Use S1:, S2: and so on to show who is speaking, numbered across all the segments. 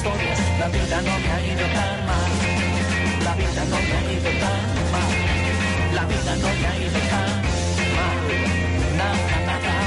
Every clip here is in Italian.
S1: La vida no me ha ido tan mal. La vida no me ha ido tan mal. La vida no me ha ido tan mal. Nada, nada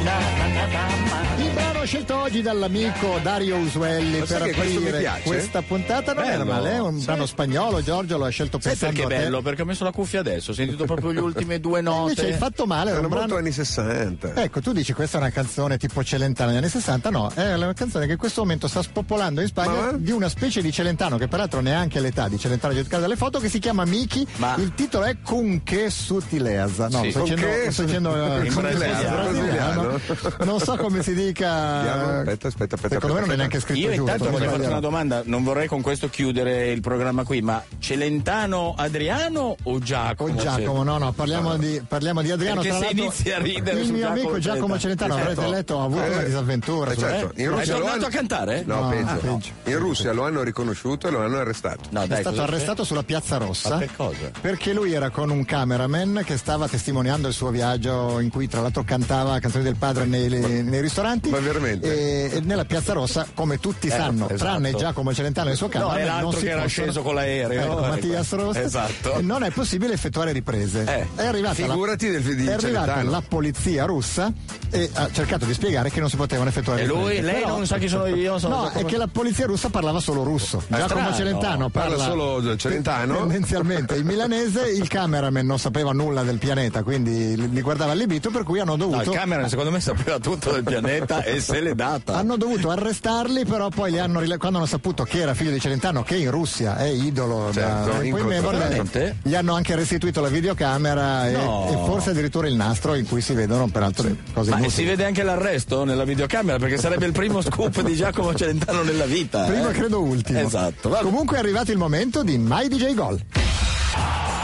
S1: mal. Nada, nada mal.
S2: Il brano scelto oggi dall'amico Dario Usuelli
S3: Lo sai
S2: per
S3: che questo mi
S2: aprire
S3: piace?
S2: questa puntata non era
S3: Bello.
S2: male, è un
S3: Sì.
S2: brano spagnolo, Giorgio lo ha scelto
S4: Sai
S2: pensando
S4: perché
S2: a
S4: è
S2: te.
S4: bello? Perché ho messo la cuffia adesso, ho sentito proprio le ultime due
S2: Eh, Invece hai
S4: note.
S2: fatto male, era
S3: Erano
S2: un
S3: molto
S2: brano-
S3: anni 60.
S2: Ecco, tu dici questa è una canzone tipo Celentano negli anni 60, no, è una canzone che in questo momento sta spopolando in Spagna
S3: Ma-
S2: di una specie di Celentano che peraltro neanche all'età di Celentano cercare dalle foto che si chiama Miki,
S4: Ma-
S2: il titolo è Con che sutileza. No,
S4: Sì.
S2: sto
S3: Con
S2: dicendo,
S3: che-
S2: sto dicendo eh,
S3: in
S2: con che
S3: brasiliano,
S2: brasiliano.
S3: brasiliano.
S2: Non so come si
S3: Vediamo,
S2: dica.
S3: aspetta, aspetta, aspetta,
S2: Secondo me non
S3: aspetta.
S2: è neanche scritto
S4: Io
S2: giusto.
S4: intanto
S2: mi
S4: voglio farti
S2: sbaglierò.
S4: una domanda, non vorrei con questo chiudere il programma qui, ma Celentano Adriano o Giacomo?
S2: Con Oh, Giacomo, no, no, parliamo, Di, parliamo di Adriano.
S4: Perché
S2: tra
S4: se
S2: l'altro,
S4: inizia a ridere
S2: Il
S4: su
S2: mio
S4: Giacomo
S2: amico Giacomo Celentano,
S4: Celentano,
S2: avrete
S4: certo.
S2: letto, ha avuto una
S3: Eh,
S2: disavventura.
S3: eh,
S2: sulla-
S3: certo. In Russia
S4: tornato
S3: lo hanno-
S4: a cantare?
S3: No,
S2: No,
S3: peggio.
S2: ah, peggio.
S3: In Russia lo hanno riconosciuto e lo hanno arrestato.
S4: No,
S2: è stato
S4: Ah, cosa-
S2: arrestato sulla Piazza Rossa
S4: Ma per cosa?
S2: perché lui era con un cameraman che stava testimoniando il suo viaggio in cui tra l'altro cantava canzoni del padre nei, nei ristoranti
S3: ma veramente?
S2: e, e nella Piazza Rossa come tutti sanno
S4: esatto.
S2: tranne Giacomo Celentano e il suo
S4: No,
S2: cameraman
S4: era
S2: non
S4: l'altro
S2: si
S4: che era
S2: possono-
S4: sceso con l'aereo.
S2: Ecco,
S4: Eh,
S2: Mattias
S4: guarda.
S2: Ross
S4: Esatto.
S2: E non è possibile effettuare riprese
S4: Eh,
S2: è arrivata, la,
S3: figurati del di
S2: è arrivata
S3: Celentano.
S2: la polizia russa e ha cercato di spiegare che non si potevano effettuare
S4: E
S2: riprese
S4: lui, lei
S2: Però-
S4: non sa chi sono io, sono
S2: No,
S4: stato
S2: è
S4: come-
S2: che la polizia russa parlava solo russo. Giacomo
S4: strano.
S2: Celentano parla,
S3: Parla solo Celentano.
S2: Tendenzialmente il milanese, il cameraman non sapeva nulla del pianeta, quindi li li guardava allibito, per cui hanno
S4: No, il
S2: dovuto.
S4: camera secondo me sapeva tutto del pianeta e se l'è data.
S2: hanno dovuto arrestarli, però poi li hanno rile- quando hanno saputo che era figlio di Celentano, che in Russia è idolo,
S3: Certo,
S2: e poi
S3: incontra-
S2: memore,
S4: veramente?
S2: gli hanno anche restituito la videocamera e,
S4: No.
S2: e forse addirittura il nastro in cui si vedono peraltro cose
S4: Ma
S2: inutili.
S4: si vede anche l'arresto nella videocamera perché sarebbe il primo scoop di Giacomo Celentano nella vita.
S2: Primo
S4: eh.
S2: credo ultimo.
S4: Esatto. vabbè.
S2: Comunque è arrivato il momento di My DJ Gol.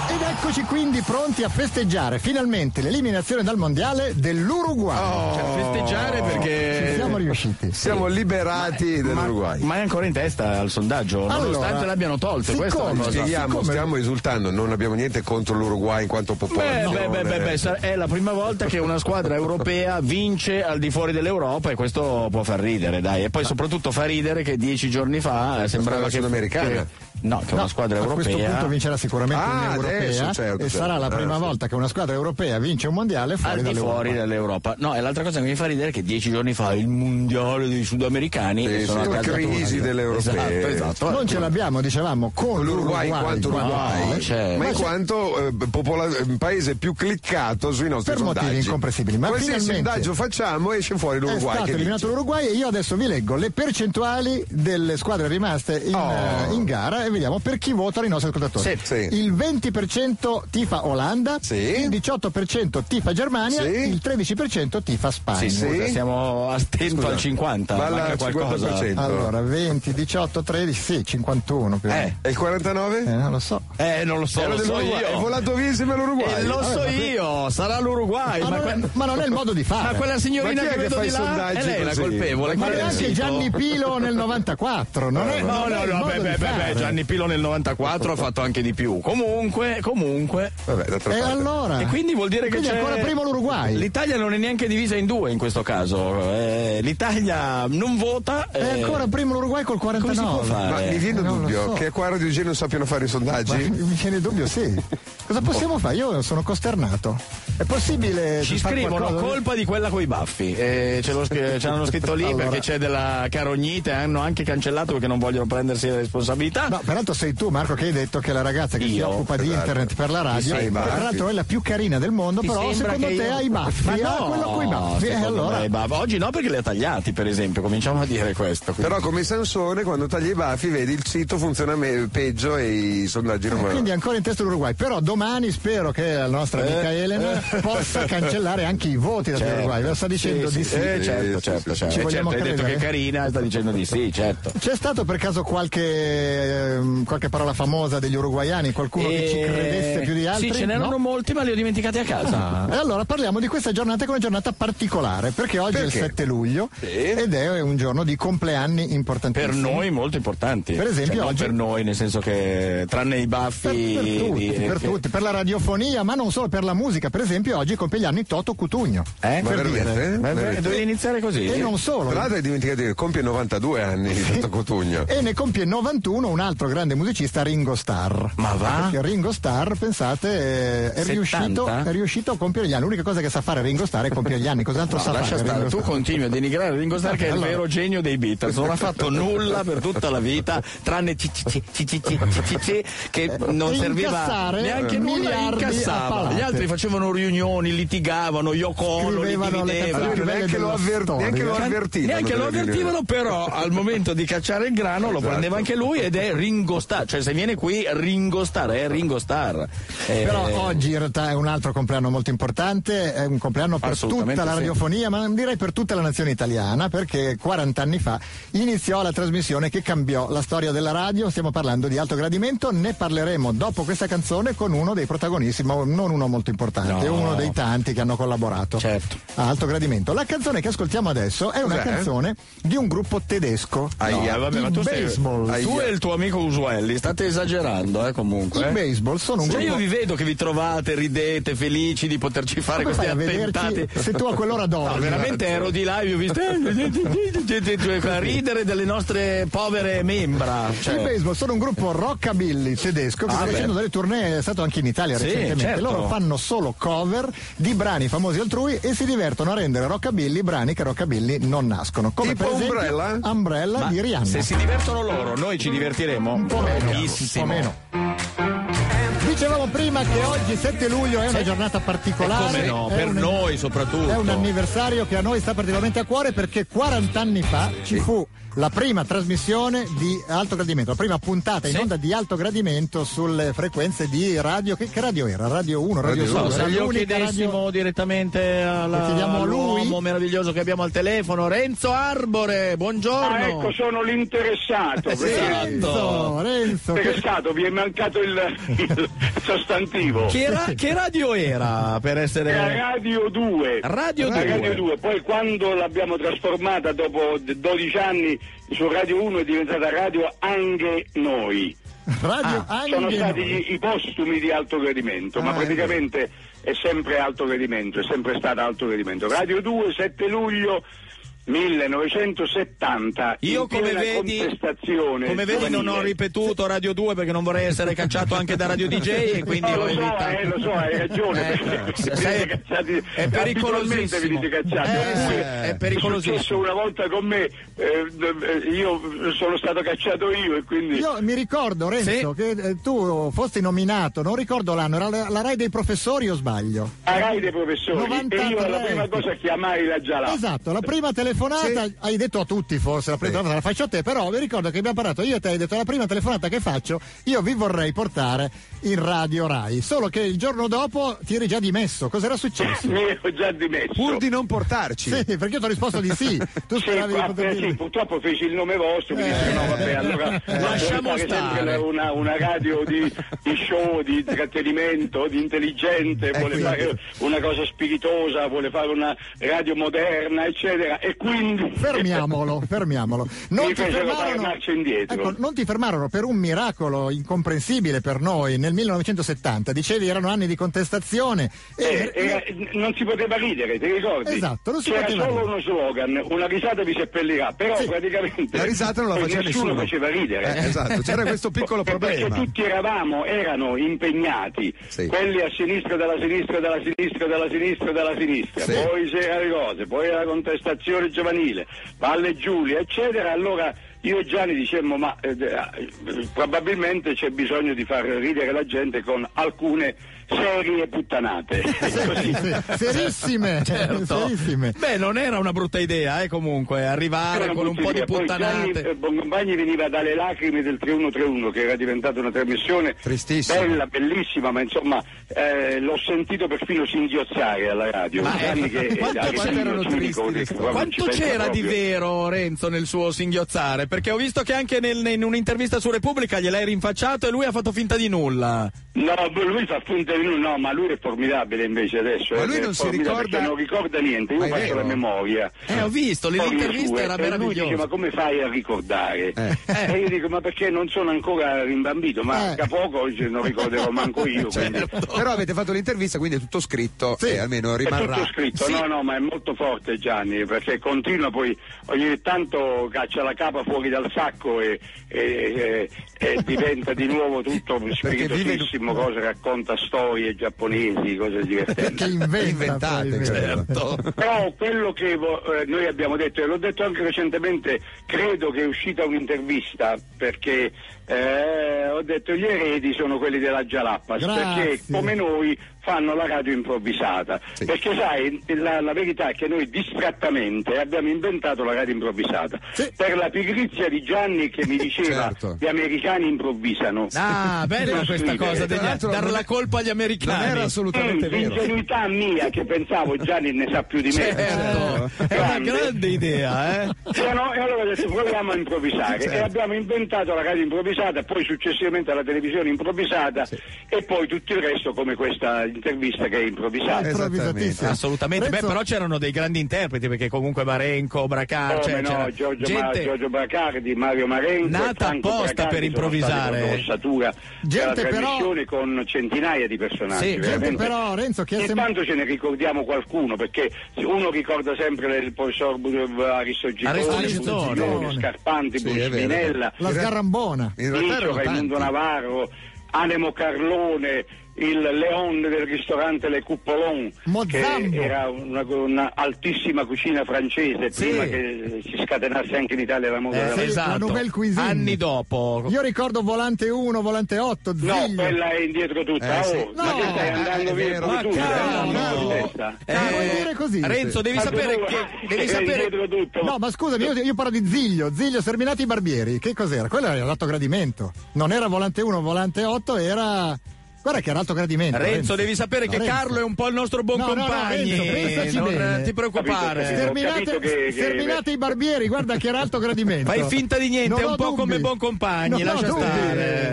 S2: Ed eccoci quindi pronti a festeggiare finalmente l'eliminazione dal mondiale dell'Uruguay.
S4: Cioè, festeggiare perché
S2: Ci siamo riusciti.
S3: Siamo liberati dall'Uruguay.
S4: Ma è ancora in testa al sondaggio,
S2: Allora,
S4: nonostante l'abbiano tolto. Questa è
S2: siccome-
S4: una cosa.
S2: sì,
S3: Spieghiamo,
S2: siccome-
S3: stiamo esultando, non abbiamo niente contro l'Uruguay in quanto
S4: Beh,
S3: popolazione.
S4: beh, beh, beh, beh, sa- è la prima volta che una squadra europea vince al di fuori dell'Europa e questo può far ridere, dai. E poi soprattutto fa ridere che dieci giorni fa eh, sembrava che...
S3: squadra sudamericana.
S4: che- no, che
S2: No,
S4: una squadra
S2: a questo
S4: europea...
S2: punto vincerà sicuramente
S3: Ah,
S2: un'europea
S3: adesso, certo,
S2: e
S3: certo.
S2: sarà la
S3: Ah,
S2: prima
S3: sì.
S2: volta che una squadra europea vince un mondiale fuori
S4: Eh, al di
S2: dall'Europa.
S4: fuori eh. dell'Europa. No, e l'altra cosa che mi fa ridere è che dieci giorni fa il mondiale dei sudamericani
S3: Sì,
S4: e sono
S3: sì,
S4: a
S3: la
S4: casa
S3: crisi
S4: tua.
S3: dell'europea.
S4: Esatto, esatto.
S2: Non ce l'abbiamo, dicevamo, con
S3: L'Uruguay in quanto Uruguay,
S4: no, cioè-
S3: ma in
S2: Ma-
S3: quanto eh, popola- eh, paese più cliccato sui nostri
S2: Per motivi
S3: sondaggi.
S2: incomprensibili, ma
S3: Qualsiasi
S2: finalmente-
S3: sondaggio facciamo esce fuori
S2: È
S3: l'Uruguay.
S2: stato
S3: che
S2: eliminato
S3: vince.
S2: l'Uruguay e io adesso vi leggo le percentuali delle squadre rimaste in,
S3: Oh.
S2: eh, in gara e vediamo per chi votano i nostri ascoltatori.
S3: Sì, sì.
S2: Il 20% tifa Olanda,
S3: Sì.
S2: il 18% tifa Germania,
S3: Sì.
S2: il 13% tifa Spagna.
S4: Sì, scusa, siamo a stento al 50,
S3: va alla
S4: manca qualcosa.
S3: 50%.
S2: Allora, 20, 18, 13, sì, 51 più o meno.
S4: Eh,
S3: E il 49?
S2: Eh, non lo so.
S4: eh, non lo so,
S3: Era
S4: lo so
S3: dell'Uruguay, È
S4: io.
S3: volato via insieme all'Uruguay.
S4: Eh, lo so io, sarà l'Uruguay,
S2: Ma,
S4: ma,
S2: non,
S4: que-
S2: è, ma non è il modo di
S4: ma
S2: fare.
S4: quella signorina
S3: Ma chi è
S4: che
S3: che
S4: vedo
S3: fa
S4: di
S3: i
S4: là
S3: sondaggi
S4: è lei la
S3: così?
S4: colpevole.
S2: Ma
S4: qual è il
S2: neanche
S4: tipo?
S2: Gianni Pilo nel 94, non è,
S4: No,
S2: non è
S4: no,
S2: il
S4: no,
S2: modo
S4: beh,
S2: di
S4: beh, beh,
S2: fare.
S4: beh, Gianni Pilo nel 94 ha fatto anche di più. Comunque, comunque.
S3: Vabbè, d'altra
S2: E
S3: parte.
S2: allora?
S4: E quindi vuol dire che
S2: Quindi
S4: c'è
S2: ancora primo l'Uruguay.
S4: L'Italia non è neanche divisa in due in questo caso. Eh, L'Italia non vota.
S2: È
S4: eh,
S2: ancora primo l'Uruguay col 49.
S4: come si può fare?
S3: Ma
S4: Eh,
S3: mi viene il
S2: non lo
S3: dubbio
S2: so.
S3: che Acquario di Eugenio non sappiano fare i
S2: Ma
S3: sondaggi?
S2: mi viene il dubbio, sì. Cosa possiamo fare? Io sono costernato. È possibile.
S4: Ci
S2: far
S4: scrivono
S2: qualcosa?
S4: colpa di quella coi baffi. Eh, ce, lo scri- ce l'hanno scritto lì
S2: Allora.
S4: perché c'è della carognita, hanno anche cancellato perché non vogliono prendersi le responsabilità.
S2: No, peraltro sei tu Marco che hai detto che la ragazza che si
S4: Io?
S2: occupa di
S3: Esatto.
S2: internet per la radio, eh,
S3: Ti sei
S2: tra
S3: baffi.
S2: l'altro è la più carina del mondo,
S4: Ti
S2: però
S4: sembra
S2: Oh, secondo
S4: che
S2: te
S4: io-
S2: ha i baffi,
S4: Ma no,
S2: ha quello con i baffi. E
S4: secondo
S2: allora
S4: me i baffi. Oggi no perché li ha tagliati, per esempio, cominciamo a dire questo.
S3: Però come Sansone, quando tagli i baffi, vedi il sito funziona me- peggio e i sondaggi non
S2: Quindi
S3: vanno.
S2: ancora in testa l'Uruguay, però domani spero che la nostra
S4: Eh,
S2: amica Elena possa cancellare anche i voti dall'Uruguay. Ve lo sta dicendo
S4: Certo. Sì,
S2: di
S4: sì,
S2: sì.
S4: eh, certo,
S3: sì,
S4: certo,
S3: sì,
S4: certo.
S2: sì. Ci
S4: Eh, certo,
S2: vogliamo
S4: hai detto che
S2: credere?
S4: è carina, sta dicendo di sì, certo.
S2: C'è stato per caso qualche, ehm, qualche parola famosa degli uruguaiani, qualcuno che ci
S4: Eh,
S2: credesse più di altri?
S4: Sì, ce n'erano
S2: No?
S4: molti, ma li ho dimenticati a casa.
S2: Ah, E allora parliamo di questa giornata che è una giornata particolare, perché oggi è il
S3: Perché?
S2: 7 luglio ed è un giorno di compleanni importantissimi.
S4: Per noi molto importanti.
S2: Per esempio
S4: Cioè, non
S2: oggi-
S4: per noi, nel senso che tranne i baffi
S2: Per- per tutti,
S4: di- eh,
S2: per tutti,
S4: che-
S2: importante per la radiofonia, ma non solo per la musica. Per esempio, oggi compie gli anni Toto Cutugno.
S4: Eh?
S3: Ma
S2: per
S3: veramente?
S2: dire.
S3: eh?
S4: Ma-
S3: Veramente?
S4: Dovevi iniziare così?
S2: E non solo.
S3: Eh, Tra l'altro hai dimenticato di dire, compie 92 anni Toto Cotugno.
S2: E ne compie 91 un altro grande musicista, Ringo Starr.
S4: Ma va?
S2: Perché Ringo Starr, pensate, eh, è
S4: 70?
S2: riuscito, è riuscito a compiere gli anni. L'unica cosa che sa fare Ringo Starr è compiere gli anni. Cos'altro sa
S4: lascia
S2: fare?
S4: stare,
S2: Ringo
S4: tu
S2: Starr?
S4: continui a denigrare Ringo Starr che è il
S2: Allora.
S4: vero genio dei Beatles, non ha fatto nulla per tutta la vita, tranne CCCCCCC che non
S2: E
S4: serviva
S2: Eh, incassare
S4: neanche nulla,
S2: miliardi a
S4: incassava.
S2: palate.
S4: Gli altri facevano riunioni, litigavano, Yoko Ono li
S2: Scrivevano le
S4: divideva.
S2: canzoni.
S3: Allora,
S2: più belle
S3: neanche lo,
S2: della
S3: avver-
S2: storia.
S3: neanche lo
S2: Can-
S3: avvertivano.
S4: Neanche lo
S3: voglio dire.
S4: avvertivano, però al momento di cacciare il grano lo
S3: Esatto.
S4: prendeva anche lui ed è Ringo Starr. Cioè, se viene qui, Ringo Starr, è Ringo Starr. Eh,
S2: Però
S4: eh,
S2: oggi in realtà è un altro compleanno molto importante, è un compleanno per
S4: Assolutamente
S2: tutta la
S4: sì.
S2: radiofonia, ma non direi per tutta la nazione italiana, perché 40 anni fa iniziò la trasmissione che cambiò la storia della radio, stiamo parlando di alto gradimento, ne parleremo dopo questa canzone con uno dei protagonisti, ma non uno molto importante,
S4: No.
S2: uno dei tanti che hanno collaborato
S4: Certo.
S2: a alto gradimento. La canzone che ascoltiamo adesso è una
S3: Cos'è?
S2: canzone di un gruppo tedesco,
S4: No,
S3: Aia.
S4: eh, vabbè, ma
S2: il
S4: tu, stai-
S2: baseball.
S4: tu e il tuo amico Usuelli state esagerando, eh,
S2: i
S4: comunque. eh.
S2: baseball sono un
S4: Cioè,
S2: gruppo
S4: io vi vedo che vi trovate, ridete, felici di poterci fare
S2: Come fai
S4: questi
S2: a
S4: attentati.
S2: vederci se tu a quell'ora dormi?
S4: No, veramente ero di là e vi ho visto eh, a ridere delle nostre povere membra.
S2: I
S4: Cioè,
S2: baseball sono un gruppo rockabilly tedesco che
S4: Ah,
S2: sta
S4: beh.
S2: facendo delle tournée, è stato anche in Italia
S4: Sì,
S2: recentemente.
S4: certo.
S2: Loro fanno solo cover di brani famosi altrui e si divertono a rendere rockabilly brani che rockabilly non nascono. Come
S3: Tipo
S2: per esempio
S3: Umbrella?
S2: Umbrella di Rihanna.
S4: se si divertono loro, noi ci divertiremo un
S2: po' meno, un po' meno. Dicevamo prima che oggi 7 luglio è una giornata particolare.
S4: Come no,
S2: è
S4: per
S2: un-
S4: noi soprattutto.
S2: È un anniversario che a noi sta particolarmente a cuore perché 40 anni fa ci fu la prima trasmissione di alto gradimento, la prima puntata in
S4: Sì.
S2: onda di alto gradimento sulle frequenze di radio. Che, che radio era? Radio 1, Radio,
S3: Radio
S2: 2,
S4: No,
S3: uno,
S4: se
S2: era
S4: glielo
S2: l'unica
S4: chiedessimo
S2: radio-
S4: direttamente alla,
S2: Lo chiediamo a lui?
S4: all'uomo meraviglioso che abbiamo al telefono, Renzo Arbore, buongiorno.
S5: Ah, ecco, sono l'interessato.
S4: Esatto,
S5: perché-
S2: Renzo, Renzo, che-
S5: Interessato, vi Esatto. è mancato il, il sostantivo.
S4: Che, ra- che radio era per
S5: La
S4: essere...
S5: Radio 2.
S4: Radio
S5: La
S4: 2.
S5: Radio 2, poi quando l'abbiamo trasformata dopo d- 12 anni su Radio 1 è diventata Radio Anche Noi. Ah.
S2: radio
S5: Sono
S2: anche
S5: stati
S2: noi.
S5: gli- i postumi di alto gradimento,
S2: Ah,
S5: ma
S2: è
S5: praticamente
S4: ecco.
S5: è sempre alto gradimento, è sempre stata alto gradimento. Radio 2, 7 luglio 1970.
S4: Io
S5: in
S4: come
S5: piena
S4: vedi,
S5: contestazione
S4: come vedi non ho
S5: giovanile.
S4: ripetuto Radio 2 perché non vorrei essere cacciato anche da Radio DJ e quindi
S5: No,
S4: ho
S5: lo so,
S4: evitato.
S5: eh, lo so, hai ragione.
S4: Eh,
S5: perché
S4: se-
S5: vi
S4: sai,
S5: siete cacciati-
S4: è
S5: abitualmente vi
S4: pericolosissimo.
S5: siete cacciati.
S4: Eh,
S5: Oppure
S4: sì, è pericolosissimo.
S5: È successo una volta con me, eh, io sono stato cacciato io e quindi...
S2: Io mi ricordo, Renzo, che eh, tu fossi nominato, non ricordo l'anno, era la, la Rai dei professori o sbaglio?
S5: A Rai dei professori e io la
S2: 93.
S5: prima cosa chiamai la Gialà.
S2: Esatto, la prima telefonata, hai detto a tutti forse, la prima
S3: Sì.
S2: telefonata la faccio a te, però vi ricordo che abbiamo parlato, io e te hai detto la prima telefonata che faccio, io vi vorrei portare in Radio Rai, solo che il giorno dopo ti eri già dimesso, cos'era successo?
S5: Mi ero già dimesso.
S3: Pur di non portarci.
S2: Sì, perché io ti ho risposto di sì, tu
S5: Sì,
S2: speravi di
S5: qua-
S2: poter
S5: eh, sì,
S2: dire... Eh,
S5: purtroppo feci il nome vostro, mi disse no vabbè allora
S4: Lasciamo
S5: devo fare sempre
S4: stare.
S5: Una, una radio di, di show, di intrattenimento, di intelligente,
S2: Eh,
S5: vuole
S3: quindi-
S5: fare una cosa spiritosa, vuole fare una radio moderna, eccetera. E quindi
S2: Fermiamolo, fermiamolo. Non
S5: Mi
S2: ti
S5: fecero fare
S2: fermarono,
S5: marcia indietro.
S2: Ecco, non ti fermarono per un miracolo incomprensibile per noi nel 1970. Dicevi erano anni di contestazione.
S5: Eh,
S2: E,
S5: era- non si poteva ridere, ti ricordi?
S2: Esatto, non si
S5: C'era
S2: poteva
S5: solo
S2: ridere.
S5: uno slogan, una risata vi seppellirà, però
S2: Sì.
S5: praticamente eh,
S3: La risata non la faceva nessuno.
S5: faceva ridere.
S3: Eh, esatto, c'era questo piccolo
S5: Perché
S3: problema.
S5: tutti eravamo, erano impegnati,
S3: Sì.
S5: quelli a sinistra, dalla sinistra, dalla sinistra, dalla sinistra, dalla sinistra,
S3: Sì.
S5: poi c'era le cose, poi la contestazione giovanile, Valle Giulia, eccetera, allora io e Gianni dicemmo ma eh, eh, probabilmente c'è bisogno di far ridere la gente con alcune serie puttanate. Così.
S2: Sì, serissime,
S4: Certo.
S2: serissime.
S4: Beh, non era una brutta idea, eh, comunque, arrivare
S5: Erano
S4: con un po'
S5: tutti
S4: di
S5: via. Poi
S4: puttanate.
S5: Gianni eh, Boncompagni veniva dalle lacrime del 3131 che era diventata una trasmissione
S3: Tristissima.
S5: bella, bellissima, ma insomma eh, l'ho sentito perfino singhiozzare alla radio.
S4: Ma, eh,
S5: Gianni che
S4: quanto-
S5: era
S4: quanto
S5: cinico,
S3: erano
S5: cinico,
S3: tristi
S5: che
S3: questi-
S5: proprio non ci
S4: Quanto
S5: pensa
S4: c'era di
S5: proprio.
S4: vero Renzo nel suo singhiozzare? Perché ho visto che anche nel- in un'intervista su Repubblica gliel'hai rinfacciato e lui ha fatto finta di nulla.
S5: No, beh, lui fa punta di nulla, no, ma lui è formidabile invece adesso.
S3: Ma
S5: eh,
S3: lui
S5: è
S3: non si
S5: formidabile
S3: ricorda-
S5: perché non ricorda niente, io
S3: Ma è
S5: faccio
S3: vero.
S5: la memoria.
S4: Eh, ho visto,
S5: Poi
S4: l'intervista
S5: sue,
S4: era
S5: e lui dice, ma
S4: meravigliosa.
S5: come fai a ricordare?
S3: Eh.
S5: E io dico, ma perché non sono ancora rimbambito? Ma
S2: Eh.
S5: da poco oggi non ricorderò manco
S3: Cioè,
S5: io. quindi-
S3: Però avete fatto l'intervista, quindi è tutto scritto
S2: Sì.
S3: e almeno
S5: È
S3: rimarrà.
S5: tutto scritto,
S3: Sì.
S5: no, no, ma è molto forte Gianni, perché continua poi ogni tanto caccia la capa fuori dal sacco e, e- e- e diventa di nuovo tutto spiritosissimo, cosa racconta storie giapponesi, cose divertenti.
S2: Che inventa,
S3: Inventate,
S2: poi,
S3: certo.
S5: Però quello che vo- eh, noi abbiamo detto, e l'ho detto anche recentemente, credo che è uscita un'intervista, perché eh, ho detto gli eredi sono quelli della Gialappas,
S2: Grazie.
S5: perché come noi fanno la radio improvvisata. Perché sai, la, la verità è che noi distrattamente abbiamo inventato la radio improvvisata.
S2: Sì.
S5: Per la pigrizia di Gianni che mi diceva
S3: Certo.
S5: gli americani improvvisano.
S4: Ah, bella questa cosa,
S5: Tra
S4: degli,
S3: l'altro
S4: dar
S3: non
S4: la
S3: è-
S4: colpa agli
S3: Non
S4: americani.
S3: era assolutamente
S5: Mm,
S3: vero.
S5: L'ingenuità mia che pensavo Gianni ne sa più di me.
S4: Certo, è una grande idea, eh? Certo.
S5: Eh no, e allora ho detto proviamo a improvvisare e abbiamo inventato la radio improvvisata, poi successivamente la televisione improvvisata e poi tutto il resto come questa intervista che è improvvisata.
S2: improvvisatissimo.
S4: Assolutamente, beh,
S2: Renzo,
S4: però c'erano dei grandi interpreti perché comunque Marenco, Bracà, cioè,
S5: Come no,
S4: c'era
S5: Giorgio, Ma-
S4: gente...
S5: Giorgio Bracardi, Mario Marenco,
S4: Nata
S5: e Franco
S4: apposta
S5: Bracardi
S4: per
S5: sono
S4: improvvisare.
S5: stati con della
S2: Gente, però-
S5: trasmissione con centinaia di personaggi.
S4: Sì, gente,
S5: veramente.
S2: però, Renzo, che è
S5: Ogni
S2: sem-
S5: tanto ce ne ricordiamo qualcuno perché uno ricorda sempre il professor Bu- Aristo
S4: Aristo Gigone.
S5: Gigone, Scarpanti,
S3: Sì, è vero.
S5: Bustinella,
S2: La sgarrambona.
S3: In realtà
S5: Licio,
S3: erano tanti.
S5: Raimundo Navarro, Anemo Carlone, il Leon del ristorante Le Coupolon,
S2: Mozzambo.
S5: che era una, una altissima cucina francese
S4: Sì.
S5: prima che si scatenasse anche in Italia la moda
S4: Eh,
S5: della
S2: sì, la
S4: esatto,
S2: Nouvelle Cuisine.
S4: anni dopo.
S2: Io ricordo volante 1, volante 8,
S5: No,
S2: Ziglio.
S5: quella è indietro tutta.
S3: Eh, sì.
S5: oh, Ma
S2: No,
S5: che stai
S3: eh,
S5: andando
S3: è
S5: via
S3: vero.
S5: come
S3: Ma
S5: tu?
S3: cavolo.
S2: Eh, puoi dire così,
S4: Renzo,
S2: sì.
S4: devi sapere che... Devi sapere...
S5: indietro tutto.
S2: No, ma scusami, io, io parlo di Ziglio, Ziglio Serminati i Barbieri. Che cos'era? Quello era l'alto gradimento. Non era volante 1, volante 8, era. Guarda che era l'alto gradimento.
S4: Renzo, devi sapere che
S2: Renzo.
S4: Carlo è un po' il nostro buon
S2: No, no, no,
S4: compagno.
S2: Renzo, pensaci
S4: non
S2: bene.
S4: eh, ti preoccupare.
S5: Capito, capito.
S2: Sterminate,
S5: che- che-
S2: sterminate i barbieri, guarda che era alto gradimento.
S4: Fai finta di niente,
S2: Non
S4: è un
S2: ho
S4: po'
S2: dubbi.
S4: come buon compagni,
S2: Non ho
S4: lascia
S2: dubbi. Eh,
S4: stare.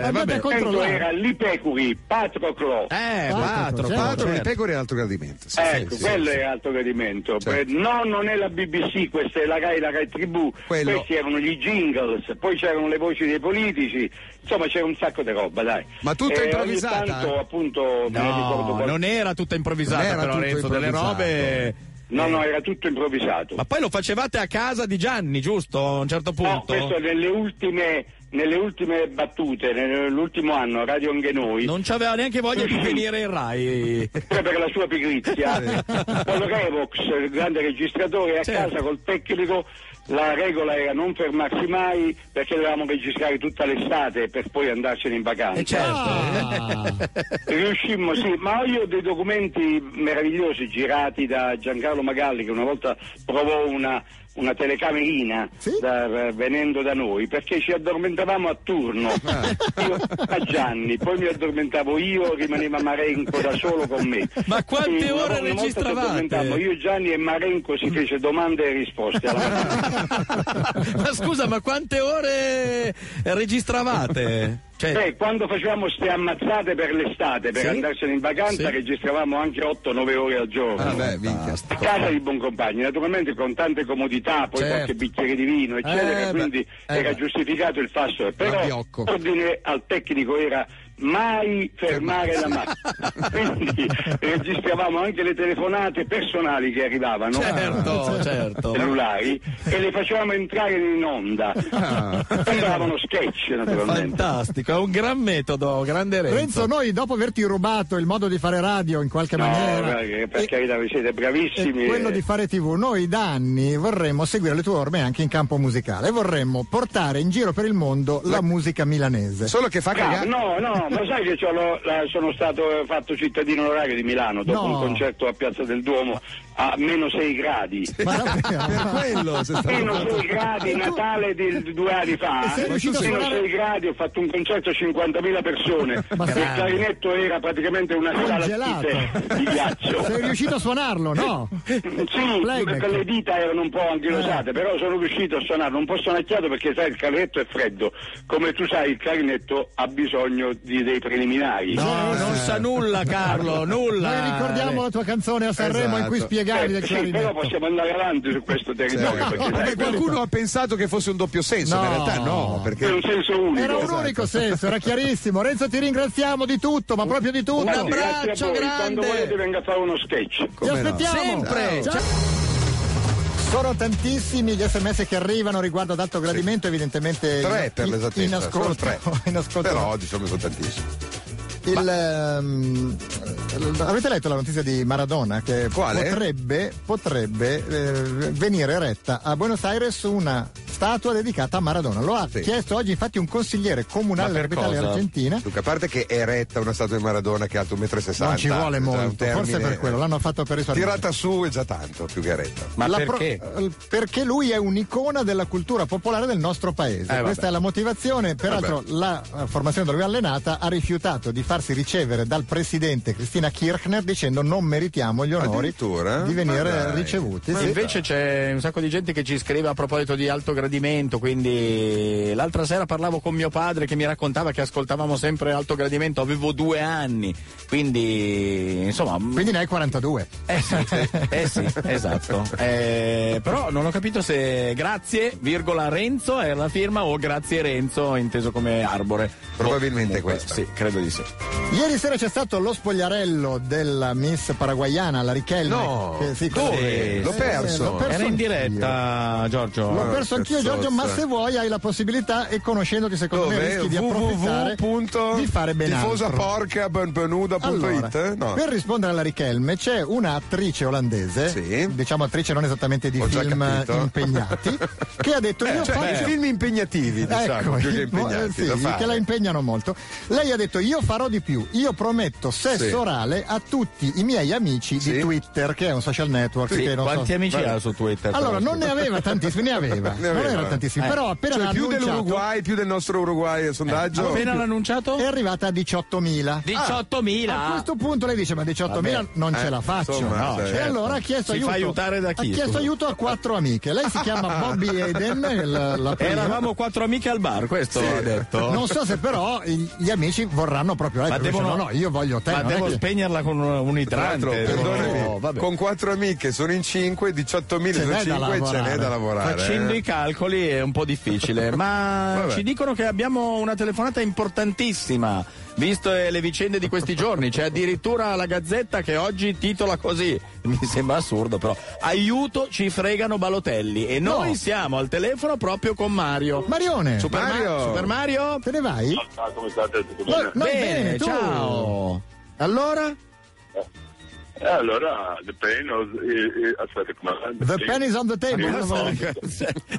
S2: Andate
S3: Vabbè.
S2: a
S5: Renzo era
S2: controllare.
S5: l'Ipecuri, Patroclo.
S4: Eh,
S2: Patro,
S4: Patro,
S2: certo.
S3: Patro
S4: Patro,
S3: di
S4: certo.
S3: pecore è un altro gradimento. sì,
S5: Ecco,
S3: sì, sì,
S5: quello
S3: sì.
S5: è alto gradimento.
S3: Certo.
S5: Eh, No, non è la BBC, questa è la Rai, la Rai Tribù.
S3: Quello-
S5: Questi erano gli jingles, poi c'erano le voci dei politici, insomma c'era un sacco di roba, dai.
S3: Ma tutta
S5: Eh,
S3: improvvisata?
S5: Ogni tanto, appunto, me ne ricordo
S4: No,
S5: qual-
S4: non era tutta improvvisata,
S3: Non era
S4: però
S3: tutto
S4: Renzo, delle
S3: improvvisato.
S4: robe.
S5: No, no, era tutto improvvisato.
S4: Ma poi lo facevate a casa di Gianni, giusto? A un certo
S5: No,
S4: punto.
S5: questo nelle ultime, nelle ultime battute, nell'ultimo anno, Radio Anche Noi,
S4: Non c'aveva neanche voglia di venire in Rai.
S5: proprio per la sua pigrizia, Paolo Revox, il grande registratore, a
S4: Certo.
S5: casa col tecnico, la regola era non fermarsi mai perché dovevamo registrare tutta l'estate per poi andarsene in vacanza.
S4: Eh, certo.
S2: Ah,
S5: Riuscimmo, sì, ma io ho dei documenti meravigliosi girati da Giancarlo Magalli che una volta provò una, una telecamerina
S2: Sì?
S5: da- eh, venendo da noi perché ci addormentavamo a turno, io a Gianni, poi mi addormentavo io, rimaneva Marenco da solo con me.
S4: Ma quante
S5: E una-
S4: ore
S5: una volta ci
S4: registravate?
S5: addormentammo, Io, Gianni e Marenco si fece domande e risposte. alla mattina.
S4: ma scusa, ma quante ore registravate? Cioè,
S5: Eh, quando facevamo ste ammazzate per l'estate per
S4: Sì?
S5: andarsene in vacanza
S4: Sì.
S5: registravamo anche 8-9 ore al giorno.
S3: Ah, beh, minchia.
S5: A casa di buon compagno, naturalmente con tante comodità, poi
S4: Certo.
S5: qualche bicchiere di vino,
S4: Eh,
S5: eccetera,
S4: beh,
S5: quindi
S4: eh,
S5: era
S4: beh.
S5: giustificato il fasto. Però
S3: L'abbiocco.
S5: l'ordine al tecnico era mai fermare la macchina. quindi registravamo anche le telefonate personali che arrivavano. Ah,
S4: certo, certo.
S5: cellulari e le facevamo entrare in onda
S4: Ah.
S5: sembravano sketch naturalmente
S4: Fantastico, è un gran metodo, grande Renzo.
S2: Renzo, noi dopo averti rubato il modo di fare radio in qualche
S5: No,
S2: maniera.
S5: perché- per
S2: e-
S5: carità, voi siete
S2: e
S5: bravissimi.
S2: quello di fare tv noi da anni vorremmo seguire le tue orme anche in campo musicale vorremmo portare in giro per il mondo la musica milanese
S3: Solo che fa
S5: Bravo,
S3: cagare.
S5: Ah, no, no, No, ma sai che c'ho lo- la- sono stato eh, fatto cittadino onorario di Milano dopo
S2: No.
S5: un concerto a Piazza del Duomo a meno 6 gradi.
S2: Ma davvero?
S3: Per quello sei stato
S5: Meno 6 gradi, Natale di di due anni
S2: E
S5: fa, eh.
S2: sei
S5: meno
S2: riuscito a suonare-
S5: 6 gradi, ho fatto un concerto a 50.000 persone.
S2: Ma
S5: Il
S2: sai-
S5: clarinetto era praticamente una sala
S2: Congelato.
S5: di, te- di ghiaccio.
S2: Sei riuscito a suonarlo, no?
S5: Sì,
S2: Playback.
S5: perché le dita erano un po' anchilosate,
S3: Eh.
S5: però sono riuscito a suonarlo, un po' sonacchiato perché sai il clarinetto è freddo, come tu sai il clarinetto ha bisogno di- dei preliminari.
S6: No, non sa nulla Carlo, nulla.
S2: Noi ricordiamo la tua canzone a Sanremo in cui
S3: Esatto.
S2: spiegavi del
S5: Eh, sì, però
S2: clarinetto.
S5: possiamo andare avanti su questo territorio. perché, sai,
S3: Vabbè, qualcuno ha pensato che fosse un doppio senso, ma in
S2: No.
S3: realtà no,
S5: è
S3: perché
S5: un senso unico. Esatto.
S2: Era un unico senso, era chiarissimo. Renzo, ti ringraziamo di tutto, ma proprio di tutto.
S5: Tanti grazie
S6: abbraccio
S5: a voi, Quando
S6: grande.
S5: volete venga a fare uno sketch.
S2: Ti aspettiamo!
S6: Sempre.
S2: Ciao. Sono tantissimi gli sms che arrivano riguardo ad alto gradimento, evidentemente
S3: Tre,
S2: in-
S3: per l'esattezza,
S2: in ascolto.
S3: sono tre.
S2: in ascolto.
S3: però diciamo sono tantissimi.
S2: Il, ehm, l- avete letto la notizia di Maradona che
S3: Quale?
S2: potrebbe, potrebbe eh, venire eretta a Buenos Aires una statua dedicata a Maradona. Lo ha
S3: Sì.
S2: chiesto oggi infatti un consigliere comunale
S4: Ma per
S2: dell'ospedale
S4: cosa?
S2: argentina.
S3: Luca, a parte che è eretta una statua di Maradona che è alto 1,60 m.
S2: Non ci vuole molto, forse per quello, l'hanno fatto per risparmiare.
S3: Tirata su è già tanto, più che eretta.
S4: Ma
S2: La pro-
S4: perché?
S2: eh, perché lui è un'icona della cultura popolare del nostro paese. Questa
S4: Eh, vabbè.
S2: è la motivazione. Peraltro, la eh, formazione da lui allenata ha rifiutato di farsi ricevere dal presidente Cristina Kirchner dicendo non meritiamo gli onori
S3: Addirittura?
S2: di
S3: Ma
S2: venire
S3: dai.
S2: ricevuti.
S4: Ma
S2: Sì.
S4: invece c'è un sacco di gente che ci scrive a proposito di alto gradimento, quindi l'altra sera parlavo con mio padre che mi raccontava che ascoltavamo sempre alto gradimento, avevo due anni, quindi insomma... m-
S2: Quindi ne hai 42.
S4: Eh sì, eh sì, esatto. Eh, però non ho capito se grazie, virgola Renzo è la firma o grazie Renzo inteso come arbore.
S3: Probabilmente
S4: Boh, comunque,
S3: questa.
S4: Sì, credo di sì.
S2: Ieri sera c'è stato lo spogliarello della Miss paraguayana, la Richelme.
S3: No,
S2: che- Eh, sì,
S3: dove?
S2: quella-
S3: L'ho
S2: sì,
S3: perso.
S2: eh, l'ho perso
S4: Era in
S2: anch'io.
S4: diretta, Giorgio.
S2: L'ho perso anch'io
S3: Cioè, che
S2: Giorgio, ma
S3: sosta.
S2: se vuoi hai la possibilità e conoscendoti secondo me
S3: Dove?
S2: rischi di approfittare di fare ben altro.
S3: tifosaporca.benuda.it
S2: Allora,
S3: eh? No.
S2: Per rispondere alla Richelme c'è un'attrice olandese,
S3: Sì.
S2: diciamo attrice non esattamente di
S3: Ho già
S2: film
S3: capito.
S2: impegnati, che ha detto
S3: Eh,
S2: io
S3: cioè, i
S2: faccio...
S3: film impegnativi, diciamo,
S2: Ecco,
S3: più che
S2: i- mo- eh,
S3: impegnati,
S2: sì,
S3: da
S2: che
S3: fare.
S2: la impegnano molto. Lei ha detto io farò di più, io prometto sesso
S3: Sì.
S2: orale a tutti i miei amici di
S3: Sì.
S2: Twitter, che è un social network.
S4: Sì,
S2: che non so-
S4: quanti amici ha su Twitter?
S2: Allora,
S4: però?
S2: non ne aveva tantissimi, ne aveva,
S3: Ne
S2: non
S3: aveva.
S2: era tantissimi,
S4: Eh.
S2: però appena
S3: Cioè,
S2: l'ha
S3: più
S2: annunciato Eh,
S3: dell'Uruguay, più del nostro Uruguay il sondaggio.
S4: Appena l'ha annunciato?
S2: è arrivata a
S4: Ah,
S2: 18.000.
S4: 18.000.
S2: A questo punto lei dice: Ma 18.000 non
S3: eh,
S2: ce la faccio.
S3: insomma,
S2: No,
S3: sì.
S2: e
S3: certo.
S2: allora ha chiesto
S4: Si
S2: aiuto.
S4: fa aiutare da chi,
S2: Ha chiesto
S4: scusa?
S2: aiuto a quattro amiche. Lei si chiama Bobby Eden. la- la prima.
S4: Eravamo quattro amiche al bar, questo ha detto.
S2: Non so se però i- gli amici vorranno proprio lei.
S4: Ma
S2: perché
S4: devono-
S2: dicono, no, io voglio te.
S4: ma
S2: non è
S4: devo
S2: che-
S4: spegnerla con un, un
S3: Tra l'altro,
S4: idrante.
S3: perdonami,
S4: no, Oh, vabbè.
S3: con quattro amiche sono in 5, 18.000
S2: Ce n'è
S3: sono
S2: da
S3: 5, ce n'è
S2: lavorare.
S3: da lavorare.
S4: Facendo
S3: eh.
S4: i calcoli è un po' difficile, ma
S3: Vabbè.
S4: ci dicono che abbiamo una telefonata importantissima, visto eh, le vicende di questi giorni. C'è addirittura la Gazzetta che oggi titola così. Mi sembra assurdo, però. Aiuto, ci fregano Balotelli. E
S2: No.
S4: noi siamo al telefono proprio con Mario.
S2: Marione,
S4: Super Ma-
S3: Mario.
S4: Super Mario?
S2: te ne vai?
S5: Ah, come state? Tutto
S2: No,
S5: bene?
S2: noi bene, tu.
S4: ciao. Allora?
S5: Eh, allora, the pain of, eh, eh, aspetta, come
S2: The pen is on the table.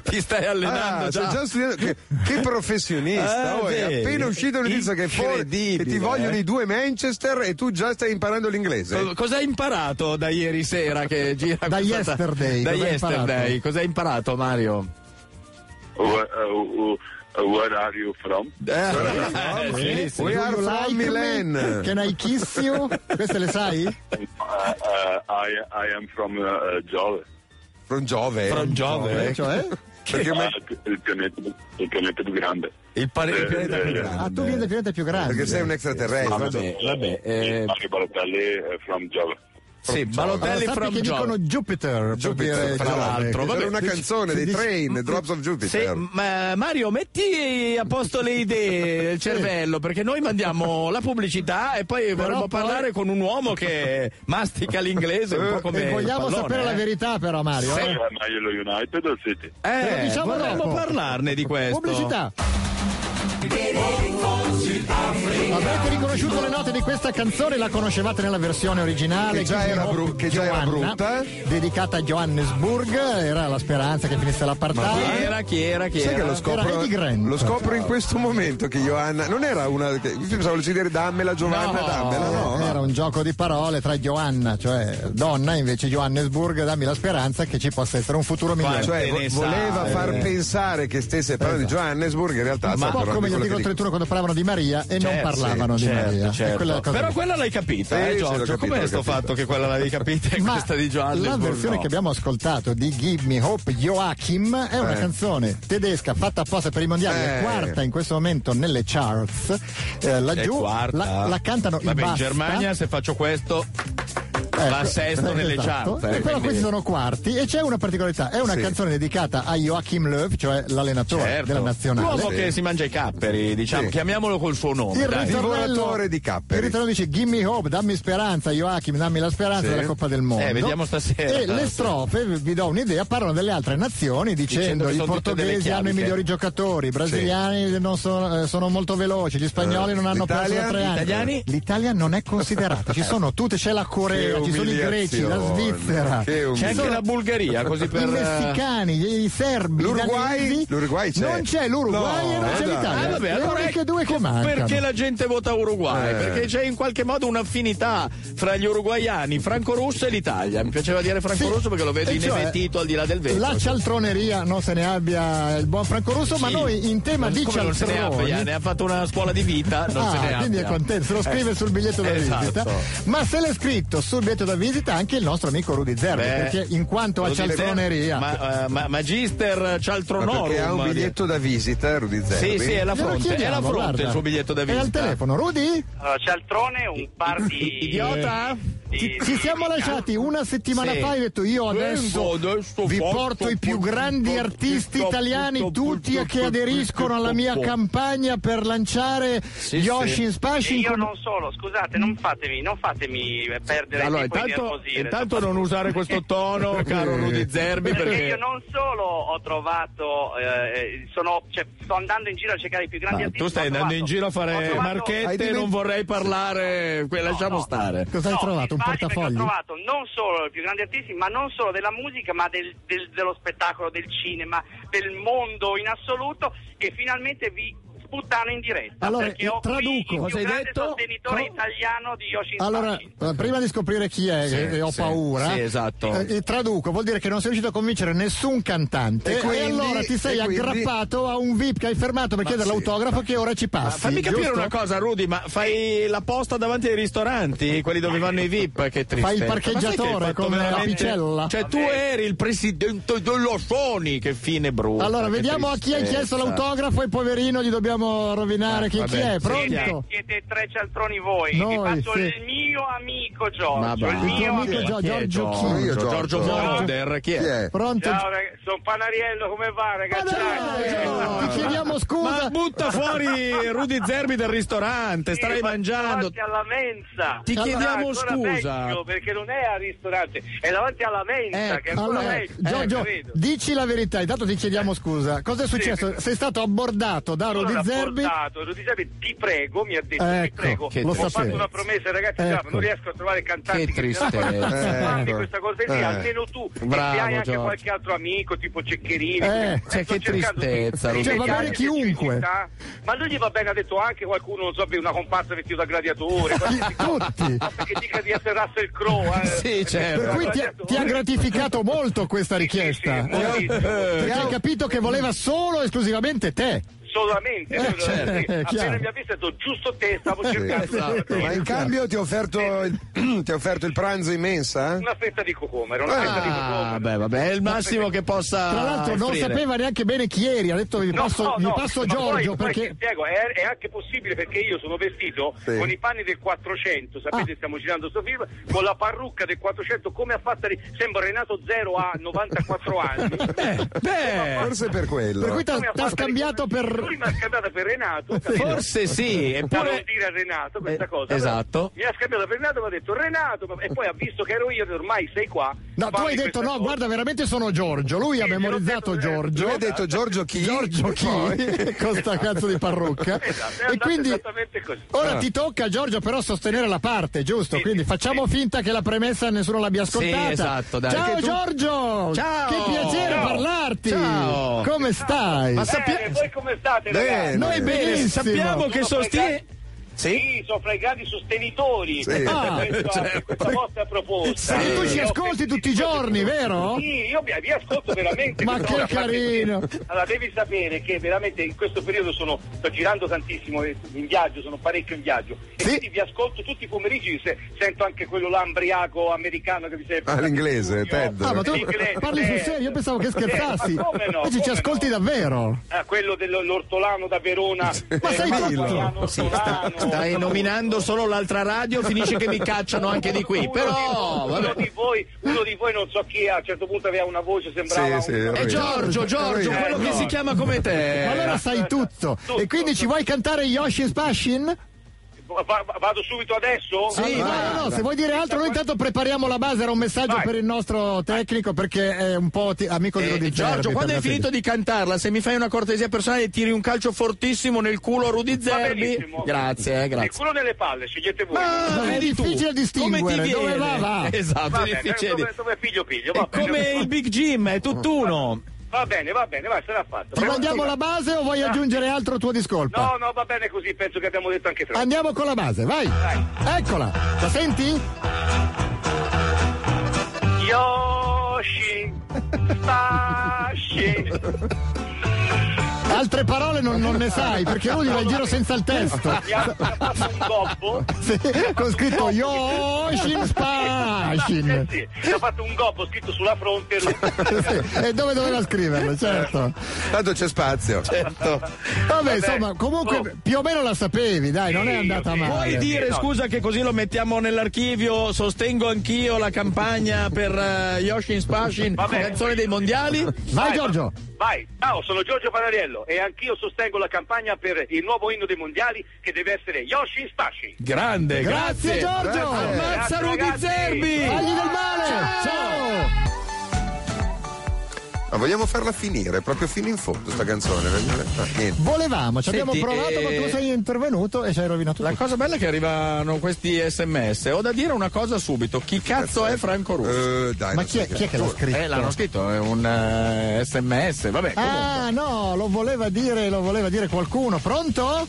S4: Ti stai allenando
S3: Ah,
S4: già.
S3: stai già studiando- che, che professionista
S4: Ah,
S3: oh, è
S4: vedi?
S3: appena uscito notizia che, for- che
S4: Incredibile,
S3: ti vogliono
S4: eh.
S3: i due Manchester e tu già stai imparando l'inglese
S4: Co- Cosa hai imparato da ieri sera che gira
S2: Da
S4: questa-
S2: yesterday,
S4: Da
S2: cosa hai imparato?
S4: yesterday, cosa hai imparato Mario?
S5: Where, uh, uh, where are you from?
S4: Eh,
S2: Ah,
S4: eh, sì, sì.
S3: We
S2: Do
S3: are
S2: you
S3: from
S2: like me?
S3: Milan. Eh,
S2: Can I kiss you? Queste le sai?
S5: Uh, uh, I, I am from uh, uh, Giove.
S3: from Giove
S4: From Giove, eh.
S2: Cioè?
S3: perché ma-
S5: Ah, il, pianeta, il pianeta più grande.
S4: il, pare- il pianeta più
S5: Eh, eh,
S4: grande.
S2: Ah, tu vieni dal pianeta più grande.
S3: perché sei un
S4: Ah,
S3: extraterrestre
S4: vabbè, vabbè. eh,
S5: Mario Baratelli eh, from Giove.
S4: sì,
S2: Allora,
S4: Balotelli
S2: sappi
S4: from
S2: che
S4: Giove.
S2: dicono Jupiter, per dire
S3: Jupiter, tra
S2: Giove,
S4: l'altro,
S2: che-
S4: vabbè.
S3: C'era una canzone
S2: si
S3: dei
S2: dice-
S3: Train Drops of
S4: Sì,
S3: Jupiter
S4: ma Mario, metti a posto le idee del cervello, perché noi mandiamo la pubblicità e poi
S2: poi-
S4: vorremmo parlare con un uomo che mastica l'inglese un po' come
S2: E
S4: il
S2: vogliamo
S4: pallone,
S2: sapere la
S4: eh.
S2: verità però Mario.
S5: Eh,
S2: eh?
S5: ma io lo United o City?
S4: Eh,
S2: Lo diciamo
S4: vorremmo
S2: dopo.
S4: parlarne di questo.
S2: Pubblicità.
S7: Getting close to
S2: Avrete riconosciuto le note di questa canzone, la conoscevate nella versione originale
S3: Che già
S2: Give Me
S3: era
S2: Hope,
S3: bru- che già era
S2: Joanna,
S3: brutta.
S2: dedicata a Johannesburg, era la speranza che finisse
S4: Chi
S2: l'apartheid.
S4: era, chi era, chi
S3: Sai che
S4: era?
S3: lo
S2: Era
S3: scopro,
S2: Eddie Grant.
S3: lo scopro in questo momento che Johanna non era una. che- Io pensavo di dire dammela Giovanna,
S4: No.
S3: dammela, no.
S2: Era un gioco di parole tra Joanna, cioè donna, invece Johannesburg, dammi la speranza che ci possa essere un futuro migliore.
S3: Cioè, vo-
S4: ne sa,
S3: voleva
S4: eh.
S3: far pensare che stesse parlando di Johannesburg, in realtà sta
S2: Esatto. un po'
S3: parlando
S2: come
S3: di
S2: gli
S3: quello
S2: articoli
S3: che dico.
S2: 31 quando parlavano di Maria e non
S4: Certo,
S2: parlavano di
S4: certo,
S2: Maria. E
S4: certo.
S2: quella è la cosa
S4: Però
S2: che-
S4: quella l'hai capita,
S3: Sì,
S4: eh,
S3: sì, l'ho
S4: Giorgio?
S3: capito,
S4: Com'è
S3: l'ho
S4: sto
S3: capito.
S4: fatto che quella l'avevi capita e
S2: Ma
S4: questa di
S2: La
S4: Johannesburg
S2: versione
S4: no?
S2: che abbiamo ascoltato di Give Me Hope Joachim è una
S4: Eh.
S2: canzone tedesca fatta apposta per i mondiali, è
S3: Eh.
S2: quarta in questo momento nelle charts. Eh,
S4: È
S2: laggiù
S4: quarta.
S2: la, la cantano
S4: Vabbè,
S2: in
S4: in
S2: basta.
S4: Germania se faccio questo
S2: Ecco,
S4: va sesto nelle
S2: esatto.
S4: chart.
S2: E
S4: eh,
S2: però
S4: quindi-
S2: questi sono quarti e c'è una particolarità, è una
S3: Sì.
S2: canzone dedicata a Joachim Löw, cioè l'allenatore
S4: Certo.
S2: della nazionale.
S4: L'uomo che si mangia i capperi, diciamo,
S3: Sì.
S4: chiamiamolo col suo nome.
S2: Il
S4: dai.
S2: ritornello,
S3: Divoratore di capperi.
S2: il ritornello dice Gimme Hope, dammi speranza, Joachim, dammi la speranza
S3: Sì.
S2: della Coppa del Mondo.
S4: Eh, vediamo stasera.
S2: E le strofe, vi- vi do un'idea, parlano delle altre nazioni
S4: Dicendo
S2: dicendo
S4: che
S2: i
S4: sono tutte delle
S2: portoghesi hanno i
S4: chiaviche.
S2: migliori giocatori, i brasiliani non sono, eh, sono molto veloci, gli spagnoli non hanno perso
S3: l'Italia?
S2: da tre anni.
S4: Gli italiani?
S2: L'Italia non è considerata, ci sono tutte, c'è la Corea,
S3: Che
S2: ci sono i greci, la
S3: umiliazione,
S2: Svizzera.
S3: che umiliazione.
S4: C'è anche la Bulgaria, così per.
S2: I messicani, gli- i serbi, i
S3: L'Uruguay?
S2: danesi.
S3: L'Uruguay c'è.
S2: non c'è l'Uruguay
S3: No,
S2: e non c'è
S3: eh, dai.
S2: l'Italia.
S4: Ah, vabbè,
S2: Le
S4: allora
S2: uniche
S4: è-
S2: due che mancano.
S4: Perché la gente vota Uruguay?
S3: Eh.
S4: Perché c'è in qualche modo un'affinità fra gli uruguaiani, Franco Russo e l'Italia. Mi piaceva dire Franco
S2: Sì.
S4: Russo perché lo vedi
S2: E cioè,
S4: inevestito al di là del vetro.
S2: La cialtroneria non se ne abbia il buon Franco Russo, ma
S4: Sì.
S2: noi in tema di
S4: Come non se ne
S2: cialtroni.
S4: abbia, ne ha fatto una scuola di vita, non
S2: ah,
S4: se ne abbia.
S2: quindi è contento, se lo scrive sul biglietto da
S4: esatto.
S2: visita. Ma se l'è scritto sul biglietto da visita anche il nostro amico Rudy Zerbi,
S4: Beh,
S2: Certo, perché in quanto a
S4: Lo dice-
S2: cialtroneria.
S4: Ma, eh, ma- Magister
S3: Ma
S4: Cialtronorum.
S3: perché ha un biglietto da visita, Rudy
S4: Sì,
S3: Zerbi.
S4: sì, è la
S2: glielo
S4: fronte, è
S2: chiediamo,
S4: la fronte
S2: guarda.
S4: il suo biglietto da
S2: È al
S4: visita.
S2: telefono, Rudy?
S5: Allora, Cialtrone, un par di...
S4: Idiota?
S5: di-
S2: Ci,
S5: di-
S2: ci siamo
S5: di-
S2: lasciati una settimana
S4: Eh, Sì.
S2: fa e ho detto io adesso,
S4: Vengo, adesso
S2: vi
S4: faccio
S2: porto i più
S4: tutto,
S2: grandi
S4: tutto,
S2: artisti
S4: tutto,
S2: italiani
S4: tutto,
S2: tutti
S4: tutto,
S2: che
S4: tutto,
S2: aderiscono
S4: tutto,
S2: alla mia
S4: tutto.
S2: campagna per lanciare
S4: Sì,
S2: Yoshin
S4: sì.
S5: E
S2: Spashin
S5: io
S2: con-
S5: non solo, scusate, non fatemi, non fatemi perdere
S4: Allora,
S5: tempo
S4: intanto,
S5: di
S4: intanto non usare questo tono, caro Rudy Zerbi,
S5: perché,
S4: perché...
S5: io non solo ho trovato, eh, sono, cioè, sto andando in giro a cercare i più
S2: Ah,
S5: grandi
S4: Ma
S5: artisti.
S4: tu stai
S5: ho
S4: andando
S5: trovato-
S4: in giro a
S5: ho
S4: fare
S5: trovato-
S3: Hai
S4: marchette,
S3: diment-
S4: non vorrei parlare, que- lasciamo
S5: no.
S4: stare.
S2: Cosa hai
S5: No,
S2: trovato? Un
S5: mi sbagli perché
S2: portafogli?
S5: Ho trovato non solo i più grandi artisti, ma non solo della musica, ma del- del- dello spettacolo, del cinema, del mondo in assoluto, che finalmente vi sputtano in diretta.
S2: Allora, eh,
S5: perché ho qui
S2: traduco.
S5: il
S2: Cosa
S5: più
S4: hai
S5: grande
S4: detto?
S5: sostenitore
S4: Co-
S5: italiano di Yoshin
S2: Allora,
S5: Saki.
S2: eh, prima di scoprire chi è,
S4: Sì,
S2: eh, ho
S4: sì.
S2: paura.
S4: Sì, esatto.
S2: eh, eh, traduco, vuol dire che non sei riuscito a convincere nessun cantante.
S3: E
S2: E,
S3: quindi-
S2: allora ti sei
S3: e quindi-
S2: aggrappato a un VIP che hai fermato per chiedere
S3: sì,
S2: l'autografo che ora ci
S4: Ma
S2: passi.
S4: fammi capire
S2: giusto?
S4: una cosa, Rudy, ma fai la posta davanti ai ristoranti, quelli dove vanno i VIP, che tristezza.
S2: Fai il parcheggiatore
S4: Ma sai che hai fatto
S2: con la
S4: veramente-
S2: picella?
S4: Cioè, tu eri il presidente dello Sony, che fine brutta.
S2: Allora,
S4: che
S2: vediamo a chi hai
S4: tristezza.
S2: chiesto l'autografo e poverino gli dobbiamo rovinare.
S4: Ma-
S2: chi, chi
S4: vabbè,
S2: è?
S4: sì, eh.
S2: Pronto?
S5: Siete, siete tre cialtroni voi.
S2: Noi,
S5: vi faccio
S2: sì.
S5: il mio amico
S4: Ma
S5: Giorgio. Il
S4: va,
S2: tuo
S5: mio
S2: amico
S5: amico.
S4: ma
S2: Gio-
S4: chi è
S2: Giorgio chi?
S4: Giorgio, Giorgio
S3: Giorgio.
S4: Moroder, chi
S3: Chi
S4: è?
S3: è?
S2: Pronto?
S5: Ciao, ragazzi, sono Panariello, come va, ragazzi?
S2: Giorgio,
S4: Eh,
S2: ti chiediamo scusa.
S4: Ma butta fuori Rudy Zerbi del ristorante, starai mangiando.
S5: davanti alla mensa
S4: Ti chiediamo
S5: ancora
S4: scusa.
S5: meglio, perché non è al ristorante è davanti alla mensa
S4: Ecco,
S5: che è ancora
S2: Eh, Allora,
S5: meglio
S2: Giorgio,
S5: credo. Eh.
S2: dici la verità, intanto ti chiediamo scusa. Cosa è successo?
S5: sì.
S2: Sei stato abbordato da
S5: Allora
S2: Rudy
S5: l'ha
S2: Zerbi?
S5: portato, Rudy Zerbi, ti prego, mi ha detto, ti
S2: Ecco,
S5: prego.
S2: che
S5: Ho fatto
S2: tristezza.
S5: una promessa, ragazzi,
S2: Ecco.
S5: guarda, non riesco a trovare cantanti
S4: Che
S5: mi hanno fatto-
S4: tristezza.
S5: Fammi
S3: Ecco.
S5: questa cosa lì,
S3: Eh.
S5: almeno tu. e
S4: Bravo,
S5: se hai anche
S4: Giorgio.
S5: qualche altro amico, tipo Ceccherini.
S2: Eh,
S5: sto
S4: cioè, che
S5: cercando
S4: tristezza,
S5: tutti i
S4: Rudy.
S2: Cioè, magari
S5: mediati che ci
S2: chiunque.
S5: sta. Ma lui gli va bene, ha detto anche qualcuno, non so, per una comparsa vestita da gladiatore. qualsiasi cosa.
S2: Tutti.
S5: Basta che Ah, dica di essere Russell Crowe. eh.
S4: Sì, certo.
S2: Per cui ti, ha- ti ha gratificato molto questa richiesta.
S5: Sì, sì, sì, moltissimo.
S4: Eh,
S2: Perché Eh, hai capito che voleva solo e esclusivamente te.
S5: Solamente,
S2: Eh,
S5: sì,
S2: certo, è chiaro.
S5: appena mi ha visto, ho detto giusto te, stavo cercando
S3: Esatto. Ma in cambio ti ho offerto il, ti ho offerto il pranzo eh? in mensa?
S5: una fetta di cocomero, una fetta di
S4: Ah,
S5: cocomero.
S4: vabbè, vabbè, è il massimo che possa.
S2: Tra l'altro non
S4: offrire.
S2: sapeva neanche bene chi eri, ha detto vi
S5: No,
S2: passo,
S5: no,
S2: vi
S5: no,
S2: passo
S5: ma poi-
S2: Giorgio
S5: poi ti
S2: perché...
S5: spiego, è, è anche possibile perché io sono vestito
S3: Sì.
S5: con i panni del 400, sapete
S2: Ah.
S5: stiamo girando sto film, con la parrucca del 400 come ha fatto, ri- sembra Renato Zero a 94 anni.
S4: Beh, beh.
S3: Forse per quello.
S2: Per cui ti
S5: Come ha
S2: ha
S5: fatto
S2: scambiato per
S5: prima scambiata per Renato.
S4: Forse sì,
S5: Da non
S4: eppure...
S5: dire a Renato questa
S4: Eh,
S5: cosa.
S4: esatto.
S5: Mi ha scambiato per Renato, mi ha detto Renato, ma- e poi ha visto che ero io, ha detto, ormai sei qua.
S2: No, tu
S5: fammi
S2: hai detto
S5: questa
S2: no,
S5: cosa."
S2: guarda, veramente sono Giorgio. Lui ha
S5: Sì,
S2: memorizzato
S5: gliel'ho detto, eh,
S2: Giorgio.
S3: Lui ha detto Giorgio chi?
S2: Giorgio chi? con sta cazzo di parrucca.
S5: Esatto, è
S2: Eh, e
S5: andato
S2: quindi
S5: esattamente così.
S4: Ah.
S2: ora ti tocca Giorgio però sostenere la parte, giusto?
S5: Sì,
S2: quindi
S5: sì,
S2: facciamo finta che la premessa nessuno l'abbia ascoltata.
S4: esatto, dai.
S2: Ciao
S4: Perché tu-
S2: Giorgio!
S4: Ciao!
S2: Che piacere
S4: Ciao!
S2: parlarti!
S4: Ciao!
S2: Come stai?
S4: Ma
S5: Bene,
S4: sappia-
S5: Eh, voi come state,
S3: Bene.
S5: ragazzi?
S2: Noi benissimo.
S4: Bene, sappiamo che
S5: Sono
S4: sostiene...
S5: Sì,
S4: Sì?
S5: sono fra i grandi sostenitori
S3: Sì.
S5: di
S2: Ah,
S5: questa,
S4: certo.
S5: questa vostra proposta.
S2: Perché tu
S5: Io
S2: ci
S5: ho
S2: ascolti
S5: sentito-
S2: tutti i giorni, vero?
S5: Sì, io vi, vi ascolto veramente.
S2: Ma che
S5: Allora,
S2: carino.
S5: Allora, devi sapere che veramente in questo periodo sono, sto girando tantissimo eh, in viaggio, sono parecchio in viaggio. E
S2: Sì.
S5: quindi vi ascolto tutti i pomeriggi, se- sento anche quello là ambriaco americano che vi serve.
S3: Ah, l'inglese, Ted.
S2: Ah, ma tu
S5: L'inglese,
S2: parli sul
S5: eh.
S2: serio? Io pensavo che
S5: Eh,
S2: scherzassi.
S5: ma come no,
S2: Invece ci
S5: come
S2: ascolti
S5: no.
S2: davvero.
S5: Ah, quello dell'ortolano da Verona. eh,
S2: Ma sei
S5: Mariano
S2: pazzo?
S4: Sì, sta-
S5: Ortolano.
S4: stai nominando solo l'altra radio, finisce che mi cacciano anche di qui.
S5: Uno
S4: Però,
S5: di- uno,
S4: vabbè.
S5: di voi, uno di voi non so chi a un certo punto aveva una voce, sembrava
S3: Sì,
S5: un-
S3: sì,
S4: È Giorgio, Giorgio,
S5: Eh,
S4: quello che
S5: no.
S4: si chiama come te.
S2: Ma allora sai tutto.
S5: tutto,
S2: E quindi ci
S5: tutto.
S2: vuoi cantare Yoshin Spashin?
S5: Va- va- vado subito adesso?
S4: Sì,
S2: No,
S4: vai.
S2: no, no, se vuoi dire altro, noi intanto prepariamo la base. Era un messaggio
S5: Vai.
S2: per il nostro tecnico perché è un po' ti- amico di
S4: Eh,
S2: Rudy
S4: Giorgio,
S5: Certo,
S2: Zerbi,
S4: quando
S2: per
S4: hai
S2: la
S4: finito di cantarla, se mi fai una cortesia personale e tiri un calcio fortissimo nel culo a Rudy
S5: Va
S4: Zerbi.
S5: benissimo.
S4: Grazie, eh,
S5: Nel
S4: grazie.
S5: culo nelle palle, scegliete voi.
S4: Ma
S2: È
S4: vedi tu,
S2: difficile
S4: come ti
S2: distinguere,
S4: viene?
S2: dove va, va.
S4: Esatto,
S5: Va
S4: è
S5: bene,
S4: difficile.
S5: dove, dove figlio figlio, va
S4: È
S5: bene.
S4: come il Big Jim, è tutt'uno.
S5: Va bene, va bene, vai, sarà fatto.
S2: Ti mandiamo la base o vuoi aggiungere altro tuo discolpa?
S5: No, no, va bene così, penso che abbiamo detto anche troppo.
S2: Andiamo con la base, vai. Eccola. La senti?
S5: Yoshi, Stashi.
S2: Altre parole non, non ne sai perché Rudy va in giro senza il testo.
S5: Mi ha mi ha fatto un gobbo.
S2: Sì, con scritto Yoshin
S5: Eh
S2: Spashin.
S5: sì, mi ha fatto un gobbo scritto sulla fronte. lui.
S2: Sì, E dove doveva scriverlo, certo.
S3: Tanto c'è spazio.
S5: Certo.
S2: Vabbè,
S5: Vabbè,
S2: insomma, comunque
S5: oh.
S2: più o meno la sapevi, dai, non è
S5: Sì,
S2: andata
S5: sì.
S2: male.
S4: Puoi
S5: Eh,
S4: dire,
S5: sì, no.
S4: scusa, che così lo mettiamo nell'archivio, sostengo anch'io la campagna per eh, Yoshin Spashin,
S5: Va bene.
S4: canzone dei mondiali?
S2: Vai Giorgio.
S5: Vai, ciao, sono Giorgio Panariello e anch'io sostengo la campagna per il nuovo inno dei mondiali che deve essere Yoshi Stashi.
S4: Grande,
S2: Grazie,
S4: grazie.
S2: Giorgio.
S4: Ammazza
S5: Grazie,
S4: Rudy
S5: ragazzi.
S4: Zerbi!
S2: Fagli del male. Ciao.
S3: Ma vogliamo farla finire, proprio fino in fondo sta canzone. Ah, niente.
S2: Volevamo, ci abbiamo
S4: Senti,
S2: provato, ma tu
S4: eh,
S2: sei intervenuto e ci hai rovinato
S4: La
S2: tutto.
S4: cosa bella è che arrivano questi sms. Ho da dire una cosa subito. Chi cazzo è Franco Russo?
S3: Eh, dai,
S2: Ma
S3: non
S2: chi
S3: so
S2: è, chi è che l'ha scritto?
S4: Eh, l'hanno scritto, è un eh, sms. Vabbè, comunque.
S2: Ah, no, lo voleva dire, lo voleva dire qualcuno. Pronto?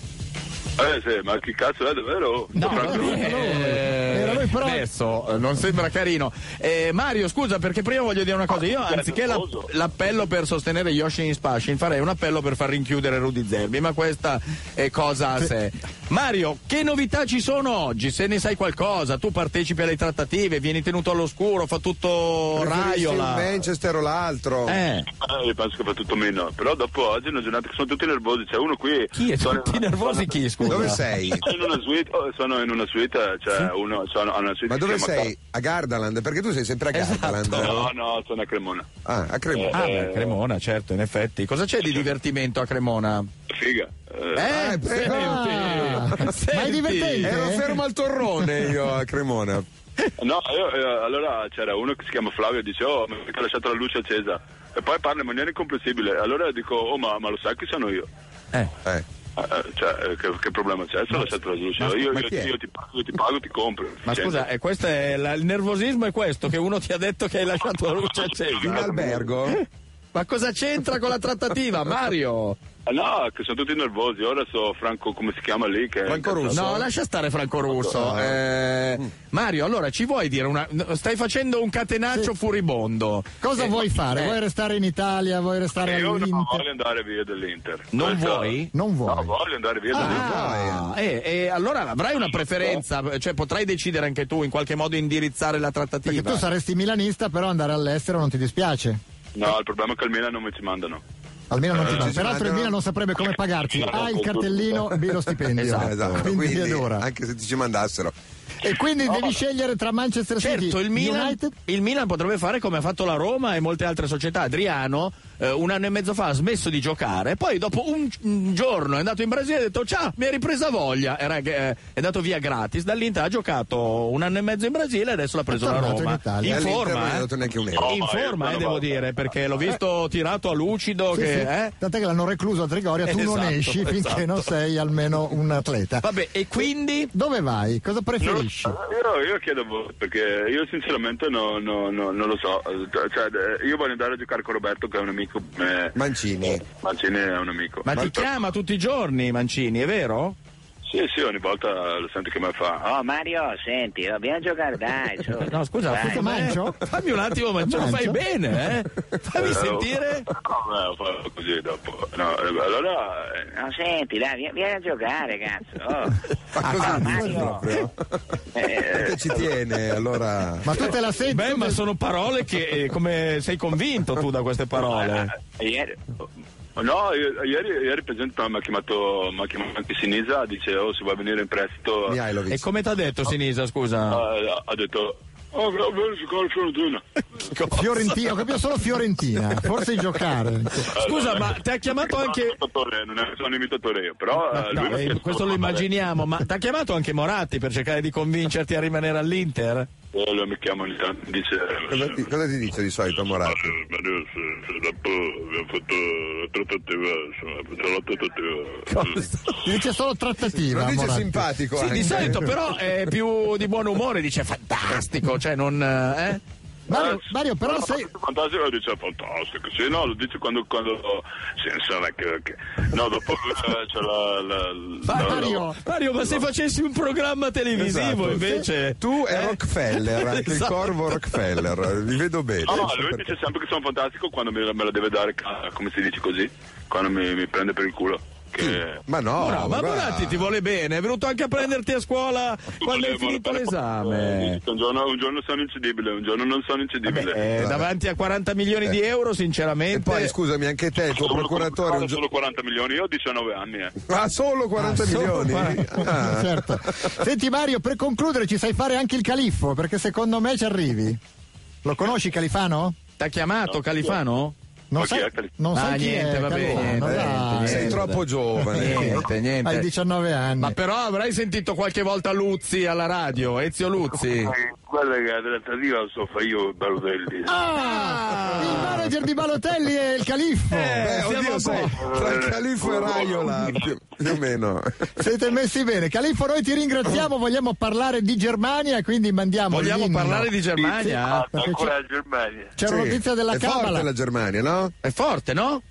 S8: Eh sì, ma chi cazzo è davvero? Franco Russo?
S2: era lui.
S4: Eh,
S2: Era lui, però-
S4: Adesso eh, non sembra carino. Eh, Mario, scusa, perché prima voglio dire una cosa. Io anziché la-
S8: nervoso.
S4: l'appello per sostenere Yoshin Spashin, farei un appello per far rinchiudere Rudy Zerbi, ma questa è cosa a sé. Mario, che novità ci sono oggi? Se ne sai qualcosa, tu partecipi alle trattative, vieni tenuto all'oscuro, fa tutto
S3: Preferisci un
S4: Raiola.
S3: Manchester o l'altro.
S4: Eh,
S8: Ah, io penso che fa tutto meno, però dopo oggi è una giornata che sono tutti nervosi, c'è uno qui...
S4: chi è?
S8: sono-
S4: Tutti nervosi chi, scusa?
S3: Dove sei?
S8: Sono in una suite, oh, sono in una suite, cioè uno, sono hanno una suite
S3: Ma
S8: che
S3: dove
S8: si chiama-
S3: sei? A Gardaland? Perché tu sei sempre a Gardaland.
S4: Esatto.
S8: No, no, sono a Cremona.
S3: Ah, a Cremona.
S4: Ah, beh, Cremona, certo, in effetti. Cosa c'è di divertimento a Cremona?
S8: Figa. Eh,
S2: Ah,
S4: Eh,
S3: eh, però-
S4: senti. Senti.
S2: Ma è divertente? eh?
S3: Ero fermo al torrone io a Cremona.
S8: No, io, eh, allora c'era uno che si chiama Flavio, dice, oh, ma perché ha lasciato la luce accesa? E poi parla in maniera incomprensibile. Allora dico, oh, ma, ma lo sai chi sono io?
S4: Eh.
S3: Eh.
S8: Eh, eh, cioè, eh, che, che problema c'è? Se ho lasciato la luce,
S3: ma-
S8: io,
S3: ma
S8: io-
S3: chi è?
S8: io ti pago, io ti pago, ti compro.
S4: Ma
S8: Cioè,
S4: scusa, eh, questo è la- il nervosismo è questo, che uno ti ha detto che hai lasciato la luce accesa.
S3: In albergo?
S4: Ma cosa c'entra con la trattativa, Mario?
S8: eh, No, che sono tutti nervosi. Ora so Franco, come si chiama lì? Che
S3: Franco Russo.
S4: No, lascia stare Franco Russo. Eh, Mario, allora ci vuoi dire una... no, Stai facendo un catenaccio furibondo.
S2: Cosa
S4: Eh,
S2: vuoi fare?
S4: eh,
S2: Vuoi restare in Italia? Vuoi restare
S8: Eh, Io non voglio
S2: all'Inter?
S8: andare via dall'Inter.
S4: Non
S8: Questa-
S4: vuoi?
S2: Non vuoi.
S8: No, voglio andare via dall'Inter.
S4: Ah, eh, eh, allora avrai una preferenza, cioè potrai decidere anche tu in qualche modo indirizzare la
S2: Perché
S4: trattativa.
S2: tu saresti milanista, però andare all'estero non ti dispiace.
S8: No, il problema è che al Milan non mi ci mandano.
S2: Almeno non ti
S3: Eh,
S2: dà.
S3: ci
S2: Peraltro il
S3: mandano-
S2: Milan non saprebbe come pagarti.
S8: Ci
S2: Ha
S8: mandano
S2: Ah, il cartellino B lo stipendio.
S3: Eh, esatto.
S2: Quindi,
S3: Quindi,
S2: è dura.
S3: anche se ti ci mandassero.
S2: E quindi devi scegliere tra Manchester City
S4: Oh. Certo,
S2: e
S4: il Milan,
S2: United.
S4: il Milan potrebbe fare come ha fatto la Roma e molte altre società. Adriano eh, un anno e mezzo fa ha smesso di giocare, poi dopo un, un giorno è andato in Brasile e ha detto ciao, mi è ripresa voglia, Era che, eh, è andato via gratis, dall'Inter ha giocato un anno e mezzo in Brasile e adesso l'ha preso
S2: È
S4: la
S2: tornato
S4: Roma.
S2: in Italia.
S4: In
S3: All'Inter non gli ha
S4: forma,
S3: dato
S4: eh.
S3: neanche un euro.
S4: In
S8: No,
S4: forma,
S8: eh,
S4: eh, devo dire, perché l'ho visto tirato a lucido
S2: Eh. Sì,
S4: che...
S2: sì.
S4: eh.
S2: Tant'è che l'hanno recluso a Trigoria, tu non
S4: Esatto,
S2: esci finché
S4: esatto.
S2: non sei almeno un atleta.
S4: Vabbè, e quindi...
S2: Dove vai? Cosa preferisci?
S8: Io, io chiedo a voi, perché io sinceramente no- no- no- non lo so. Cioè, io voglio andare a giocare con Roberto che è un amico. eh,
S3: Mancini.
S8: Mancini è un amico.
S4: Ma ti
S8: Roberto-
S4: chiama tutti i giorni Mancini, è vero?
S8: Sì, sì, ogni volta lo sento che me fa. Ah,
S9: Oh Mario, senti, dobbiamo giocare, dai. su.
S4: No, scusa,
S9: Dai.
S4: fammi-
S2: Mancio?
S4: fammi un attimo, Mancio, lo fai
S2: Mancio?
S4: bene, eh? Fammi
S8: eh,
S4: sentire.
S8: No, eh, fa così dopo. No, eh, allora. eh, ah.
S9: No, senti, dai, vieni, vieni a giocare, cazzo. Oh.
S3: Ma
S9: Oh,
S2: Ah,
S3: cosa dici
S9: Mario.
S3: proprio?
S9: Eh,
S3: Perché ci tiene, allora...
S2: Ma tu te la senti?
S4: Beh,
S2: Tu
S4: ma
S2: te-
S4: sono parole che eh, come sei convinto tu da queste
S8: Eh,
S4: parole?
S9: ieri-
S8: No, io- ieri, ieri il presidente mi ha chiamato, mi ha chiamato anche Sinisa, dice oh se vuoi venire in prestito
S4: E
S3: Mihailovic.
S4: come ti ha detto Sinisa, scusa?
S8: Ah, ha detto oh bravo, bravo, su Carlo Fiorentino.
S2: Fiorentina, ho capito solo Fiorentina, forse giocare.
S4: Esatto. Scusa, ma ti ha chiamato
S8: Sono
S4: anche...
S8: imitatore, non è- sono imitatore io, però eh, lui
S4: No,
S8: mi ha
S4: eh,
S8: chiesto-
S4: questo lo immaginiamo, ma ti ha chiamato anche Moratti per cercare di convincerti a rimanere all'Inter?
S8: Eh, lui mi chiama ogni tanto, dice
S3: Cosa ti, cosa ti dice di solito Morati?
S8: Mario, se, se dopo abbiamo fatto la trattativa, insomma, facciamo la trattativa.
S2: Dice solo trattativa.
S3: Lo dice
S2: Morante.
S3: simpatico
S4: Sì,
S3: anche.
S4: di solito però è più di buon umore, dice fantastico, cioè non... eh?
S2: Mario, Mario, però
S8: No,
S2: sei.
S8: Fantastico, lo dice fantastico, sì, no, lo dice quando, quando senza la che, che- no, dopo eh, c'è la, la, la-
S2: Mario,
S4: Mario, ma se facessi un programma televisivo
S3: Esatto.
S4: invece... Eh?
S3: Tu e Rockefeller, anche il
S4: Esatto.
S3: corvo Rockefeller, vi vedo bene.
S8: No, no,
S3: Non so
S8: lui
S3: perché.
S8: dice sempre che sono fantastico quando me, la- me la deve dare, ca- come si dice così, quando mi, mi prende per il culo. Che...
S3: Ma no,
S4: Ora, ma
S3: guarda.
S4: Moratti ti vuole bene, è venuto anche a prenderti a scuola quando
S8: Volevo-
S4: hai finito
S8: volevo- Eh,
S4: l'esame.
S8: dice, un, giorno, un giorno sono incidibile, un giorno non sono incidibile.
S4: Eh, davanti a 40 milioni di euro, sinceramente.
S3: Eh. E poi scusami, anche te, il tuo
S8: Sono-
S3: procuratore... Un gio-
S8: Solo 40 milioni, io ho 19 anni. Eh.
S3: Ah, solo 40 milioni? Ah.
S2: certo. Senti Mario, per concludere ci sai fare anche il califfo, perché secondo me ci arrivi. Lo conosci Califano?
S4: Ti ha chiamato Califano?
S2: Non
S8: Ma chi
S2: sai,
S8: è Califano?
S2: non
S4: Ah,
S2: sai chi
S4: niente,
S2: è
S4: va bene,
S2: Califano,
S4: niente,
S2: dai.
S4: niente,
S3: Sei
S4: niente.
S3: troppo giovane.
S4: Niente, niente.
S2: Hai 19 anni.
S4: Ma però avrai sentito qualche volta Luzzi alla radio, Ezio Luzzi.
S8: Eh, Guarda che la trattativa la so fa io, Barudelli.
S2: Ah, il manager di Balotelli è il califfo.
S4: Eh,
S3: Eh,
S4: siamo
S3: oddio,
S4: a
S3: sai, tra
S8: eh,
S3: il Califo e Raiola, più, più o meno.
S2: Siete messi bene. Califfo, noi ti ringraziamo, vogliamo parlare di Germania, quindi mandiamo
S4: Vogliamo
S2: l'inno.
S4: parlare di Germania?
S8: Ah, ancora a Germania.
S2: C'era
S3: Sì.
S2: una notizia della
S3: È
S2: Cabala.
S3: forte la Germania, no?
S4: È forte, no?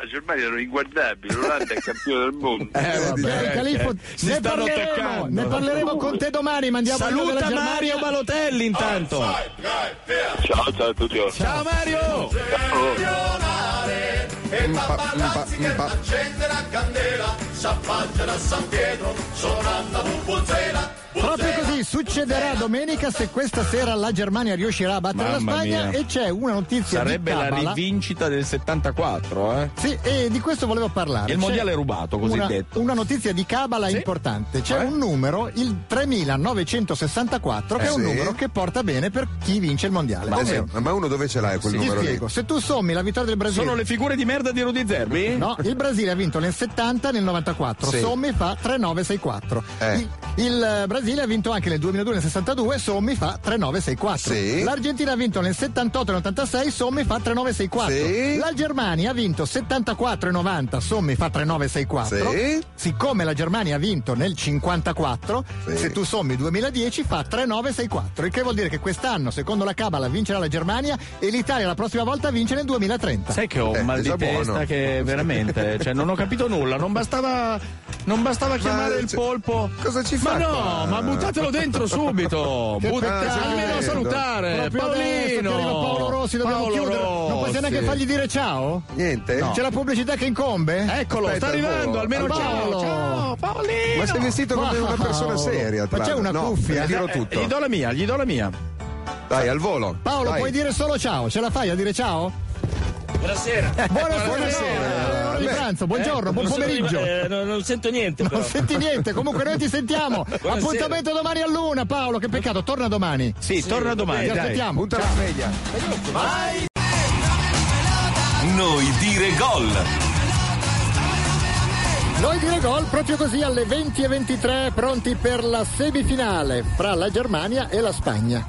S8: La Germania era inguardabile, l'Olanda è campione del mondo.
S4: Eh, vabbè,
S2: Beh,
S4: eh,
S2: Califfo,
S4: si
S2: ne
S4: stanno
S2: parleremo,
S4: toccando.
S2: ne parleremo con te domani. Mandiamo l'inno della
S4: Ah, Saluta
S2: Germania.
S4: Mario Balotelli intanto.
S8: Ciao, ciao a tutti. oh.
S4: Ciao Mario!
S8: Oh.
S3: Mpa, mpa, mpa.
S2: Proprio così succederà domenica se questa sera la Germania riuscirà a battere
S4: Mamma
S2: la Spagna
S4: mia.
S2: e c'è una notizia
S4: Sarebbe
S2: di
S4: la
S2: Cabala.
S4: rivincita del 74, eh?
S2: Sì, e di questo volevo parlare.
S4: Il
S2: C'è
S4: mondiale rubato, così
S2: una,
S4: detto.
S2: Una notizia di Cabala
S4: Sì.
S2: importante. C'è
S4: Eh?
S2: un numero, il 3964,
S4: Eh
S2: che è un
S3: sì.
S2: numero che porta bene per chi vince il mondiale.
S3: Ma,
S2: Ovvero,
S3: ma uno dove ce l'hai quel
S2: ti
S3: numero lì?
S2: spiego, se tu sommi la vittoria del Brasile.
S4: Sono le figure di merda di Rudy Zerbi?
S2: No, il Brasile ha vinto nel 70 e nel 94,
S3: Sì.
S2: sommi fa 3964.
S3: Eh.
S2: Il, il, eh, Brasile ha vinto anche nel 2002 e nel 62, sommi fa 3964.
S3: Sì.
S2: L'Argentina ha vinto nel 78 e nel 86, sommi fa 3964.
S3: Sì.
S2: La Germania ha vinto 74 e 90, sommi fa 3964.
S3: Sì.
S2: Siccome la Germania ha vinto nel 54,
S3: Sì.
S2: se tu sommi 2010 fa 3964, il che vuol dire che quest'anno, secondo la Cabala, vincerà la Germania e l'Italia la prossima volta vince nel 2030.
S4: Sai che ho un
S3: Eh,
S4: mal
S3: è
S4: di
S3: già
S4: testa
S3: buono.
S4: che veramente, cioè non ho capito nulla, non bastava, non bastava chiamare il
S3: cioè,
S4: polpo.
S3: cosa ci
S4: Ma
S3: fa
S4: no,
S3: qua?
S4: ma buttatelo dentro subito.
S2: Che
S4: Butta-
S2: peccato.
S4: almeno a salutare.
S2: Proprio adesso che
S4: Paolino.
S2: arriva Paolo Rossi, dobbiamo
S4: Oh. Paolo
S2: chiudere. Non
S4: Rossi.
S2: possiamo neanche fargli dire ciao?
S3: Niente?
S2: C'è la pubblicità che incombe?
S4: Eccolo,
S3: Aspetta,
S4: sta arrivando,
S3: Paolo.
S4: almeno ciao.
S2: Paolo.
S4: Ciao, Paolino.
S3: Ma sei vestito come
S2: Wow.
S3: una persona seria. tra
S2: Ma c'è una
S3: l'altro. no,
S2: cuffia?
S3: ti Tiro
S4: Eh, Gli
S3: tutto.
S4: do la mia, gli do la mia.
S3: Dai, al volo.
S2: Paolo,
S3: Dai.
S2: puoi dire solo ciao? Ce la fai a dire ciao? Buonasera. Buonasera.
S3: Buonasera.
S2: Alle ore di
S3: Beh.
S2: pranzo,
S4: Eh,
S2: buongiorno, buon pomeriggio.
S10: Ecco, eh, non, sento niente
S2: Non senti niente, comunque noi ti sentiamo. Appuntamento domani all'una, Paolo. Che peccato, torna domani.
S4: Sì, torna domani.
S2: Ti
S4: dai.
S2: aspettiamo.
S3: Punta la sveglia.
S11: Noi dire gol.
S2: Noi dire gol proprio così alle 20.23 pronti per la semifinale fra la Germania e la Spagna.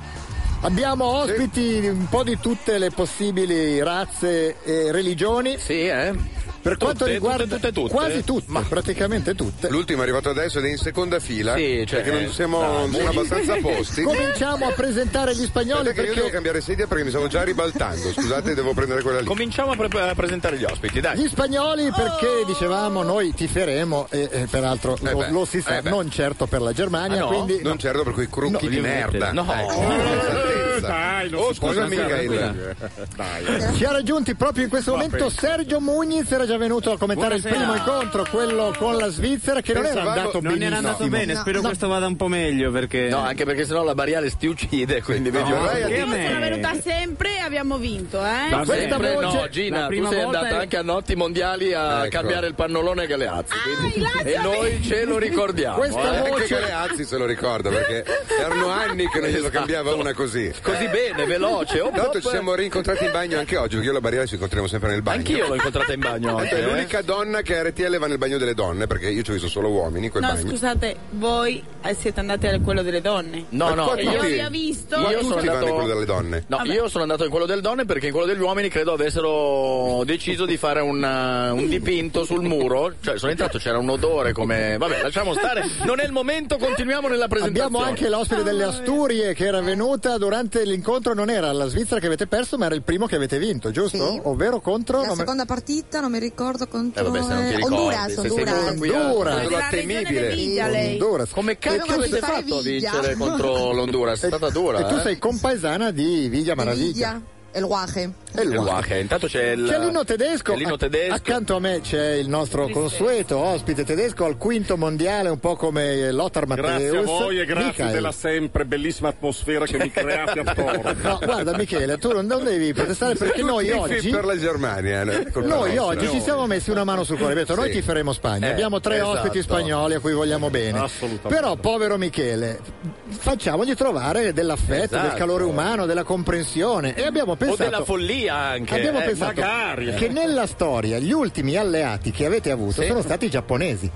S2: Abbiamo ospiti di un po' di tutte le possibili razze e religioni.
S4: Sì, eh?
S2: Per quanto
S4: Tutte,
S2: riguarda
S4: tutte, tutte, tutte?
S2: quasi tutte, praticamente tutte.
S3: L'ultimo è arrivato adesso ed è in seconda fila.
S4: Sì, cioè,
S3: perché non siamo,
S4: dai.
S3: non siamo abbastanza posti.
S2: Cominciamo a presentare gli spagnoli
S3: Aspetta che io devo
S2: perché
S3: cambiare sedia perché mi stavo già ribaltando. Scusate, devo prendere quella lì.
S4: Cominciamo a, pre- a presentare gli ospiti, dai.
S2: Gli spagnoli perché dicevamo noi tiferemo e, e peraltro lo,
S3: beh,
S2: lo si sa,
S3: Ah. eh beh.
S2: non certo per la Germania,
S4: Ah, no?
S2: quindi
S3: non certo per quei crocchi di merda. Ecco,
S4: No.
S3: Dai, oh, scusami, Michele.
S4: eh.
S2: ci ha raggiunti proprio in questo momento Sergio Mugniz era già venuto a commentare il primo incontro, quello con la Svizzera che non era
S3: Pensavamo-
S2: andato
S5: Non era andato
S2: benissimo.
S5: bene, spero questo vada un po' meglio perché...
S4: No, anche perché sennò la Bariales ti uccide, quindi vedi
S12: Ah.
S3: No, vai a
S5: Perché
S3: dire-
S5: a me-
S13: Sono venuta sempre e abbiamo vinto, eh?
S5: Va bene.
S4: Sempre
S2: Questa voce-
S4: no, Gina,
S5: la
S4: tu
S5: prima
S4: sei
S5: volta
S4: andata
S5: è-
S4: anche a notti mondiali a
S3: Ecco.
S4: cambiare il pannolone che le azzi. quindi-
S13: i Lazio
S4: e noi ce lo ricordiamo.
S2: Ah, Questa
S4: eh.
S3: Anche
S2: voce-
S3: Galeazzi se lo ricorda perché erano anni che non glielo cambiava una così.
S4: Così bene, veloce. Oh,
S3: Tra l'altro
S4: pop.
S3: ci siamo rincontrati in bagno anche oggi, perché io e la Barriera ci incontriamo sempre nel bagno.
S4: Anch'io l'ho incontrata in bagno oggi.
S3: Tanto è
S4: eh.
S3: l'unica donna che a RTL va nel bagno delle donne, perché io ci ho visto solo uomini in quel
S13: No,
S3: bagno.
S13: scusate, voi eh, siete andati a quello delle donne.
S4: No, no,
S3: Ma
S13: Io
S3: tutti-
S13: vi ho visto.
S3: Ma
S4: Io
S3: tutti
S4: sono
S3: vanno
S4: andato-
S3: in quello delle donne.
S4: No,
S13: Vabbè.
S4: io sono andato in quello del donne perché in quello degli uomini credo avessero deciso di fare un, eh, un dipinto sul muro. Cioè, sono entrato, c'era un odore come. Vabbè, lasciamo stare. Non è il momento, continuiamo nella presentazione.
S2: Abbiamo anche
S9: Ah,
S2: l'ospite delle
S9: eh.
S2: Asturie che era venuta durante l'incontro, non era la Svizzera che avete perso, ma era il primo che avete vinto, giusto?
S9: Sì.
S2: Ovvero contro
S9: La
S2: non me-
S9: seconda partita non mi ricordo contro
S4: Eh, vabbè, se non ti
S9: eh,
S4: ricordi,
S9: Honduras,
S4: se sei venuta
S9: Honduras.
S4: qui eh. a-
S2: Honduras.
S13: È della
S3: Cosa
S13: regione
S3: temibile.
S13: dell'India lei.
S2: Honduras.
S4: Come
S9: E
S4: cacchio
S9: tu
S4: avete
S9: sei fare
S4: fatto a
S9: viglia.
S4: vincere contro l'Honduras? È stata dura.
S2: E tu
S4: eh.
S2: sei compaesana di Viglia Maraviglia.
S9: Villa, El Guaje.
S2: E
S4: Eh,
S2: lo ha.
S4: guarda, che Intanto c'è il.
S2: C'è l'inno tedesco,
S4: c'è l'inno
S2: ac-
S4: tedesco.
S2: accanto a me c'è il nostro consueto ospite tedesco al quinto mondiale, un po' come eh, Lothar Matteus.
S5: Grazie a voi e grazie
S2: Michael.
S5: della sempre bellissima atmosfera che mi create attorno.
S2: No, guarda Michele, tu non, non devi protestare perché noi
S3: Tifi
S2: oggi...
S3: per la Germania. no? È colpa
S2: Noi
S3: nostra.
S2: oggi ci siamo messi una mano sul cuore, detto, noi
S3: Sì.
S2: ti faremo Spagna.
S4: Eh,
S2: Abbiamo tre
S4: esatto.
S2: ospiti spagnoli a cui vogliamo bene.
S5: Assolutamente.
S2: Però, povero Michele, facciamogli trovare dell'affetto, del
S4: Esatto.
S2: calore umano, della comprensione. E abbiamo
S4: O
S2: pensato.
S4: della follia anche.
S2: Abbiamo
S4: eh,
S2: pensato
S5: magari.
S2: che nella storia gli ultimi alleati che avete avuto
S4: Sì.
S2: sono stati i giapponesi,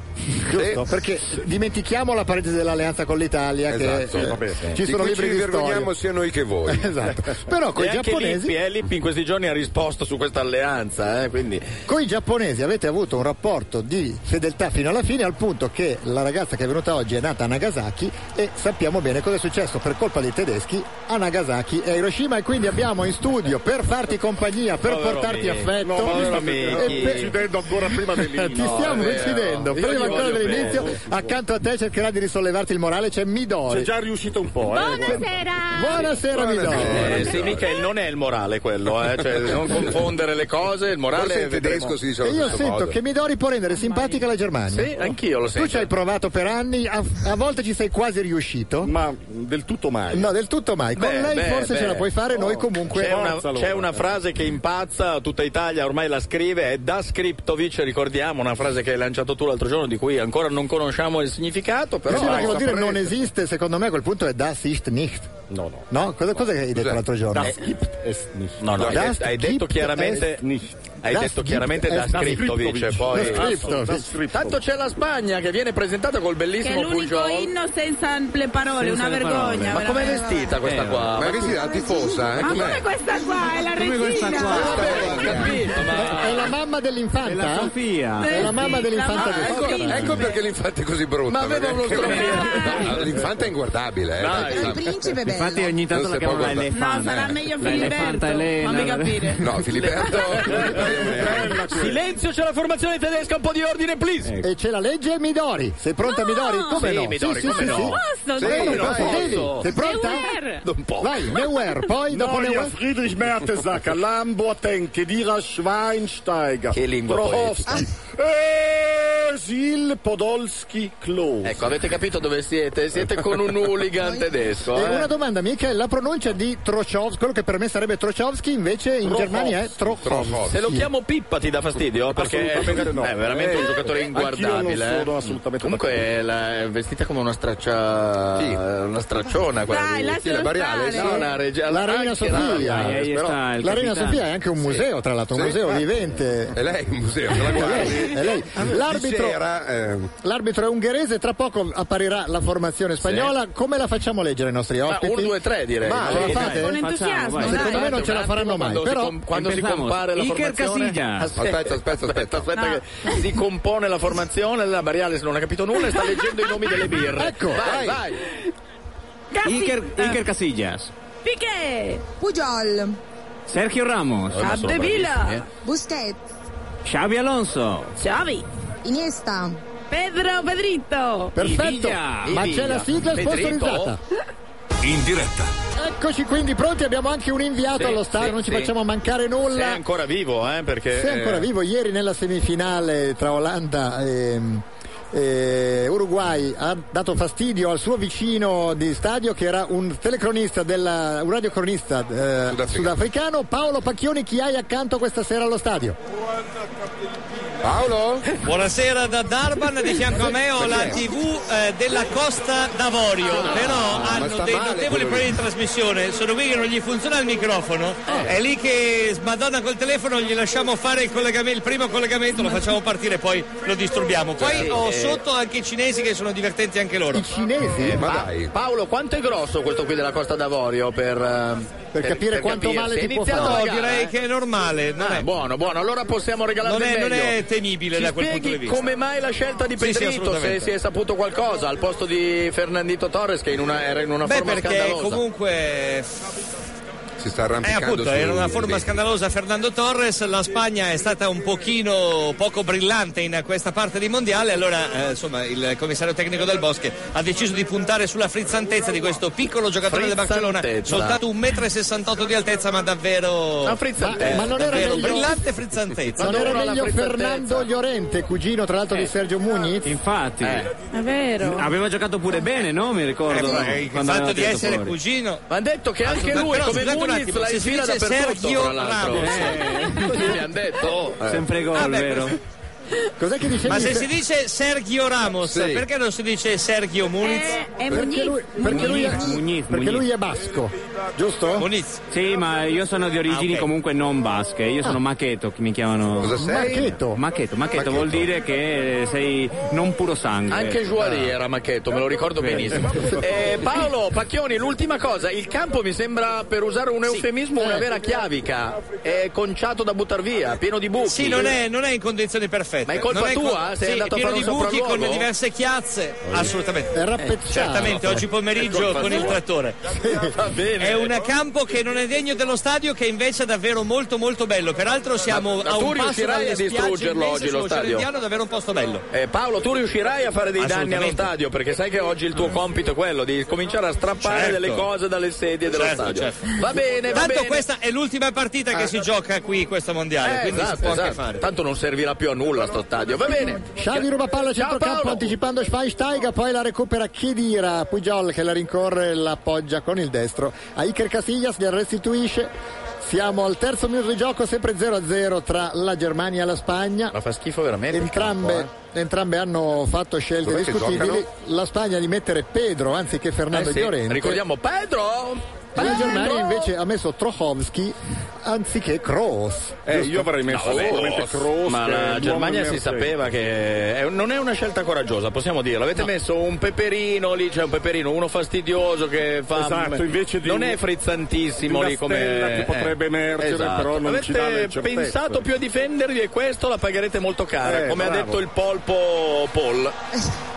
S2: giusto? Perché dimentichiamo la parete dell'alleanza con l'Italia,
S3: Esatto,
S2: che eh,
S3: vabbè.
S2: ci
S3: Di
S2: sono
S3: cui
S2: libri
S3: ci
S2: di
S3: vergogniamo
S2: storia.
S3: sia noi che voi.
S2: Esatto. Però con
S4: E
S2: i
S4: anche
S2: giapponesi
S4: Lippi, eh, Lippi in questi giorni ha risposto su questa alleanza, eh, quindi
S2: Con i giapponesi avete avuto un rapporto di fedeltà fino alla fine, al punto che la ragazza che è venuta oggi è nata a Nagasaki e sappiamo bene cosa è successo per colpa dei tedeschi a Nagasaki e a Hiroshima. E quindi abbiamo in studio per farti compagnia, per
S4: Povero
S2: portarti
S4: Michi.
S2: affetto.
S4: No, povero
S2: e
S4: Michi.
S5: Uccidendo ancora prima
S2: Ti
S5: dell'inno.
S2: stiamo
S4: è vero.
S2: incidendo,
S4: Io
S2: prima
S4: ti
S2: ancora
S4: voglio
S2: dell'inizio,
S4: bene.
S2: accanto a te cercherà di risollevarti il morale, c'è
S5: C'è
S2: Midori.
S5: già riuscito un po',
S2: Boh.
S5: eh. guarda.
S13: Buonasera!
S2: Buonasera
S3: Buonasera.
S2: Midori.
S4: Eh, sì, Michele, non è il morale quello, eh? cioè, non confondere le cose, il morale
S3: Forse in
S4: vedremo.
S3: tedesco si dice
S2: E
S3: allo
S2: io
S3: stesso
S2: sento
S3: modo.
S2: che Midori può rendere simpatica la Germania.
S4: Sì, anch'io lo
S2: Tu
S4: sento.
S2: ci hai provato per anni, a, a volte ci sei quasi riuscito.
S5: Ma del tutto mai.
S2: No, del tutto mai. Con
S4: Beh,
S2: lei
S4: beh,
S2: forse
S4: beh.
S2: ce la puoi fare, noi comunque.
S4: C'è una,
S5: Forza,
S4: c'è
S5: allora.
S4: una frase che impazza, tutta Italia ormai la scrive, è da Scriptovic, ricordiamo, una frase che hai lanciato tu l'altro giorno di cui ancora non conosciamo il significato,
S2: Mi
S4: però...
S2: sembra
S4: Ah,
S2: che vuol dire
S4: saprete.
S2: non esiste, secondo me a quel punto è das ist nicht.
S5: No, no.
S2: No? Cosa, cosa hai detto
S3: Cos'è?
S2: l'altro giorno?
S5: Das gibt es nicht.
S4: No, no, hai,
S2: Das
S4: detto- hai detto
S2: Script
S4: chiaramente...
S2: est
S5: Nicht.
S4: Hai
S2: Das
S4: detto
S2: Script
S4: chiaramente da
S2: est- Das
S4: Scriptovic,
S5: Scriptovic.
S4: poi...
S2: Das Scriptovic.
S5: Das Scriptovic.
S4: Tanto c'è la Spagna che viene presentata col
S13: Che è
S4: bellissimo
S13: l'unico
S4: Pujol.
S13: inno senza le parole,
S5: Senza
S13: una
S5: le
S13: vergogna.
S5: parole.
S4: Ma com'è
S13: veramente.
S4: vestita questa
S5: Eh,
S4: qua?
S3: Ma è vestita da tifosa, eh?
S13: Ma come
S3: Com'è?
S13: questa qua? È la
S5: Come questa
S13: regina!
S5: qua?
S4: Ho capito, ma...
S2: È la mamma
S5: E la
S2: dell'infanta?
S5: Sofia.
S2: È la mamma dell'infanta
S13: La
S2: Giuseppe.
S3: Ecco,
S13: mamma dell'infanta.
S3: ecco perché l'infante è così brutta.
S4: Ma aveva
S3: perché-
S4: uno strofino.
S3: No, L'infante è inguardabile, eh.
S4: Dai.
S3: dai,
S9: Però il
S3: dai.
S9: principe è bello.
S5: Infatti ogni tanto
S3: Non
S5: la
S3: si può
S5: chiamano la
S3: guardare.
S5: elefanta.
S13: No, sarà meglio
S5: La elefanta
S13: Filiberto.
S5: Elena.
S13: Fammi capire.
S3: No, Filiberto.
S4: Silenzio, c'è la formazione tedesca, un po' di ordine, please!
S2: E c'è la legge Midori. Sei pronta
S13: No!
S2: Midori? Come
S4: Sì,
S2: no?
S4: Midori, come no?
S13: Posso?
S3: Sì,
S13: dai.
S2: Devi,
S3: no,
S2: devi.
S4: posso.
S2: Sei pronta?
S13: Beware.
S4: Non può.
S2: Vai, Neuer, poi dopo
S5: Neuer,
S2: Neuer.
S5: Friedrich Mertesacker, Lambo Tenke, Dira Schweinsteiger,
S4: Che lingua
S5: Prochowski. Eh,
S14: Brasil Podolski Close.
S4: Ecco, avete capito dove siete? Siete con un hooligan tedesco.
S2: E
S4: eh?
S2: una domanda, mica la pronuncia di Trochovsky, quello che per me sarebbe Trochovsky, invece in Germania è Trochowski.
S4: Se lo chiamo Pippa ti dà fastidio? Perché è,
S14: Assolutamente no.
S4: è veramente un giocatore
S14: Anch'io non
S4: inguardabile. eh.
S14: sono assolutamente
S4: Comunque è, la- è vestita come una straccia. Una stracciona quella
S15: Dai,
S4: lì.
S15: lascialo stare.
S4: No, una reggia.
S2: La Reina
S4: anche
S2: Sofia.
S4: la-
S2: Eh,
S4: però-
S2: La Reina Sofia è anche un museo, tra l'altro, un
S4: Sì,
S2: museo
S4: infatti.
S2: vivente.
S4: È lei
S3: il museo, te la guardi?
S2: È lei. L'arbitro,
S3: Di sera, eh,
S2: l'arbitro è ungherese, tra poco apparirà la formazione spagnola. Come la facciamo leggere ai nostri ospiti?
S4: Ah, un, due, tre, direi.
S2: Ma
S4: Sì,
S2: la
S4: dai,
S2: fate?
S4: con entusiasmo,
S2: Facciamo,
S4: dai.
S2: Secondo me non ce la
S4: Un attimo,
S2: faranno mai.
S4: quando si
S2: Però
S4: com- quando si
S2: Empezamos.
S4: compare la formazione
S3: Aspetta, aspetta, aspetta.
S4: aspetta che si compone la formazione la Bariales non ha capito nulla e sta leggendo i nomi delle birre
S2: Ecco,
S4: vai vai,
S12: Iker,
S4: Ah.
S12: Iker Casillas,
S9: Piqué. Pujol.
S12: Sergio Ramos,
S4: eh.
S9: Capdevila. Busquets.
S12: Xavi Alonso,
S9: Xavi. Iniesta. Pedro Pedrito.
S2: Perfetto, ma c'è la sigla sponsorizzata.
S11: In diretta.
S2: Eccoci quindi pronti, abbiamo anche un inviato
S4: Sì,
S2: allo stadio,
S4: sì,
S2: non ci
S4: sì.
S2: facciamo mancare
S4: Se è
S2: nulla.
S4: ancora vivo eh perché
S2: Sei ancora
S4: eh,
S2: vivo ieri nella semifinale tra Olanda e, e Uruguay ha dato fastidio al suo vicino di stadio che era un telecronista della, un radiocronista eh, sudafricano Paolo Pacchioni chi hai accanto questa sera allo stadio
S3: Paolo?
S10: Buonasera da Darban, di fianco a me ho la TV eh, della Costa d'Avorio, però hanno
S3: Ah, sta male
S10: dei
S3: quello
S10: notevoli
S3: lì.
S10: problemi di trasmissione, sono qui che non gli funziona il microfono,
S3: Eh.
S10: è lì che smadonna col telefono, gli lasciamo fare il, collegamento- il primo collegamento, lo facciamo partire, poi lo disturbiamo. Poi
S4: Sì,
S10: ho
S4: eh.
S10: sotto anche i cinesi che sono divertenti anche loro.
S2: cinesi?
S4: eh, Pa- Paolo quanto è grosso questo qui della Costa d'Avorio per, eh, per,
S10: capire quanto male
S4: Si è
S10: ti può
S4: iniziata
S10: fare.
S4: la
S10: No,
S4: gara,
S10: direi
S4: eh?
S10: che è normale, non
S4: Ah,
S10: è-
S4: buono buono allora possiamo regalare
S10: Non
S4: del
S10: è- non
S4: meglio.
S10: è temibile
S4: Ci
S10: da quel punto
S4: spieghi
S10: di vista.
S4: come mai la scelta di
S10: Sì, sì,
S4: Pedrito se
S10: assolutamente.
S4: si è saputo qualcosa al posto di Fernandito Torres che in una- era in una
S10: Beh
S4: forma
S10: perché
S4: scandalosa
S10: comunque
S3: si sta
S10: Eh,
S3: arrampicando.
S10: appunto,
S3: sul-
S10: era una forma
S3: lì.
S10: scandalosa Fernando Torres, la Spagna è stata un pochino poco brillante in questa parte di mondiale, allora eh, insomma il commissario tecnico del Bosche ha deciso di puntare sulla frizzantezza di questo piccolo giocatore del Barcellona,
S4: Frizzantezza.
S10: soltanto 1,68 m di altezza ma davvero... eh,
S4: Una frizzantezza.
S2: Ma- ma non era
S10: davvero
S2: meglio-
S10: brillante frizzantezza.
S2: non era
S10: Adoro la Eh.
S2: meglio
S10: frizzantezza.
S2: Fernando Llorente cugino tra l'altro di Sergio Muniz
S12: infatti
S9: È vero.
S12: aveva giocato pure bene, no? Mi ricordo.
S10: Eh, il
S12: quando
S10: fatto
S12: aveva
S10: di
S12: tirato
S10: essere
S12: fuori.
S10: cugino
S4: Ma ha detto che anche
S10: Però,
S4: lui, come
S10: scusate un
S4: Muniz,
S10: attimo,
S4: la
S10: se si
S4: infila
S10: dice
S4: dappertutto,
S10: Sergio
S4: tra l'altro.
S10: Ramos.
S4: Eh, Così mi hanno detto. oh.
S12: Eh. Sempre gol,
S10: Ah, beh,
S12: vero?
S2: Cos'è che dicevi?
S10: Ma se si dice Sergio Ramos,
S2: Sì.
S10: perché non si dice Sergio Muniz?
S2: perché lui, perché lui è,
S12: Muniz,
S2: perché
S12: Muniz.
S2: lui è basco giusto?
S12: Sì, ma io sono di origini
S2: Ah, ok.
S12: comunque non basche, io sono
S2: Ah.
S12: Macheto, che mi chiamano.
S2: Cosa sei? Macheto?
S12: Macheto, Macheto, vuol dire che sei non puro sangue.
S4: Anche Juari era Macchetto, me lo ricordo benissimo. Eh, Paolo Pacchioni, l'ultima cosa, il campo mi sembra, per usare un eufemismo,
S10: Eh.
S4: una vera chiavica. È conciato da buttar via, pieno di buchi.
S10: Sì, non è, non è in condizioni perfette.
S4: Ma è colpa
S10: Non
S4: tua? Sei
S10: sì,
S4: andato a
S10: pieno
S4: fare
S10: di
S4: un
S10: buchi con
S4: sopralluogo?
S10: le diverse chiazze. Assolutamente.
S2: È rappezzato.
S10: Certamente, oggi
S4: È
S10: pomeriggio
S4: colpa
S10: con il
S4: tua.
S10: trattore.
S4: Va bene.
S10: È un campo che non è degno dello stadio, che invece è davvero molto molto bello. Peraltro siamo
S4: Ma- ma
S10: a
S4: tu
S10: un passo
S4: riuscirai
S10: dalle
S4: a
S10: spiagge
S4: distruggerlo
S10: immense
S4: oggi lo
S10: sull'Oceano
S4: stadio?
S10: Indiano, davvero un posto bello.
S4: Eh, Paolo, tu riuscirai a fare dei danni allo
S10: Assolutamente.
S4: stadio perché sai che oggi il tuo compito è quello di cominciare a strappare
S10: Certo.
S4: delle cose dalle sedie dello
S10: Certo,
S4: stadio.
S10: certo.
S4: Va bene, va
S10: Tanto
S4: bene. Ah.
S10: questa è l'ultima partita che si gioca qui, questo mondiale.
S4: Eh,
S10: quindi si
S4: esatto,
S10: può anche
S4: esatto.
S10: fare.
S4: Tanto non servirà più a nulla sto stadio. Va bene.
S2: Sciavi ruba palla a
S4: Ciao,
S2: centrocampo
S4: Paolo.
S2: anticipando Schweinsteiger, poi la recupera Chedira, Pujol che la rincorre e l'appoggia con il destro. A Iker Casillas che restituisce. Siamo al terzo minuto di gioco, sempre 0-0 tra la Germania e la Spagna.
S4: Ma fa schifo veramente. il
S2: Entrambe,
S4: campo, eh.
S2: entrambe hanno fatto scelte
S4: Dov'è che
S2: discutibili.
S4: giocano?
S2: La Spagna di mettere Pedro anziché
S4: eh.
S2: Fernando
S4: Eh sì,
S2: Llorente.
S4: Ricordiamo Pedro.
S2: La Germania invece ha messo Trochowski anziché Kroos.
S4: Eh,
S2: giusto?
S4: io avrei messo sicuramente Kroos, ma la Germania si
S2: Mercedes.
S4: sapeva che è- non è una scelta coraggiosa, possiamo dirlo. Avete messo un peperino lì, c'è un peperino, uno fastidioso che fa.
S16: Esatto, invece di
S4: non
S16: un-
S4: è frizzantissimo
S16: di una
S4: lì come.
S16: stella che
S4: eh,
S16: potrebbe emergere,
S4: esatto.
S16: però non
S4: Avete
S16: ci dà le certezze.
S4: pensato più a difendervi e questo la pagherete molto cara,
S16: Eh,
S4: come ha
S16: bravo.
S4: detto il polpo Paul.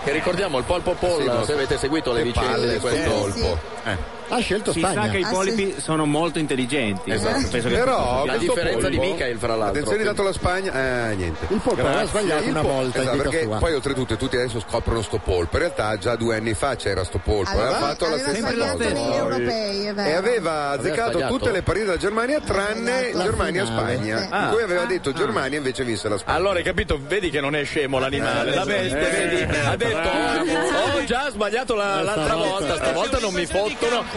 S4: Che ricordiamo il polpo Paul,
S16: Sì, ma-
S4: se avete seguito le
S16: che
S4: vicende
S12: eh,
S16: palle,
S4: di questo
S16: sì,
S4: polpo.
S16: sì.
S4: Eh.
S2: Ha scelto
S12: si
S2: Spagna.
S12: sa che i polipi sono molto intelligenti.
S4: Esatto.
S12: Penso che
S3: Eh. Però
S4: la
S3: questo
S4: differenza di
S3: polpo-
S4: Michael, fra l'altro.
S3: Attenzione dato la Spagna, eh, niente.
S2: Il polpo aveva
S3: Grazie.
S2: sbagliato
S3: Il
S2: una
S3: polpo-
S2: volta in
S3: esatto,
S2: vita
S3: perché
S2: sua.
S3: poi oltretutto tutti adesso scoprono sto polpo. In realtà già due anni fa c'era sto polpo,
S2: Allora,
S3: aveva fatto la
S2: aveva
S3: stessa
S2: sbagliato
S3: cosa.
S2: negli
S17: europei, è vero.
S3: E aveva azzeccato
S4: sbagliato?
S3: tutte le partite della Germania tranne
S4: la
S3: Germania-Spagna.
S4: finale.
S3: In
S4: Ah.
S3: cui aveva detto
S4: Ah.
S3: Germania invece vinse la Spagna.
S4: Allora hai capito, vedi che non è scemo l'animale,
S3: Eh,
S4: la bestia,
S3: eh,
S4: vedi?
S3: eh,
S4: ha detto
S3: bravo.
S4: "Oh, ho già sbagliato la- l'altra volta, stavolta non mi fottono.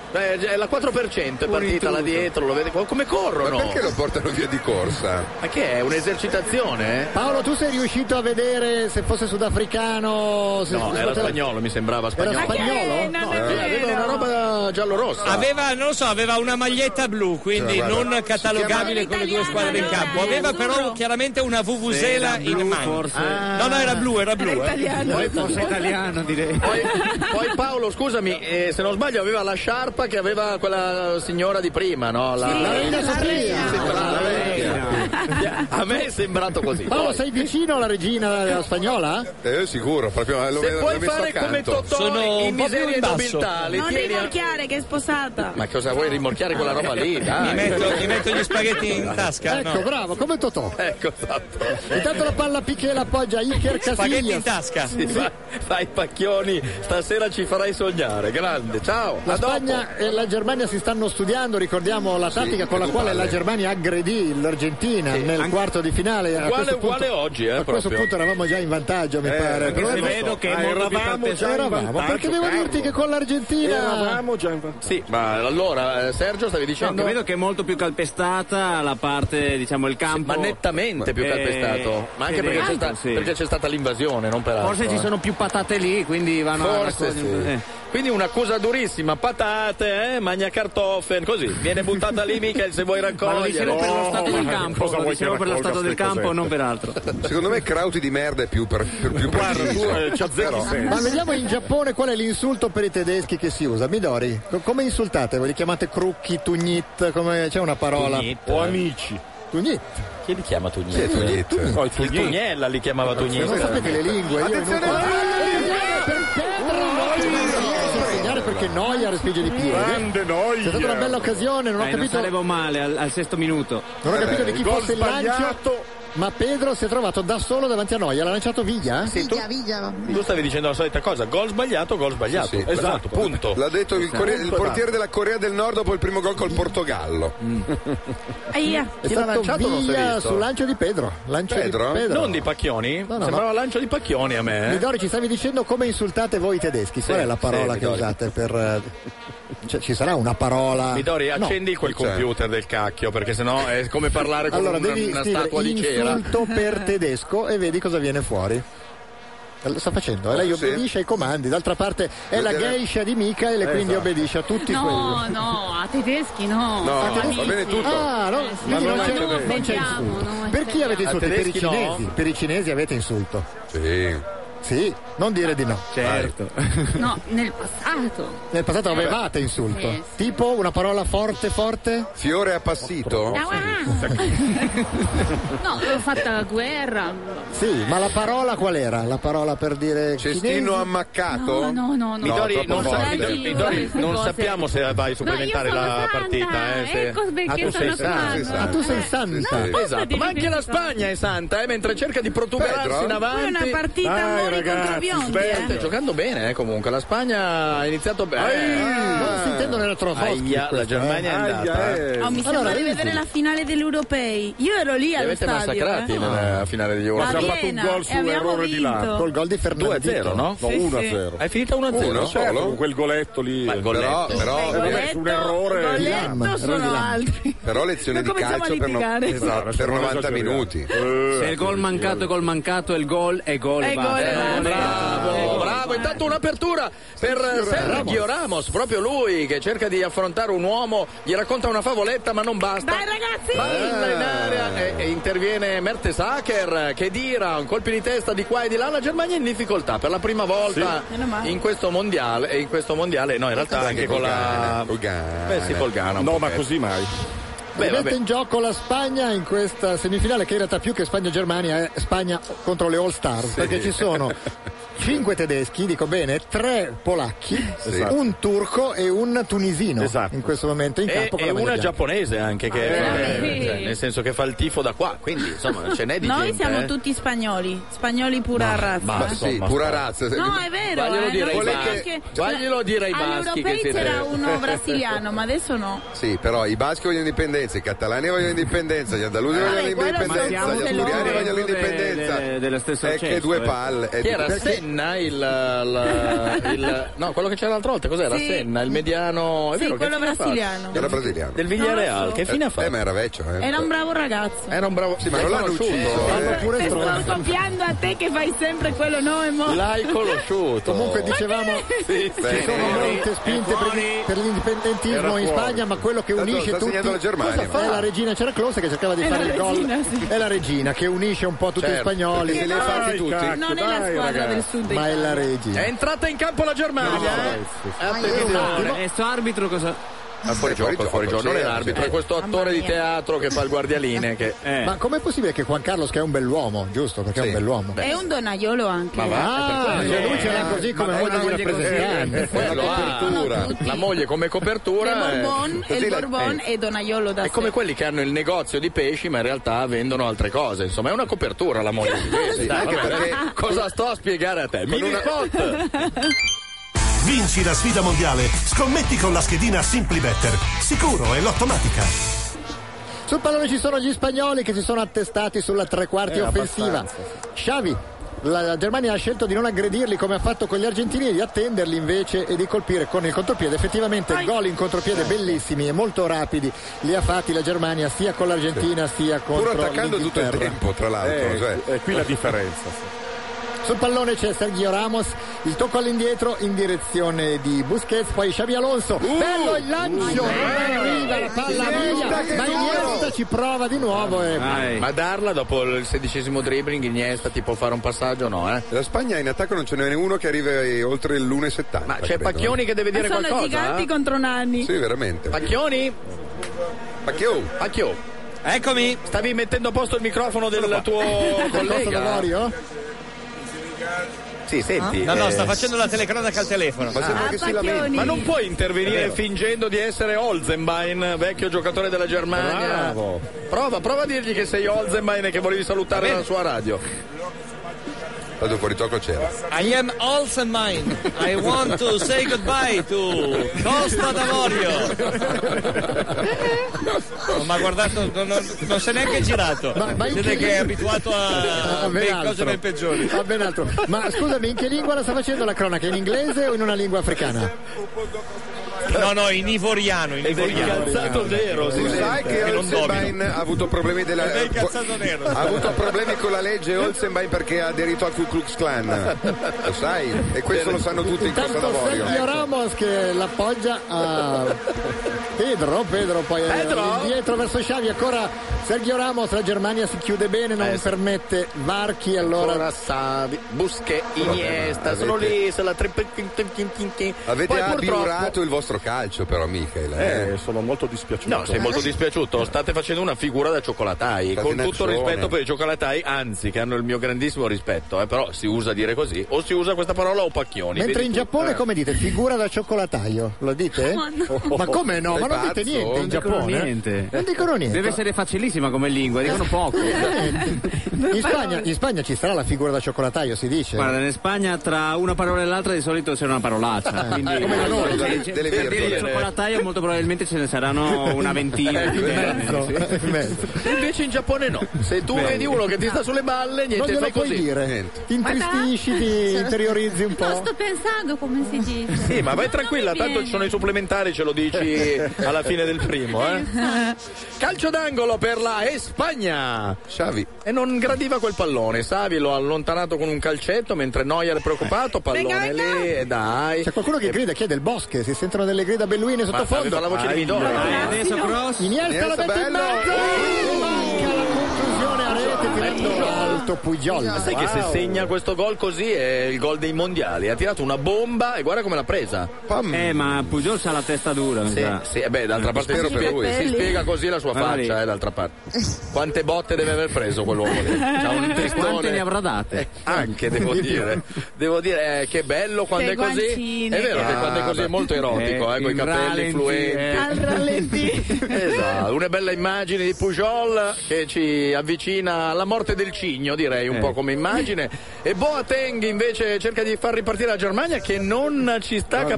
S4: Eh, è la 4% è partita là dietro, lo vede come corrono.
S3: Ma perché lo portano via di corsa?
S4: Ma che è un'esercitazione? eh?
S2: Paolo, tu sei riuscito a vedere se fosse sudafricano? Se
S4: No,
S2: se-
S4: era spagnolo, mi sembrava spagnolo. Eh,
S2: Era spagnolo? Ma che- non è
S4: No,
S2: vero.
S4: aveva una
S2: Ah,
S4: roba giallo-rossa.
S10: Aveva, non lo so, aveva una maglietta blu, quindi
S4: Cioè, guarda,
S10: non catalogabile con le due squadre in campo. Aveva però chiaramente una vuvuzela
S4: Sì, era
S10: in
S4: blu,
S10: mano.
S4: forse.
S10: No, no, era blu, era blu. eh.
S4: Poi- Poi, poi Paolo, scusami, eh, se non sbaglio aveva la sciarpa che aveva quella signora di prima, no? La,
S2: Sì, la regina Sofia.
S4: Sì, quella- la vecchia. A me è sembrato così.
S2: Paolo,
S4: Poi-
S2: sei vicino alla regina spagnola?
S3: Eh, sicuro, proprio lo
S4: Se
S3: vedo-
S4: puoi
S3: l'ho visto
S4: fare
S3: accanto.
S4: come Totò
S3: Sono
S4: in
S3: un po' più
S4: miseria
S3: in
S4: e
S3: basso.
S4: nobiltà, le
S17: Non
S4: tieni a-
S17: rinocchiare che è sposata.
S4: Ma cosa vuoi rimorchiare quella roba lì? Dai.
S10: Mi metto- mi metto gli spaghetti in tasca,
S2: Ecco, bravo, come Totò.
S4: Ecco, esatto.
S2: Intanto la palla Piqué la appoggia a Iker Casillas.
S4: Spaghetti in tasca. Sì, vai, vai, Pacchioni, stasera ci farai sognare. Grande, ciao.
S2: La
S4: a dopo.
S2: Spagna e la Germania si stanno studiando, ricordiamo la tattica con la
S4: che
S2: quale
S4: palle.
S2: la Germania aggredì l'Argentina nel quarto di finale. A
S4: Uguale,
S2: questo punto-
S4: uguale oggi, eh,
S2: a questo
S4: proprio.
S2: punto eravamo già in vantaggio, mi
S4: Eh,
S2: pare.
S4: perché
S2: Però
S4: si
S2: adesso-
S4: vedo che è
S2: Ah,
S4: molto più
S2: eravamo
S4: attento.
S2: già in eravamo,
S4: vantaggio,
S2: perché devo
S4: Carlo.
S2: dirti che con l'Argentina
S4: Sì, ma allora, eh, Sergio, stavi dicendo...
S12: No, che vedo che è molto più calpestata la parte, diciamo, il campo.
S4: ma nettamente più
S12: Eh,
S4: calpestato, ma anche
S12: sì,
S4: perché c'è,
S12: sì.
S4: sta- perché c'è stata l'invasione, non per altro.
S12: Forse ci
S4: eh.
S12: sono Ah, più patate lì, quindi vanno a
S4: Forse sì.
S12: raccogliere- Eh.
S4: Quindi un'accusa durissima, patate, eh, magna cartofen, così. Viene buttata lì Michael se vuoi raccogliere. Oh,
S12: Ma lo dicevo per lo stato del campo, lo dicevo per lo stato del campo, non per altro.
S3: Secondo me Krauti di merda è più, per, più, più preciso.
S2: eh,
S3: Però-
S2: Ma vediamo in Giappone qual è l'insulto per i tedeschi che si usa. Midori, co- come insultate? Voi li chiamate crucchi, tugnit, come c'è una parola?
S4: O
S12: amici.
S2: Tugnit.
S4: Chi li chiama Tugnetta?
S3: Chi è Tugnetta?
S4: Oh, il Tugnella li chiamava Tugnetta.
S2: Non sapete le lingue, io
S3: Attenzione, eh,
S2: non-
S3: Attenzione,
S2: segnare perché Noia respinge di piedi.
S12: Grande Neuer.
S2: C'è stata una bella occasione, non ho
S12: Dai,
S2: capito,
S12: sarebbe male al, al sesto minuto.
S2: non ho capito
S3: Eh,
S2: di chi fosse il
S12: sbagliato.
S2: lancio. Ma Pedro si è trovato da solo davanti a Noia, l'ha lanciato Viglia?
S4: Sì, tu- Tu stavi dicendo la solita cosa, gol sbagliato, gol sbagliato.
S3: Sì, sì.
S4: esatto, punto.
S3: L'ha detto
S12: Esatto.
S3: il, Corea- il
S4: Punto,
S3: portiere della Corea del Nord dopo il primo gol col Portogallo.
S17: Aia.
S2: È
S3: Chi l'ha
S2: stato
S3: lanciato non si è
S2: Viglia
S3: visto.
S2: sul lancio di Pedro.
S12: esatto.
S2: Lancio
S3: Pedro?
S2: Di Pedro.
S4: Non di Pacchioni?
S2: no,
S4: Sembrava
S2: no.
S4: lancio di Pacchioni a me. eh.
S2: Midori, ci stavi dicendo come insultate voi i tedeschi? Qual
S4: Sì,
S2: è la parola
S4: sì,
S2: che
S4: Midori.
S2: usate per. eh, cioè, ci sarà una parola.
S4: Midori,
S2: No.
S4: accendi quel
S3: Certo.
S4: computer del cacchio, perché sennò è come parlare con
S2: Allora,
S4: una,
S2: devi
S4: una
S2: scrivere
S4: statua di cera.
S2: insulto per tedesco e vedi cosa viene fuori. Lo sta facendo, eh? lei
S3: Sì.
S2: obbedisce ai comandi, d'altra parte è la
S3: Vedere-
S2: geisha di Michael e
S3: Eh,
S2: quindi
S3: esatto.
S2: obbedisce a tutti
S17: No,
S2: quelli.
S17: no, a tedeschi no.
S3: No,
S17: Amici.
S3: va bene tutto.
S2: Ah, no,
S17: Eh, sì.
S2: quindi non,
S17: Ma
S2: c'è,
S17: non
S2: non c'è
S17: offendiamo,
S2: insulto.
S17: non
S2: per chi
S17: offendiamo.
S2: avete
S17: A
S2: insulto? Per i
S4: tedeschi no?
S2: cinesi. Per i cinesi avete insulto.
S3: Sì.
S2: Sì, non dire di no.
S12: Certo.
S17: No, nel passato.
S2: Nel passato avevate insulto.
S17: Eh Sì,
S2: Tipo una parola forte forte?
S3: Fiore appassito?
S17: Ah, ah. No, ho fatto la guerra.
S2: Sì, ma la parola qual era? La parola per dire
S3: Cestino
S2: cinesi?
S3: ammaccato?
S17: No, no, no, no.
S4: Midori,
S3: troppo
S4: non, sa-
S3: forte.
S4: Midori, Midori, non sappiamo se vai a supplementare
S17: No, io sono
S4: la
S17: santa,
S4: partita. Eh, se-
S17: ecco perché
S4: Ah, tu
S17: sono
S4: sei santa.
S17: santa.
S2: Ah, tu sei santa.
S17: posso
S4: Esatto,
S17: dire
S4: ma anche
S17: che
S4: la
S17: sono-
S4: Spagna è santa, eh, mentre cerca di protuberarsi
S3: Pedro?
S4: in
S17: Poi è
S4: avanti.
S17: una partita amori contro biondi.
S4: Sta
S17: eh.
S4: giocando bene eh, comunque, la Spagna ha iniziato bene.
S2: Non si intendono era troppo
S4: Ah. Aia, la Germania è andata. eh.
S17: Oh, mi
S2: Allora,
S17: sembra di vedere la finale degli europei. Io ero lì
S4: Li
S17: allo
S4: avete
S17: stadio.
S4: massacrati
S17: eh.
S4: nella finale degli
S17: A
S4: Euro.
S17: Vienna, e abbiamo vinto.
S2: Col gol di Fernandino.
S4: 2-0, no?
S17: Sì, sì.
S18: 1-0.
S4: È finita 1-0
S3: Uno
S4: solo?
S18: Con quel goletto lì.
S4: Ma il
S3: Però,
S4: golletto.
S3: però,
S17: Ho
S3: però,
S17: letto-
S18: un errore.
S17: ho letto
S2: Lam,
S17: sono
S2: errore di Lam.
S17: altri.
S3: lezione
S17: Non
S3: di
S17: cominciamo a
S3: calcio per, no-
S17: litigare.
S3: esatto, per 90 minuti.
S18: Se
S12: Se il gol mancato è gol mancato, il gol è gol
S17: È
S12: e basta.
S17: gol e
S12: Eh,
S17: basta.
S12: basta.
S4: Bravo, bravo, intanto fatto un'apertura per Sergio Ramos, proprio lui che cerca di affrontare un uomo, gli racconta una favoletta ma non basta.
S17: Dai ragazzi!
S13: Eh.
S4: Palla in area e, e interviene Mertesacker che dira un colpi di testa di qua e di là, la Germania è in difficoltà per la prima volta
S17: Meno male.
S4: in questo mondiale e in questo mondiale no in realtà anche, con la Beh sì col Ghana un
S18: No,
S4: po'
S18: ma
S3: eh.
S4: perso.
S18: così mai.
S4: Beh,
S2: Mette
S4: vabbè.
S2: in gioco la Spagna in questa semifinale che in realtà più che Spagna-Germania è Spagna contro le All Stars perché ci sono cinque tedeschi, dico bene, tre polacchi,
S4: Esatto.
S2: un turco e un tunisino in questo momento in
S4: E,
S2: campo con
S4: e
S2: la
S4: una
S2: maglia bianca.
S4: giapponese anche che
S17: veramente?
S4: eh, cioè, nel senso che fa il tifo da qua quindi insomma ce n'è di
S17: Noi
S4: gente,
S17: siamo
S4: eh.
S17: tutti spagnoli, spagnoli pura razza.
S4: ma
S17: eh.
S4: insomma,
S3: pura
S4: sta-
S3: razza.
S17: No, è vero,
S4: Vaglielo
S17: eh,
S4: dire ai
S17: noi siamo
S4: baschi.
S17: anche-
S4: Vaglielo dire ai
S17: Agli
S4: baschi che
S17: europei
S4: siete-
S17: c'era uno brasiliano, ma adesso no.
S3: Sì, però i baschi vogliono indipendenza, i catalani vogliono indipendenza, gli andalusi
S17: Vabbè,
S3: vogliono
S17: quello
S3: indipendenza,
S17: siamo
S3: gli
S17: tutte
S3: asturiani
S17: loro.
S3: vogliono
S17: Tutte
S3: indipendenza.
S12: delle- dello stesso
S3: E che
S12: cesto,
S3: due
S12: eh.
S3: palle. E
S4: Chi era
S3: perché-
S4: Senna il, il- eh, il- no quello che c'era l'altra volta cos'era
S17: Sì.
S4: Senna il mediano è
S17: Sì,
S4: vero, che
S17: quello
S4: fine ha fatto?
S17: brasiliano.
S3: Era brasiliano.
S4: del Villareal che fine ha
S3: Eh, ma
S4: fatto
S3: era vecchio. eh.
S17: Era un bravo ragazzo.
S4: Certo. era un bravo
S3: Sì, ma non l'hanno
S4: conosciuto,
S3: ucciso,
S4: eh.
S3: eh.
S2: Pure
S17: Te sto
S2: stronzo.
S17: copiando a te che fai sempre quello nome, mo.
S4: l'hai conosciuto
S2: Comunque dicevamo
S4: Sì, sì.
S2: ci sono molte spinte per, per l'indipendentismo in Spagna, ma quello che
S3: Tanto
S2: unisce
S3: sta
S2: tutti
S3: segnando la Germania,
S2: Cosa fa?
S3: ma-
S2: è la regina Ceraclose che cercava di
S17: È
S2: fare
S17: la
S2: il gol.
S17: regina, sì.
S2: È la regina che unisce un po' tutti
S3: Certo,
S2: gli spagnoli.
S3: perché se li ha fatti tutti.
S17: Non è la squadra del sud
S2: Ma è la
S17: Italia.
S4: è
S2: regina.
S4: entrata in campo la Germania eh. attenzione
S12: E sto arbitro cosa...
S4: Ah, fuori gioco, fuori gioco, non è l'arbitro, è
S17: Eh,
S4: questo attore di teatro che fa il guardialine che
S12: Eh.
S2: Ma com'è possibile che Juan Carlos, che è un bell'uomo, giusto? Perché è un bell'uomo.
S17: È un donaiolo anche.
S2: Ah,
S4: Eh,
S2: cioè lui ce l'ha
S12: eh,
S2: così come
S12: ma
S2: voglia di
S12: voglio così.
S2: rappresentante.
S4: Quello ha
S17: copertura. Tutti.
S4: la moglie come
S17: Le
S4: copertura è-
S17: Bourbon, e
S4: Così
S17: il
S4: la-
S17: Bourbon
S4: eh.
S17: e Donaiolo da
S4: è come
S17: sé.
S4: quelli che hanno il negozio di pesci ma in realtà vendono altre cose insomma è una copertura la moglie di pesci. Dai,
S3: Anche
S4: vabbè,
S3: perché-
S4: cosa sto a spiegare a te mini
S3: una-
S4: spot
S11: Vinci la sfida mondiale. Scommetti con la schedina Simply Better. Sicuro e l'automatica.
S2: Sul pallone ci sono gli spagnoli che si sono attestati sulla tre quarti
S3: Eh,
S2: offensiva. Xavi, la la Germania ha scelto di non aggredirli come ha fatto con gli argentini e di attenderli invece e di colpire con il contropiede. Effettivamente gol in contropiede bellissimi e molto rapidi li ha fatti la Germania sia con l'Argentina sia
S3: Pur
S2: contro
S3: attaccando tutto il
S2: l'Inghilterra.
S3: tempo, tra l'altro. cioè.
S18: Eh, è qui la differenza.
S2: Sul pallone c'è Sergio Ramos, il tocco all'indietro in direzione di Busquets, poi Xavi Alonso. Bello il lancio! non arriva la palla via, ma Iniesta ci prova di nuovo e
S12: Dai.
S4: ma darla dopo il sedicesimo dribbling Iniesta ti può fare un passaggio no eh
S3: La Spagna in attacco non ce n'è uno che arriva eh, oltre l'1,70.
S4: ma c'è Pacchioni che deve
S17: Ma
S4: dire
S17: sono
S4: qualcosa
S17: giganti
S4: eh?
S17: contro Nanni.
S3: eh. Sì, veramente.
S4: Pacchioni
S3: Pacchioni.
S4: Pacchio
S10: Eccomi.
S4: stavi mettendo a posto il microfono del tuo
S2: Costa
S4: Oh, collega
S3: eh?
S2: d'Avorio?
S4: sì senti
S10: No, no,
S4: eh,
S10: sta facendo la telecronaca al telefono.
S3: Ma sembra
S17: Ah,
S3: che si
S17: Pacchioni.
S3: lamenti.
S4: Ma non puoi intervenire fingendo di essere Olzenbein, vecchio giocatore della Germania. Prova, prova a dirgli che sei Olzenbein e che volevi salutare la sua radio.
S3: Tanto fuori tocco c'era.
S10: I am also mine. I want to say goodbye to Costa d'Avorio. Non mi ha guardato, non, non- non si è neanche girato.
S2: Ma- ma in
S10: Vedete
S2: che-
S10: che è abituato a
S2: Ah, ben
S10: be-
S2: altro.
S10: cose ben peggiori.
S2: Ah, ben altro. Ma scusami, in che lingua la sta facendo la cronaca? In inglese o in una lingua africana?
S10: No, no, in ivoriano. In
S4: Sei
S10: ivoriano.
S4: incalzato nero, si
S3: Tu sai
S4: sente.
S3: che
S10: non
S3: Olsenbein ha avuto problemi della...
S2: eh,
S10: È ben calzato nero.
S3: Ha avuto problemi con la legge Olsenbein perché ha aderito al Ku Klux Klan. Lo sai? E questo lo sanno tutti in Costa
S2: Tanto
S3: d'Avorio.
S2: Sergio Ramos che l'appoggia
S3: Ah.
S2: a Pedro, Pedro poi
S4: Pedro?
S2: dietro verso Xavi, ancora Sergio Ramos, la Germania si chiude bene, non
S4: Eh, sì.
S2: permette varchi, allora
S4: Ora Savi, Busche, Iniesta, sono
S3: avete-
S4: lì, se la triple... Avete
S3: Avete abiurato il vostro calcio però, Michael. eh.
S18: Eh, sono molto dispiaciuto.
S4: No, sei molto dispiaciuto, state facendo una figura da cioccolatai,
S3: State
S4: con
S3: in
S4: tutto il
S3: azione.
S4: rispetto per i cioccolatai, anzi che hanno il mio grandissimo rispetto, eh, però si usa dire così, o si usa questa parola o pacchioni.
S2: Mentre
S4: vedi
S2: in
S4: tu. Eh.
S2: Giappone come dite? Figura da cioccolataio, lo dite?
S1: Oh,
S17: Ma no.
S2: Ma come Oh,
S4: Oh,
S2: no? Ma
S3: Sei
S2: non dite
S3: pazzo?
S2: niente in
S3: Non
S12: dicono
S2: Giappone.
S12: niente.
S2: Non dicono niente.
S12: Deve essere facilissima come lingua, dicono poco.
S2: in, Spagna, in Spagna ci sarà la figura da cioccolataio, si dice.
S12: Guarda, in Spagna tra una parola e l'altra di solito c'è una parolaccia. Quindi
S3: Come da
S12: Cioè,
S3: noi, delle-
S12: c'è-
S3: delle
S12: per dire
S3: virgole.
S12: cioccolataio molto probabilmente ce ne saranno una
S4: Eh,
S12: ventina.
S2: In
S4: ecco.
S2: mezzo, in mezzo.
S4: Invece in Giappone no. Se tu vedi uno che ti sta sulle balle,
S2: Non
S4: niente,
S2: glielo
S4: fai
S2: puoi
S4: così.
S2: dire.
S3: Niente.
S2: Ti intristisci, ti interiorizzi un
S1: No,
S2: po'.
S1: sto pensando come si dice.
S4: Sì, ma vai
S1: Non mi
S4: tranquilla, tanto
S1: viene.
S4: ci sono i supplementari, ce lo dici alla fine del primo, eh. Calcio d'angolo per la Espagna.
S3: Xavi.
S4: E non gradiva quel pallone. Savi lo ha allontanato con un calcetto mentre Neuer è
S2: Eh.
S4: preoccupato. Pallone
S2: Venga, venga.
S4: lì e dai.
S2: C'è qualcuno che grida, chiede il bosche, si sentono delle grida belluine
S4: Ma
S2: sottofondo.
S4: aveva la voce di Midori. Dai, adesso cross.
S2: Iniesta la
S4: Iniesta,
S2: mette in
S4: bello. Uh!
S2: mezzo. Manca la conclusione a rete tirando alto Pujol.
S4: Ma sai che se
S2: Wow.
S4: segna questo gol così è il gol dei mondiali. Ha tirato una bomba e guarda come l'ha presa.
S12: Eh, ma Pujol ha la testa dura, mi
S4: Sì,
S12: sa.
S4: sì, eh beh, d'altra parte si,
S12: Spero per
S4: spie-
S12: lui.
S4: si spiega così la sua
S12: Guarda lì.
S4: faccia, eh, d'altra parte. Quante botte deve aver preso quell'uomo lì? C'ha un testone.
S12: Quante ne avrà date?
S4: Eh, anche, devo dire. Devo dire, eh, che bello quando
S12: Che
S4: è così.
S12: guancine.
S4: È vero che
S12: Ah,
S4: quando è così è
S12: beh.
S4: molto erotico,
S12: Eh,
S4: eh, con i
S12: il
S4: capelli
S12: ralenti, eh. Al
S4: fluenti. esatto, una bella immagine di Pujol che ci avvicina alla morte del cigno, direi,
S18: Eh.
S4: un po' come immagine. E Boateng invece cerca di far ripartire la Germania che non ci sta
S18: No, no,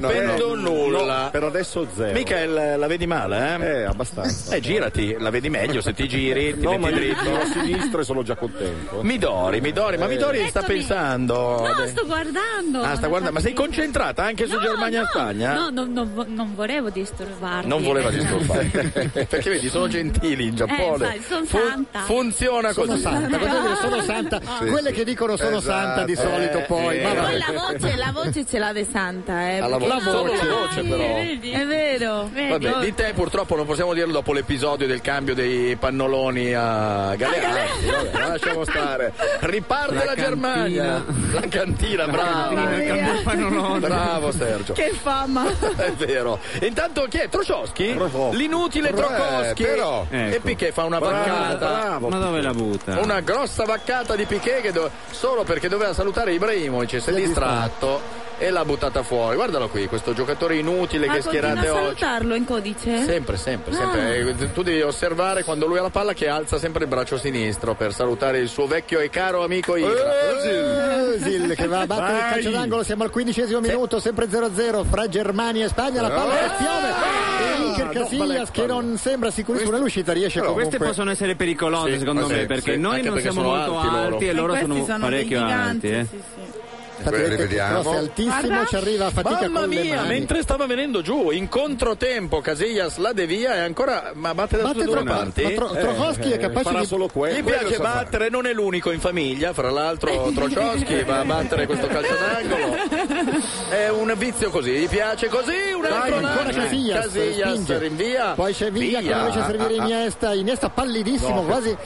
S18: no,
S4: capendo
S18: no,
S4: nulla.
S18: no, per adesso zero.
S4: Michael, la vedi male, eh?
S18: Eh, abbastanza.
S4: Eh, girati, la vedi meglio se ti giri, ti
S18: no,
S4: metti
S18: ma io
S4: dritto.
S18: giro a sinistra e sono già contento.
S4: Midori, Midori, ma
S18: Eh.
S4: Midori sta
S1: Eccomi.
S4: pensando.
S1: No, sto guardando.
S4: Ah, sta guardando, ma sei concentrata anche su
S1: No, no,
S4: Germania-Spagna?
S1: No, no, no, vo- non volevo disturbarti.
S4: Non voleva disturbare. Perché vedi, sono gentili in Giappone.
S1: Eh, sono
S4: Fun-
S1: santa.
S4: funziona
S2: Sono
S4: così.
S2: santa, quando dicono sono santa,
S4: Sì,
S2: quelle
S4: sì.
S2: che dicono sono
S4: Esatto,
S2: santa di solito
S4: eh,
S2: poi.
S4: eh,
S2: ma
S4: eh.
S2: vabbè.
S17: La voce, Cioè, la voce ce l'ha de santa, eh.
S4: Ah, la
S17: perché-
S4: voce. Solo la voce, però. Vedi?
S17: È vero.
S4: Vabbè, di te purtroppo non possiamo dirlo dopo l'episodio del cambio dei pannoloni a Galea. Anzi, vabbè, la lasciamo stare. Riparte la,
S12: La
S4: Germania. La cantina, bravo.
S12: cantina, il cambio dei pannoloni.
S4: Bravo Sergio.
S17: Che fama.
S4: È vero. E intanto chi è? Trochowski? L'inutile
S12: Eh,
S4: Trochowski.
S12: però.
S4: E
S12: Ecco.
S4: Piquet fa una
S12: Bravo,
S4: vaccata.
S12: bravo. Ma dove la butta?
S4: Una grossa vaccata di Piquet che dove- solo perché doveva salutare Ibrahimovic, si è distratto e l'ha buttata fuori. Guardalo qui, questo giocatore inutile
S17: Ma
S4: che
S17: continua a
S4: schierate oggi.
S17: salutarlo in codice? Ah.
S4: Sempre, sempre, sempre. Eh, Tu devi osservare quando lui ha la palla che alza sempre il braccio sinistro per salutare il suo vecchio e caro amico
S17: Eh.
S4: Ibra.
S2: Özil Eh, che va a battere il
S4: Vai.
S2: calcio d'angolo, siamo al quindicesimo minuto, sempre 0-0 fra Germania e Spagna, la palla
S4: Eh.
S2: che stione e
S4: Ah,
S2: Iker Casillas che non sembra sicurissimo nell'uscita, riesce
S12: Però
S2: comunque.
S12: queste possono essere pericolose
S2: Sì,
S12: secondo
S2: ma
S12: me
S2: sì,
S12: perché
S2: sì,
S12: noi
S2: anche
S12: non
S2: perché
S12: siamo
S2: sono
S12: molto
S2: alti
S12: alti,
S2: loro.
S12: e
S2: Ma
S12: loro
S2: questi
S12: sono,
S2: sono
S12: parecchio
S2: dei
S12: alti. eh.
S2: Infatti vedete,
S4: rivediamo.
S2: cross è altissimo,
S4: Guarda.
S2: ci arriva a fatica
S4: Mamma
S2: con le
S4: mia,
S2: mani.
S4: mentre stava venendo giù, in controtempo Casillas la devia e ancora ma batte da
S2: Batte
S4: tutte e due le
S2: Tro-
S4: parti. Eh,
S2: ma Tro- Trochowski è capace
S4: farà
S2: di-
S4: quello. Gli
S2: quello
S4: piace
S2: sa
S4: battere, non è l'unico in famiglia, fra l'altro Trocioschi va a battere questo calcio d'angolo. È un vizio così, gli piace così, un
S2: Dai,
S4: altro
S2: ancora
S4: lancio.
S2: Casillas, spinge.
S4: rinvia.
S2: Poi c'è Viglia che
S4: Via.
S2: invece a servire
S4: Ah, ah, ah.
S2: Iniesta, Iniesta pallidissimo,
S4: No, per-
S2: quasi,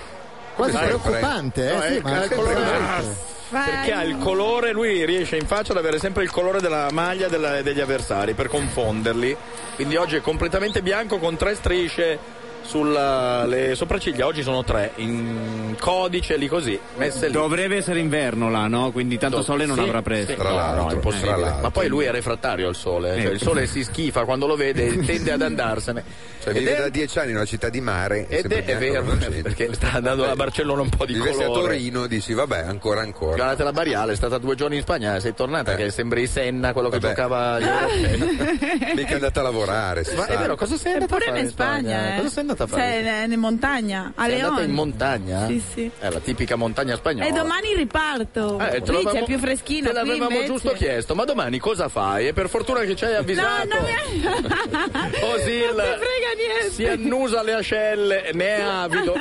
S2: quasi
S4: Sempre.
S2: preoccupante, eh,
S4: No,
S2: sì,
S4: è-
S2: ma
S4: è il
S2: sempre
S4: colore-
S2: preoccupante.
S4: Perché ha il colore, lui riesce in faccia ad avere sempre il colore della maglia della- degli avversari per confonderli. Quindi oggi è completamente bianco con tre strisce sulle sopracciglia. Oggi sono tre, in codice lì così, messe lì.
S12: Dovrebbe essere inverno là, no? Quindi tanto
S4: Do-
S12: sole non
S4: sì,
S12: avrà preso.
S4: sì. No, no, è impossibile. Ma poi lui è refrattario al sole,
S12: Eh.
S4: cioè il sole si schifa quando lo vede e tende ad andarsene.
S3: Cioè,
S4: Ed
S3: vive
S4: è-
S3: da dieci anni in una città di mare. e
S4: ed
S3: sempre
S4: è, è
S3: bianco,
S4: vero,
S3: non c'è.
S4: perché sta andando a Barcellona un po' di
S3: Vivessi
S4: colore.
S3: a Torino dici, vabbè, ancora, ancora.
S4: Guardate la Bariale, è stata due giorni in Spagna, sei
S3: Eh.
S4: tornata che sembri Senna, quello che
S3: Vabbè.
S4: giocava agli europei.
S3: Eh Mica è andata a lavorare. si
S4: Ma è
S3: sa.
S4: vero, cosa sei andata a
S17: Pure
S4: fare
S17: in Spagna, eh.
S4: Cosa sei andata a fare?
S17: Cioè, in- in montagna, a
S4: sei andata in
S17: León.
S4: montagna?
S17: Sì, sì.
S4: È la tipica montagna spagnola.
S17: E domani riparto.
S4: Eh, te
S17: Lì
S4: l'avevamo-
S17: c'è più freschino.
S4: Te
S17: qui
S4: l'avevamo
S17: invece-
S4: giusto chiesto, ma domani cosa fai? E per fortuna che ci hai avvisato.
S17: No, non mi
S4: Osil
S17: non ti frega niente.
S4: si annusa le ascelle, ne è avido.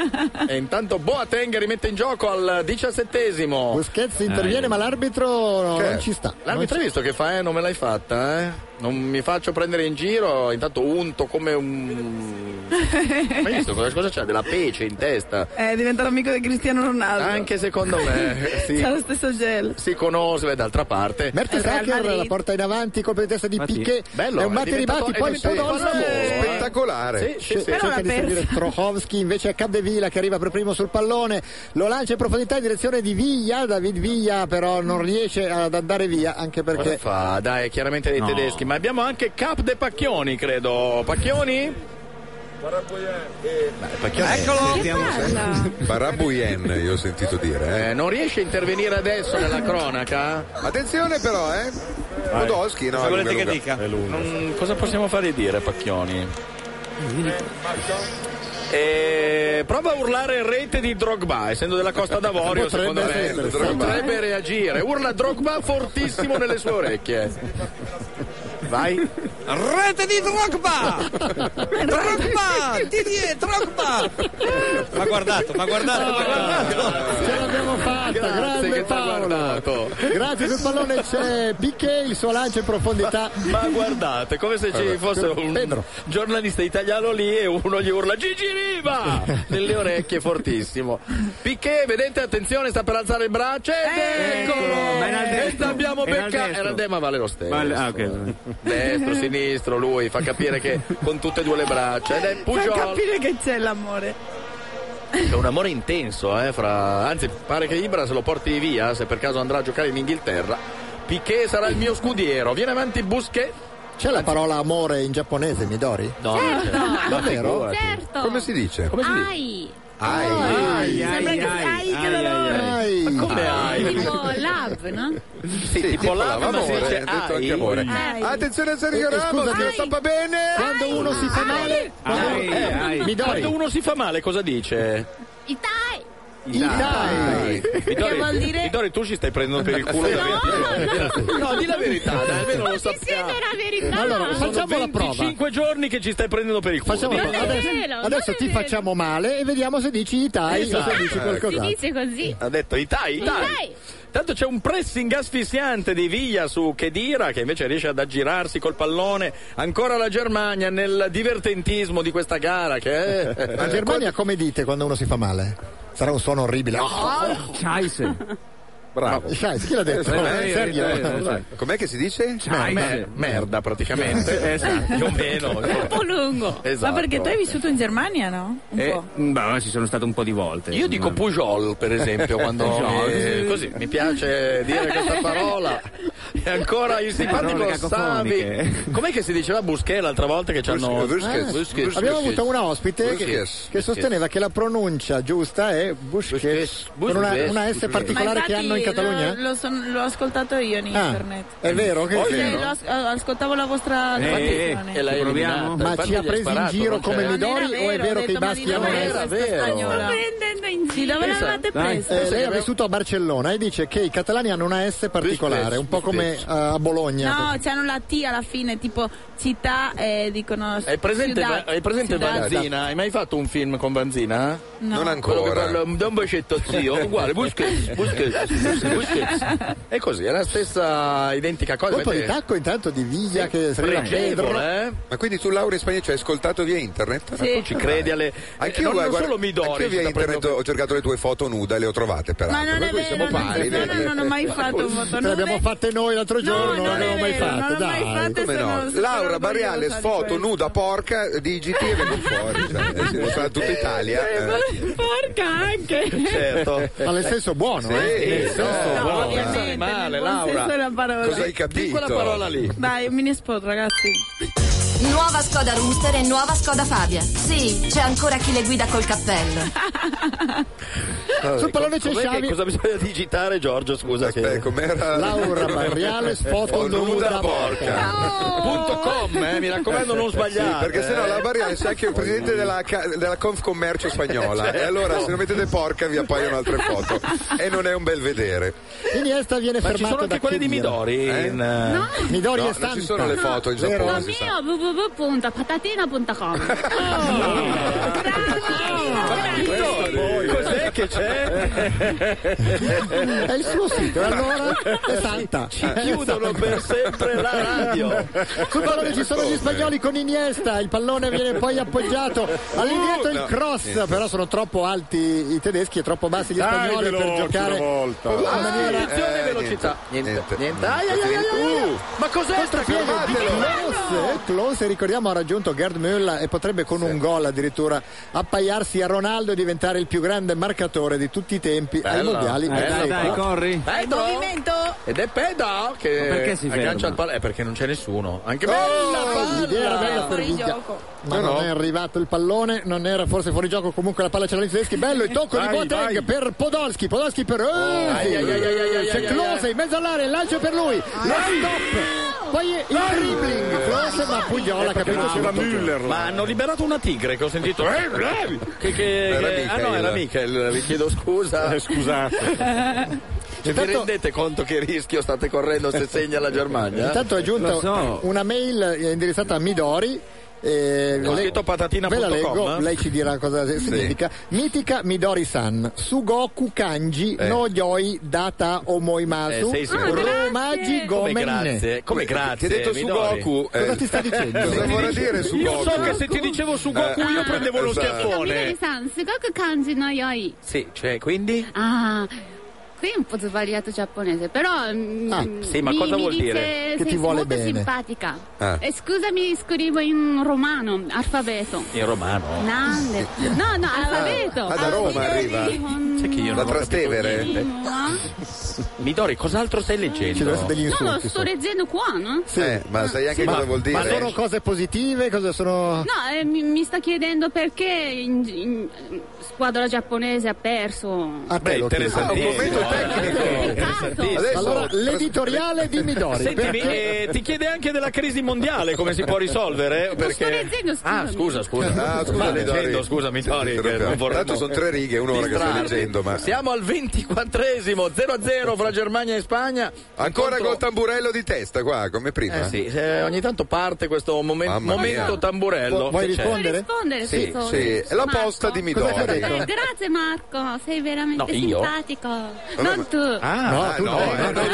S4: e intanto Boateng rimette in gioco al diciassettesimo. Eh.
S2: Busquets interviene, ma l'arbitro no,
S4: Che?
S2: non ci sta.
S4: L'arbitro hai visto Certo. che fa, eh? Non me l'hai fatta, eh? Non mi faccio prendere in giro, intanto unto come un.
S13: Eh.
S4: Ma hai visto cosa, cosa c'è? Della pece in testa.
S13: È diventato amico di Cristiano Ronaldo.
S4: Anche secondo me. sì.
S13: C'ha lo stesso gel.
S4: Si conosce, beh, d'altra parte.
S2: Mertesacker la porta in avanti, colpo di testa di
S4: Infatti,
S2: Piquet,
S4: bello,
S2: è un
S4: è
S2: batte e
S4: diventato-
S2: ribatti,
S4: è
S2: poi
S4: diventato
S2: Podolski.
S4: un lavoro, eh.
S3: Spettacolare.
S4: Sì, sì, sì. Però
S2: cerca
S4: l'ha
S2: di servire
S4: persa.
S2: Trochowski invece a Capdevila che arriva per primo sul pallone, lo lancia in profondità in direzione di Viglia, David Viglia però non riesce ad andare via anche
S4: Cosa
S2: perché
S4: fa? Dai, chiaramente dei
S2: No.
S4: tedeschi, ma abbiamo anche Cap de Pacchioni, credo. Pacchioni?
S3: Eccolo! Barabuyen, io ho sentito dire.
S4: Eh, non riesce a intervenire adesso nella cronaca?
S3: Attenzione però, eh. Podolski, no,
S4: Cosa volete
S3: lunga,
S4: che
S3: lunga.
S4: dica? Non- cosa possiamo fare dire, Pacchioni? Eh, prova a urlare rete di Drogba, essendo della Costa d'Avorio,
S2: Potrebbe
S4: secondo me
S2: essere, sì.
S4: potrebbe reagire. Urla Drogba fortissimo nelle sue orecchie. Vai.
S10: Rete di Drogba! Drogba! Didier Drogba! Ah! Ma guardato, ma guardato, ma guardato!
S2: Ce l'abbiamo fatta,
S10: Grazie
S2: grande
S10: che t'ha
S2: Paolo.
S4: guardato.
S2: Grazie sul pallone c'è Piquet, il suo lancio in profondità.
S4: Ma guardate, come se ci fosse un giornalista italiano lì e uno gli urla Gigi Riva! Nelle orecchie fortissimo. Piquet, vedete, attenzione, sta per alzare il braccio. Ed
S2: Ecco.
S4: eccolo! E l'abbiamo
S12: Era al
S4: beccato.
S12: destro.
S4: Era al de- ma vale lo stesso.
S12: Ma- ah, ok.
S4: Destro, sinistro, lui fa capire che con tutte e due le braccia. Ed è
S13: Fai
S4: Pujol.
S13: capire che c'è l'amore.
S4: C'è un amore intenso, eh, fra... anzi pare che Ibra se lo porti via, se per caso andrà a giocare in Inghilterra. Piquet sarà il mio scudiero. Viene avanti Busquet.
S2: C'è la parola amore in giapponese, Midori?
S4: No, non c'è.
S2: Certo.
S4: Ma
S2: Davvero?
S4: figurati.
S1: Certo.
S2: Come si dice?
S4: Come si dice?
S1: Ai.
S4: Ai.
S1: Ai,
S4: Sembra
S1: ai,
S4: che-
S1: ai,
S4: ai, che
S1: ai,
S4: dolore.
S1: ai.
S4: Ma come ai?
S1: Tipo love, no?
S4: Sì, tipo là, ma si dice
S3: eh, detto
S4: ai.
S3: anche amore.
S1: Ai.
S3: Attenzione a Sergio
S2: Eh, eh,
S3: Ramos,
S2: scusami.
S3: che lo tappa bene.
S2: Quando uno si fa male, quando-
S4: Ai,
S2: eh,
S4: ai.
S2: Midori.
S4: Quando uno si fa male cosa dice?
S1: Itai.
S2: Itai.
S4: Vittorio,
S1: Che vuol dire-
S4: Vittorio, tu ci stai prendendo per il culo da
S1: no.
S4: 20 No, di la verità, dai, almeno lo sappiamo.
S1: Era verità.
S2: Ah. Allora,
S4: Sono
S2: facciamo la prova.
S4: 25 giorni che ci stai prendendo per il culo.
S2: Facciamo la prova.
S1: Non è
S2: Adesso,
S1: vero, non
S2: adesso
S1: è
S2: ti
S1: vero.
S2: facciamo male e vediamo se dici Itai o se dici
S4: Esatto.
S1: Si
S2: qualcosa.
S1: dice così.
S4: Ha detto Itai, Itai.
S1: Itai.
S4: Tanto c'è un pressing asfissiante di Viglia su Chedira che invece riesce ad aggirarsi col pallone. Ancora la Germania nel divertentismo di questa gara che
S2: Eh,
S4: è...
S2: La Germania come dite quando uno si fa male? Sarà un suono orribile.
S12: Scheiße.
S4: Bravo.
S2: Sai, chi l'ha detto?
S4: Eh,
S2: Sergio.
S4: eh, eh, eh. Cioè,
S3: Com'è che si dice?
S4: Merda, mer- merda praticamente.
S12: Esatto.
S4: Più o meno.
S13: Un po' lungo.
S12: Esatto.
S13: Ma perché tu hai vissuto in Germania, no? Un
S12: Eh,
S13: po'.
S12: beh, ci sono stato un po' di volte.
S4: Io dico Pujol, per esempio, quando
S12: Pujol.
S4: eh, così mi piace dire questa parola. E ancora il simpatico
S12: Parole
S4: Savi.
S12: cacofoniche.
S4: Com'è che si diceva Busquet l'altra volta che ci hanno
S3: Busquets,
S4: Eh,
S3: Busquets.
S2: Abbiamo avuto una ospite che,
S3: Busquets.
S2: che sosteneva che la pronuncia giusta è Busquets, con una,
S4: Busquets.
S2: una S
S13: Ma
S2: particolare che
S13: infatti
S2: hanno in Catalogna?
S13: Lo, lo son- l'ho ascoltato io in
S2: Ah,
S13: internet.
S2: è vero che-
S13: Sì,
S2: è vero.
S13: lo as- eh, ascoltavo la vostra
S4: Infatti,
S13: trasmissione.
S4: e l'ha
S12: ci proviamo.
S4: eliminata.
S12: Ma
S4: Infatti
S2: ci ha
S4: gli
S2: presi in
S4: sparato,
S2: giro
S4: non c'è.
S2: come Midori.
S13: Non era
S2: o è vero che i
S13: ho detto, ma
S2: baschi
S13: di dove
S2: hanno
S13: è
S4: questa
S13: questa
S4: vero.
S13: spagnola?
S1: Prendendo in
S13: Sì,
S1: giro.
S13: dove
S4: Pensa-
S13: l'avete
S4: Dai.
S13: presa?
S2: Eh,
S4: Pensa
S2: lei
S4: che
S2: ha
S4: abbiamo-
S2: vissuto a Barcellona e dice che i catalani hanno una S particolare, un po' come eh, a Bologna.
S13: No, c'hanno la T alla fine, tipo città e dicono...
S4: Hai presente,
S13: ciudad-
S4: hai presente
S13: ciudad-
S4: Vanzina? Hai mai fatto un film con Vanzina?
S13: No.
S3: Non
S4: Quello che parla
S3: ancora.
S4: da un bacetto zio, uguale, Busquets, Busquets, Busquets. È così, è la stessa identica cosa.
S2: Colpo di
S4: Avete-
S2: tacco intanto di Viglia che serviva a Pedro.
S4: pregevole, eh?
S3: Ma quindi tu Laura in Spagna ci hai ascoltato via internet?
S13: Sì.
S4: Tu ci credi alle...
S3: Anche
S4: eh,
S3: io
S4: non, non solo Midori.
S3: Anch'io via
S4: sta
S3: internet
S4: prendendo-
S3: ho cercato le tue foto nude e le ho trovate peraltro.
S13: Ma non
S3: per
S13: è
S3: cui
S13: vero,
S3: siamo pari,
S13: no, no,
S3: vedi?
S13: non ho mai fatto un
S2: Te
S13: foto
S2: le abbiamo
S13: nude.
S2: Cioè, fatte noi l'altro giorno,
S13: non è
S2: l'abbiamo mai
S13: vero,
S2: fatte,
S13: non l'ho mai
S2: dai.
S13: fatte.
S3: Come no?
S13: Sono- sono orgogliosa
S3: Laura Barriales,
S13: di
S3: foto
S13: questo.
S3: nuda porca, digiti e vengo fuori. cioè, eh, Si mostra a tutta Italia. eh.
S13: Porca anche!
S4: Certo.
S2: Ma nel senso buono, eh?
S3: Sì,
S4: Nel senso,
S3: no,
S4: buono.
S13: ovviamente,
S4: Pensare male,
S13: nel buon
S4: Laura.
S13: senso della parola.
S3: Cosa hai capito?
S4: Di quella parola lì.
S13: Dai, mi ne espo, ragazzi.
S19: Nuova Skoda Rooster e nuova Skoda Fabia. Sì, c'è ancora chi le guida col cappello.
S2: Sul pallone c'è
S4: Com'è che-
S2: Xavi.
S4: cosa bisogna digitare, Giorgio? Scusa. Che...
S3: Aspetta, com'era?
S2: Laura Barriales, foto
S3: Foto
S2: nuda
S3: nuda
S2: porca.
S3: porca.
S4: Punto com, eh, mi raccomando, non
S3: Sì,
S4: sbagliare.
S3: perché sennò la Barriales è anche il presidente della, ca- della Confcommercio spagnola.
S4: Cioè. Certo.
S3: E allora se non mettete porca vi appaiono altre foto. E non è un bel vedere.
S2: Iniesta viene
S4: Ma ci
S2: fermato
S4: sono anche
S2: da
S4: quelle di
S2: Chiellini.
S4: Midori.
S3: Eh?
S4: in, eh,
S2: Midori
S3: No,
S2: è
S3: non
S2: stampa.
S3: ci sono le foto in
S2: Vero.
S3: Giappone,
S1: La
S3: si sa.
S1: mia www.patatina.com.
S4: Cos'è che c'è?
S2: È il suo sito, e allora è santa.
S4: Ci chiudono per sempre la radio.
S2: Sul pallone ci sono gli spagnoli con Iniesta, il pallone viene poi appoggiato
S4: Uh,
S2: all'indietro il
S3: no,
S2: cross, però sono troppo alti i tedeschi e troppo bassi gli
S20: Dai,
S2: spagnoli per
S20: veloci,
S2: giocare
S20: una volta.
S2: in
S4: Ah,
S2: maniera
S4: attenzione,
S3: eh,
S4: velocità.
S3: niente, niente.
S4: Ai, ai, ai, ai, ai. Ma cos'è sta
S2: Piede di
S4: fermatelo?
S2: Klose, eh, Klose, ricordiamo ha raggiunto Gerd Müller e potrebbe con un gol addirittura appaiarsi a Ronaldo e diventare il più grande marcatore di tutti i tempi ai
S4: Bella,
S2: mondiali.
S4: bella,
S2: Ed
S4: dai, Eh,
S2: è-
S4: dai,
S12: Dai, corri.
S4: Pedro.
S13: Movimento!
S4: Ed è Pedro che
S12: Ma perché si ferma?
S4: aggancia il pallone. Eh, perché non c'è nessuno. Anche
S2: Oh,
S4: bella palla.
S2: l'idea era bella per
S13: Fuori
S2: Viglia.
S13: gioco.
S2: Ma
S4: No,
S2: non
S4: no.
S2: è arrivato il pallone, non era forse fuori gioco, comunque la palla c'era nei tedeschi. Bello il tocco di
S20: Vai,
S2: Boateng
S20: vai.
S2: per Podolski, Podolski per
S4: ai, ai, ai, ai, ai,
S2: Özil. C'è
S4: ai,
S2: Klose
S4: ai.
S2: in mezzo all'area, il lancio per lui, lo stop. Poi il dribbling, Klose ma Pugnola ha capito
S20: Era
S2: subito.
S20: Müller.
S4: Ma hanno liberato una tigre che ho sentito. Eh, eh, Che, che,
S3: Era
S4: che- ah no,
S3: Michael.
S4: era Michael, vi chiedo scusa.
S20: Eh, scusate.
S4: E vi rendete conto che rischio state correndo se segna la Germania?
S2: Intanto è giunta una mail eh, indirizzata a Midori. eh,
S4: Ho
S2: le-
S4: scritto patatina.com,
S2: Ve la leggo,
S4: eh?
S2: lei ci dirà cosa
S4: Sì.
S2: significa. Mitica Midori-san, Sugoku Kanji
S4: Eh.
S2: no Yoi Data Omoimasu,
S4: Eh, sei sicuro?
S2: Romaji
S4: Come
S2: Gomen
S4: grazie? Come grazie?
S2: Ti ha detto
S4: Midori?
S2: Sugoku, eh. Cosa ti sta dicendo? Cosa
S4: Se mi
S2: vorrà
S4: dici-
S2: dire
S4: Io
S2: Sugoku?
S4: so che se ti dicevo su Goku
S3: Eh,
S4: io prendevo lo schiaffone.
S1: さんすごく感じの良い
S4: Sì, cioè, quindi?
S1: ああ Ah, qui è un po' sbagliato giapponese però mm,
S4: Ah, sì, ma
S1: mi,
S4: cosa
S1: mi
S4: vuol
S1: dice
S4: dire? Che
S1: sei
S4: ti vuole
S1: molto
S4: bene.
S1: simpatica
S4: Ah.
S1: e scusami scrivo in romano alfabeto
S4: In romano.
S1: Nande. no no alfabeto
S4: Ah, da Roma arriva. Sai che io
S1: Da
S4: non ho capito
S1: Trastevere?
S4: niente? Midori, cos'altro stai leggendo?
S2: Ci devono essere degli
S1: no lo sto leggendo qua no?
S3: Eh, ma sai anche cosa vuol dire?
S2: Ma sono cose positive? Cosa
S4: Ah.
S2: sono...
S1: No, eh, mi, mi sta chiedendo perché in, in- squadra giapponese ha perso.
S2: A te
S4: Beh,
S2: lo chiedo.
S4: interessantissimo.
S2: Ah, un commento tecnico.
S4: Eh, interessantissimo.
S2: Adesso- Allora, l'editoriale di Midori,
S4: Sentimi,
S2: perché-
S4: eh, ti chiede anche della crisi mondiale come si può risolvere?
S1: Lo sto
S4: Perché...
S1: leggendo, scusami.
S4: Ah, scusa, scusa.
S3: Ah, scusa,
S4: Ma
S3: Midori.
S4: leggendo, scusa, Midori.
S3: Sì,
S4: che non vorrei-
S3: Tanto sono tre righe, un'ora che sto
S4: Distrarmi.
S3: leggendo, ma-
S4: Siamo al 24esimo, 0-0 fra Germania e Spagna.
S3: Ancora
S4: Incontro-
S3: col tamburello di testa qua, come prima.
S4: Eh sì, eh, ogni tanto parte questo momen-
S3: Mamma
S4: momento
S3: mia.
S4: tamburello.
S3: Vu- vuoi
S4: Che c'è?
S3: rispondere?
S1: rispondere,
S4: Sì,
S1: sì,
S4: sì.
S3: È la posta di Midori.
S4: Cosa hai detto?
S1: Eh, grazie Marco, sei veramente
S4: No, io?
S1: simpatico. Non tu.
S4: Ah, no, tu no, eh, no, tu no.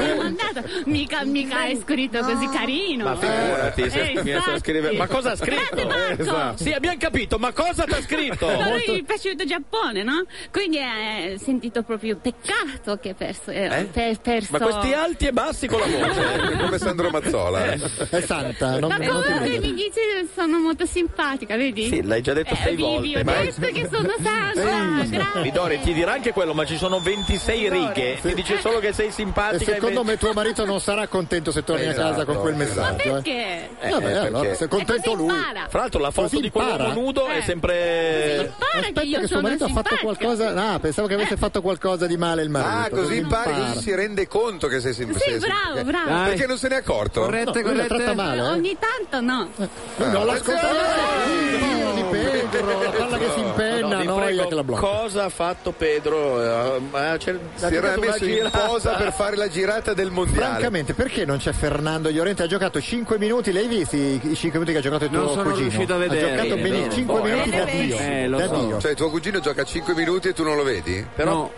S1: Ti ho mandato. Mica, mica hai scritto così carino.
S4: Ma figurati, se
S1: Eh,
S4: mi sta
S1: infatti.
S4: scrivendo- Ma cosa ha
S1: Grazie
S4: scritto?
S1: Marco.
S4: Eh, esatto. Sì, abbiamo capito, ma cosa ti ha scritto?
S1: Ma lui è piaciuto il Giappone, no? Quindi eh, ho sentito proprio peccato che ha perso, eh,
S4: Eh?
S1: per- perso.
S4: Ma questi alti e bassi con la voce. Eh.
S3: Come Sandro Mazzola.
S2: È santa, non,
S1: Ma
S2: non ti
S1: comunque
S2: ridere.
S1: mi dice sono molto simpatica, vedi?
S4: Sì, l'hai già detto
S1: Eh,
S4: sei
S1: vi- Vi
S4: volte.
S1: ho
S4: Ma...
S1: detto che sono santa, Ah, grazie.
S4: Midori, ti dirà anche quello, ma ci sono 26 righe. Ti dice solo che sei
S2: E
S4: simpatica.
S2: secondo me tuo marito non sarà contento se torni a casa
S4: Esatto,
S2: con quel messaggio. eh.
S1: Perché?
S2: Eh, vabbè, allora, se è contento
S1: Eh,
S2: lui.
S4: Fra l'altro la foto
S2: Così
S4: di quell'uomo
S2: impara.
S4: nudo è sempre...
S2: Aspetta che, suo marito ha fatto qualcosa. Ah, pensavo che avesse fatto qualcosa di male il marito.
S3: Ah, così impari,
S2: impara.
S3: così si rende conto che sei sempre
S1: Sì, bravo, bravo. Dai.
S3: Perché non se n'è accorto?
S2: Corretto, No, lui la corretto. tratta male, eh.
S1: Ogni tanto no.
S2: No,
S4: Ah.
S2: la scoperta di Pedro, la palla che si
S4: No,
S2: impenna,
S4: vi
S2: noia
S4: prego,
S2: che la blocca.
S4: Cosa ha fatto Pedro? Eh, ma c'è- ha
S3: Si era
S4: tirato una
S3: messo in
S4: girata.
S3: posa per fare la girata del mondiale.
S2: Francamente, perché non c'è Fernando Llorente? Ha giocato 5 minuti, l'hai visto i 5 minuti che ha giocato il tuo
S3: Non sono
S2: cugino?
S3: riuscito a vedere.
S2: Ha giocato
S3: Eh,
S2: benissimo,
S3: no.
S2: 5
S3: Oh, eh,
S2: minuti da
S3: vabbè.
S2: Dio.
S3: Eh,
S2: da Dio.
S3: Cioè, tuo cugino gioca 5 minuti e tu non lo vedi?
S4: Però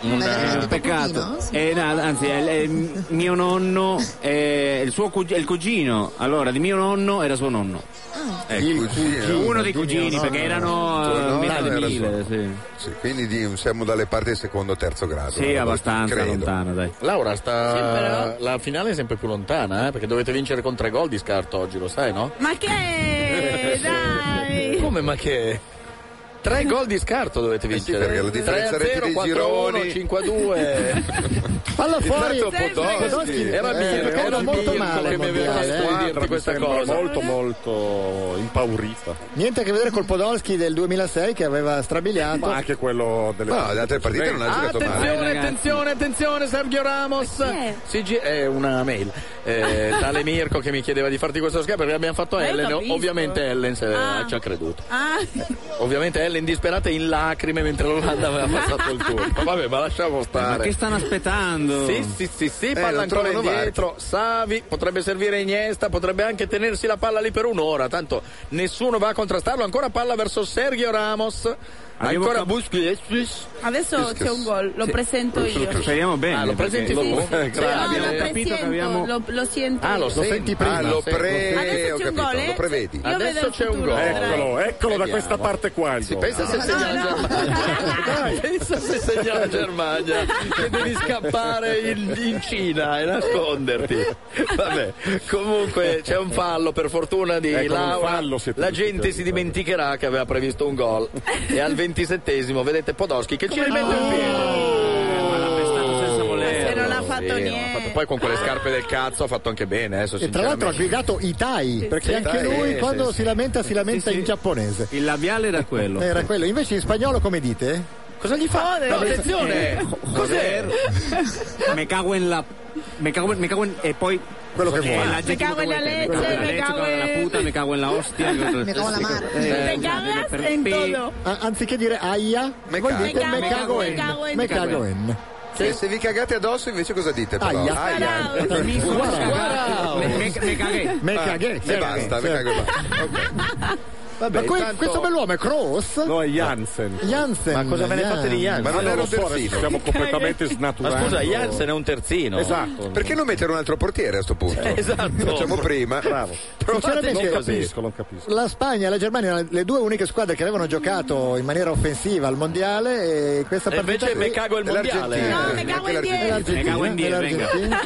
S12: Non è un peccato. Eh, no, anzi, è, è mio nonno, è il suo cug- è il cugino, allora, di mio nonno era suo nonno.
S13: Ah.
S12: Ecco.
S3: Il cugino
S12: Uno dei
S3: di mio
S12: cugini,
S3: nonno.
S12: perché erano
S3: Tuo
S12: eh,
S3: nonno
S12: metà
S3: era
S12: del mille.
S3: suo- sì, quindi di- siamo dalle parti del secondo o terzo grado.
S12: Sì, abbastanza lontano, dai.
S4: Laura sta. La finale è sempre più lontana, eh, perché dovete vincere con tre gol di scarto oggi, lo sai, no?
S13: Ma
S4: Eh,
S13: che dai!
S4: Come ma che? Tre gol di scarto dovete vincere.
S3: Eh perché la
S4: 3 a
S3: differenza reti
S4: 0,
S3: dei
S4: 4 a 1,
S3: gironi.
S4: 5 a 2.
S2: Palla fuori!
S4: Intanto Podolski. Era
S2: Eh,
S4: Mirko,
S2: giocava
S4: era
S2: molto
S4: Mirko
S2: male
S4: che
S2: al
S4: mi aveva
S2: mondiale,
S4: fatto
S2: eh.
S4: di dirti questa cosa.
S20: molto molto impaurita.
S2: Niente a che vedere col Podolski del 2006 che aveva strabiliato.
S20: Ma anche quello delle
S2: No, le altre
S3: partite non ha giocato male.
S4: Attenzione, attenone, attenzione, Sergio Ramos.
S21: Eh,
S4: Si gi- è una mail. Eh, tale Mirko che mi chiedeva di farti questo scherzo perché abbiamo fatto
S21: Ma io
S4: Ellen.
S21: capisco.
S4: Ovviamente Ellen se-
S21: Ah.
S4: ci ha creduto.
S13: Ah,
S4: Ovviamente Ellen disperata in lacrime mentre l'Olanda aveva passato il turno. Vabbè, ma lasciamo stare.
S12: Ma che stanno aspettando?
S4: Sì, sì, sì, sì,
S12: Eh,
S4: palla
S12: non
S4: ancora
S12: trovano
S4: indietro. Savi potrebbe servire Iniesta, potrebbe anche tenersi la palla lì per un'ora. Tanto nessuno va a contrastarlo. Ancora palla verso Sergio Ramos. Ancora Busquets.
S13: Adesso c'è un gol, lo
S4: Sì.
S13: presento io.
S12: Speriamo bene.
S4: Ah, lo presenti
S12: perché-
S4: tu?
S12: Sì, sì.
S4: Eh,
S12: No,
S4: grazie.
S13: No, lo
S12: Abbiamo capito che
S13: presiento,
S12: abbiamo-
S13: lo, lo sento.
S4: Ah, lo,
S13: io.
S4: senti
S3: prima. Ah, lo
S4: senti.
S3: pre-
S13: Adesso
S3: ho
S13: c'è un
S3: capito,
S13: gol, eh?
S3: lo prevedi.
S13: Io vedo
S4: Adesso
S13: il
S4: c'è un
S13: futuro,
S4: gol.
S13: vedrai.
S20: Eccolo, eccolo da
S4: Vediamo.
S20: questa parte qua. il
S4: Si
S20: gol.
S4: pensa se
S20: Ah.
S4: segna la Germania. Pensa se segna la Germania che devi scappare in, in Cina e nasconderti. Vabbè, comunque c'è un fallo per fortuna di
S20: Ecco, un
S4: Laura.
S20: fallo si è
S4: la gente si dimenticherà che aveva previsto un gol e al ventisettesimo vedete Podolski che ci rimette il piede. Oh! Ma l'ha pestato senza volerlo.
S13: se non l'ha fatto niente. Ah.
S4: Poi con quelle scarpe del cazzo ha fatto anche bene, adesso
S2: E tra l'altro ha
S4: sinceramente.
S2: guidato Itai, perché
S4: Sì,
S2: anche
S4: Itai,
S2: lui
S4: sì,
S2: quando
S4: sì.
S2: si lamenta si lamenta in giapponese.
S12: Il labiale era quello.
S2: Era quello, invece in spagnolo come dite?
S4: Cosa gli fa? No, attenzione! Cos'è?
S12: eh, Me cago in la. Me cago, in- me cago in- E poi. Quello
S2: che vuoi.
S12: La gente
S13: Me cago
S12: quello
S13: en
S12: che
S13: la
S12: vuoi,
S13: leche,
S12: me cago
S13: me
S12: in la leche, me
S13: cago
S12: cago
S13: en-
S12: in la puta, me cago in la hostia.
S13: Me cago en la madre.
S12: Eh,
S13: Te cagas en todo.
S2: Ah, anziché dire aia, voi
S13: cago.
S2: dite me cago
S13: Me
S2: en.
S13: cago en.
S2: Me cago en.
S3: E se vi cagate addosso invece cosa dite però?
S2: Aia. Guarda, mi sono
S3: Guarda.
S2: cagato. Me- me- me cagué. Me
S3: Ah,
S2: cagué,
S3: E
S2: sì,
S3: basta,
S2: sì.
S3: me cago e basta.
S2: Ma que- questo bell'uomo è Cross?
S20: No, è Jansen.
S2: Jansen.
S20: Ma cosa ve ne fate di Jansen?
S3: Ma non
S20: Io
S3: era
S20: lo
S3: un
S20: so, adesso
S3: terzino.
S20: stiamo completamente snaturando. Esatto.
S3: Perché non mettere un altro portiere a sto punto?
S8: Eh,
S20: Esatto.
S3: Facciamo prima.
S20: Bravo.
S3: Provate
S2: Sinceramente-
S3: non
S20: Capisco, non capisco.
S2: La Spagna e la Germania, le due uniche squadre che avevano giocato in maniera offensiva al mondiale, e questa
S12: Eh,
S4: E
S2: partita.
S4: invece
S2: qui-
S4: me cago il mondiale.
S2: Dell'Argentina.
S4: No, me cago in diez.
S2: Dell'Argentina,
S12: Me cago en 10, venga.
S2: dell'Argentina.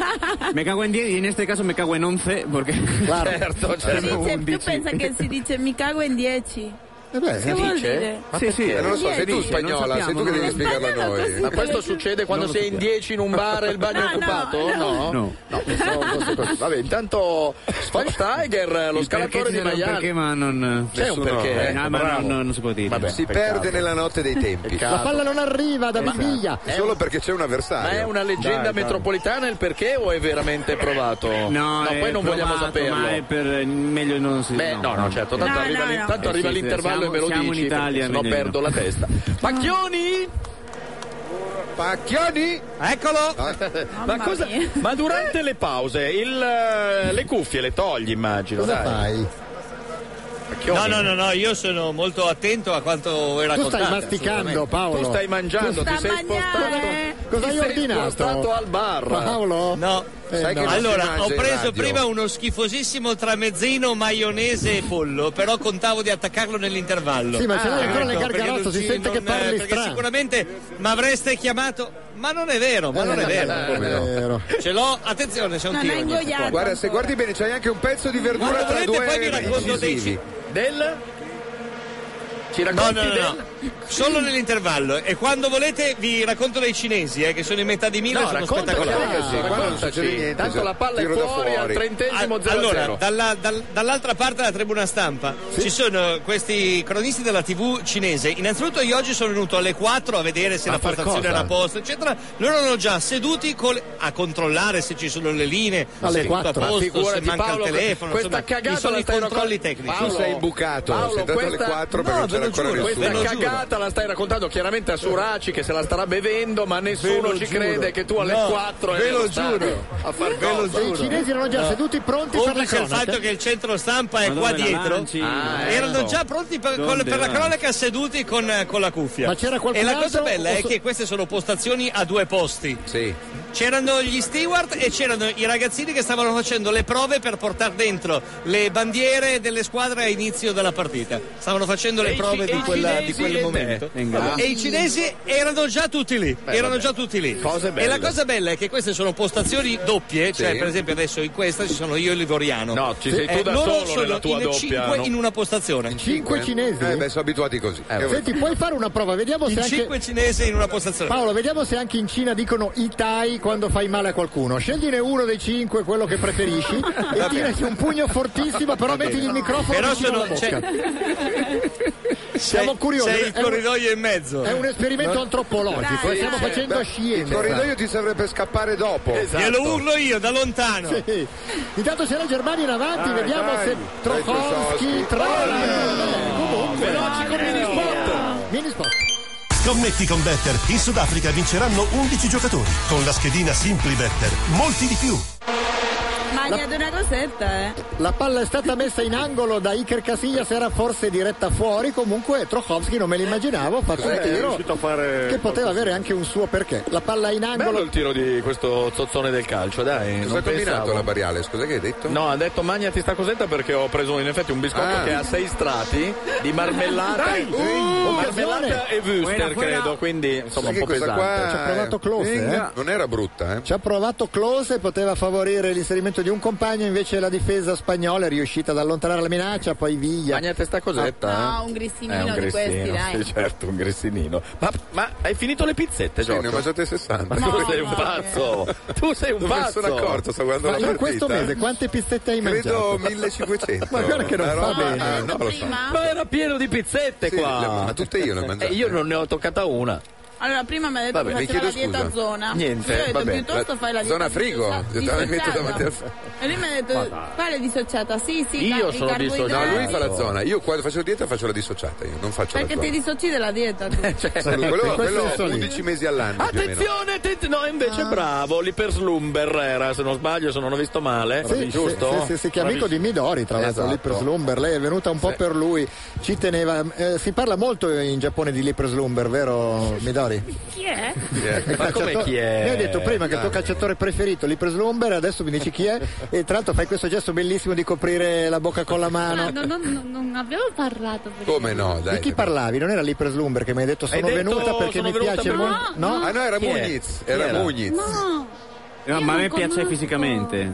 S12: Me cago en 10 y en este caso me cago en 11 porque...
S2: Claro.
S12: Certo,
S17: Si dice, tu pensa che si dice mi cago in 10.
S2: beh,
S17: che vuol dire?
S12: Sì, sì.
S3: Eh, non lo so, sei tu
S12: Dice, non
S3: spagnola, sei tu
S12: sappiamo,
S3: che
S12: non
S3: devi
S12: lo
S3: spiegarlo a noi.
S8: Ma questo succede quando
S4: Non lo
S8: sei in 10 in un bar e il bagno
S12: Ah,
S8: è
S4: No, no,
S8: occupato?
S4: no.
S8: No,
S4: No.
S8: pensavo fosse così. Vabbè, intanto Schweinsteiger, lo scalatore di
S12: c'era un
S8: Maiale.
S12: perché ma non...
S8: C'è un
S12: nessuno-
S8: perché,
S12: eh, no, ma
S8: bravo.
S12: non, non- non si può dire.
S8: Vabbè,
S3: Si
S8: peccato.
S3: perde nella notte dei tempi.
S2: La palla non arriva da Biglia.
S3: Solo perché c'è un avversario.
S8: Ma è una leggenda metropolitana il perché o è veramente provato?
S12: No, è
S8: poi non
S12: provato,
S8: vogliamo saperlo.
S12: Ma è per meglio non si.
S8: Beh, no, no, certo, tanto arriva, l'in- tanto
S12: Eh,
S8: arriva
S12: sì, sì,
S8: l'intervallo
S12: siamo-
S8: e me lo
S12: siamo
S8: dici,
S12: in Italia, Mm.
S8: se no
S12: meglio di
S8: perdo
S12: no.
S8: la testa. Pacchioni!
S3: Pacchioni!
S8: Eccolo!
S12: Ah.
S4: Ma, cosa- ma durante le pause il, eh, le cuffie le togli, immagino.
S2: Cosa
S4: dai.
S2: fai?
S10: No, no, no, no, io sono molto attento a quanto voi
S2: Tu
S10: raccontate.
S2: stai masticando,
S10: assolutamente.
S2: Paolo.
S4: Tu stai mangiando, ti sei spostato.
S2: eh. Cosa
S4: ti
S2: hai
S4: sei
S2: ordinato?
S4: spostato al bar.
S2: Paolo?
S10: No.
S2: Eh,
S3: Sai che
S2: no.
S3: non si
S10: Allora,
S3: mangia
S10: ho
S3: in
S10: preso
S3: radio.
S10: prima uno schifosissimo tramezzino maionese e pollo, però contavo di attaccarlo nell'intervallo.
S2: Sì, ma ce l'hai ancora
S10: ecco,
S2: nel gargarotto,
S10: perché
S2: si
S10: non-
S2: sente che
S10: non-
S2: parli
S10: perché
S2: strano.
S10: Sicuramente mi avreste chiamato, ma non è vero, ma
S2: Eh,
S10: non è vero.
S3: Come no?
S10: Ce l'ho, attenzione, c'è un
S17: Non
S10: tiro.
S17: hai
S10: ogni
S17: ingoiato.
S10: secondo.
S3: Guarda, se guardi bene c'hai anche un pezzo di verdura
S10: Quando
S3: tra
S10: volete
S3: due
S10: poi vi racconto dei
S3: incisivi.
S8: Del? Ci
S10: No,
S8: racconti
S10: no, no,
S8: del?
S10: no. solo nell'intervallo e quando volete vi racconto dei cinesi eh, che sono in metà di mille
S8: No,
S10: e sono
S8: raccontaci,
S10: spettacolari.
S8: ragazzi,
S3: Ah, qua non
S8: raccontaci.
S3: succede niente,
S8: Tanto
S3: cioè,
S8: la palla è
S3: tiro da
S8: fuori al
S3: fuori.
S8: trentesimo
S10: Al-
S8: 0
S10: Ah, allora, dalla- dal- dall'altra parte della tribuna stampa ci sono questi cronisti della TV cinese. Innanzitutto, io oggi sono venuto alle 4 a vedere se
S8: A
S10: la
S8: far
S10: postazione
S8: cosa?
S10: era a posto, eccetera. Loro erano già seduti col- a controllare se ci sono le linee,
S2: Alle
S10: se è tutto a
S2: 4.
S10: posto, se
S8: Figurati,
S10: manca
S8: Paolo,
S10: il telefono.
S8: questa
S10: insomma,
S8: cagata
S10: ci sono
S8: la
S10: i
S8: stai
S10: controlli
S8: raccon-
S10: tecnici.
S3: Tu sei imbucato,
S8: Paolo,
S3: sei entrato
S8: questa-
S3: alle 4
S10: no,
S3: perché non
S10: ve
S3: c'era
S10: lo
S3: ancora
S10: giuro,
S3: nessuno.
S10: questa
S8: Questa
S10: lo
S8: cagata la stai raccontando chiaramente a Suraci che se la starà bevendo, ma
S2: Ve
S8: nessuno
S2: lo
S8: ci
S2: giuro.
S8: crede che tu alle
S10: No,
S8: 4
S10: ve
S8: eri
S10: lo
S8: allo stadio
S10: giuro.
S8: a far
S2: E I
S8: cosa.
S2: cinesi erano già seduti pronti per
S10: Oltre
S2: la
S10: che il fatto
S2: cronaca.
S10: che il centro stampa è
S12: Ma
S10: qua
S12: dove la
S10: dietro,
S12: lanci?
S8: Ah,
S10: erano
S8: ecco.
S10: già pronti per, con-
S12: Dove
S10: per la
S12: va?
S10: cronaca seduti con, eh, con la cuffia.
S2: Ma c'era qualcun
S10: e la cosa
S2: altro
S10: bella
S2: o
S10: è
S2: so-
S10: che queste sono postazioni a due posti.
S3: Sì.
S10: C'erano gli steward e c'erano i ragazzini che stavano facendo le prove per portare dentro le bandiere delle squadre a inizio della partita. Stavano facendo le
S8: i
S10: prove
S8: ci- e
S10: di,
S8: i
S10: quella- di
S8: cinesi
S10: quel
S8: e
S10: momento.
S12: te. Venga.
S10: E i cinesi erano già tutti lì. erano già tutti lì.
S8: Cose
S10: e
S8: belle.
S10: la cosa bella è che queste sono postazioni doppie, cioè per esempio adesso in questa ci sono io e Livoriano.
S8: No, ci sei
S10: Eh,
S8: tu da
S10: loro
S8: solo
S10: sono
S8: nella tua
S10: in
S8: doppia,
S10: cinque
S8: no?
S10: in una postazione.
S2: Cinque cinesi.
S3: Eh beh, sono abituati così. Eh, vabbè.
S2: Senti, puoi fare una prova? Vediamo se
S10: In
S2: anche.
S10: cinque cinesi in una postazione.
S2: Paolo, vediamo se anche in Cina dicono Itai quando fai male a qualcuno. Scegliene uno dei cinque, quello che preferisci, e tirati un pugno fortissimo, però metti il microfono
S10: Però
S2: vicino alla
S10: sono-
S2: bocca. Siamo
S10: C'è-
S2: curiosi.
S10: C'è il
S2: È un-
S10: corridoio in mezzo.
S2: È un esperimento antropologico,
S17: Dai,
S2: stiamo
S17: dai.
S2: facendo
S3: Il
S2: scienza. Esatto.
S3: corridoio ti serve per scappare dopo.
S10: Glielo urlo io da lontano.
S2: Sì. Intanto c'è la Germania in avanti,
S20: Dai,
S2: vediamo
S20: dai.
S2: se
S3: Dai,
S2: Trochowski
S3: Trochowski.
S2: trova. Comunque, veloci con
S3: Eh,
S2: mini spot. Mini spot.
S11: Scommetti con Better, in Sudafrica vinceranno 11 giocatori. Con la schedina Simply Better, molti di più.
S17: Magna di una cosetta, eh.
S2: La palla è stata messa in angolo da Iker Casillas, era forse diretta fuori, comunque Trochowski non me l'immaginavo, ha fatto
S3: Eh,
S2: un
S20: È
S2: tiro
S20: riuscito a fare.
S2: che poteva avere anche un suo perché. La palla in
S4: Bello
S2: angolo,
S4: il tiro di questo zozzone del calcio, dai.
S3: Cosa
S4: non
S3: ha combinato
S4: pensavo.
S3: la Bariale? Scusa che hai detto?
S4: No, ha detto magnati sta cosetta perché ho preso in effetti un biscotto
S3: Ah.
S4: che ha sei strati di marmellata,
S2: Uh,
S4: marmellata e
S12: Buona,
S4: wuster
S12: buona.
S4: credo, quindi insomma
S3: Oh, Sai
S4: un po'
S3: che questa
S4: pesante.
S3: qua
S2: Ci ha provato Klose,
S3: Venga.
S2: eh.
S3: Non era brutta, eh?
S2: ci ha provato Close, poteva favorire l'inserimento di un compagno, invece la difesa spagnola è riuscita ad allontanare la minaccia, poi Ah, Viglia.
S4: Magnate sta cosetta.
S13: No,
S3: Ah?
S4: eh.
S13: Ah, un
S4: Eh,
S13: grissinino
S4: un
S13: di questi,
S4: grissino,
S13: dai.
S4: Sì, certo, un grissinino. Ma, ma hai finito le pizzette,
S3: Sì, ne ho
S4: Giorgio?
S3: mangiate 60.
S4: Ma tu
S13: No,
S4: sei un
S13: no,
S4: pazzo! Tu sei un
S3: Non me ne
S4: pazzo!
S3: sono accorto, sto guardando
S2: Ma
S3: la
S2: in questo
S3: partita.
S2: mese quante pizzette hai mangiato?
S3: Credo 1500.
S2: Ma guarda che non
S3: Una
S2: fa
S3: roba-
S2: bene.
S3: Ah, no, lo so.
S13: Prima?
S4: Ma era pieno di pizzette
S3: Sì,
S4: qua! Eh,
S3: le- ma tutte io le ho
S4: E
S3: mangiate.
S4: io non ne ho toccata una.
S13: Allora, prima mi ha detto
S3: Vabbè,
S13: che
S3: vi
S13: faceva la
S3: chiedo
S13: dieta
S3: scusa.
S13: zona.
S3: Niente,
S13: Io ho detto
S3: vabbè,
S13: piuttosto
S3: la-
S13: fai la dieta
S3: zona frigo,
S13: dissocia-
S3: te la metto
S13: dissociata.
S3: davanti al-
S13: E lui mi ha detto,
S3: Ma-
S13: fai la dissociata, sì, sì,
S3: Io
S13: i
S3: sono
S13: carboidrati.
S3: dissociato. No, lui fa la zona. Io quando faccio dieta faccio la dissociata, io non faccio
S13: Perché
S3: la
S13: ti
S3: zona.
S13: dissoci dalla dieta tu.
S3: Eh, certo. quello,
S13: Questo
S3: quello
S13: sono io.
S3: 11 mesi all'anno più o meno.
S4: Attenzione, attenzione, no,
S2: Ah.
S13: Ah,
S4: invece bravo, l'Iperslumber era, se non sbaglio, se non ho visto male,
S2: Eh, Sì,
S4: giusto?
S2: sì, sì, sì, che è amico di Midori, tra l'altro,
S4: Esatto.
S2: Leper Slumber, lei è venuta un po' per lui, ci teneva. eh, si parla molto in Giappone di Leper Slumber, vero Midori?
S1: Chi è?
S2: È
S4: Ma
S2: calciato-
S4: come chi è?
S2: Ecco. Mi hai detto prima che il tuo
S4: Dai.
S2: calciatore preferito, Leper Slumber, adesso mi dici chi è e tra l'altro fai questo gesto bellissimo di coprire la bocca con la
S1: Ah,
S2: mano.
S1: non, non- non avevo parlato prima.
S3: no?
S2: Di chi parlavi? Non era Leper Slumber che mi hai detto sono
S3: detto,
S2: venuta perché
S3: "Sono
S2: mi
S3: venuta
S2: piace
S3: per-
S2: molto.
S3: No? Ah, no, era Chi è? Muñiz, era Chi era? Muñiz.
S1: No.
S12: No,
S1: Io
S12: Eh, ma a
S1: non
S12: me piace
S1: conosco.
S12: fisicamente.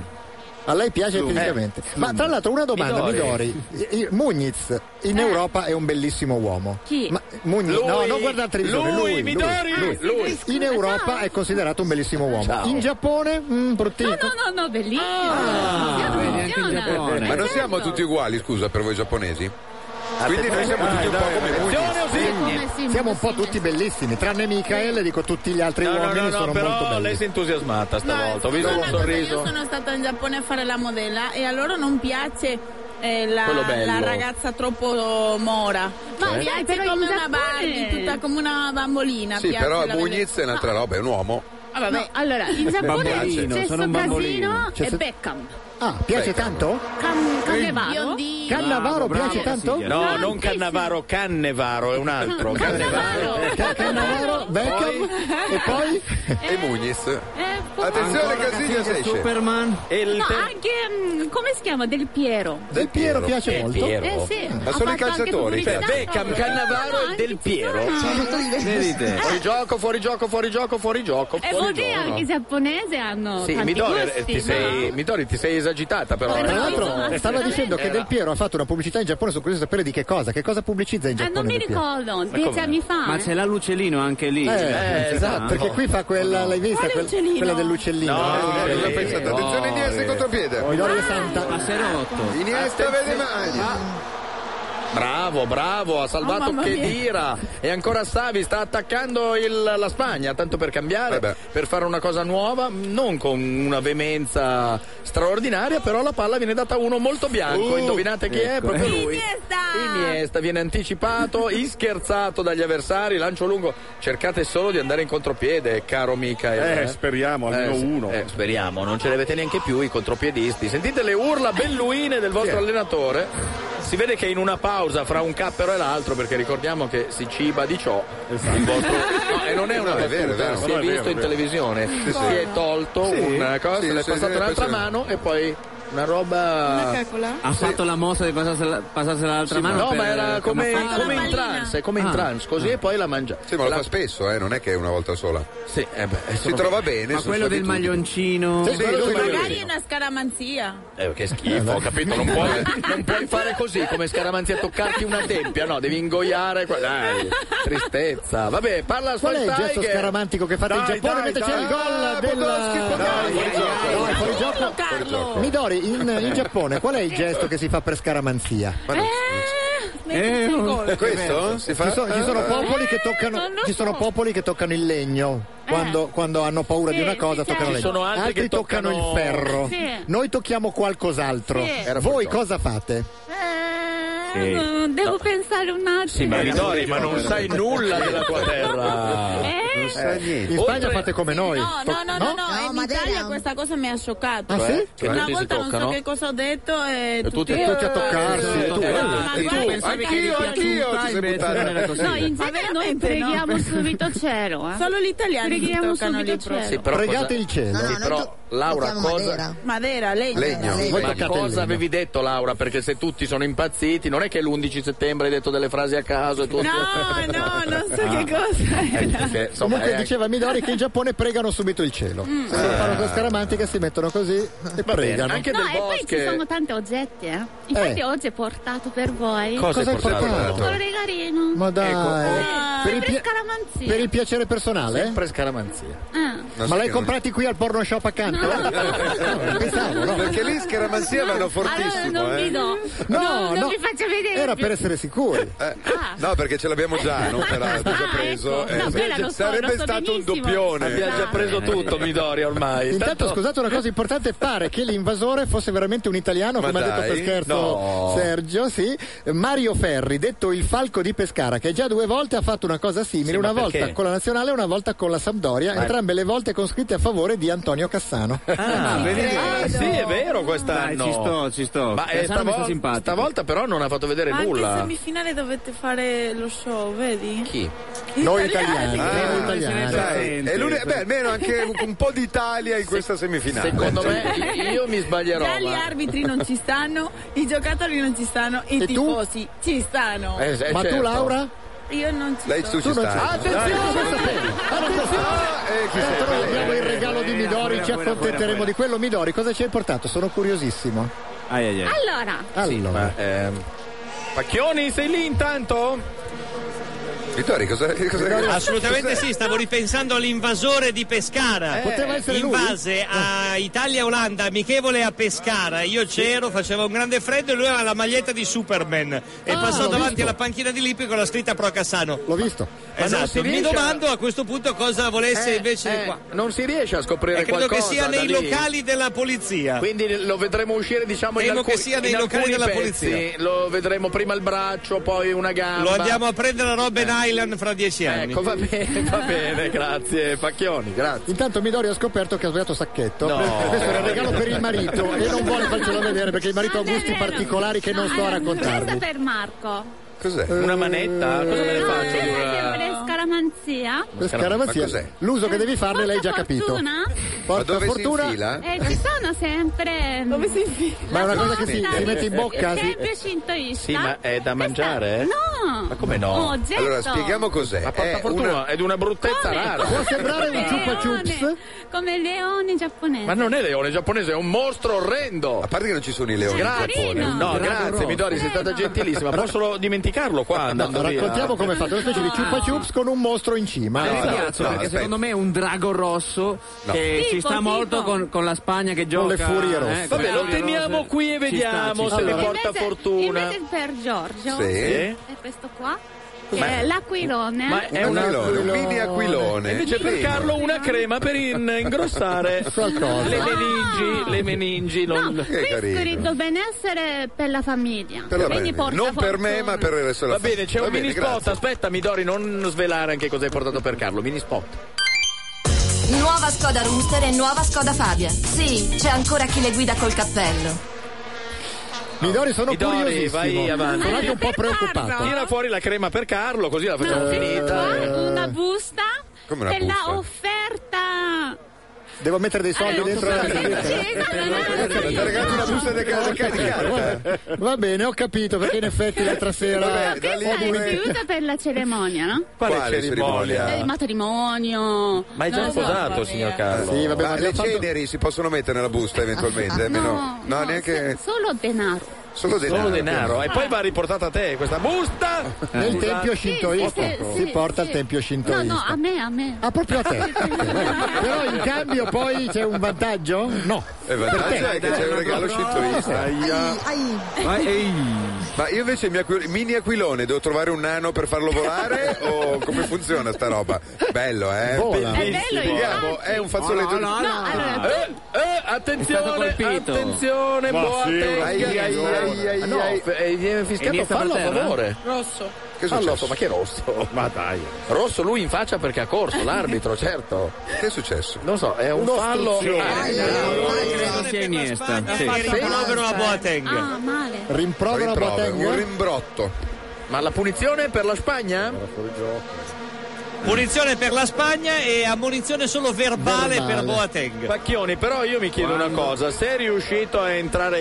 S2: A lei piace
S12: Slumber.
S2: fisicamente.
S12: Eh,
S2: Ma tra l'altro una domanda,
S12: Midori.
S2: Midori. I- I- Muñiz in Europa è un bellissimo uomo.
S1: Eh. Chi?
S2: Ma Muñiz,
S21: Lui.
S2: no, non guardare il televisore.
S21: Lui,
S2: Lui, lui,
S21: Midori.
S2: lui.
S21: Ah, lui.
S2: In Europa è considerato un bellissimo uomo.
S21: Ciao.
S2: In Giappone, mm, bruttino.
S1: No, no, no, bellissimo.
S3: Ah,
S4: Ah,
S1: funziona.
S3: Ma non siamo tutti uguali, scusa, per voi giapponesi? Quindi noi siamo tutti un po' come Muñiz.
S2: Siamo un po' tutti bellissimi, tranne Michael, dico tutti gli altri
S4: No, no,
S2: uomini
S4: no, no,
S2: sono molto
S4: però
S2: belli.
S4: lei si è entusiasmata stavolta, ho visto
S13: Guarda,
S4: un
S13: cosa, Io
S4: sorriso.
S13: sono stata in Giappone a fare la modella e a loro non piace eh, la,
S4: Quello bello.
S13: la ragazza troppo mora. Ma
S3: Eh?
S13: piace
S1: Però in
S13: come una
S1: Giappone-
S13: Barbie, tutta come una bambolina.
S3: Sì,
S13: piace
S3: però
S13: la vedere.
S3: Muñiz è un'altra roba, è un uomo.
S13: Ah, vabbè.
S1: No, allora, in Giappone
S3: Bambolino,
S1: c'è
S3: cioè, sono
S1: sto
S3: un bambolino.
S1: casino
S3: C'è
S1: e
S3: sto-
S1: Beckham.
S2: Ah, piace tanto?
S1: Cam- Cannevaro?
S2: Cannavaro piace tanto?
S4: No, non Cannavaro, Cannevaro è un altro. Cannevaro.
S2: Cannavaro, Beckham e poi
S3: e Muñiz.
S1: Eh, poi-
S3: Attenzione Casillas esce.
S4: E il
S1: No,
S4: te-
S1: anche mm, come si chiama? Del Piero.
S2: Del Piero piace
S1: Del
S2: molto.
S1: Piero. Eh, sì.
S3: Ma
S1: Ha
S3: sono i
S1: fatto anche
S3: calciatori, cioè
S1: pubblicità.
S4: Beckham,
S1: No, no,
S4: Cannavaro e
S1: anche
S4: Del Piero.
S1: Zidane.
S4: Vedete? Fuori gioco, fuori gioco, fuori gioco, fuori gioco.
S1: E Eh, vuol
S4: fuori
S1: dire
S4: gioco.
S1: anche i giapponesi hanno
S4: Sì,
S1: tanti
S4: Midori, eh,
S1: gusti,
S4: ti sei,
S1: no? Ah,
S4: Midori, ti sei esagitata però.
S1: Eh,
S4: eh.
S2: Tra l'altro
S1: Insomma,
S2: stava dicendo che
S4: Era-
S2: Del Piero ha fatto una pubblicità in Giappone, sono curioso di sapere di che cosa, che cosa pubblicizza in
S1: Ah,
S2: Giappone.
S1: non mi
S2: Del Piero.
S1: ricordo,
S12: Ma
S1: dieci
S12: come?
S1: anni fa.
S12: Ma
S1: eh.
S12: c'è la Lucellino anche lì.
S2: Eh,
S12: cioè,
S2: esatto, perché qui fa quella, l'hai vista? Quel- quella dell'uccellino.
S3: Cosa
S2: Eh,
S3: pensate? Attenzione Iniesta in contropiede.
S2: Midori è santa.
S1: Ah,
S12: Passerotto.
S3: Iniesta vede Magni.
S4: Ah. Bravo, bravo, ha
S3: Oh,
S4: salvato
S3: mamma mia.
S4: Kedira. E ancora Savi sta attaccando il- la Spagna, tanto per cambiare, per fare una cosa nuova, non con una veemenza straordinaria, però la palla viene data a uno molto bianco.
S10: Uh,
S4: Indovinate chi è?
S10: ecco.
S4: Proprio lui. Iniesta viene anticipato, ischerzato dagli avversari, lancio lungo. Cercate solo di andare in contropiede, caro Mica.
S20: Eh, speriamo, almeno uno.
S4: Eh, speriamo, non ce ne avete neanche più i contropiedisti. Sentite le urla belluine del vostro allenatore. Si vede che in una pausa fra un cappero e l'altro, perché ricordiamo che si ciba di ciò, il vostro... No, e non è una
S3: Esatto. No,
S4: battuta,
S3: è vero, è vero.
S4: si
S3: No,
S4: è
S3: è vero,
S4: visto
S3: è
S4: in
S3: vero.
S4: televisione,
S3: Sì,
S4: si
S3: sì.
S4: è tolto
S3: Sì.
S4: una cosa,
S3: Sì,
S4: se l'è
S3: sì,
S4: passata
S3: sì,
S4: un'altra
S3: sì.
S4: mano e poi una roba...
S12: Eh, Ha fatto la mossa di passarsela, passarsela l'altra
S4: Sì,
S12: mano.
S4: no,
S12: per-
S4: ma era come,
S12: ha fatto
S4: come
S12: la
S4: in
S12: pallina.
S4: trance, come in
S12: Ah.
S4: trance, così e poi la mangia.
S3: Sì, ma lo fa spesso, eh, non è che è una volta sola.
S4: Sì, eh beh,
S3: si
S4: sono-
S3: trova bene.
S12: Ma
S3: sono
S12: quello del
S3: solitudini.
S12: maglioncino.
S3: Sì, quello del
S13: Magari è una scaramanzia.
S4: Eh, che schifo, ho capito, non puoi, non puoi fare così come scaramanzia toccarti una tempia, no, devi ingoiare qua. Dai, tristezza. Vabbè, parla al
S2: Qual è il gesto
S4: Schweinsteiger.
S2: scaramantico che fate in
S4: Dai,
S2: Giappone
S4: dai,
S2: mentre c'è
S4: dai.
S2: il gol della... No, è fuori gioco. Midori, in, in Giappone qual è il gesto che si fa per scaramanzia?
S3: Eh, oh, questo? Si fa?
S2: Ci, so- ci sono
S3: Eh,
S2: popoli che toccano, ci sono popoli che toccano il legno quando, quando hanno paura
S21: Sì,
S2: di una cosa
S21: sì,
S2: toccano il
S21: certo.
S2: legno.
S21: Ci sono altri che
S2: toccano,
S21: toccano-
S2: il ferro.
S1: Sì.
S2: Noi tocchiamo qualcos'altro.
S1: Sì. Era
S2: Voi
S1: fortuna.
S2: cosa fate?
S1: Eh, no, devo
S4: No.
S1: pensare un attimo.
S4: Sì,
S2: Eh,
S4: ma Midori, ma non sai nulla della tua terra.
S1: Eh?
S4: Non sai niente.
S2: In Spagna fate come noi.
S13: No, no, no, no, no, in Italia questa cosa mi ha scioccato.
S2: Ah, sì?
S4: Cioè,
S13: Una
S4: tutti si
S13: volta non so
S4: toccano?
S13: che cosa ho detto e,
S4: tutti-
S13: tutti,
S4: E tutti a toccarsi,
S13: Eh,
S4: tu,
S13: eh,
S4: eh, e tu,
S13: ma guarda,
S4: anch'io,
S13: pensavo che-
S4: anch'io, ci sei buttata.
S1: No, in genere noi
S13: veramente
S1: preghiamo
S13: no.
S1: subito cielo. Eh.
S13: Solo gli italiani
S1: Preghiamo
S13: toccano
S1: subito
S13: lì proprio.
S1: cielo.
S4: Sì, però
S2: Pregate
S4: cosa-
S2: il cielo.
S4: Sì, però, Laura, cosa,
S13: Madera, legno.
S4: Legno.
S2: Voi
S4: Ma
S2: toccate il legno.
S4: cosa avevi detto Laura? Perché se tutti sono impazziti, non è che l'11 settembre hai detto delle frasi a caso e tu...
S13: No, no, non so che cosa.
S4: Eh, Eh. perché, insomma,
S2: Comunque
S4: è-
S2: diceva Midori che in Giappone pregano subito il cielo.
S1: Mm.
S2: Se non fanno con scaramantica si mettono così e pregano.
S1: no, e poi ci sono tanti oggetti, eh. Infatti
S2: Eh.
S1: oggi ho portato per voi.
S2: Cosa hai Cosa hai portato? portato?
S1: Un regalino.
S2: Ma dai, per, il
S1: Sempre
S2: pia-
S1: scaramanzia.
S2: per il piacere personale?
S4: Sempre scaramanzia.
S1: Ah.
S2: Ma l'hai comprati qui al porno shop accanto?
S4: Eh,
S2: Pensavo, no.
S3: Perché lì scaramanzia vanno fortissimo.
S1: Allora non
S3: eh.
S1: vi do.
S2: No,
S1: non
S2: no.
S1: vi faccio vedere.
S2: Era
S1: più.
S3: Eh,
S2: per essere sicuri.
S3: No, perché ce l'abbiamo già, non te l'ha già preso.
S1: No, quella lo so,
S3: sarebbe
S13: sto
S3: stato un
S13: benissimo.
S3: doppione.
S4: Abbiamo già preso tutto, Midori, ormai.
S2: Intanto,
S4: Tanto-
S2: scusate, una cosa importante pare che l'invasore fosse veramente un italiano,
S4: Ma
S2: come ha detto
S4: dai,
S2: per scherzo
S4: no.
S2: Sergio, sì. Mario Ferri, detto il falco di Pescara, che già due volte ha fatto una cosa simile,
S4: Sì, ma
S2: una
S4: perché?
S2: volta con la nazionale e una volta con la Sampdoria,
S4: Ma-
S2: entrambe le volte con scritte a favore di Antonio Cassano.
S4: Ah, vedi? Ah, sì, è vero quest'anno.
S12: Dai, ci sto, ci sto.
S4: Ma eh,
S12: Quest'anno mi sta
S4: stavol-
S12: simpatico.
S4: stavolta però non ha fatto vedere
S13: Ma anche
S4: nulla.
S13: semifinale dovete fare lo show, vedi?
S4: Chi?
S2: Noi italiani,
S3: Ah,
S2: noi
S3: Dai,
S2: italiani.
S3: è l'uni- beh, almeno anche un- un po' d'Italia in questa semifinale.
S4: Secondo me io mi sbaglierò.
S13: Già gli
S4: ma-
S13: arbitri non ci stanno, i giocatori non ci stanno, i
S2: E tu?
S13: tifosi ci stanno.
S4: Eh, eh, Ma tu, certo. Laura?
S13: Io non ci
S3: Lei
S13: sto.
S3: tu ci Tu non stai. ci stai.
S13: Attenzione!
S3: Dai, Ah, eh, lo
S2: Tanto noi abbiamo il regalo di Midori, ci accontenteremo di quello. Midori, cosa ci hai portato? Sono curiosissimo.
S1: Allora,
S2: Allora.
S4: ehm, Pacchioni, sei lì intanto?
S3: Vittorio, cosa, cosa
S10: Assolutamente sì, stavo ripensando all'invasore di Pescara.
S2: Eh, poteva essere
S10: in
S2: lui?
S10: base a Italia-Olanda, amichevole a Pescara. Io c'ero, faceva un grande freddo e lui aveva la maglietta di Superman. E
S2: Ah,
S10: passò
S2: l'ho
S10: davanti
S2: visto.
S10: alla panchina di Lippi con la scritta Pro Cassano.
S2: L'ho visto.
S4: Ma non si
S10: Esatto, mi
S4: riesce a-
S10: domando a questo punto cosa volesse
S4: Eh,
S10: invece
S4: eh,
S10: qua.
S4: Non si riesce a scoprire
S10: E Eh, credo che
S4: qualcosa
S10: sia
S4: da
S10: nei
S4: lì.
S10: locali della polizia.
S4: Quindi lo vedremo uscire, diciamo, in
S10: Temo
S4: alcuni,
S10: che sia nei
S4: in alcuni
S10: locali della
S4: pezzi.
S10: polizia.
S4: Lo vedremo prima il braccio, poi una gamba.
S10: Lo andiamo a prendere a Robben Island fra dieci anni.
S4: Eh. Ecco, va bene, va bene, grazie Pacchioni, grazie.
S2: Intanto Midori ha scoperto che ha sbagliato sacchetto.
S4: No.
S2: Questo era il regalo per il marito e non vuole farcelo vedere perché il marito ha gusti
S1: Andrea, no.
S2: particolari che non sto a
S1: allora, Questa
S2: raccontarvi.
S1: per Marco. Ah,
S3: Cos'è?
S2: Eh,
S4: Una manetta? Cosa me ne faccio? di
S1: Per
S4: una-
S1: scaramanzia?
S2: Questa
S3: Ma
S2: scaramanzia,
S3: cos'è?
S2: l'uso che devi farne l'hai già capito.
S1: Fortuna?
S2: Porta
S3: Ma dove si
S2: fortuna.
S3: infila?
S1: Eh, ci sono sempre.
S13: Dove si infila?
S2: Ma è una cosa che si- si mette in bocca, sì.
S1: Sempre scintoista.
S4: Sì, ma è da mangiare? eh?
S1: No!
S4: Ma come
S1: Un
S4: no?
S1: oggetto.
S3: Allora, spieghiamo cos'è.
S4: La porta
S3: È
S4: fortuna
S3: una-
S4: è di una bruttezza
S1: Come?
S4: rara.
S2: Può sembrare un
S1: Come
S2: chupa
S1: leone,
S2: chups.
S1: Come leone giapponese.
S4: Ma non è leone giapponese, è un mostro orrendo.
S3: A parte che non ci sono i leoni in
S4: Grazie,
S3: Giappone.
S1: Carino.
S4: no,
S1: Bravo,
S4: grazie
S1: Rosa.
S4: Midori, sei stata gentilissima. Posso dimenticarlo qua andando via?
S2: Raccontiamo come è fatto, una specie di chupa chups con un mostro in cima. Esatto.
S12: A me
S3: no,
S12: piacciono
S3: no,
S12: perché
S3: aspetta.
S12: secondo me è un drago rosso che
S1: Tipo,
S12: ci sta
S1: tipo.
S12: molto con, con la Spagna che gioca. eh,
S2: Con le furie rosse.
S12: con
S4: Vabbè,
S12: le
S4: lo
S12: furie
S4: teniamo
S12: rosse.
S4: qui e
S12: Ci sta,
S4: vediamo
S12: ci sta.
S4: se mi
S2: Allora.
S4: porta
S1: Invece-
S4: fortuna.
S1: Invece per Giorgio
S4: Sì.
S3: Sì.
S1: è questo qua. Che
S4: Ma-
S1: è l'aquilone.
S4: Ma è
S3: Un
S4: una
S3: aquilone, un mini aquilone.
S4: Invece per Carlo una crema per in- ingrossare
S2: Qualcosa.
S4: le meningi, le meningi,
S1: Ah. No,
S4: non...
S3: Che
S1: questo
S3: carino.
S1: ricco benessere per la famiglia.
S3: Per la
S1: Quindi
S3: famiglia.
S1: porta
S3: non per me,
S1: fortuna.
S3: ma per il resto della
S4: Va bene, c'è
S3: famiglia.
S4: un mini
S3: bene,
S4: spot,
S3: grazie.
S4: aspetta Midori, non svelare anche cosa hai portato per Carlo, mini spot.
S19: Nuova Skoda Rooster e nuova Skoda Fabia. Sì, c'è ancora chi le guida col cappello.
S2: Midori sono
S4: Midori,
S2: curiosissimo.
S4: vai avanti.
S2: Sono anche un po'
S1: Aspetta,
S2: preoccupato.
S1: guarda.
S4: Tira fuori la crema per Carlo, così la facciamo
S1: No, sì,
S4: finita.
S1: qua una busta
S3: Eh. Come una
S1: della
S3: busta?
S1: offerta.
S2: Devo mettere dei soldi
S1: Allora,
S2: dentro
S1: non
S2: la
S1: so se
S2: casetta.
S1: c'è,
S3: esatto.
S1: no, non è una
S3: Ti ha regalato una busta di ca- di ca- di carta.
S2: Va bene, ho capito perché in effetti l'altra sera
S3: Vabbè, da lì
S1: Questa è
S3: due-
S1: istituita per la cerimonia, no?
S4: Quale
S3: Quale Eh.
S4: cerimonia?
S1: Per il matrimonio.
S4: Ma è già
S1: non lo so.
S4: sposato, signor Carlo.
S2: Sì, vabbè,
S3: Ma
S2: ma
S3: Ah, le
S2: abbiamo fatto-
S3: ceneri si possono mettere nella busta eventualmente?
S1: No,
S3: Meno- no,
S1: no,
S3: neanche.
S2: Eh.
S1: se- solo denaro.
S3: Solo denaro.
S4: Solo denaro. E poi va riportata a te questa busta.
S2: nel
S4: Scusa.
S2: tempio
S1: Sì,
S2: shintoista
S1: sì, sì,
S2: si
S1: sì,
S2: porta al
S1: sì.
S2: tempio
S1: No,
S2: shintoista.
S1: no, a me, a me.
S2: Ah, proprio a te. Però in cambio poi c'è un vantaggio? No.
S3: E vantaggio è che c'è un regalo scintoista.
S12: Ma- ehi.
S3: Ma io invece il mio aquil- mini aquilone devo trovare un nano per farlo volare? o come funziona sta roba? Bello, eh?
S2: Vola.
S1: È bello il
S3: Spieghiamo, è un fazzoletto di.
S1: No, allora,
S4: Eh, eh,
S12: stato
S4: attenzione,
S12: colpito.
S4: attenzione,
S18: Ma sì,
S4: Boateng.
S3: Ai, ai, ai, ai, ai.
S4: Ah, no, f- eh, viene fischiato,
S12: Iniesta per
S4: fallo a
S12: terra?
S4: favore.
S13: Rosso.
S3: Che è
S4: Fallo,
S3: successo?
S4: ma che rosso?
S18: Ma dai.
S4: Rosso lui in faccia perché ha corso, l'arbitro, certo.
S3: Che è successo?
S4: Non so, è un fallo.
S12: Credo sia Iniesta. Sì.
S10: Il rimprovero a Boateng.
S1: ah, male.
S2: Rimprovera
S3: Rimprovero, un
S2: Boateng.
S3: rimbrotto.
S4: Ma la punizione per la Spagna?
S10: Punizione per la Spagna e ammonizione solo verbale,
S2: Verbale.
S10: per Boateng.
S4: Pacchioni, però io mi chiedo una cosa, se è riuscito a entrare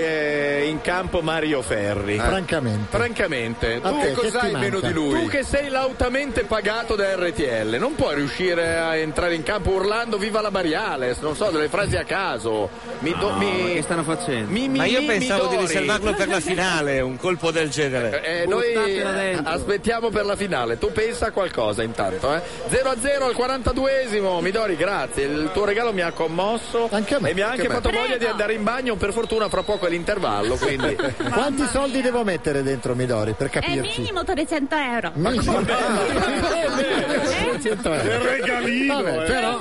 S4: eh, in campo Mario Ferri?
S2: Francamente.
S4: Francamente,
S2: A
S4: tu,
S2: te,
S3: Che
S2: ti
S3: cos'hai
S2: manca?
S3: meno di
S4: tu
S3: lui?
S4: che sei lautamente pagato da RTL, non puoi riuscire a entrare in campo urlando viva la Bariales, non so, delle frasi a caso. Mi do- mi-
S12: Ma che stanno facendo?
S4: mi- mi-
S10: Ma io
S4: mi-
S10: pensavo di
S4: Midori.
S10: riservarlo per la finale, un colpo del genere.
S4: Eh, noi
S12: Buttatela dentro.
S4: aspettiamo per la finale, tu pensa a qualcosa intanto, eh? 0 a 0 al 42esimo. Midori, grazie. Il tuo regalo mi ha commosso. E mi ha anche
S2: anche a me.
S4: fatto voglia di
S2: Prego.
S4: andare in bagno. Per fortuna, fra poco è l'intervallo. Quindi.
S2: Quanti soldi devo mettere dentro Midori per
S1: È
S2: capirci?
S1: minimo 300 euro.
S3: Il eh. regalino,
S2: Vabbè,
S3: eh.
S2: però,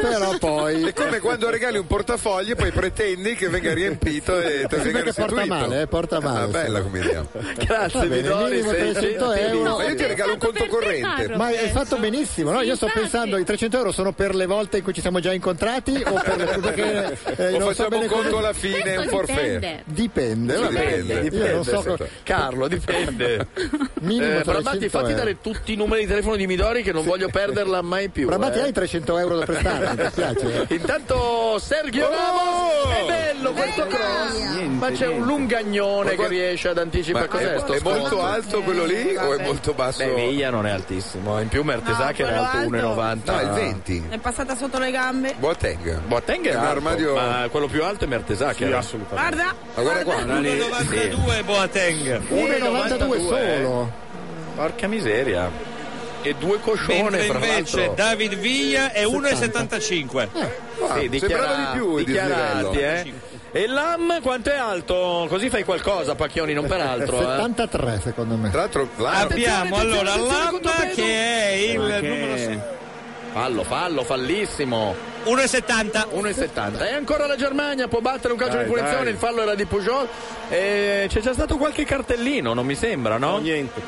S2: però poi
S3: È come quando regali un portafoglio e poi pretendi che venga riempito e te
S2: Sì,
S3: venga
S2: perché porta
S3: restituito.
S2: male, eh, porta male,
S3: Ah, bella
S2: sì.
S3: come idea.
S2: Va bene, minimo 300 euro.
S3: Ma io ti regalo un conto corrente.
S2: Ma
S1: eh,
S2: hai fatto benissimo, no? Io sto pensando, i 300 euro sono per le volte in cui ci siamo già incontrati o per le perché, eh,
S3: o
S2: non so
S3: facciamo
S2: bene
S3: un conto
S2: come-
S3: alla fine, un forfait.
S2: Dipende,
S3: Sì,
S2: va bene.
S3: dipende,
S2: Io non
S3: dipende,
S2: so.
S3: certo.
S4: Carlo, dipende.
S2: Minimo
S4: Eh, Brabatti,
S2: 300
S4: fatti
S2: euro.
S4: dare tutti i numeri di telefono di Midori che non voglio perderla mai più.
S2: Brabatti,
S4: eh.
S2: hai 300 euro da prestare, mi piace.
S4: Intanto Sergio
S3: Oh!
S4: Ramos è bello questo cross, ma c'è un lungagnone che riesce ad
S3: Ma
S4: anticipare. Cos'è
S3: è,
S4: sto
S3: è molto
S4: sconto?
S3: alto quello lì o è molto basso?
S4: Beh, Viglia non è altissimo, eh. in più
S13: Ah,
S4: Mertesacker
S3: No,
S4: è alto
S3: quello
S4: 1,90.
S3: No, il 20.
S13: È passata sotto le gambe.
S3: Boateng.
S4: Boateng è,
S3: È un
S4: alto,
S3: armadio-
S4: ma quello più alto è Mertesacker.
S3: Sì,
S4: assolutamente.
S13: Guarda,
S4: Ma guarda qua, una lì-
S10: 1,92 Boateng.
S2: 1,92
S4: eh.
S2: solo.
S4: Porca miseria. E due coscione
S10: Mentre
S4: fra
S10: invece
S4: l'altro. Eh,
S10: David Villa è 1,75.
S4: Sì, dichiara- dichiarati, eh. E l'AM quanto è alto? Così fai qualcosa, Pacchioni, non per altro. eh.
S2: 73 secondo me.
S3: Tra l'altro
S4: Abbiamo allora l'AM che è
S10: il numero
S4: Fallo, fallo, fallissimo.
S10: 1,70.
S4: 1,70. E ancora la Germania può battere un calcio
S10: Dai,
S4: di punizione,
S10: dai.
S4: il fallo era di Pujol. E c'è già stato qualche cartellino, non mi sembra, no? niente.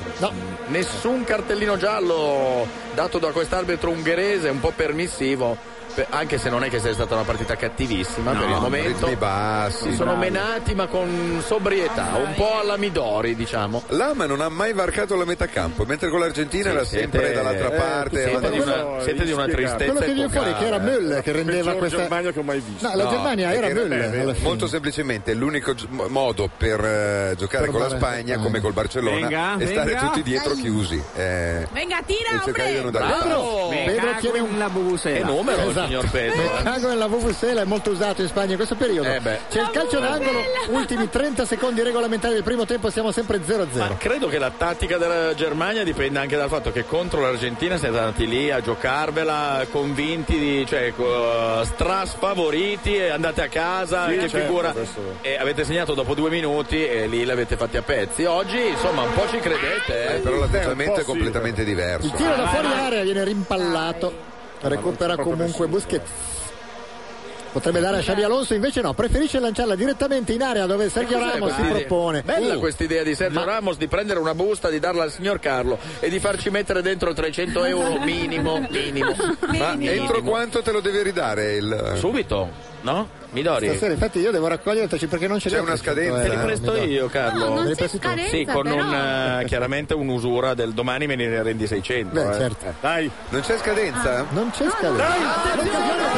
S4: Nessun cartellino giallo dato da quest'arbitro ungherese, un po' permissivo. per- Anche se non è che sia stata una partita cattivissima per il momento.
S3: ritmi bassi.
S4: Si sono menati ma con sobrietà, un po' alla Midori, diciamo.
S3: Lama non ha mai varcato la metà campo, mentre con l'Argentina era
S4: Sì,
S3: sempre
S4: siete-
S3: dall'altra
S4: eh,
S3: parte.
S4: siete
S3: avanti
S4: di
S3: e
S4: una-
S3: fuori.
S4: siete di una
S3: Inspiegabile.
S4: tristezza
S2: Quello che viene fuori è che era Müller che rendeva questa. No, la
S3: No,
S2: Germania
S3: è
S2: era
S3: che-
S2: Müller. alla fine.
S3: Molto semplicemente, l'unico gi- mo- modo per eh, giocare
S2: Per
S3: con la
S2: dare-
S3: Spagna,
S2: eh.
S3: come col Barcellona,
S2: Venga,
S3: è stare
S2: venga.
S3: tutti dietro
S2: Dai.
S3: chiusi. eh,
S13: Venga,
S3: e
S13: tira,
S3: cercare di non
S13: ombre!
S3: dare
S2: Pedro,
S3: palle.
S2: Pedro Eh, tiene un
S4: Che numero,
S2: esatto.
S4: signor Pedro?
S2: Il
S4: eh?
S2: cago nella VVSela è molto usato in Spagna in questo periodo.
S4: Eh beh.
S2: C'è il calcio d'angolo, ultimi 30 secondi regolamentari del primo tempo, siamo sempre 0-0.
S4: Credo che la tattica della Germania dipenda anche dal fatto che contro l'Argentina siete andati lì a giocarvela convinti, di, cioè co- strasfavoriti e andate a casa.
S20: Sì,
S4: che
S20: certo,
S4: figura.
S20: questo-
S4: E avete segnato dopo due minuti e lì l'avete fatti a pezzi. Oggi insomma un po' ci credete.
S3: Eh, però l'atteggiamento è completamente diverso.
S2: Il tiro da fuori area viene rimpallato,
S4: Ah,
S2: recupera comunque Busquets. Potrebbe dare a Xavi Alonso, invece no, preferisce lanciarla direttamente in area dove Sergio
S4: Ah, Cos'è
S2: Ramos si
S4: questa idea?
S2: propone.
S4: Bella
S2: Uh,
S4: questa idea di Sergio Ramos di prendere una busta, di darla al signor Carlo e di farci mettere dentro 300 euro minimo. minimo.
S3: Ma entro
S4: Minimo.
S3: quanto te lo devi ridare il... eh?
S4: Subito, no? Midori.
S2: Stasera, infatti, io devo raccoglierti perché non ce
S3: C'è
S2: l'ho
S3: una
S2: 300
S3: scadenza?
S4: Te li
S2: euro,
S4: presto
S2: mi do.
S4: io, Carlo.
S2: eh, No, non Me li c'è presti tu? scadenza,
S4: Sì, con
S2: però.
S4: un, eh, chiaramente un'usura del domani me ne rendi 600.
S2: Beh,
S4: eh.
S2: certo. Ah.
S4: Eh, Dai.
S3: Non c'è scadenza?
S2: Non c'è scadenza.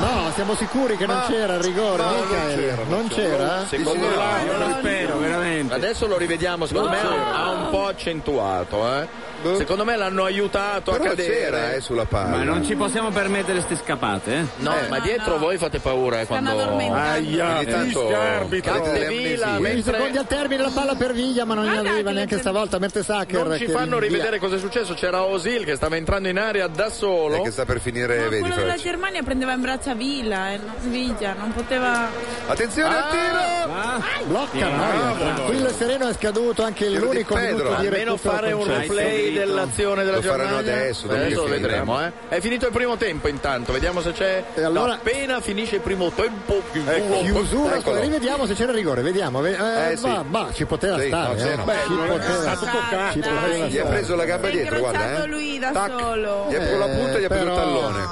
S2: No, siamo sicuri che non c'era il rigore, mica il- non c'era?
S4: cioè,
S2: eh?
S4: Secondo
S2: Sì,
S4: me,
S2: no.
S4: Adesso lo rivediamo, secondo me ha un po' accentuato, eh. Secondo me l'hanno aiutato a
S12: Però
S4: cadere.
S12: c'era, eh,
S3: sulla palla.
S12: Ma non ci possiamo permettere ste scappate, eh?
S4: No, ma dietro
S2: Ah,
S4: voi fate paura eh, quando...
S12: Aia,
S4: Ogni tanto- Capdevila,
S2: 15
S4: mentre-
S2: secondi al termine la palla per Viglia, ma non gli arriva neanche stavolta. Mertesacker
S4: Non ci
S2: che
S4: fanno
S2: rinvia.
S4: rivedere cosa è successo. C'era Osil che stava entrando in aria da solo. E che
S3: sta per finire, vedi,
S13: Quello della Germania prendeva in braccia Villa e non Viglia, non poteva. Ah!
S3: Attenzione al tiro!
S2: Blocca
S3: Bravo,
S2: Noia,
S3: bravo.
S2: tranquillo e sereno è scaduto anche l'unico minuto di
S4: almeno
S2: recupero
S4: fare un
S2: concesso.
S4: replay dell'azione della
S3: Lo
S4: Germania.
S3: faranno adesso, dopo
S4: Adesso
S3: che
S4: lo
S3: finirà.
S4: vedremo, eh. È finito il primo tempo intanto, vediamo se c'è
S2: E allora-
S4: No, appena finisce il primo tempo
S3: Oh,
S2: Ecco, chiusura,
S4: Eccolo.
S2: rivediamo se c'era rigore, vediamo. ve- eh,
S4: Eh, sì.
S2: ma, ma ci poteva
S4: Sì,
S2: stare,
S4: no, c'era.
S2: eh.
S4: Beh,
S2: ci
S4: non è
S2: poteva,
S4: stato toccato.
S2: ci poteva
S3: Dai, gli ha
S2: stare.
S3: preso la gamba
S13: Si è
S3: dietro, guarda.
S13: incrociato
S3: Eh.
S13: lui da
S3: Tac.
S13: solo.
S3: Gli ha preso la punta e gli ha preso
S2: Eh, però-
S3: il tallone.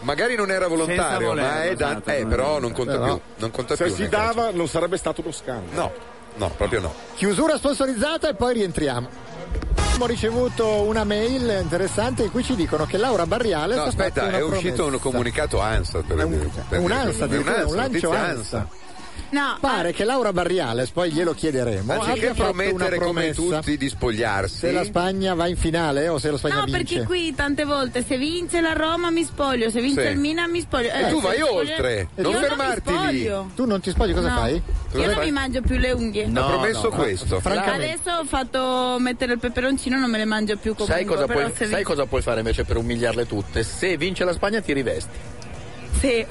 S3: Magari non era
S20: Senza
S3: volontario,
S20: volerlo,
S3: ma è da-
S20: esatto,
S3: eh,
S20: no,
S3: però
S20: no.
S3: non conta
S20: Però-
S3: più. Non conta
S20: Se
S3: più.
S20: si
S3: nel
S20: dava non sarebbe stato uno scambio.
S3: calcio. No, no, proprio no.
S2: Chiusura sponsorizzata e poi rientriamo. Abbiamo ricevuto una mail interessante in cui ci dicono che Laura Barriale
S3: No,
S2: sta fatta
S3: aspetta,
S2: una
S3: è uscito
S2: promessa.
S3: un comunicato ANSA. Per dire- per
S2: un
S3: dire-
S2: ANSA, addirittura, un lancio
S3: notizia
S2: ANSA.
S13: No,
S2: Pare che Laura Barriales, poi glielo chiederemo,
S3: Anziché
S2: abbia fatto una
S3: promettere come
S2: promessa
S3: tutti di spogliarsi,
S2: se la Spagna va in finale o se la Spagna
S13: No,
S2: vince.
S13: perché qui tante volte se vince la Roma mi spoglio, se vince
S2: Sì.
S13: il Milan mi spoglio.
S2: E Eh, tu
S13: eh, se
S2: vai
S13: mi spoglio-
S2: oltre,
S13: Io
S2: non
S13: non
S2: fermarti
S13: mi
S2: lì.
S13: spoglio.
S2: Tu non ti spogli, cosa
S13: No.
S2: fai?
S13: Io non mi mangio più le unghie.
S2: No, Ha promesso no, no. questo. Francamente.
S13: Adesso ho fatto mettere il peperoncino, non me le mangio più
S2: Ecco,
S13: comunque.
S4: Sai cosa,
S13: però
S4: puoi,
S13: se
S4: sai
S13: vince-
S4: cosa puoi fare invece per umiliarle tutte? Se vince la Spagna ti rivesti.
S13: Sì.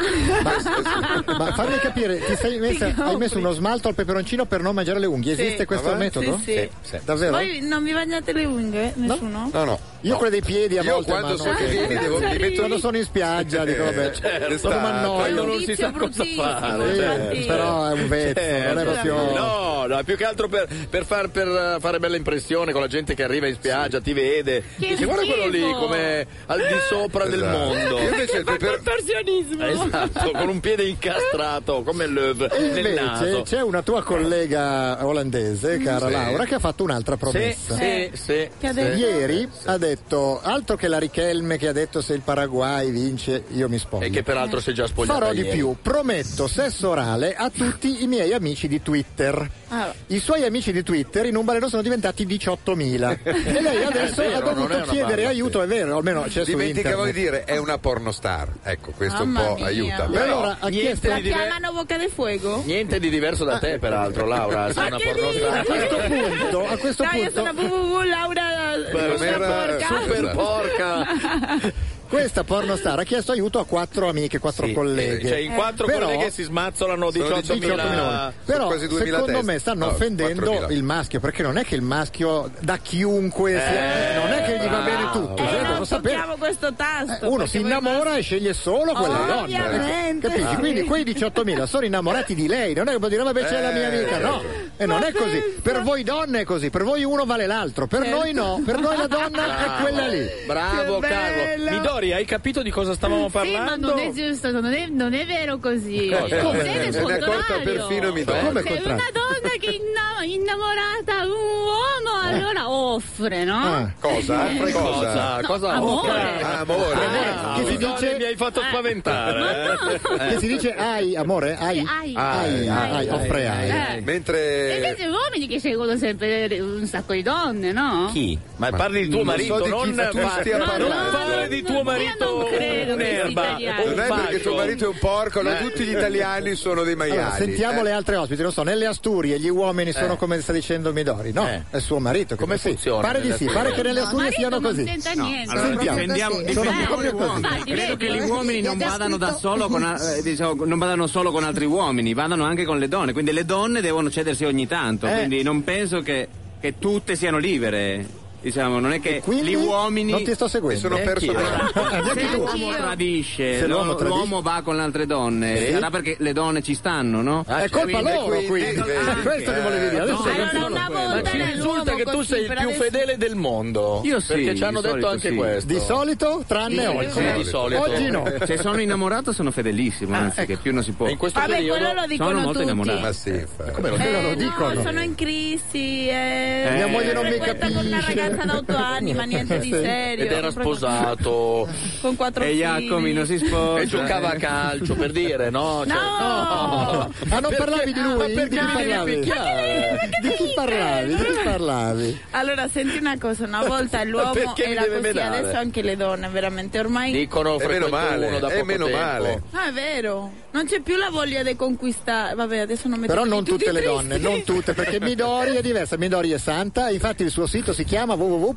S2: Ma fammi capire, ti sei messa-
S13: Ti
S2: hai messo uno smalto al peperoncino per non mangiare le unghie.
S13: Sì.
S2: Esiste questo
S13: Ah, sì,
S2: metodo?
S13: sì. Sì,
S2: Davvero?
S13: Voi non vi mangiate le unghie? eh, Nessuno?
S2: No, no. Io quello dei piedi a
S13: Io
S2: volte.
S13: quando
S2: ma
S13: sono
S2: non-
S13: ai piedi devo- mi metto-
S2: Quando sono in spiaggia, dico vabbè.
S4: Certo.
S2: sono un annoio.
S4: Quando non si sa cosa fare.
S2: Sì,
S4: certo.
S2: però è un vezzo, Eh, non è proprio-
S4: No, no, più che altro per, per far- per, eh, fare bella impressione con la gente che arriva in spiaggia, ti vede.
S22: Che
S4: dice guarda quello lì
S22: schifo."
S4: come al di sopra del
S22: Esatto.
S4: mondo.
S22: Io invece il peper- Contorsionismo.
S4: Esatto, con un piede incastrato come l'oeuvre
S2: E
S4: nel
S2: invece
S4: naso.
S2: c'è una tua collega olandese, cara
S4: Sì.
S2: Laura, che ha fatto un'altra promessa.
S4: Sì, sì, sì,
S2: Eh, Che ha
S4: sì.
S2: detto- Ieri ha detto altro che la Richelme che ha detto se il Paraguay vince io mi spoglio.
S4: E che peraltro si è già spogliata
S2: Farò di
S4: ieri.
S2: più, prometto sesso orale a tutti i miei amici di Twitter.
S13: Ah.
S2: I suoi amici di Twitter in un baleno sono diventati 18.000 e lei adesso
S3: È
S4: Eh,
S3: vero,
S2: ha
S3: non è
S2: dovuto
S3: una
S2: chiedere
S3: barba,
S2: aiuto, è vero, almeno c'è su
S3: dimenticavo di
S2: internet.
S3: dire è una pornostar. Ecco, questo
S13: Mamma
S3: un po'
S13: mia.
S3: aiuta.
S13: E
S3: Però
S13: allora,
S4: ha chiesto-
S13: La
S3: Eh,
S13: chiamano bocca di fuoco?
S4: Niente di diverso da te, peraltro, Laura. Sei una
S13: Ma che
S4: pornostar.
S13: dici? Ah. A questo
S2: punto, a questo
S13: Dai, io sono www Laura
S4: Super porca. Super porca.
S2: Questa pornostar ha chiesto aiuto a quattro amiche, quattro colleghe.
S4: Cioè, in quattro
S2: Però-
S4: colleghe si smazzolano
S2: Sono
S4: 18.000
S2: 18 milioni. Però secondo me stanno
S4: Ah,
S2: offendendo il maschio perché non è che il maschio da chiunque
S4: Eh.
S2: sia, non è che gli va bene tutto,
S13: Eh,
S2: cioè,
S13: non
S2: devono sapere.
S13: tocchiamo questo tasto.
S2: Uno si innamora e sceglie solo quella donna.
S13: Ovviamente,
S2: Capisci?
S13: sì.
S2: Quindi quei 18.000 sono innamorati di lei, non è che può dire vabbè c'è la mia amica, no. E non è così. Per voi donne è così, per voi uno vale l'altro, per noi no, per noi la donna è
S4: Certo. Bravo.
S2: quella lì.
S4: Bravo
S2: Che
S4: Carlo.
S2: bello.
S4: Midori, hai capito di cosa stavamo parlando?
S1: Sì, ma non è giusto, non è, non è vero così.
S4: Cosa?
S1: Succede il
S4: Se ne è accorta
S1: contrario.
S4: perfino Midori. Come
S1: Se
S4: contrario?
S1: una donna che è inna- innamorata a un uomo, allora offre, no?
S4: Ah, cosa?
S1: Eh,
S4: Offre cosa?
S1: no,
S4: Cosa
S1: amore.
S4: offre? Ah, amore. Eh.
S2: Ah, che si
S4: Midori,
S2: dice-
S4: mi hai fatto spaventare. eh.
S2: Che si dice ai, amore, Eh, ai,
S1: Ai.
S2: ai,
S1: Ai, ai,
S2: ai, offre
S1: ai.
S2: ai.
S1: Eh.
S3: Mentre
S1: Invece gli uomini che scelgono sempre un sacco di donne, no?
S4: Chi? Ma parli di tuo
S3: non
S4: marito,
S3: so di chi
S4: non,
S3: tu stia
S4: ma non
S3: parlando.
S4: parli di tuo
S3: Io
S4: marito
S1: non credo che sia
S4: un'erba.
S1: italiano.
S4: o un
S3: non è perché
S4: fascio.
S3: tuo marito è un porco, no, tutti gli italiani sono dei maiali.
S2: Allora, sentiamo
S3: eh.
S2: le altre ospiti, non so, nelle Asturie gli uomini sono come sta dicendo Midori, no? È suo marito. Come
S4: funziona
S2: Pare di
S4: nelle
S2: sì,
S4: Asturie?
S2: pare che nelle
S4: No,
S2: Asturie
S1: marito
S2: siano
S1: non
S2: così.
S1: c'entra niente.
S2: Allora, Sentiamo.
S12: difendiamo,
S2: Sono
S12: difendiamo
S2: proprio
S12: gli
S2: così.
S12: uomini. Credo che gli uomini non
S2: È già
S12: vadano, da
S2: scritto.
S12: solo con, eh, diciamo, non vadano solo con altri uomini, vadano anche con le donne. Quindi le donne devono cedersi ogni tanto.
S2: Eh.
S12: Quindi non penso che, che tutte siano libere. Diciamo, non è che
S2: Quindi
S12: gli uomini.
S2: non ti sto seguendo.
S12: Eh, chi?
S2: Eh, neanche
S12: Se
S2: tu.
S12: l'uomo tradisce,
S2: Se l'uomo
S12: l'uomo,
S2: tradisce.
S12: l'uomo va con le altre donne,
S2: Sì.
S12: sarà perché le donne ci stanno, no?
S2: È colpa
S12: Quindi-
S2: loro, quindi.
S12: Anche.
S2: È questo che volevi dire. Adesso
S12: No,
S2: sei
S12: allora
S2: solo
S12: una
S2: quello.
S12: volta
S4: Ci risulta che tu sei il più fedele del mondo.
S12: Io sì,
S4: Perché ci hanno
S12: di
S4: detto
S12: solito
S4: anche
S12: sì.
S4: questo.
S2: Di solito, tranne
S12: Sì,
S2: oggi.
S12: sì, di solito.
S2: Oggi no.
S12: Se sono innamorato sono fedelissimo, anzi, che più non si può.
S4: in questo
S13: Vabbè, periodo quello lo dicono
S12: sono molto
S13: tutti.
S12: innamorato.
S13: Ma
S12: sì,
S4: come
S13: Eh, no, sono in crisi. Eh,
S12: Mia moglie non mi
S13: frequenta con una ragazza da 8 anni, ma niente di serio.
S4: Ed era
S13: Sempre con-
S4: sposato.
S13: Con quattro
S4: E
S13: figli.
S4: Jacomi non si sposa. E giocava a calcio per dire, no? Cioè,
S13: No!
S2: Ma non
S4: Perché-
S2: parlavi di
S4: ma
S2: lui? Di
S4: perché
S2: chi
S4: mi devi
S2: parlavi?
S4: picchiare?
S2: Di chi parlavi?
S13: Eh,
S2: Di chi parlavi?
S13: Allora, senti una cosa, una volta l'uomo
S4: Perché mi
S13: era
S4: deve
S13: così,
S4: menare?
S13: adesso anche le donne, veramente, ormai...
S4: Dicono
S3: E
S4: frequento
S3: meno male,
S4: uno da
S3: e
S4: poco
S3: meno
S4: tempo.
S3: male.
S13: Ah, è vero. Non c'è più la voglia di conquistare. Vabbè, adesso non metto
S2: Però
S13: più
S2: non
S13: tutti
S2: tutte le
S13: tristi.
S2: donne, non tutte, perché Midori è diversa, Midori è santa, infatti il suo sito si chiama www.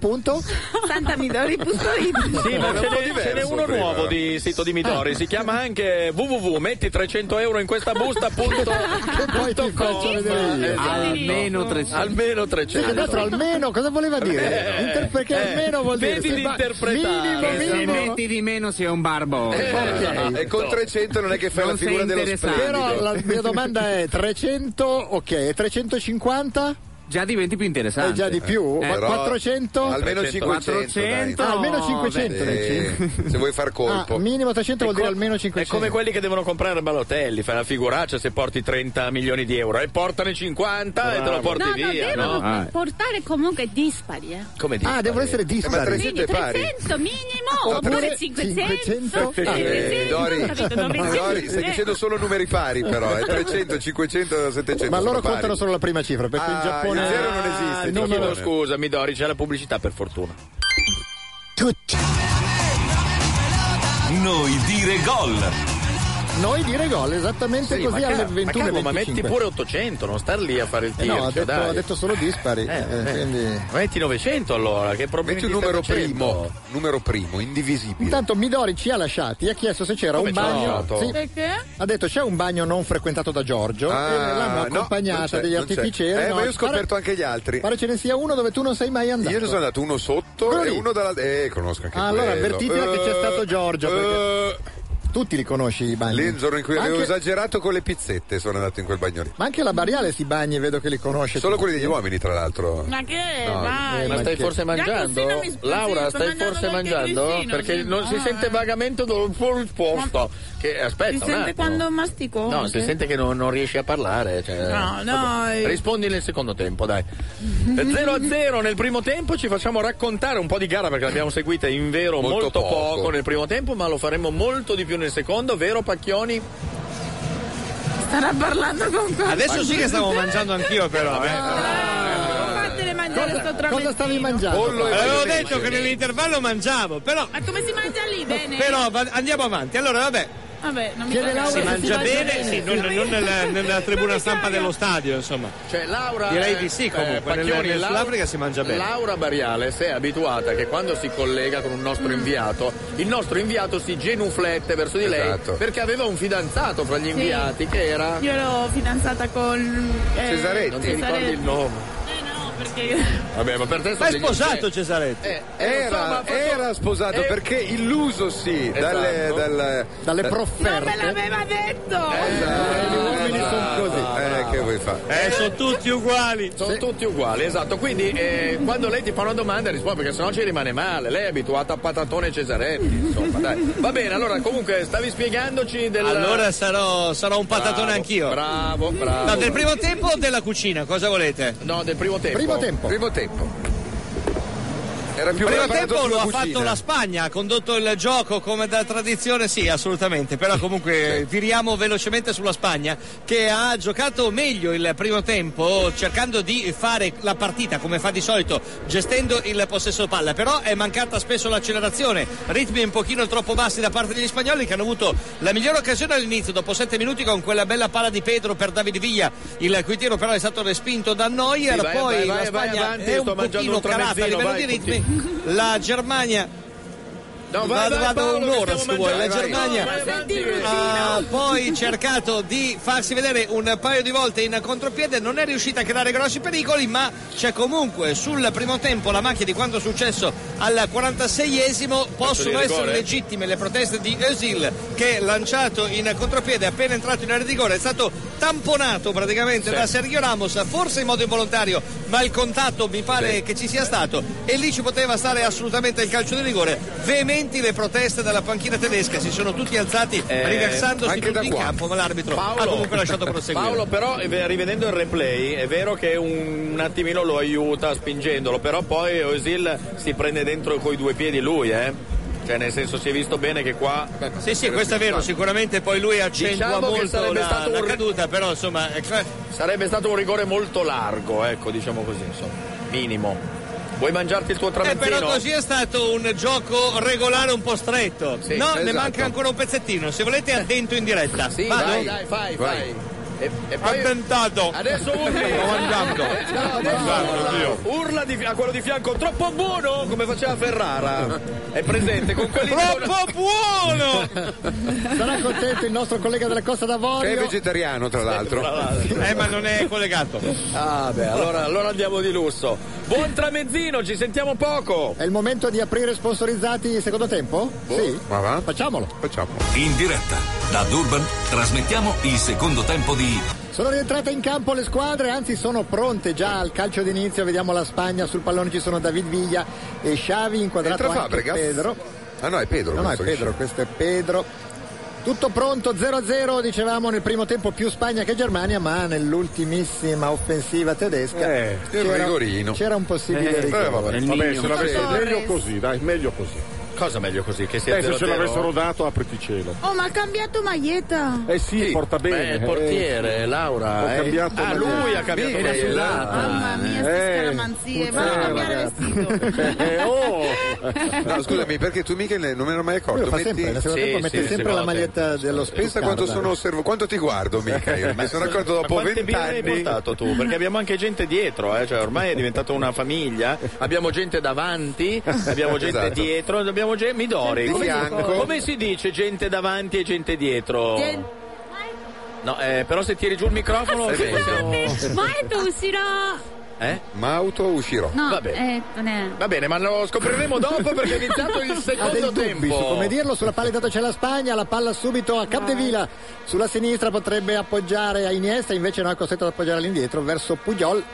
S13: Santa Midori Pustorito.
S4: Sì,
S2: Era
S4: ma
S2: un
S4: ce
S2: po'
S4: n'è, ce n'è uno nuovo di sito di Midori, si chiama anche www, metti 300 euro in questa busta, punto, punto com. Esatto.
S12: Almeno 300.
S4: Almeno
S2: Sì, che
S4: 300.
S2: d'altro almeno cosa voleva dire?
S4: Eh,
S2: Inter- perché
S4: eh,
S2: almeno vuol dire
S4: devi
S2: sì, ma
S12: Che
S2: minimo,
S12: se
S2: minimo. Eh,
S12: metti di meno sei un barbo.
S2: ok.
S3: E con 300 non è che fai
S12: Non
S3: la figura
S12: sei
S3: dello
S12: interessato.
S3: splendido.
S2: Però la mia domanda è 300, ok, e 350?
S12: già diventi più interessante.
S2: Eh, già di più? Ma 400?
S3: Almeno 500.
S12: 400?
S3: dai.
S2: Ah, almeno 500
S3: Eh, se vuoi far colpo.
S2: Ah, minimo 300 vuol dire almeno
S4: È
S2: 500.
S4: come quelli che devono comprare Balotelli, fai una figuraccia se porti 30 milioni di euro e portane 50 e te lo porti
S23: no, no,
S4: via.
S23: devono
S4: no? Ah.
S23: portare comunque dispari. Eh.
S4: Come dici?
S2: Ah, devono essere dispari.
S23: Quindi 300 minimo, oppure 500.
S3: Ah, eh, Dori,
S23: capito, 900.
S3: Dori, stai dicendo solo numeri pari però, eh, 300, 500, 700
S2: Ma loro
S3: sono pari.
S2: contano solo la prima cifra, perché in Giappone...
S4: Ah, ti
S2: numero-
S4: chiedo scusa, Midori, c'è la pubblicità per fortuna.
S11: Noi dire gol.
S2: Noi dire gol, esattamente
S4: Sì,
S2: così
S4: ma
S2: alle
S4: cavolo, ma cavolo, ma metti
S2: 21.25.
S4: pure 800, non star lì a fare il
S2: Eh
S4: tir.
S2: no, ha detto, ha detto solo dispari. eh, quindi-
S4: Metti 900 allora, che problemi
S3: Metti un
S4: ti stai
S3: numero
S4: facendo?
S3: primo, numero primo, indivisibile.
S2: Intanto Midori ci ha lasciati, ha chiesto se c'era
S3: Come
S2: un
S3: ci ha
S2: bagno.
S3: lasciato?
S2: Sì. Ha detto c'è un bagno non frequentato da Giorgio
S3: Ah,
S2: e l'hanno
S3: no, non
S2: accompagnata
S3: c'è,
S2: degli
S3: non c'è.
S2: artificieri.
S3: Eh,
S2: no,
S3: ma io
S2: pare-
S3: ho scoperto anche gli altri.
S2: Pare ce ne sia uno dove tu non sei mai andato.
S3: Io ne sono andato uno sotto
S2: Quello
S3: e
S2: lì.
S3: uno dalla. Eh, conosco anche
S2: Ah, allora
S3: quello.
S2: avvertitela che c'è
S3: Eh,
S2: stato Giorgio.
S3: eh.
S2: perché Tutti li conosci i bagni.
S3: Lì il giorno in cui
S2: Ma
S3: avevo
S2: anche-
S3: esagerato con le pizzette sono andato in quel bagno lì.
S2: Ma anche la Bariale si bagni, vedo che li conosce.
S3: Solo
S2: tutti. eh.
S3: quelli degli uomini, tra l'altro.
S13: Ma che?
S3: No,
S13: Vai.
S3: eh,
S4: Ma stai
S3: che-
S4: forse
S13: Già così
S4: mangiando?
S13: non mi spuzzi,
S4: Laura,
S13: sto
S4: stai
S13: mangiando
S4: forse
S13: qualche
S4: mangiando?
S13: grissino,
S4: Perché
S13: sì.
S4: non si
S13: Ah.
S4: sente vagamente dove fuori il posto. Che aspetta,
S13: Si
S4: un
S13: sente
S4: attimo.
S13: quando mastico?
S4: No, si
S13: anche?
S4: sente che non, non riesci a parlare. cioè,
S13: No, no,
S4: vabbè.
S13: eh.
S4: Rispondi nel secondo tempo, dai. 0 a 0 nel primo tempo, ci facciamo raccontare un po' di gara perché l'abbiamo seguita in vero molto,
S3: Molto
S4: poco.
S3: poco
S4: nel primo tempo, ma lo faremo molto di più nel secondo, vero Pacchioni?
S13: Starà parlando con qualcuno.
S10: Adesso sì che stavo mangiando anch'io però. Eh.
S13: Fatele mangiare sto tramezzino.
S2: Cosa stavi mangiando?
S10: Avevo detto che nell'intervallo mangiavo, però,
S13: Ma come si mangia lì? Bene?
S10: però va- andiamo avanti. Allora vabbè,
S13: Vabbè, non mi
S2: Chiede
S13: frega.
S2: Laura
S10: si
S2: se
S10: mangia bene, sì, non, non nella, nella tribuna stampa
S13: caga.
S10: dello stadio, insomma.
S4: Cioè Laura
S10: Direi di sì, comunque, nel-
S4: Pacchioni,
S10: nel
S4: Laura-
S10: Sudafrica si mangia bene.
S4: Laura Bariales è abituata che quando si collega con un nostro
S3: Mm.
S4: inviato, il nostro inviato si genuflette verso di lei
S3: Esatto.
S4: perché aveva un fidanzato fra gli
S13: Sì.
S4: inviati che era
S13: Io l'ho fidanzata con... eh,
S3: Cesaretti.
S4: non ti ricordi il nome.
S13: Eh no, perché...
S4: Vabbè, ma per te
S10: Ma
S4: sono
S10: è
S4: degli
S10: sposato
S4: incendi.
S10: Cesaretti?
S4: Eh, eh, lo so, ma ha
S3: Era,
S4: fatto-
S3: era sposato
S4: eh,
S3: perché illuso sì
S4: Esatto.
S3: dalle, dalle,
S4: Eh.
S2: Dalle
S13: Non me
S2: profferte.
S13: l'aveva detto!
S2: Gli uomini sono così.
S4: Ah,
S3: Eh, che vuoi fare?
S10: Eh, sono tutti uguali.
S4: Sono tutti uguali, esatto. Quindi eh, quando lei ti fa una domanda rispondi perché sennò ci rimane male. Lei è abituata a patatone e cesaretti, insomma, dai. Va bene, allora comunque stavi spiegandoci del
S10: Allora sarò, sarò un patatone
S4: Bravo,
S10: anch'io.
S4: Bravo, bravo.
S10: No, del primo tempo o della cucina? Cosa volete?
S4: No, del primo tempo.
S2: Primo tempo.
S3: Primo tempo. Era più
S10: Il primo
S3: preparato
S10: tempo lo
S3: sulla
S10: ha
S3: cucina.
S10: fatto la Spagna, ha condotto il gioco come da tradizione, sì, assolutamente. Però comunque viriamo velocemente sulla Spagna che ha giocato meglio il primo tempo, cercando di fare la partita come fa di solito, gestendo il possesso palla. Però è mancata spesso l'accelerazione, ritmi un pochino troppo bassi da parte degli spagnoli che hanno avuto la migliore occasione all'inizio, dopo sette minuti con quella bella palla di Pedro per Davide Villa, il cui tiro però è stato respinto da Neuer,
S4: Sì, vai,
S10: poi
S4: vai,
S10: la
S4: vai, vai
S10: Spagna
S4: avanti,
S10: è
S4: sto
S10: un
S4: mangiando
S10: pochino
S4: un
S10: calata a
S4: tramezzino,
S10: livello di
S4: vai,
S10: ritmi. La Germania
S4: No, vai,
S10: vado,
S4: vai,
S10: vado
S4: Paolo, che
S10: un'ora se
S4: stiamo
S10: vuoi. La
S4: mangiando, vai, eh,
S10: Germania
S4: vai, vai,
S13: Senti il
S4: avanti.
S10: ha poi cercato di farsi vedere un paio di volte in contropiede, non è riuscita a creare grossi pericoli, ma c'è comunque sul primo tempo la macchia di quanto è successo al 46esimo. Possono
S4: di
S10: essere
S4: rigore?
S10: legittime le proteste di Özil che lanciato in contropiede appena entrato in area di rigore è stato tamponato praticamente da Sergio Ramos, forse in modo involontario, ma il contatto mi pare che ci sia stato e lì ci poteva stare assolutamente il calcio di rigore. Veementi le proteste dalla panchina tedesca, si sono tutti alzati
S4: Eh,
S10: riversandosi
S3: anche
S10: tutti
S3: da
S10: in
S3: qua.
S10: campo, ma l'arbitro ha comunque lasciato proseguire.
S4: Paolo però eh, rivedendo il replay è vero che un, un attimino lo aiuta spingendolo, però poi Osil si prende dentro coi due piedi lui, eh. Cioè nel senso si è visto bene che qua
S10: Sì, sì, questo è vero, sicuramente poi lui accentua
S4: Diciamo che
S10: molto
S4: sarebbe
S10: la,
S4: stato
S10: la
S4: un-
S10: caduta, però insomma... è cla-
S4: sarebbe stato un rigore molto largo, ecco, diciamo così, insomma, minimo. Vuoi mangiarti il tuo
S10: Eh,
S4: tramezzino?
S10: però così è stato un gioco regolare un po' stretto.
S4: Sì,
S10: no, ne
S3: esatto.
S10: manca ancora un pezzettino. Se volete addento in diretta.
S4: Sì,
S10: Vado?
S4: vai, dai, fai,
S3: Vai.
S4: fai. E, e poi-
S10: Attentato.
S4: Adesso urli.
S10: Sto mangiando.
S4: Eh, no, adesso urla. Urla di fi- a quello di fianco, troppo buono, come faceva Ferrara. È presente con quelli
S10: Troppo buono!
S2: Sarà contento il nostro collega della Costa
S3: Che è
S2: d'Avorio.
S3: vegetariano, tra l'altro.
S10: Eh, ma non è collegato.
S4: Ah, beh, allora, allora andiamo di lusso. Buon tramezzino, ci sentiamo poco.
S2: È il momento di aprire sponsorizzati secondo tempo? Sì.
S5: Ah,
S3: Ma va?
S2: Facciamolo.
S3: Facciamo.
S11: In diretta da Durban trasmettiamo il secondo tempo di
S9: Mondiali.
S2: Sono rientrate in campo le squadre, anzi sono pronte già al calcio d'inizio, vediamo la Spagna, sul pallone ci sono David Viglia e Xavi, inquadrato
S3: Entra
S2: anche
S3: Fabregas?
S2: Pedro.
S3: Ah no, è Pedro.
S2: No, no, è
S3: questo che
S2: Pedro, questo è Pedro. Tutto pronto, 0-0, dicevamo nel primo tempo più Spagna che Germania, ma nell'ultimissima offensiva tedesca
S3: Eh, il rigorino.
S2: c'era un possibile
S3: Eh,
S2: rigore.
S3: vabbè,
S2: Il
S20: Vabbè,
S2: Nino.
S20: se l'avessero meglio così, dai, meglio così.
S4: Cosa meglio così? Che sia
S20: eh, se ce
S4: 0-0?
S20: l'avessero dato, apriti cielo.
S13: Oh, ma ha cambiato maglietta.
S20: Eh sì, porta bene.
S4: Beh, il portiere,
S20: eh.
S4: Laura.
S20: Ho
S4: eh.
S20: cambiato
S4: ah,
S20: maglietta.
S4: lui ha cambiato
S20: Bene,
S4: maglietta.
S13: Mamma
S4: Eh,
S13: mia, ste scaramanzie. Vado a cambiare
S12: Eh,
S3: c'è. No, scusami, perché tu mica non me ne ero mai accorto.
S2: Lui lo fa sempre, nel secondo tempo mette sempre la maglietta dello specchio.
S3: Pensa quanto sono osservo, quanto ti guardo, mica. Io mi sono accorto
S4: Ma
S3: dopo
S4: quante birre hai
S3: vent'anni.
S4: portato tu? Perché abbiamo anche gente dietro, eh, cioè ormai è diventata una famiglia. Abbiamo gente davanti, abbiamo gente
S3: Esatto.
S4: dietro, abbiamo gente Midori.
S3: Di
S4: Come si,
S3: fianco.
S4: come si dice gente davanti e gente dietro?
S23: Gen-
S4: No, eh, però se tiri giù il microfono
S1: Eh,
S23: Scusate,
S4: penso-
S23: Vai tu, uscirò.
S4: Eh?
S3: Mauto uscirò.
S23: No,
S4: Va bene.
S23: eh, non è-
S4: Va bene, ma lo scopriremo dopo perché è iniziato il
S2: ha dei
S4: secondo
S2: dubbi
S4: tempo.
S2: su come dirlo sulla palla intanto c'è la Spagna la palla subito a Capdevila sulla sinistra potrebbe appoggiare a Iniesta invece no è costretto ad appoggiare all'indietro verso Pugliol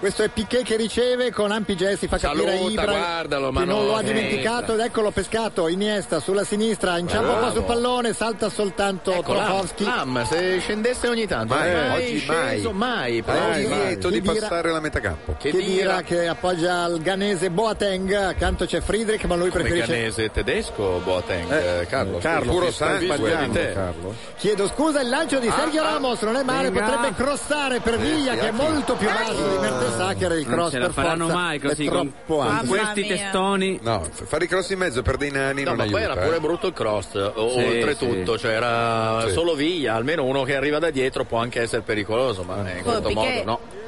S2: questo è Piquet che riceve con ampi gesti fa capire a
S4: Saluta,
S2: Ibra
S4: guardalo,
S2: che
S4: ma
S2: non
S4: no,
S2: lo ha
S4: Iniesta.
S2: dimenticato ed eccolo pescato Iniesta sulla sinistra inciampa un po'
S4: Bravo.
S2: sul pallone salta soltanto Trofovski
S4: Ah, ma se scendesse ogni tanto,
S3: Mai,
S2: eh,
S4: non è mai
S3: oggi
S4: sceso mai.
S3: mai.
S4: però-
S3: Oggi lieto di
S2: Chedira-
S3: passare la metà campo.
S2: che Chedira che appoggia al ganese Boateng accanto c'è Friedrich ma lui
S4: Come
S2: preferisce
S4: canese tedesco Boateng, eh, Carlo.
S20: Carlo,
S4: puro
S20: ti stai
S4: sangue
S20: sbagliando,
S4: di te.
S20: Carlo.
S2: Chiedo scusa, il lancio di
S4: Ah,
S2: Sergio
S4: ah,
S2: Ramos non è male,
S4: venga.
S2: potrebbe crossare per Viglia che è molto più basso di Mertesacker il
S12: Non
S2: cross
S12: ce la
S2: per
S12: faranno
S2: forza
S12: mai così,
S2: è
S12: con-
S2: troppo
S12: con
S2: alto.
S12: questi testoni.
S3: No, fare i cross in mezzo per dei nani
S4: No,
S3: non
S4: ma
S3: aiuta.
S4: poi era pure
S3: eh.
S4: brutto il cross, o-
S3: Sì,
S4: oltretutto,
S3: sì.
S4: cioè era
S3: Sì.
S4: solo via, almeno uno che arriva da dietro può anche essere pericoloso, ma in
S2: Come
S4: questo
S2: Piquet.
S4: modo no.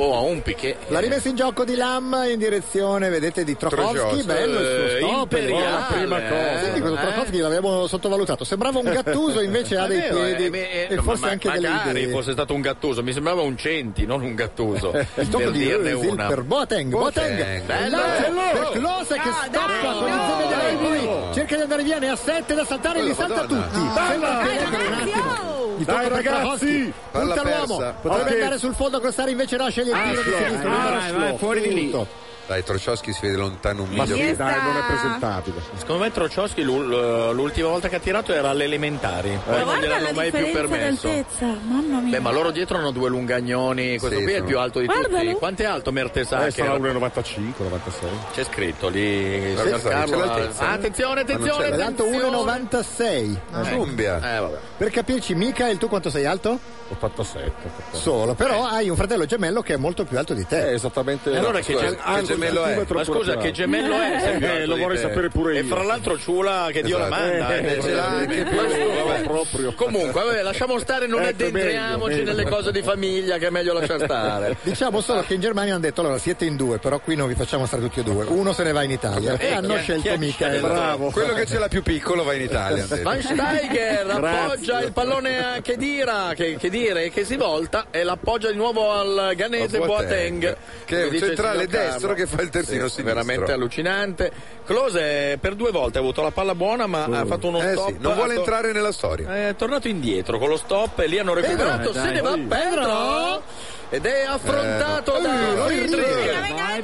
S4: O a un piquet.
S2: La rimessa in gioco di Lam in direzione, vedete, di Trokowski,
S4: Trojost.
S2: bello il
S4: Eh,
S2: suo stop.
S4: imperiale,
S2: Oh, la prima
S4: eh.
S2: cosa. Senti, questo
S4: Eh.
S2: Trokowski l'abbiamo sottovalutato, sembrava un gattuso, invece ha
S4: È
S2: dei
S4: vero, eh,
S2: piedi
S4: beh, eh,
S2: e
S4: no,
S2: forse
S4: ma-
S2: anche delle
S4: magari
S2: idee. Eh,
S4: fosse stato un gattuso, mi sembrava un centi, non un gattuso.
S2: Il tocco
S4: per
S2: di
S4: dirne
S2: Özil
S4: una.
S2: per Boateng, Boateng, il
S4: Bello.
S2: lancio
S4: Bello.
S2: per Klose che
S4: Ah,
S2: stoppa con il Zebedei, poi cerca di andare via, ne ha sette da saltare e li salta tutti. Sembra che
S21: Dai,
S2: un
S21: ragazzi,
S2: attimo.
S4: oh.
S2: Il tocco
S21: Dai,
S2: per
S21: ragazzi.
S2: Trokowski,
S21: Palla
S2: punta
S21: persa.
S2: l'uomo, potrebbe
S21: Ok.
S2: andare sul fondo a crossare, invece no, sceglie il tiro di
S3: Ashlo,
S4: Eh,
S2: sinistra.
S3: Ah, vai,
S2: Ashlo,
S3: vai, fuori di lì.
S2: finito.
S3: Dai, Trocioschi si vede lontano un
S4: Ma
S3: miglio.
S4: sì, dai, non è
S3: presentabile.
S4: Secondo me Trocioschi l'ul- eh, l'ultima volta che ha tirato era alle elementari, poi
S13: Ma
S4: non
S13: guarda la
S4: gliel'hanno mai più
S13: differenza
S4: permesso.
S13: d'altezza, mamma mia.
S4: Beh, ma loro dietro hanno due lungagnoni, questo
S20: Sì,
S4: qui è il
S20: sono-
S4: più alto di tutti.
S20: Guardalo.
S4: Quanto è alto
S20: Eh, sarà
S4: Mertesacker?
S20: 1,95, 96.
S4: C'è scritto lì.
S20: Guarda,
S4: se-
S20: guarda,
S4: Carlo,
S20: c'è l'altezza,
S4: ah,
S20: eh.
S4: attenzione, attenzione,
S2: È
S4: attenzione.
S2: dato 1,96.
S4: Eh, Eh, vabbè.
S2: Per capirci, Michael, tu quanto sei alto?
S20: 87.
S2: Solo, però
S4: Eh.
S2: hai un fratello gemello che è molto più alto di te.
S20: esattamente.
S2: E allora
S4: Ma
S2: che
S4: scusa,
S2: ge-
S4: che gemello è? Ma scusa, che gemello è? se è più
S20: Eh,
S4: alto
S20: lo
S4: di
S20: vorrei
S4: te?
S20: sapere pure io.
S4: E fra l'altro Ciula che Dio la
S20: Esatto.
S4: manda.
S20: Eh,
S4: eh,
S20: ce l'ha anche
S4: Ma
S20: più,
S4: scusa, vabbè.
S20: proprio.
S4: Comunque, vabbè, lasciamo stare, non
S20: Ecco,
S4: addentriamoci
S20: meglio, meglio.
S4: nelle cose di famiglia, che è meglio lasciare
S20: esatto.
S4: stare.
S2: Diciamo solo che in Germania hanno detto allora siete in due, però qui non vi facciamo stare tutti e due. Uno se ne va in Italia
S4: Ecco,
S2: e
S3: Eh,
S2: hanno
S3: chi- chi
S2: scelto
S3: ha
S2: Michael.
S3: scelto? Quello che ce l'ha più piccolo va in Italia. hanno detto.
S4: Steiger appoggia il pallone a Chedira, che, che dire, che si volta e l'appoggia di nuovo al ganese
S3: A
S4: Boateng,
S3: Boateng, che è
S4: Lo
S3: un
S4: dice il
S3: centrale
S4: signor Carlo.
S3: destro che fa il terzino
S4: Sì,
S3: sinistro.
S4: Veramente allucinante. Close per due volte ha avuto la palla buona ma ha fatto uno
S3: Eh
S4: stop.
S3: sì, non vuole
S4: ha to-
S3: entrare nella storia.
S4: È tornato indietro con lo stop e lì hanno recuperato,
S3: Pedro, eh,
S4: se
S3: dai,
S4: ne va
S3: sì.
S4: Pedro ed è affrontato
S3: Eh,
S4: da
S3: no.
S4: Friedrich.
S2: No, Ah,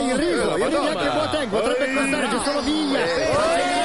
S2: il riso, il riso
S4: Eh, Madonna. Eh,
S2: anche Boateng, potrebbe passare, ci sono Viglia.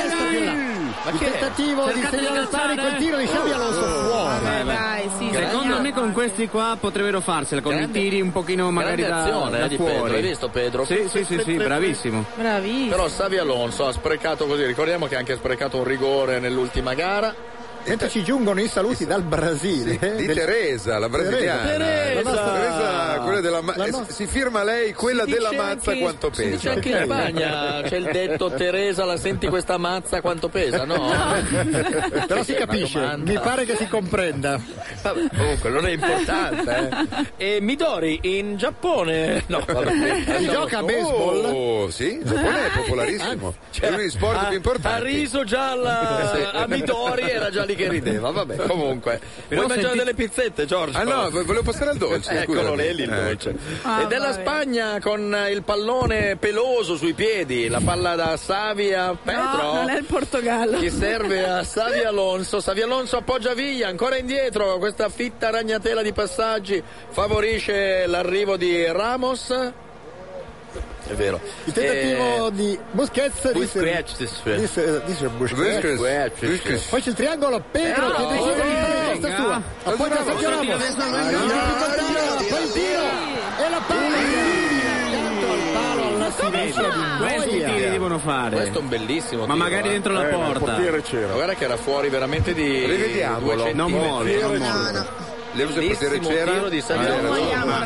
S2: Il tentativo di
S12: Cercate di
S2: segnare
S12: calzare,
S2: pari col
S12: eh.
S2: tiro di Xabi Alonso fuori.
S12: Vai, vai.
S13: Dai, sì,
S12: Secondo
S13: sbagliato.
S12: me con questi qua potrebbero farsela, con i tiri un pochino magari da,
S4: Grande azione,
S12: da
S4: eh, di
S12: fuori.
S4: Pedro, hai visto Pedro?
S12: Sì, sì, sì, sì, bravissimo.
S13: Bravissimo.
S4: Però Savi Alonso ha sprecato così, ricordiamo che ha anche sprecato un rigore nell'ultima gara.
S2: Mentre ci giungono i saluti dal Brasile. eh,
S3: Di
S2: del-
S3: Teresa, la brasiliana.
S2: Teresa.
S3: La nostra- Teresa, quella della ma- eh, si firma lei quella
S4: Si
S3: della
S4: dice
S3: mazza
S4: anche-
S3: quanto pesa.
S4: Si dice anche in Spagna, c'è il detto Teresa, la senti questa mazza quanto pesa, no?
S2: Però si
S4: È una
S2: capisce,
S4: domanda.
S2: mi pare che si comprenda.
S4: Vabbè, comunque non è importante. eh. E Midori in Giappone. No, vabbè.
S2: Si gioca a baseball?
S3: Oh, sì, il Giappone è popolarissimo. È uno degli sport più
S4: Ah, cioè, Ha
S3: importanti.
S4: riso già alla,
S3: Sì.
S4: a Midori, era già lì che rideva, vabbè, comunque. Vuoi
S3: Però
S4: mangiare
S3: senti-
S4: delle pizzette, Giorgio?
S3: Ah, no, vo- volevo passare al dolce,
S4: Eccolo
S3: scusami.
S4: lì lì, il
S3: Eh.
S4: dolce.
S3: Ah,
S4: e della
S3: vabbè.
S4: Spagna con eh, il pallone peloso sui piedi, la palla da Savi a Pedro.
S13: non è il Portogallo.
S4: Che serve a Savi Alonso. Savi Alonso appoggia Viglia, ancora indietro. Questa fitta ragnatela di passaggi favorisce l'arrivo di Ramos. È vero. Eh,
S2: Il tentativo di Busquets di ser- di ser- di ser- Busquets. Poi c'è il triangolo Pedro
S21: Eh,
S2: che
S21: no,
S2: decide di
S21: eh,
S2: fare questa
S21: venga.
S2: sua. Appoggia
S21: Bravo,
S2: Sergio
S21: tira,
S2: Ramos.
S21: destra,
S2: Ah,
S21: venga.
S2: in difficoltà,
S21: Tira,
S2: poi il
S21: tira.
S2: tiro e la palla accanto al palo alla sinistra di
S12: Questi
S2: Noia.
S12: tiri devono fare.
S4: Questo è un bellissimo
S12: Ma
S4: tiro,
S12: magari
S4: eh.
S12: dentro la
S4: Eh, ma il
S12: porta.
S4: portiere c'era. Guarda che era fuori veramente di
S12: Rivediamolo.
S4: due
S12: Non
S4: centimetri.
S12: molle, non molle.
S4: Bellissimo tiro di Savi Alonso.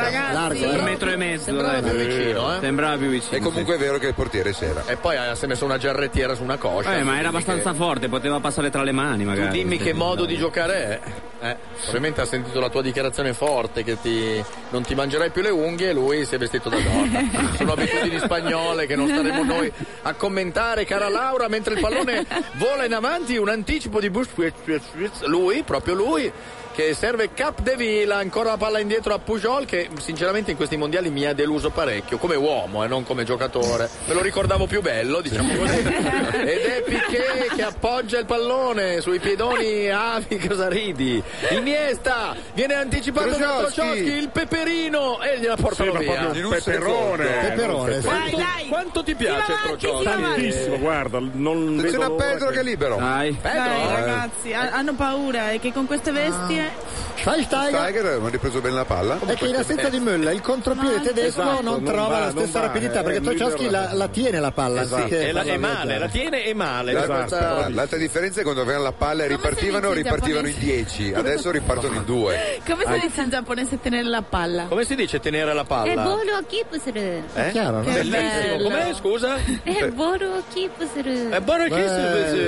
S12: Un metro e mezzo.
S4: Sembrava
S12: dai.
S4: più vicino, eh.
S12: Sembrava più vicino.
S4: E comunque
S12: sì.
S4: è vero che il portiere c'era. E poi eh, si è messo una giarrettiera su una coscia.
S12: Eh, ma
S4: Quindi
S12: era abbastanza
S4: che-
S12: forte, poteva passare tra le mani
S4: Tu
S12: magari.
S4: dimmi che
S12: Sì,
S4: modo
S12: dai.
S4: di giocare è. Eh, ovviamente ha sentito la tua dichiarazione forte che ti, non ti mangerai più le unghie e lui si è vestito da donna. Sono abitudini spagnole che non staremo noi a commentare, cara Laura, mentre il pallone vola in avanti, un anticipo di Busquets, lui, proprio lui, che serve Cap de Villa, ancora la palla indietro a Pujol che sinceramente in questi mondiali mi ha deluso parecchio, come uomo e non come giocatore. Me lo ricordavo più bello, diciamo così. Ed è Piquet che appoggia il pallone sui piedoni Avi Casaridi. Iniesta viene anticipato da
S21: Troszkowski.
S4: Troszkowski, il peperino e gliela portano
S20: Sembra
S4: via.
S20: proprio un peperone. Peperone, sì.
S4: Quanto,
S20: Dai,
S4: quanto ti piace Troszkowski?
S20: Tantissimo, guarda, non
S4: Attenzione
S20: vedo
S4: a
S20: l'ora
S4: Pedro che è libero. Dai.
S20: Pedro,
S13: Dai,
S20: eh.
S13: ragazzi, ha- hanno paura eh, che con queste
S4: Ah.
S13: vesti. eh,
S2: Schweinsteiger
S3: Tiger aveva ripreso bene la palla. eh,
S2: è che in assenza di Müller il contropiede tedesco
S3: Esatto,
S2: non
S3: non
S2: trova
S3: va,
S2: la stessa
S3: non va,
S2: rapidità
S3: eh,
S2: perché
S3: Müller
S2: Tociowski
S3: la-
S2: la, la tiene la palla esatto.
S4: Eh sì,
S2: anziché
S4: e la- e
S2: farla
S4: male, la
S2: viaggiare.
S4: tiene e male.
S2: esatto.
S4: esatto.
S3: L'altra,
S4: Questa-
S3: l'altra differenza è quando avevano la palla e ripartivano,
S13: dice in
S3: ripartivano in 10, adesso ripartono in 2.
S13: Come
S3: Ah.
S13: si dice in giapponese tenere la palla?
S4: Come si dice tenere la
S1: E
S4: palla?
S1: volo keep suru.
S4: Eh?
S2: Chiaro, no?
S4: Bellissimo,
S1: bello.
S4: com'è? Scusa?
S1: E volo keep suru.
S4: È buono che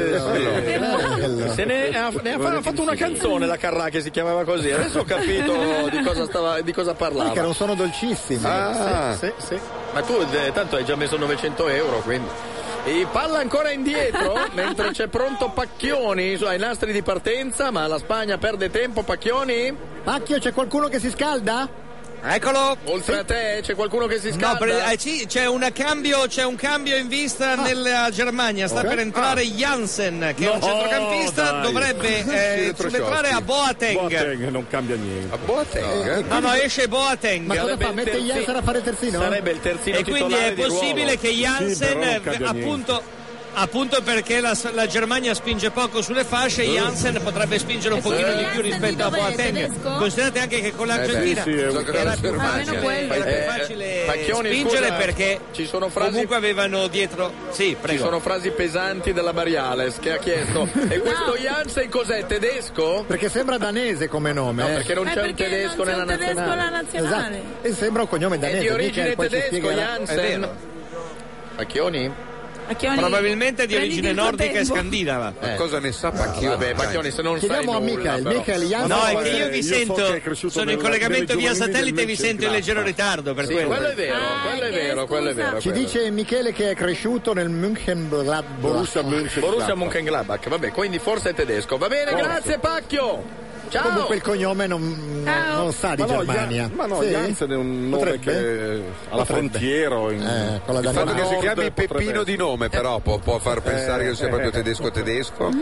S21: bello.
S4: se ne ha, ne ha- ha fatto una canzone la Carrà che si chiamava così. Adesso ho capito di cosa, stava, di cosa parlava.
S2: Perché non sono dolcissimi.
S4: Ah.
S2: Sì, sì, sì.
S4: Ma tu eh, tanto hai già messo 900 euro, quindi... E palla ancora indietro, mentre c'è pronto Pacchioni su- ai nastri di partenza, ma la Spagna perde tempo. Pacchioni?
S2: Pacchio, c'è qualcuno che si scalda?
S10: Eccolo!
S4: Oltre a te c'è qualcuno che si
S10: No,
S4: scalda?
S10: per- eh, sì, c'è, un cambio, c'è un cambio in vista
S2: Ah.
S10: nella Germania. Sta
S4: Ok.
S10: per entrare Jansen, che è un
S4: No,
S10: centrocampista.
S4: dai.
S10: Dovrebbe eh,
S20: Sì,
S10: subentrare a Boateng.
S20: Boateng non cambia niente. A
S10: Boateng? No, no, esce Boateng.
S2: Ma cosa fa? Mette Jansen a fare il terzino?
S4: Sarebbe il terzino
S10: e quindi
S4: titolare
S10: è
S4: di
S10: possibile
S4: ruolo.
S10: che
S4: Sì, però
S10: Jansen,
S4: non
S10: eh,
S4: cambia niente.
S10: appunto, appunto perché la, la Germania spinge poco sulle fasce, Jansen potrebbe spingere un pochino di più rispetto a Boateng. Considerate anche che con l'Argentina era più facile, era più facile spingere perché
S4: ci sono frasi
S10: comunque avevano dietro. Sì,
S4: Ci
S10: prego.
S4: sono frasi pesanti della Bariales che ha chiesto. E questo Jansen cos'è? Tedesco?
S2: Perché sembra danese come nome.
S4: No,
S2: eh.
S4: perché non Eh, c'è un perché tedesco non c'è nella un tedesco nazionale. nella nazionale.
S2: Esatto. E sembra un cognome danese.
S4: È di origine
S2: Michael, poi ci
S4: tedesco,
S2: spiegherà.
S4: Jansen. Pacchioni?
S13: Pacchioni,
S10: Probabilmente di
S13: prenditi
S10: origine
S13: il tuo
S10: nordica e
S13: tempo.
S10: scandinava.
S3: Ma cosa ne sa Pacchioni?
S4: vabbè, Pacchioni, se non
S2: Chiediamo
S4: sai
S2: a Michael,
S4: nulla, però.
S2: Michael Jansen.
S10: No,
S2: no,
S10: è che io
S2: eh,
S10: vi
S2: io so
S10: sento,
S2: che è cresciuto
S10: sono in
S2: nel-
S10: collegamento
S2: nelle
S10: via
S2: giovanili
S10: satellite e
S2: del
S10: vi sento in
S2: Manchester
S10: leggero ritardo per
S4: Sì,
S10: quello.
S4: quello è vero,
S13: Ah,
S4: quello è vero, quello è vero.
S2: Ci dice Michele che è cresciuto nel Münchenblad.
S4: Borussia Mönchengladbach, vabbè, quindi forse è tedesco. Va bene,
S2: Forse.
S4: grazie Pacchio. Ciao.
S2: Comunque il cognome non, non- non sa di
S4: Ma no,
S2: Germania.
S4: Jan- ma no,
S2: Sì?
S4: Jansen
S20: è un nome
S2: Potrebbe?
S20: che alla
S2: Potrebbe.
S20: frontiera o in...
S2: Eh, con la
S3: Il fatto
S2: Danimarca.
S3: che si chiami
S20: potrebbe
S3: Peppino di nome però può, può far pensare che sia proprio tedesco tedesco.
S4: Mm.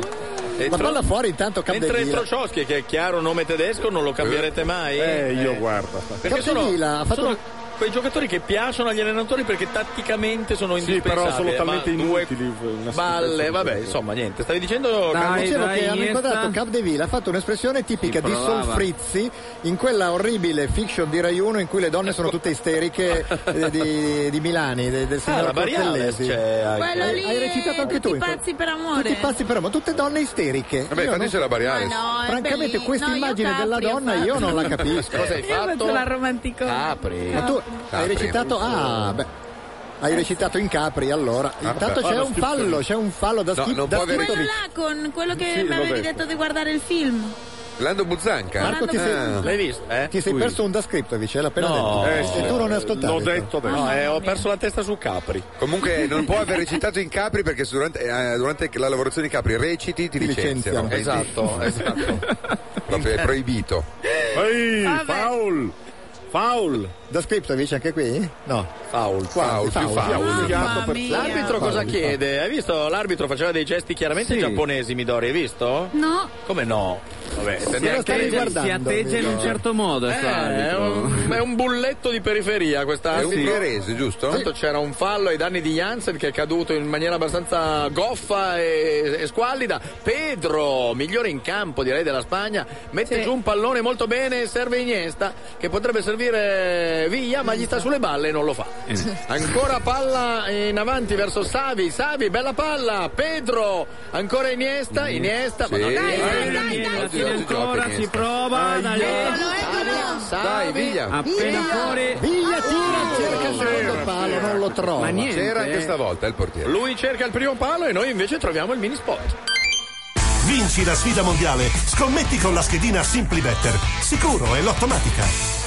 S2: La palla fuori intanto
S4: Mentre
S2: Capdevila.
S4: Trocioschi, che è chiaro nome tedesco, non lo cambierete mai.
S20: Eh, io guarda.
S4: Perché sono,
S2: Capdevila ha fatto-
S4: sono quei giocatori che piacciono agli allenatori perché tatticamente sono
S20: Sì, però
S4: indispensabili. eh,
S20: sono talmente
S4: ma due
S20: inutili. una
S4: Balle,
S20: schifezza.
S4: vabbè, insomma, niente. Stavi dicendo
S2: No,
S4: Carlo?
S2: dicevo che hanno inquadrato Capdevila, ha fatto un'espressione tipica
S4: Si
S2: di
S4: provava.
S2: Solfrizzi in quella orribile fiction di Rai 1 in cui le donne sono tutte isteriche eh, di, di Milani, de- del
S4: Ah,
S2: signor
S4: la Bariales
S2: Cortellesi.
S4: c'è anche.
S13: Quello lì
S2: Hai recitato anche tu. in quel-
S13: Pazzi per
S2: Tutti
S13: amore.
S2: pazzi però, ma tutte donne isteriche.
S3: Vabbè,
S2: Io
S3: infatti
S2: non-
S3: c'è la Bariales.
S13: Ma no, è
S2: Francamente
S13: bellissimo.
S2: questa
S13: No, io
S2: immagine
S13: Capri
S2: della
S13: ho
S2: donna
S13: fatto.
S2: io non la capisco.
S4: Cosa hai
S13: Io faccio la romanticona.
S4: Capri.
S2: Ma tu hai
S4: Capri.
S2: recitato ah, beh, hai recitato in Capri allora. Intanto
S3: vabbè.
S2: c'è
S3: Ah,
S2: un
S3: schifo.
S2: fallo, c'è un fallo da
S3: No,
S2: schif-
S3: non
S2: da
S3: può avere-
S2: Schifovic.
S13: Quello là con quello che
S3: Sì,
S13: mi
S3: l'ho
S13: avevi
S3: detto.
S13: detto di guardare il film.
S3: Lando eh? Buzzanca.
S2: Marco, ti sei,
S4: eh?
S2: Ti sei perso un da scriptovic, è appena
S3: No.
S2: detto.
S3: Eh,
S2: e tu non hai ascoltato.
S3: l'ho detto adesso.
S2: No,
S3: No, eh, ho
S4: perso la testa su Capri.
S3: Comunque non può aver recitato in Capri perché se durante, eh, durante la lavorazione di Capri reciti ti licenziano.
S4: Esatto,
S3: esatto. Proprio è proibito.
S20: Ehi,
S2: Vabbè.
S20: foul! Foul!
S2: Da scriptovic anche qui? No.
S4: Foul,
S2: Quanti?
S4: foul, più foul.
S2: Foul.
S4: Fiato per-
S2: Mamma mia.
S4: L'arbitro cosa
S2: Foul,
S4: chiede? Hai visto? L'arbitro faceva dei gesti chiaramente giapponesi, Midori, hai visto?
S1: No.
S4: Come no? Vabbè, se
S12: Si,
S4: neanche-
S12: atteggia, si atteggia in un certo modo.
S4: Eh, è, un, è un bulletto di periferia questa
S12: È un
S4: ungherese, giusto? Tanto c'era un fallo ai danni di Jansen che è caduto in maniera abbastanza goffa e, e squallida. Pedro, migliore in campo direi della Spagna, mette giù un pallone molto bene, serve Iniesta che potrebbe servire via ma gli sta sulle balle e non lo fa. Ancora palla in avanti verso Savi, Savi, bella palla, Pedro, ancora Iniesta, Iniesta, ma non
S12: Dai, dai, dai, dai,
S4: Oggi- oggi gioca
S12: ancora si
S4: Iniesta.
S12: prova. dai.
S4: Dai, Viglia.
S12: Appena fuori.
S2: Viglia
S4: Oh,
S2: tira, cerca Ah, il secondo palo, non lo trova.
S4: Ma niente. eh.
S3: C'era anche stavolta il portiere.
S4: Lui cerca il primo palo e noi invece troviamo il mini spot.
S11: Vinci la sfida mondiale. Scommetti con la schedina Simply Better. Sicuro e lottomatica.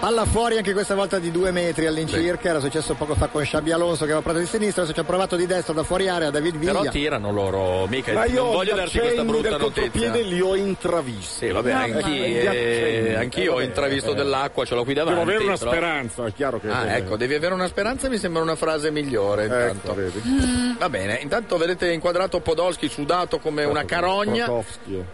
S2: Palla fuori anche questa volta di due metri all'incirca, era successo poco fa con Xabi Alonso che aveva provato di sinistra, adesso ci ha provato di destra da fuori area David Viglia.
S4: Però tirano loro, mica.
S20: Ma io
S4: non voglio
S20: gli
S4: darci questa
S20: accenni
S4: brutta
S20: del
S4: notizia.
S20: contropiede li ho intravisti.
S4: Sì, vabbè,
S20: Mamma
S4: anch'io,
S20: mia, gli accenni.
S4: eh, anch'io ho
S20: Eh,
S4: intravisto
S20: eh.
S4: dell'acqua, ce l'ho qui davanti.
S20: Devo avere una
S4: però-
S20: speranza, è chiaro che. Ecco,
S4: Ah, ecco, devi avere una speranza, mi sembra una frase migliore. Intanto. Mm. Va bene, intanto vedete inquadrato Podolski sudato come una carogna.
S20: Prokofsky.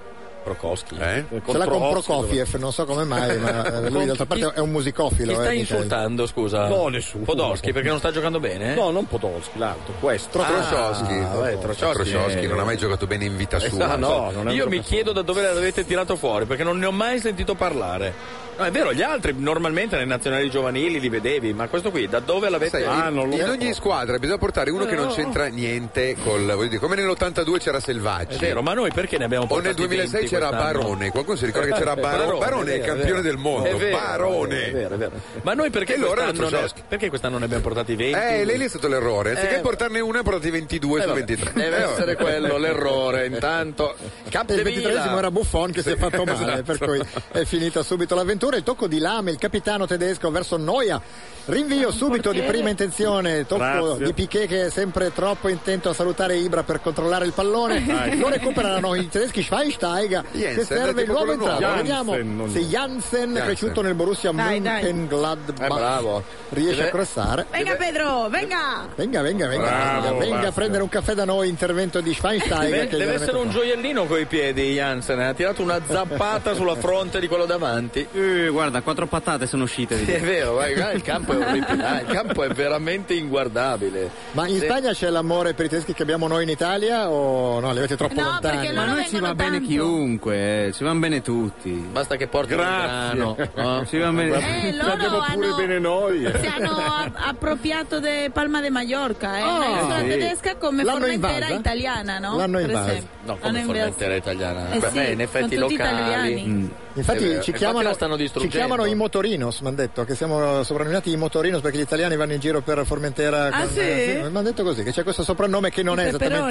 S4: Prokofsky. eh?
S2: Ce l'ha
S4: Contro
S2: con
S4: Hofsky,
S2: Prokofiev, non so come mai, ma eh, lui d'altra parte è un musicofilo.
S4: Chi
S2: eh,
S4: sta
S2: mica-
S4: insultando, scusa?
S2: No, nessuno.
S4: Podolski perché non sta giocando bene? eh?
S20: No, non Podolski, l'altro, questo.
S3: Trocioschi.
S2: Ah,
S3: Trocioschi non ha mai giocato bene in vita sua.
S4: Esatto. Io mi chiedo da dove l'avete tirato fuori perché non ne ho mai sentito parlare. No, è vero, gli altri normalmente nei nazionali giovanili li vedevi, ma questo qui da dove l'avete Ah,
S3: Sai,
S2: Ah,
S3: in in ogni squadra bisogna portare uno
S4: Eh,
S3: che non
S4: no.
S3: c'entra niente col. voglio dire, come nell'82 c'era Selvaggi.
S4: È vero, ma noi perché ne abbiamo
S3: O
S4: portati
S3: nel 2006
S4: 20
S3: c'era
S4: quest'anno?
S3: Barone, qualcuno si ricorda che c'era
S4: Eh,
S3: Barone? Barone è
S4: vero,
S3: campione
S4: vero.
S3: del mondo,
S4: È vero,
S3: Barone.
S4: È vero, è vero. Ma noi perché
S3: E loro erano
S4: quest'anno, ne,
S3: Trzaskowski.
S4: perché quest'anno ne abbiamo portati 20?
S3: Eh, lei lì è stato l'errore. Anziché
S4: Eh,
S3: portarne una, portati 22
S4: eh,
S3: su
S4: vabbè.
S3: 23.
S4: Deve essere quello l'errore. Intanto,
S2: Il
S4: Capdevila.
S2: ventitreesimo era Buffon che si è fatto male,
S4: esatto.
S2: per cui è finita subito l'avventura. Il tocco di Lame, il capitano tedesco verso Noia. Rinvio subito di prima intenzione, tocco
S24: Grazie.
S2: di Piquet che è sempre troppo intento a salutare Ibra per controllare il pallone.
S24: Dai.
S2: Lo recuperano i tedeschi Schweinsteiger
S24: Jensen,
S2: che
S24: dai,
S2: serve il
S24: tipo
S2: nuovo
S24: quello
S2: entrato.
S24: nuovo. Jansen,
S2: Vediamo
S24: non-
S2: se Jansen,
S24: Jansen.
S2: cresciuto nel Borussia
S24: Dai, dai.
S2: Mönchengladbach,
S24: Eh, bravo. Eh.
S2: riesce
S24: Deve-
S2: a crossare.
S13: Venga Pedro, venga!
S2: Venga, venga, venga,
S4: Bravo,
S2: venga, venga
S4: Massimo.
S2: a prendere un caffè da noi, intervento di Schweinsteiger.
S4: Deve,
S2: che
S4: deve
S2: gliela
S4: essere
S2: mette
S4: un gioiellino coi piedi, Jansen. Ha tirato una zappata sulla fronte di quello davanti.
S12: Eh, guarda, quattro patate sono uscite.
S4: Sì, è vero, vai, guarda, il campo è orribile. Ah, il campo è veramente inguardabile.
S2: Ma in
S4: Se-
S2: Spagna c'è l'amore per i tedeschi che abbiamo noi in Italia o no? Li avete troppo
S12: No,
S2: lontani?
S12: perché loro Ma noi ci vengono va bene tanto. Chiunque, eh, ci vanno bene tutti. Basta
S4: che porti
S12: un
S20: Grazie.
S12: grano. Ci vanno bene.
S13: Eh, loro
S20: Andiamo pure
S13: hanno-
S20: bene noi.
S13: Si hanno a- appropriato de Palma de Mallorca, eh?
S20: Ah,
S13: una isola
S4: Oh. sì.
S13: tedesca come
S4: L'hanno
S13: Formentera
S4: invasa?
S13: italiana, no?
S4: L'hanno
S13: Per
S4: invasa.
S13: esempio.
S4: No,
S13: L'hanno
S4: come
S13: invasa.
S4: Formentera italiana.
S13: Eh
S4: Beh,
S13: sì,
S4: in effetti
S13: sono tutti
S4: locali.
S13: italiani.
S4: Mm. È
S2: Infatti
S4: vero.
S2: ci chiamano,
S4: la stanno
S2: ci
S4: distruggendo.
S2: chiamano i motorinos, mi hanno detto, che siamo soprannominati i motorinos perché gli italiani vanno in giro per Formentera.
S24: Ah, sì?
S2: mi hanno detto così, che c'è questo soprannome che non
S24: I
S2: è
S24: peperoni.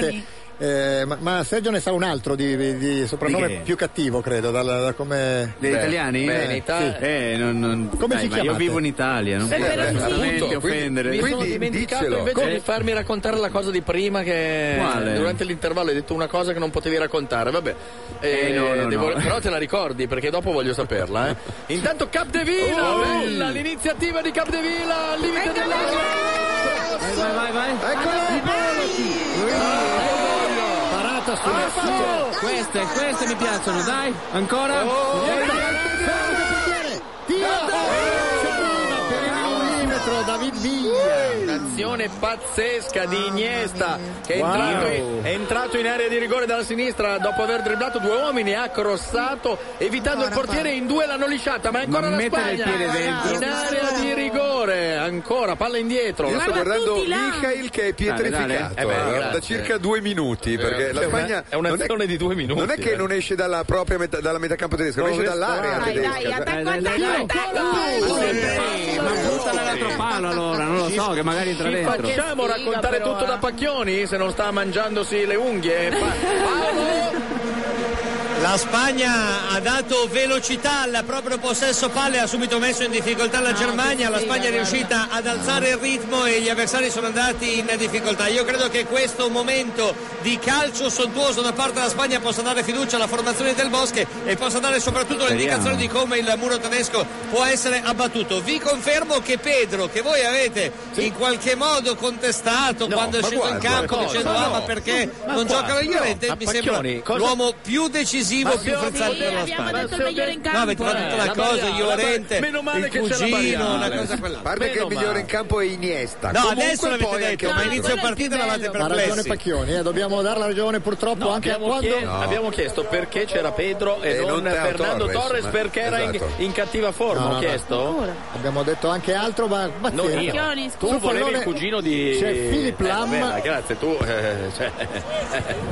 S2: esattamente... eh, ma, ma Sergio ne sa un altro di, di- di soprannome
S12: Di che?
S2: più cattivo, credo, dal- da come...
S12: Degli italiani?
S2: Eh, sì.
S12: Eh, non, non-
S2: Come
S12: dai,
S2: si
S12: ma Io
S2: chiamate?
S12: vivo in Italia, non
S2: Eh,
S12: posso
S2: però sì.
S12: veramente
S2: Appunto, quindi-
S12: offendere.
S4: Mi sono dimenticato invece di farmi raccontare la cosa di prima che
S12: Quale?
S4: durante l'intervallo hai detto una cosa che non potevi raccontare. Vabbè,
S12: Eh, no, no,
S4: devo-
S12: no.
S4: però te la ricordi perché dopo voglio saperla. eh. Intanto Capdevila,
S21: Oh!
S4: bella l'iniziativa di Capdevila al limite dell'area.
S12: Vai, vai, vai.
S2: Parata
S12: sulla Queste, queste mi piacciono, dai. Ancora?
S2: Millimetro, David Viglia.
S4: Un'azione pazzesca di Iniesta che è
S2: Wow.
S4: entrato, in, è entrato in area di rigore dalla sinistra dopo aver dribblato due uomini, ha crossato evitando il portiere in due l'hanno lisciata, ma è ancora
S12: Ma
S4: la
S12: mettere il
S4: Spagna
S12: piede dentro.
S4: in area di rigore, ancora palla indietro.
S3: Io sto guardando Michael che è pietrificato eh, da circa due minuti perché la Spagna
S4: Eh, cioè, è un'azione
S3: non è-
S4: di due minuti. eh.
S3: non è che non esce dalla propria metà, dalla metà campo tedesca non
S4: No,
S3: esce
S4: questo-
S3: dall'area
S4: dai,
S3: tedesca
S12: Eh,
S4: dai, attacco,
S3: Dai, dai,
S4: attacco,
S3: dai.
S12: Ma buttala l'altro palo allora, non lo so, che magari entra
S4: Ci
S12: dentro.
S4: facciamo raccontare tutto eh, da Pacchioni se non sta mangiandosi le unghie. Pa- Paolo!
S10: La Spagna ha dato velocità al proprio possesso palle, ha subito messo in difficoltà la Germania, la Spagna è riuscita ad alzare il ritmo e gli avversari sono andati in difficoltà. Io credo che questo momento di calcio sontuoso da parte della Spagna possa dare fiducia alla formazione del Bosche e possa dare soprattutto l'indicazione di come il muro tedesco può essere abbattuto. Vi confermo che Pedro, che voi avete in qualche modo contestato quando è
S4: ma
S10: sceso in
S4: guarda,
S10: campo
S4: cosa?
S10: dicendo ah,
S4: No,
S10: ma perché
S4: ma
S10: non
S4: guarda,
S10: giocano gli
S4: no,
S10: Llorente", mi
S4: ma
S10: sembra
S4: Pacchioni, cosa-
S10: l'uomo più decisivo,
S4: Ma
S10: più
S4: abbiamo
S10: frizzante
S4: detto-
S10: della
S4: abbiamo
S10: Spagna.
S4: detto il migliore in
S10: No, avete
S4: campo,
S10: fatto
S4: eh,
S10: una
S4: la
S10: cosa,
S4: Bariale,
S10: Llorente,
S4: la- meno male
S10: il
S4: che c'è la
S10: cugino, una
S4: Bariale.
S10: cosa quell'altra.
S3: A parte che
S10: Meno
S3: il migliore
S10: male.
S3: in campo è Iniesta.
S10: No,
S3: Comunque
S10: adesso l'avete
S3: poi
S10: detto,
S3: anche
S10: ma
S3: un
S10: inizio
S3: altro.
S10: partita eravate
S2: ecco, Ha ragione
S10: perplessi.
S2: Pacchioni, eh, dobbiamo dar la ragione purtroppo
S4: No,
S2: anche a
S4: abbiamo,
S2: quando...
S4: chie- abbiamo chiesto perché c'era Pedro e,
S2: E
S4: non,
S2: non Teo
S4: Fernando
S2: Torres,
S4: Torres,
S2: ma-
S4: perché era in,
S2: esatto.
S4: in cattiva forma.
S2: No,
S4: ho
S2: no,
S4: chiesto?
S2: no. Abbiamo detto anche altro, ma
S4: Non
S2: pazienza.
S4: io. Tu
S2: Sul
S4: volevi
S2: pallone
S4: il cugino di.
S2: C'è Philip
S4: Eh,
S2: Lam.
S4: vabbè, dai, grazie, tu. eh, cioè.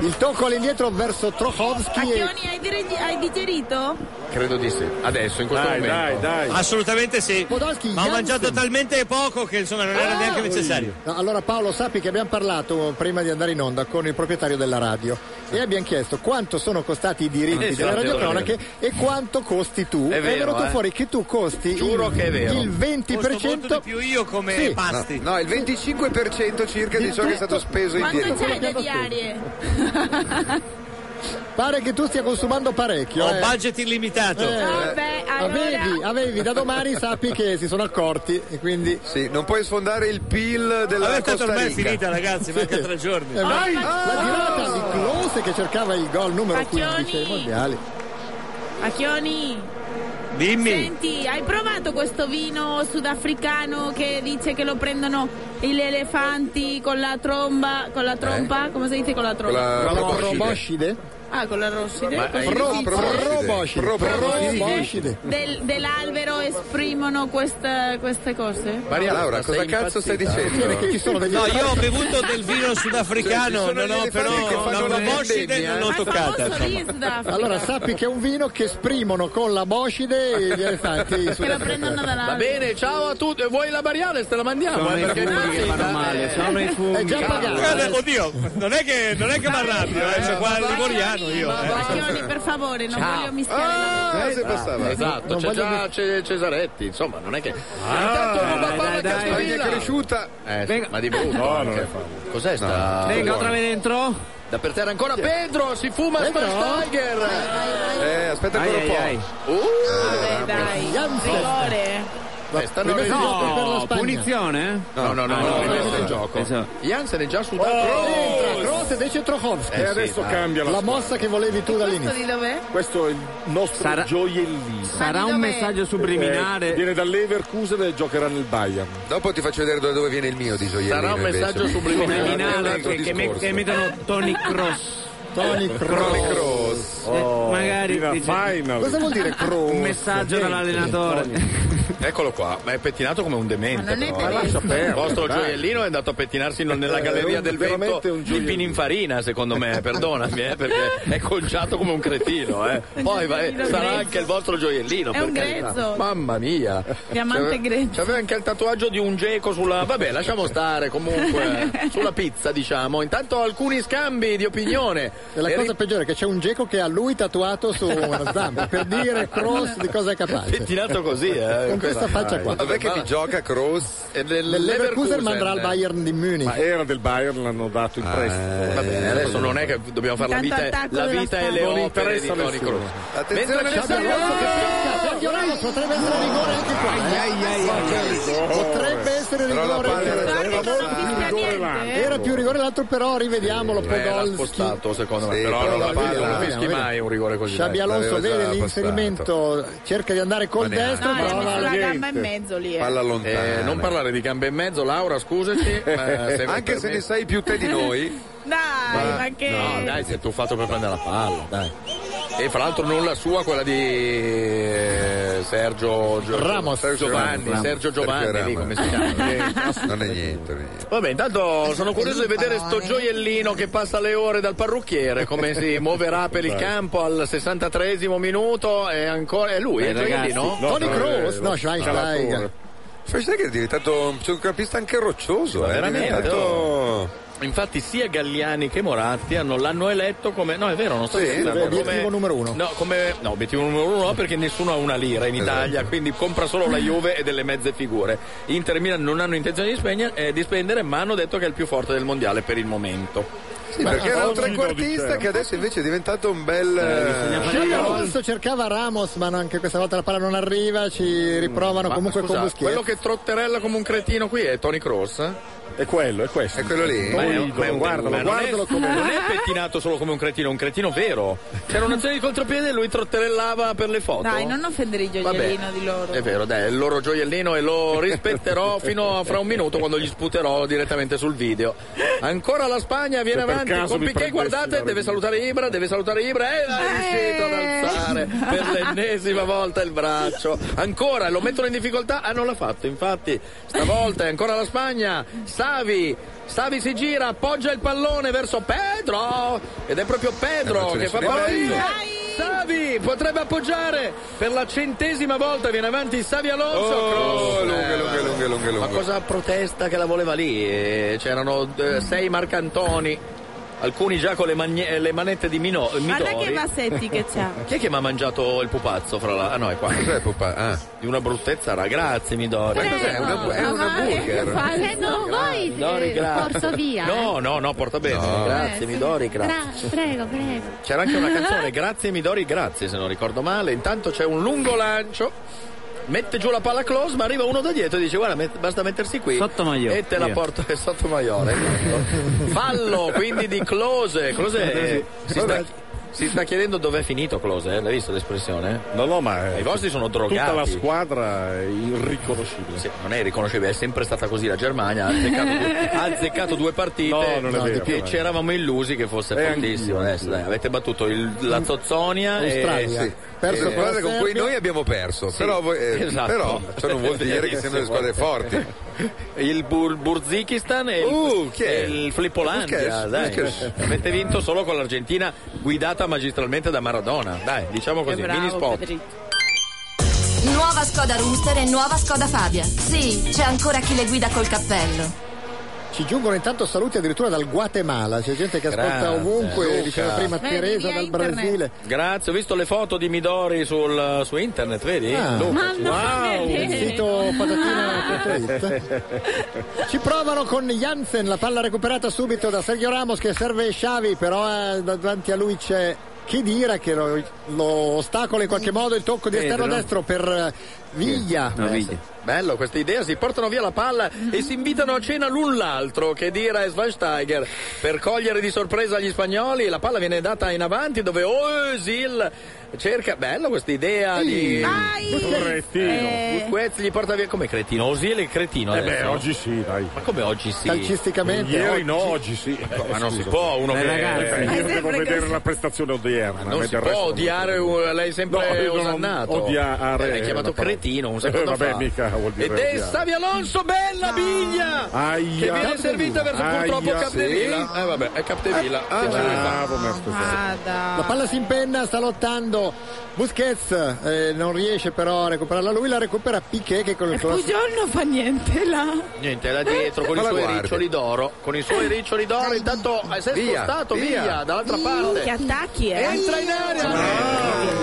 S2: Il tocco all'indietro verso Trochowski e
S13: Pacchioni, hai, dire- hai digerito?
S4: Credo di sì. Adesso, in questo
S10: Dai,
S4: momento.
S10: dai, dai. Assolutamente sì. Ma ho mangiato talmente poco che insomma non
S3: Ah,
S10: era neanche necessario.
S2: No, allora Paolo sappi che abbiamo parlato prima di andare in onda con il proprietario della radio e abbiamo chiesto quanto sono costati i diritti
S4: Eh, sì,
S2: delle
S4: è vero,
S2: radiocronache e quanto costi tu.
S4: È vero,
S2: venuto
S4: eh.
S2: fuori che tu costi
S4: Giuro
S2: il,
S4: che è vero.
S2: il 20%.
S10: più io come
S2: Sì.
S10: pasti.
S3: No, il 25% circa di ciò che è stato speso in
S13: Quanto
S3: dietro.
S13: c'hai da diarie?
S2: Pare che tu stia consumando parecchio.
S10: Ho
S2: eh.
S10: budget illimitato.
S2: Eh, avevi, avevi da domani sappi che si sono accorti e quindi
S3: Sì, non puoi sfondare il PIL della
S2: Vabbè, tanto
S3: Costa
S2: ormai è
S3: Rica.
S2: finita, ragazzi, manca tre
S10: giorni.
S2: Eh, ma-
S13: Ah!
S2: la
S13: Oh.
S2: girata di Close che cercava il gol numero 15 dei mondiali.
S13: Pacchioni,
S10: Dimmi.
S13: senti, hai provato questo vino sudafricano che dice che lo prendono gli elefanti con la tromba, con la trompa, come si dice con la tromba?
S2: proboscide.
S13: Ah, con la rosside?
S2: Pro-
S13: Così
S2: pro-
S13: dice.
S2: Proboscide. Proboscide.
S13: Del- dell'albero esprimono questa- queste cose?
S3: Maria Laura, cosa cazzo stai dicendo?
S2: Vedi che ci sono degli
S10: No,
S2: elefanti-
S10: io ho bevuto del vino sudafricano,
S3: Cioè, ci sono
S10: non ho
S3: gli elefanti che
S10: però la
S3: fanno la
S10: proboscide
S3: vendemmia,
S10: non l'ho
S3: eh.
S10: toccata. insomma.
S2: Allora sappi che è un vino che esprimono con la boscide gli elefanti.
S4: Va bene, ciao a tutti. Vuoi la Bariale? Te la mandiamo.
S2: Sono
S4: eh,
S2: i
S4: perché eh,
S2: funghi che fanno male, sono i funghi. È già pagato.
S10: Guarda, oddio, non è che non è che mi arrabbio, eh, sono qua Ligoriano io. eh.
S13: Pacchioni, per favore, non
S4: Ciao.
S13: voglio mischiare. la-
S4: Ah,
S3: se passava.
S4: Esatto,
S3: Non
S4: c'è
S3: voglio
S4: già Ce- Cesaretti, insomma, non è che. Intanto ruba
S12: dai,
S4: palla
S12: dai,
S4: a
S12: dai.
S4: Castrovilli.
S12: È cresciuta.
S4: Eh,
S12: Venga.
S4: ma di brutto.
S12: No,
S4: anche.
S12: non è
S4: Cos'è sta?
S12: Venga,
S4: Buono.
S12: otra vez dentro.
S4: Da per terra ancora Pedro, si fuma
S12: Pedro?
S4: Schweinsteiger.
S3: Eh, aspetta
S12: Ai,
S3: ancora un po'.
S12: ai,
S13: Vabbè, dai, rigore.
S4: Eh, stanno
S12: No,
S4: registrando per la Spagna.
S12: punizione?
S4: No, no, no,
S12: Ah,
S4: no,
S12: no,
S4: no,
S12: no,
S4: questo è
S12: no.
S4: il gioco.
S12: Esatto.
S4: Jansen è già sudato.
S2: Entra Kroos e invece Trochowski.
S20: Eh, E adesso sì, dai. cambia la
S2: la
S20: squadra.
S2: mossa che volevi tu
S13: Questo
S2: dall'inizio.
S13: di dov'è?
S20: Questo è il nostro
S12: Sarà-
S20: gioiellino.
S12: sarà un messaggio subliminare.
S20: Eh, viene dall'Everkusen e giocherà nel Bayern.
S3: Dopo ti faccio vedere da dove viene il mio di gioiellino
S20: Sarà un messaggio subliminare.
S12: Criminale che, che met- che mettono Tony Cross. Tony
S4: Oh,
S3: Cross.
S2: Eh,
S12: magari
S20: fino a
S12: dice-
S20: final.
S2: Cosa vuol dire Kroos?
S12: Un messaggio dall'allenatore.
S4: Eccolo qua, ma è pettinato come un demente.
S12: Ma non è
S4: però.
S12: demente.
S4: lascia perdere, Il vostro
S12: dai.
S4: gioiellino è andato a pettinarsi non- nella
S20: Eh,
S4: galleria
S20: un-
S4: del vento
S20: veramente un
S4: di
S20: gioiellino.
S4: Pininfarina, secondo me, perdonami, eh, perché è conciato come un cretino. eh. Poi va-
S13: gioiellino
S4: sarà
S13: grezzo.
S4: anche il vostro gioiellino.
S13: È un
S4: per carità.
S13: grezzo.
S4: Mamma mia.
S13: Diamante
S4: C'ave-
S13: grezzo.
S4: C'aveva anche il tatuaggio di un geco sulla... Vabbè, lasciamo stare, comunque, sulla pizza, diciamo. Intanto alcuni scambi di opinione.
S2: E la
S4: E
S2: cosa peggiore è che c'è un geco che ha lui tatuato su una zampa per dire Cross di cosa è capace.
S4: Pettinato così, eh.
S2: Con questa faccia qua.
S3: Vabbè che mi gioca Kroos
S4: e
S2: L'Everkusen manderà
S3: eh.
S2: al Bayern di
S20: Ma
S2: Munich.
S4: eh,
S20: era del Bayern, l'hanno dato
S4: Ah,
S20: in prestito.
S4: Va bene, adesso non è che dobbiamo fare la
S2: Intanto
S4: vita,
S2: attacco
S4: la
S2: della
S4: vita e le
S2: Spagna. Non
S4: opere di
S2: interessa
S4: Toni
S2: nessuno.
S4: Kroos.
S3: Attenzione
S4: Mentre c'è
S2: Xabi Alonso che pesca, Sergio Ramos potrebbe essere rigore anche qua. eh. Potrebbe essere rigore. Era più rigore l'altro però, rivediamolo,
S4: Eh, l'ha
S2: Podolski.
S4: spostato secondo me,
S3: Sì,
S4: però,
S3: però
S4: non,
S3: la
S4: lo-
S3: palla-
S4: non fischi
S2: vedi.
S4: mai un rigore così.
S2: Xabi
S4: dai.
S2: Alonso
S4: L'aveva
S2: vede
S4: già
S2: l'inserimento, cerca di andare col destro,
S13: No, gli ha
S2: però
S13: messo
S2: la-
S13: la gamba in mezzo lì. eh.
S3: lontana.
S4: Eh, non parlare di gambe in mezzo, Laura, scusaci. ma mi
S3: Anche se
S4: permetti-
S3: ne sai più te di noi.
S13: Dai, ma, che...
S4: No, dai, si è tuffato per prendere la palla, dai. E fra l'altro non la sua, quella di eh, Sergio Gio-
S2: Ramos.
S4: Giovanni,
S2: Ramos.
S4: Sergio Giovanni,
S3: Sergio
S4: lì, come si chiama?
S3: Eh, Non è niente. non è niente.
S4: Vabbè, intanto sono curioso di vedere sto gioiellino che passa le ore dal parrucchiere, come si muoverà per il campo al 63esimo minuto e ancora è lui, eh,
S2: Beh,
S4: è il
S2: ragazzi,
S4: gioiellino?
S2: no, Tony però è-
S3: eh,
S2: Kroos, no, Schweinsteiger.
S3: Fai sai che è diventato un centrocampista anche roccioso, eh, è
S4: veramente,
S3: diventato
S4: Infatti sia Galliani che Moratti hanno- l'hanno eletto come... No, è vero, non sto
S2: Sì,
S4: scherzando,
S2: è vero.
S4: come-
S2: Obiettivo numero uno.
S4: No, come... no, obiettivo numero uno no, perché nessuno ha una lira in Italia,
S2: Esatto.
S4: quindi compra solo la Juve e delle mezze figure. Inter e Milan non hanno intenzione di, spegne- eh, di spendere, ma hanno detto che è il più forte del mondiale per il momento.
S3: Sì, perché era un
S4: diciamo.
S3: trequartista che adesso invece è diventato un bel. eh,
S2: Adesso cercava Ramos, ma no, anche questa volta la palla non arriva. Ci riprovano
S4: Mm, Ma,
S2: comunque
S4: scusa,
S2: con Busquets.
S4: Quello che trotterella come un cretino qui è Tony Cross? È quello, è questo. È
S3: quello lì?
S4: Ma è, un-
S3: Idolo,
S4: ma è un-
S3: guardalo,
S4: ma non
S3: guardalo
S4: è,
S3: come-
S4: Non è pettinato solo come un cretino, è un cretino vero. C'era un'azione di contropiede e lui trotterellava per le foto.
S13: Dai, non offendere il gioiellino
S4: Vabbè. Eh,
S13: di loro.
S4: È vero, dai, è il loro gioiellino e lo rispetterò fino a fra un minuto quando gli sputerò direttamente sul video. Ancora la Spagna viene
S20: Se per
S4: avanti
S20: caso
S4: con
S20: mi
S4: Piquet,
S20: prendessi
S4: guardate,
S20: la
S4: deve salutare Ibra, deve salutare Ibra eh, e
S12: Eh.
S4: l'ha riuscito ad alzare per l'ennesima volta il braccio. Ancora lo mettono in difficoltà, ah non l'ha fatto, infatti stavolta è ancora la Spagna. Savi Savi si gira, appoggia il pallone verso Pedro ed è proprio Pedro
S3: Eh, ma ce ne
S4: che fa
S3: sono
S4: partire.
S3: mezzo.
S4: Savi potrebbe appoggiare per la centesima volta viene avanti Savi Alonso
S3: Oh,
S4: cross.
S3: lunghe, lunghe, lunghe, lunghe,
S4: Eh, ma
S3: lunghe.
S4: cosa protesta che la voleva lì Eh, c'erano eh, sei Marcantoni alcuni già con le, magne- le manette di Mino- eh, Midori
S13: Guarda che vasetti che c'ha.
S4: chi è che mi ha mangiato il pupazzo fra la... ah no è qua cos'è il pupazzo? di una bruttezza raga grazie Midori
S3: ah. Ma cos'è? È una- è una burger.
S4: Eh,
S23: Se Ah, non vuoi,
S4: Midori,
S23: eh,
S4: grazie.
S23: porto via.
S4: no no no porta bene grazie
S23: Eh, sì.
S4: Midori grazie
S23: Gra- prego, prego.
S4: C'era anche una canzone, Grazie Midori, grazie se non ricordo male. Intanto c'è un lungo lancio, mette giù la palla close, ma arriva uno da dietro e dice guarda met- basta mettersi qui
S12: Sotto Maiore.
S4: e te la
S12: Io.
S4: porto è sotto Maiore. esatto. Fallo quindi di close. Close eh, si sta, si sta chiedendo dov'è finito close, eh? l'hai visto l'espressione? No, no, ma... I vostri sono drogati.
S20: Tutta la squadra è irriconoscibile.
S4: Sì, non è irriconoscibile, è sempre stata così la Germania, ha azzeccato due, ha azzeccato due partite
S20: No, non è vero,
S4: e
S20: dai.
S4: ci eravamo illusi che fosse
S20: Eh,
S4: fortissimo.
S20: anch'io,
S4: Adesso, dai, avete battuto il- la Zozzonia e...
S3: Australia.
S4: sì.
S3: Perso
S4: Eh,
S3: con la squadra con cui
S4: Serbia.
S3: noi abbiamo perso,
S4: Sì,
S3: però, voi- eh,
S4: esatto.
S3: però ciò non vuol dire che siano le squadre forti.
S4: Il Bur- Burzikistan e il,
S3: Uh, chi è?
S4: e il Flippolandia,
S3: Busquets,
S4: dai.
S3: Busquets.
S4: Avete vinto solo con l'Argentina guidata magistralmente da Maradona. Dai, diciamo così, mini spot.
S19: Nuova Skoda Rooster e nuova Skoda Fabia. Sì, c'è ancora chi le guida col cappello.
S2: Ci giungono intanto saluti addirittura dal Guatemala. C'è gente che ascolta
S4: Grazie,
S2: ovunque.
S4: Luca.
S2: Diceva prima
S4: Beh,
S2: Teresa dal Brasile.
S4: Grazie, ho visto le foto di Midori sul- su internet, vedi?
S2: Ah.
S4: Luca,
S2: Mamma
S4: ci-
S2: mia, Ah.
S4: wow!
S2: che sito Ci provano con Jansen, la palla recuperata subito da Sergio Ramos che serve Xavi, però eh, davanti a lui c'è Chidira che lo, lo ostacola in qualche modo il tocco di
S4: Pedro.
S2: esterno destro per eh, Viglia.
S4: Eh, sì. Bello questa idea, si portano via la palla e si invitano a cena l'un l'altro, che dira è Schweinsteiger per cogliere di sorpresa gli spagnoli, la palla viene data in avanti dove Özil cerca, bello questa idea di
S20: Cretino.
S4: Eh. Busquets gli porta via come cretino, Özil è cretino
S20: Eh
S4: adesso.
S20: beh, oggi sì, dai.
S4: Ma come oggi sì?
S2: Calcisticamente
S20: Ieri no, oggi sì.
S4: Ecco, ma
S5: Eh,
S4: non si può, uno che-
S20: ragazzi,
S4: Eh,
S20: io
S4: sempre
S20: devo
S4: così.
S20: vedere la prestazione odierna.
S4: Non si
S20: mentre il
S4: può
S20: resto non-
S4: odiare, un- l'hai
S20: No,
S4: sempre
S20: io non
S4: osannato.
S20: odiare
S4: Eh, l'hai chiamato
S20: la parola.
S4: cretino un secondo
S20: Eh, vabbè,
S4: fa.
S5: Cioè,
S20: mica vuol dire
S4: Ed è
S20: odiare.
S4: Savi Alonso, bella biglia! che
S20: Aia.
S4: viene servita verso
S20: Aia,
S4: purtroppo
S20: sì.
S4: Capdevila. Eh vabbè, è Capdevila.
S20: Ah,
S4: Che ci vuole fare? Ah.
S2: La palla si impenna, sta lottando Busquets, eh, non riesce però a recuperarla lui, la recupera Piquet che con il classico...
S13: Pujol non fa niente là.
S4: Niente,
S20: Eh,
S4: era dietro con
S2: Ma
S4: i
S2: la
S4: suoi
S2: guardi.
S4: riccioli d'oro. Con i suoi riccioli d'oro, intanto eh, si è
S13: Via,
S4: spostato
S13: via.
S4: via, dall'altra parte.
S13: Che attacchi, eh?
S4: Entra in eh. area!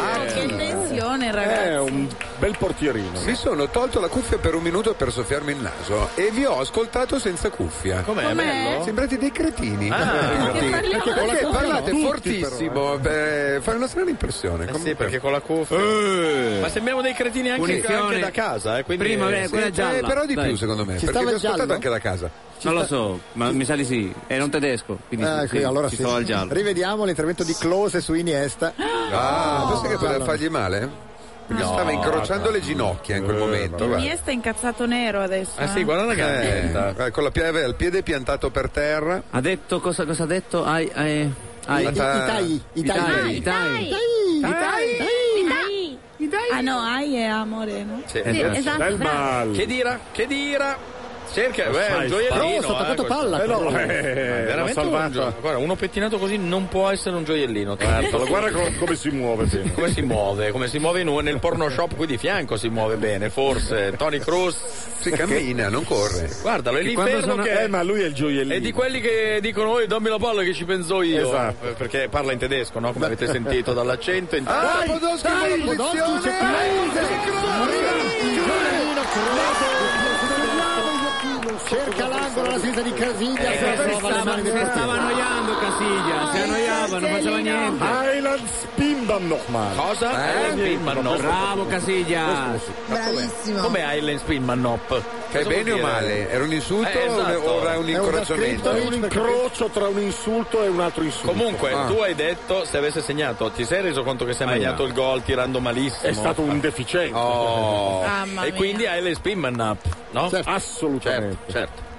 S13: Ah, che tensione, ragazzi.
S3: È un
S20: bel portierino.
S3: Mi sono tolto la cuffia per un minuto per soffiarmi il naso e vi ho ascoltato senza cuffia.
S4: Com'è? Com'è? Bello?
S3: Sembrate dei cretini.
S4: Ah,
S3: perché,
S4: perché parliamo con la
S3: perché
S4: cuffia,
S3: parlate
S4: no? Tutti
S3: fortissimo, beh, fai una strana impressione. Eh.
S4: Eh sì, perché con la cuffia. Ma sembriamo dei cretini anche,
S3: Punizione.
S4: anche da casa, eh, quindi-
S12: Prima, eh, quella
S4: Sì,
S12: gialla.
S4: eh, però di
S12: Dai.
S4: più secondo me.
S12: Ci
S3: perché
S12: stava
S3: vi ho
S12: il giallo?
S3: ascoltato anche da casa.
S12: non lo so, ma mi sa di sì. Era un tedesco, quindi
S2: Ah,
S12: sì,
S2: qui,
S12: sì,
S2: allora
S12: ci
S2: sì.
S12: stava al giallo. Eh,
S2: Rivediamo l'intervento di Close su Iniesta.
S3: Ah, pensi che poteva fargli male? Perché
S2: No,
S3: stava incrociando le ginocchia
S4: Eh,
S3: in quel momento.
S13: Il
S3: guarda.
S13: mio sta incazzato nero adesso.
S4: Ah,
S13: eh.
S3: Eh, guarda, con la pieve, il piede piantato per terra.
S12: Ha detto cosa, cosa ha detto? Ai, ai, ai.
S3: I- i tagli, i tagli.
S12: Ah, Itai, Itai.
S13: Dai, dai, dai. Ah no, ai è amore, no?
S20: Eh,
S4: Sì, esatto,
S13: bravo.
S4: Che dira? Che dira? Cerca,
S20: Lo
S4: beh, è
S20: sai,
S4: un gioiellino.
S20: Spallettino,
S4: eh, questo.
S20: Eh, no, eh,
S4: È
S20: l'ha
S4: veramente un
S20: salvato. Certo,
S4: gio- guarda, uno pettinato così non può essere un gioiellino, Tartolo.
S20: Guarda co-
S4: come si muove bene. Come si muove, come si muove in un- nel porno shop qui di fianco si muove bene, forse. Tony Cruz.
S3: Si cammina, non corre.
S4: Guardalo, è
S20: Eh. Che
S4: lì
S20: quando
S4: fermo
S20: sono-
S4: che...
S20: Eh, ma lui è il gioiellino.
S4: È di quelli che dicono, "Oi, dammi la palla che ci penso io.
S20: Esatto.
S4: Eh, Perché parla in tedesco, no? Come avete sentito dall'accento. in-
S3: Ah, Podolski in buona posizione.
S2: Cerca l'angolo alla sinistra di Casiglia.
S12: Eh,
S2: però
S12: si
S2: trova le mani del portiere.
S12: stava annoiando Casiglia, si annoiava, non faceva niente.
S20: Island spin dann nochmal.
S4: Cosa?
S5: Eh,
S4: Eh, Island spin, ma no.
S12: Bravo Casiglia.
S4: Bravissimo. Come Island Spin Mannop?
S3: Fai bene o male? Era un insulto
S4: Eh, esatto.
S3: o era un incoraggiamento?
S20: È un incrocio tra un insulto e un altro insulto.
S4: Comunque,
S20: Ah.
S4: tu hai detto se avesse segnato, ti sei reso conto che sei
S20: Ahia.
S4: mangiato il gol tirando malissimo?
S20: È stato un deficiente.
S4: Oh.
S20: Mamma
S4: e
S20: mia.
S4: quindi hai le spin man up, no?
S20: Assolutamente.
S4: Certo, certo.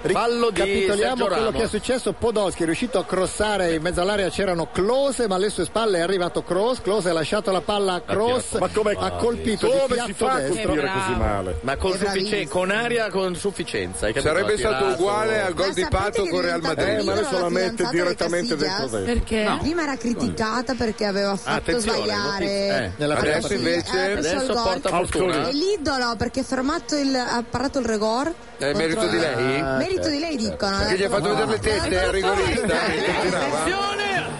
S4: Fallo di
S2: Capitoliamo
S4: Sergio
S2: quello che è
S4: Ramos.
S2: successo. Podolski è riuscito a crossare in mezzo all'area c'erano Close, ma alle sue spalle è arrivato Cross. Close ha lasciato la palla a Cross.
S20: Ma come-
S2: ha colpito di
S20: Come si
S2: fiatto
S20: fa a
S2: destro.
S20: colpire così male?
S4: Ma con,
S2: È
S4: suffici-
S2: bravissimo.
S4: con aria con sufficienza. hai capito?
S3: Sarebbe
S4: Ha
S3: stato
S4: tirato-
S3: uguale al gol di Pato con Real Madrid.
S4: Eh, ma adesso la mette direttamente dentro te.
S9: Perché?
S4: No.
S9: Prima era criticata perché aveva fatto
S4: Attenzione, notizia. Eh.
S9: sbagliare.
S4: Nella prima
S9: Adesso
S4: partita.
S9: invece
S4: Eh, adesso
S9: adesso
S4: porta fortuna.
S9: È l'idolo perché ha fermato il ha parato il regor.
S3: È merito
S9: contro-
S3: di lei?
S9: Merito di lei dicono. eh.
S3: Perché gli ha fatto vedere le tette al rigorista? mentre girava?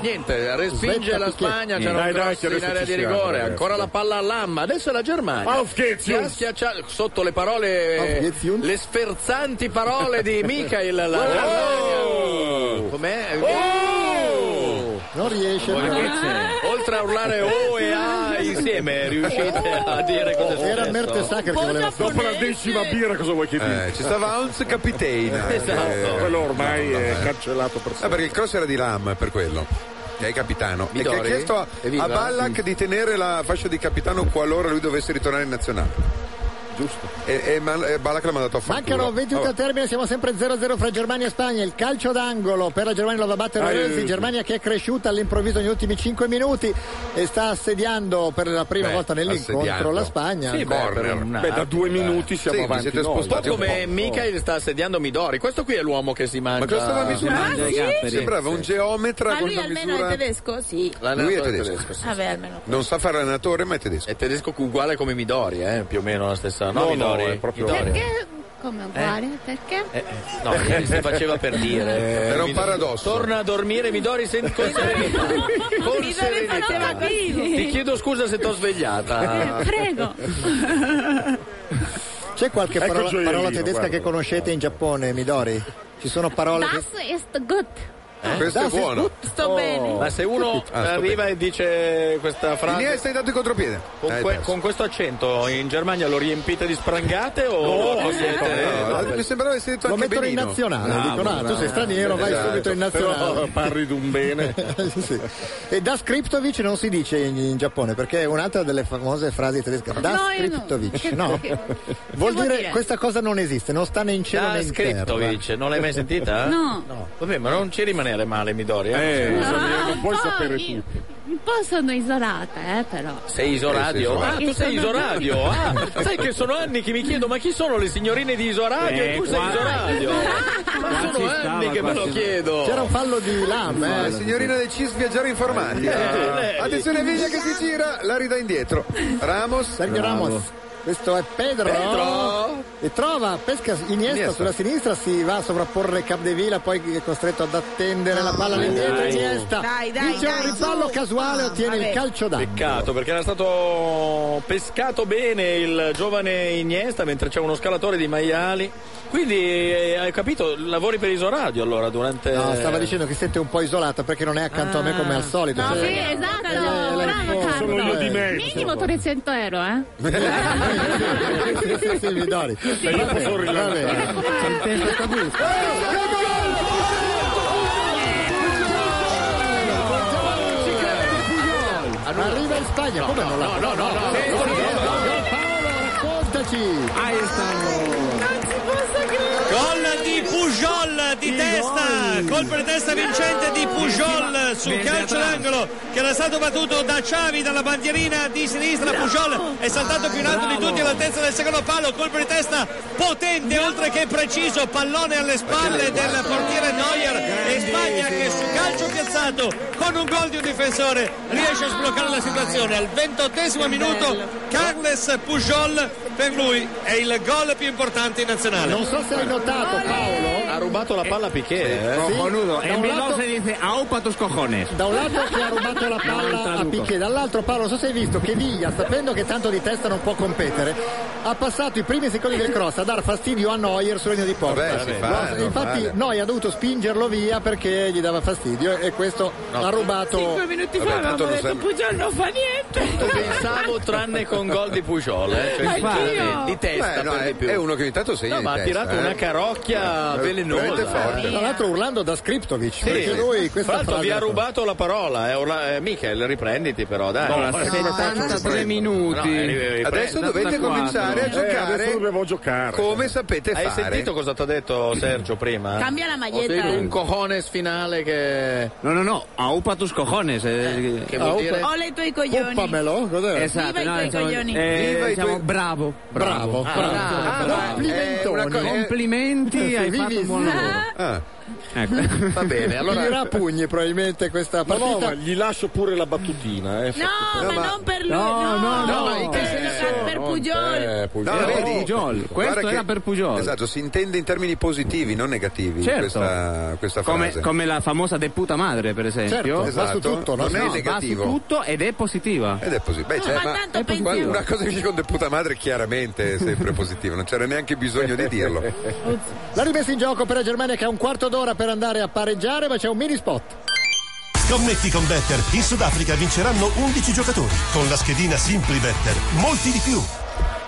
S4: Niente, respinge
S3: Sventa
S4: la
S3: Piquet.
S4: Spagna,
S3: Sì.
S4: c'era
S3: Mm. Dai,
S4: un
S3: dai,
S4: cross
S3: che
S4: in
S3: adesso
S4: area
S3: ci
S4: di
S3: siamo,
S4: rigore,
S3: ragazzi.
S4: ancora la palla all'amma, adesso è la Germania.
S20: Aufgeziun.
S4: Che ha schiacciato sotto le parole, le sferzanti parole di Michael. La Germania. Com'è?
S2: Non riesce.
S4: Ma che c'è? Oltre a urlare O e A insieme, riuscite a dire cosa è successo?
S2: Era Mertesacker che voleva fare.
S20: Dopo la decima birra cosa vuoi che dica?
S3: Eh, ci stava Hans Capitaina.
S20: Esatto. Quello ormai è
S3: cancellato per sempre. Eh, perché il cross era di Lam, per quello. Che è capitano. E che ha
S4: Vittori?
S3: chiesto a,
S4: È viva?
S3: a Ballack di tenere la fascia di capitano qualora lui dovesse ritornare in nazionale. Giusto. E, e Man- e Ballack l'ha mandato a fare. Oh,
S2: Mancano 28 al termine, siamo sempre 0-0 fra Germania e Spagna. Il calcio d'angolo per la Germania lo va a battere
S3: Ai,
S2: Renzi.
S3: ai,
S2: Germania che è cresciuta all'improvviso negli ultimi 5 minuti e sta assediando per la prima
S3: Beh,
S2: volta nell'incontro
S3: assediando.
S2: la Spagna.
S4: Sì, beh, per un
S20: Beh, da due
S2: eh.
S20: minuti siamo
S4: Sì, vi
S20: avanti
S4: siete
S20: noi.
S4: spostati un po' come Michael sta assediando Midori. Questo qui è l'uomo che si mangia.
S3: Ma cosa stava misurando?
S4: si mangia i capperi.
S3: Sembrava un
S4: Sì.
S3: geometra
S13: Ma lui
S3: quando
S13: almeno
S3: misura.
S13: è tedesco? Sì.
S3: Lui è tedesco.
S13: Vabbè, almeno.
S3: Non sa fare allenatore, ma è tedesco.
S4: È tedesco uguale come Midori, eh? più o meno la stessa.
S20: No,
S4: No,
S20: no,
S4: Midori.
S20: è proprio-
S4: Midori.
S1: Perché? Come uguale? Perché?
S4: Eh, no, eh, si faceva per dire.
S3: Era un
S4: Midori.
S3: paradosso.
S4: Torna a dormire, Midori, sen- con serenità. Con serenità. Ti chiedo scusa se t'ho svegliata.
S1: Prego.
S2: C'è qualche
S4: Ecco
S2: parola,
S4: il gioiellino,
S2: parola tedesca
S4: guarda.
S2: che conoscete in Giappone, Midori? Ci sono parole che... Eh?
S1: Das ist gut.
S3: Questo è
S2: Das ist
S3: buono.
S2: gut.
S1: Sto bene.
S4: Ma se uno
S3: Ah, sto
S4: arriva e dice questa frase.
S3: Iniesta hai dato il contropiede.
S4: Con,
S3: Eh,
S4: que-
S3: perso.
S4: con questo accento in Germania lo riempite di sprangate o
S3: No,
S4: lo siete?
S3: no, no, eh, mi sembrava essere detto
S2: Lo
S3: anche
S2: mettono in
S3: Benino.
S2: nazionale, dicono, ah, tu sei straniero, vai
S3: Esatto.
S2: subito in
S20: Però
S2: nazionale.
S20: parli di un bene.
S2: Sì, sì. E da Skriptovic non si dice in, in Giappone perché è un'altra delle famose frasi tedesche. Da
S1: No, io no.
S2: Skriptovic,
S1: Che-
S2: no?
S1: che-
S2: Vuol
S1: vuol
S2: dire,
S1: dire?
S2: questa cosa non esiste, non sta né in cielo
S4: Da
S2: né in terra.
S4: Skriptovic, non l'hai mai sentita?
S1: No.
S4: Vabbè, ma non ci rimanere male, Midori. Eh,
S1: scusami, No, non puoi un po' sapere io- Un po' sono isolata, eh, però.
S4: Sei Isoradio? Ah, tu
S1: Io
S4: sei
S1: sono-
S4: Isoradio? Ah, sai che sono anni che mi chiedo ma chi sono le signorine di Isoradio?
S12: Eh,
S4: e tu sei
S12: qua-
S4: Isoradio? Ma
S12: ci
S4: sono
S12: stava,
S4: anni che
S12: qua
S4: me lo
S12: ci-
S4: chiedo.
S2: C'era un fallo di Lam,
S3: Eh,
S2: eh.
S3: la signorina del CIS viaggiare informati.
S4: Eh, lei.
S3: Attenzione Viglia che si gira, la ridà indietro. Ramos.
S2: Sergio Ramos. Questo è Pedro.
S3: Pedro.
S2: E trova, pesca Iniesta,
S3: Iniesta.
S2: sulla sinistra, si va a sovrapporre Capdevila, poi è costretto ad attendere la palla all'indietro.
S4: Dai.
S2: Iniesta
S9: Dai, dai,
S2: vince un
S9: dai,
S2: riballo
S9: su.
S2: casuale,
S9: Ah,
S2: ottiene il
S9: vabbè.
S2: calcio d'angolo.
S4: Peccato perché era stato pescato bene il giovane Iniesta mentre c'è uno scalatore di maiali. Quindi eh, hai capito, lavori per Isoradio allora durante
S2: No, stava dicendo che si sente un po' isolata perché non è accanto a me
S9: Ah.
S2: come al solito.
S1: No,
S2: Cioè, eh,
S1: sì, esatto, bravo
S2: sono io di me,
S1: Carlo. Minimo 300 euro, eh.
S2: sì, sì, sì, Midori. Va bene, va bene. Sentenza capisco. Arriva in Spagna, come non la No, no, no, no, Paolo, raccontaci.
S12: Ahí estamos.
S9: Non ci posso credere.
S10: Gol di di Pujol di testa, colpo di testa Ah, vincente di Pujol sul calcio d'angolo che era stato battuto da Xavi dalla bandierina di sinistra. Pujol è saltato più in alto di tutti all'altezza del secondo palo, colpo di testa potente oltre che preciso, pallone alle spalle del portiere Neuer e Spagna che su calcio piazzato con un gol di un difensore riesce a sbloccare la situazione. Al ventottesimo minuto Carles Pujol per lui è il gol più importante in nazionale.
S2: Non so se hai notato Paolo.
S4: Ha rubato la palla a Piquet. eh.
S2: Sì.
S12: Cojonudo.
S2: Da
S12: En
S2: un
S12: Bilbao
S2: lato-
S12: se dice aupa tus cojones.
S2: Da un lato che ha rubato la palla a Piquet, dall'altro Paolo, non so se hai visto che Viglia, sapendo che tanto di testa non può competere, ha passato i primi secondi del cross a dar fastidio a Neuer sulla linea di porta.
S3: Vabbè, si fa,
S2: Lo-
S3: è
S2: infatti
S3: normale.
S2: Neuer ha dovuto spingerlo via perché gli dava fastidio e questo
S3: No.
S2: ha rubato.
S3: Cinque minuti fa Vabbè, avevamo tanto non detto, serve.
S13: Pujol non fa niente.
S4: Pensavo tranne con gol di Pujol, eh. Cioè,
S3: Anch'io.
S4: di testa
S2: eh,
S3: Beh, no,
S4: per
S3: è-
S4: di più.
S3: è uno che ogni tanto segna
S4: No,
S3: di
S4: ma ha
S3: testa,
S4: tirato
S3: eh.
S4: una carocchia
S3: Eh,
S4: velenosa. eh.
S3: veramente forte.
S2: Tra l'altro urlando da Skriptovic, perché lui
S4: Fra
S2: questa
S4: l'altro
S2: frase
S4: vi ha
S2: la fa.
S4: rubato la parola, eh, Orla- eh, Michel, riprenditi però, dai.
S12: Allora, 73 minuti.
S4: eh,
S3: Adesso dovete cominciare a giocare
S4: adesso dovevo giocare.
S3: come sapete
S4: Hai
S3: fare.
S4: sentito cosa ti ha detto Oh, Sergio prima?
S13: Cambia la maglietta,
S4: Ho sentito
S13: eh.
S4: un cojones finale che...
S12: No, no, no, aupa tus cojones. eh.
S4: che vuol dire?
S13: Ho le tue coglioni.
S2: Poppamelo, cos'è?
S12: Esatto,
S13: Viva
S12: no,
S13: i
S12: diciamo,
S13: tuoi coglioni.
S12: eh,
S13: Viva i
S12: diciamo
S13: tuoi-
S12: bravo,
S2: bravo,
S12: Ah,
S2: bravo.
S12: bravo, bravo. Eh,
S2: Complimentoni. Eh,
S12: complimenti, hai fatto un buon lavoro.
S2: Ecco.
S4: Va bene, allora-
S2: Finirà Ah. a pugni probabilmente questa
S20: No, no,
S2: partita.
S20: ma gli lascio pure la battutina. Eh.
S13: No, ma, non per lui.
S20: No,
S13: No,
S20: no, no,
S13: Per-
S20: in che
S13: per, per Pujol.
S3: Eh, No, vedi?
S12: Pujol.
S3: Guarda
S12: Questo
S3: che-
S12: era per Pujol.
S3: Esatto, si intende in termini positivi, non negativi.
S12: Certo.
S3: Questa, questa
S12: Come,
S3: frase.
S12: come la famosa de puta madre, per esempio.
S3: Certo, va Esatto. su tutto, no?
S12: Non
S3: No,
S12: è
S3: va su
S12: negativo.
S3: tutto
S12: ed è positiva.
S3: Ed è così. Beh, cioè,
S12: ma
S3: ma
S12: tanto
S3: è
S12: pensi-
S3: quando una cosa che dice con deputa madre chiaramente è sempre positiva, non c'era neanche bisogno di dirlo.
S2: La rimessa in gioco per la Germania che ha un quarto d'ora per andare a pareggiare, ma c'è un mini spot.
S11: Scommetti con Better, in Sudafrica vinceranno 11 giocatori. Con la schedina Simply Better, molti di più.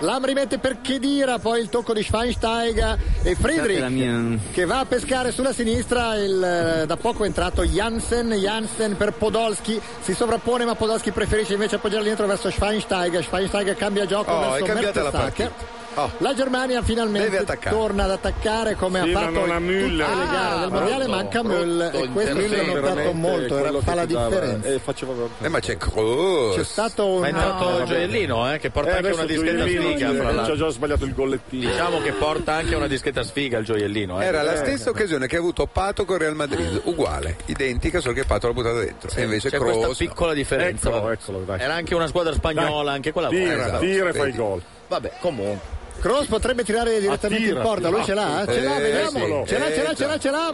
S2: Lam rimette per Chedira, poi il tocco di Schweinsteiger e
S12: La
S2: Friedrich
S12: mia-
S2: che va a pescare sulla sinistra il eh, da poco entrato Jansen, Jansen per Podolski, si sovrappone ma Podolski preferisce invece appoggiarla dentro verso Schweinsteiger, Schweinsteiger cambia gioco
S3: Oh, è
S2: verso
S3: cambiata la
S2: Mertesacker.
S3: partita. Oh.
S2: La Germania
S3: Deve
S2: finalmente
S3: attaccare.
S2: torna ad attaccare come
S3: Sì,
S2: ha
S3: ma
S2: fatto
S3: non ha
S2: in
S3: Müller.
S2: tutte le gare del
S3: Ah,
S2: mondiale,
S3: brutto,
S2: manca
S3: brutto,
S2: Müller e questo
S3: Müller
S2: l'ho notato
S3: veramente
S2: molto, era-
S3: quello
S2: fa
S3: che
S2: la
S3: ti dava,
S2: differenza.
S20: E faceva
S3: Eh, ma c'è Kroos.
S2: C'è stato un
S4: Ma è entrato
S2: No.
S4: Gioiellino, eh, che porta
S20: Eh,
S4: anche
S20: adesso
S4: una discreta
S20: Gioiellino,
S4: sfiga. fra
S20: eh,
S4: l'altro.
S20: ci ho già sbagliato il gollettino.
S4: Diciamo che porta anche una discreta sfiga il gioiellino. eh.
S3: Era la
S4: Eh,
S3: stessa occasione che ha avuto Pato con Real
S20: Eh.
S3: Madrid, uguale, identica, solo che Pato l'ha buttata dentro. e invece
S4: C'è
S3: Kroos.
S4: questa piccola differenza.
S20: Eccolo,
S4: vabbè.
S20: eccolo, dai.
S4: Era anche una squadra spagnola,
S20: Ecco. Dai,
S4: anche quella
S20: tira,
S4: volta. esatto.
S20: tira e
S4: Vedi.
S20: fai il gol.
S4: Vabbè, comunque.
S2: Cross potrebbe tirare direttamente
S4: Attira,
S2: in porta, lui
S4: attira.
S2: ce l'ha, ce l'ha,
S4: Eh,
S2: vediamo.
S4: sì.
S2: Ce l'ha, ce l'ha,
S4: Eh,
S2: ce l'ha, ce l'ha.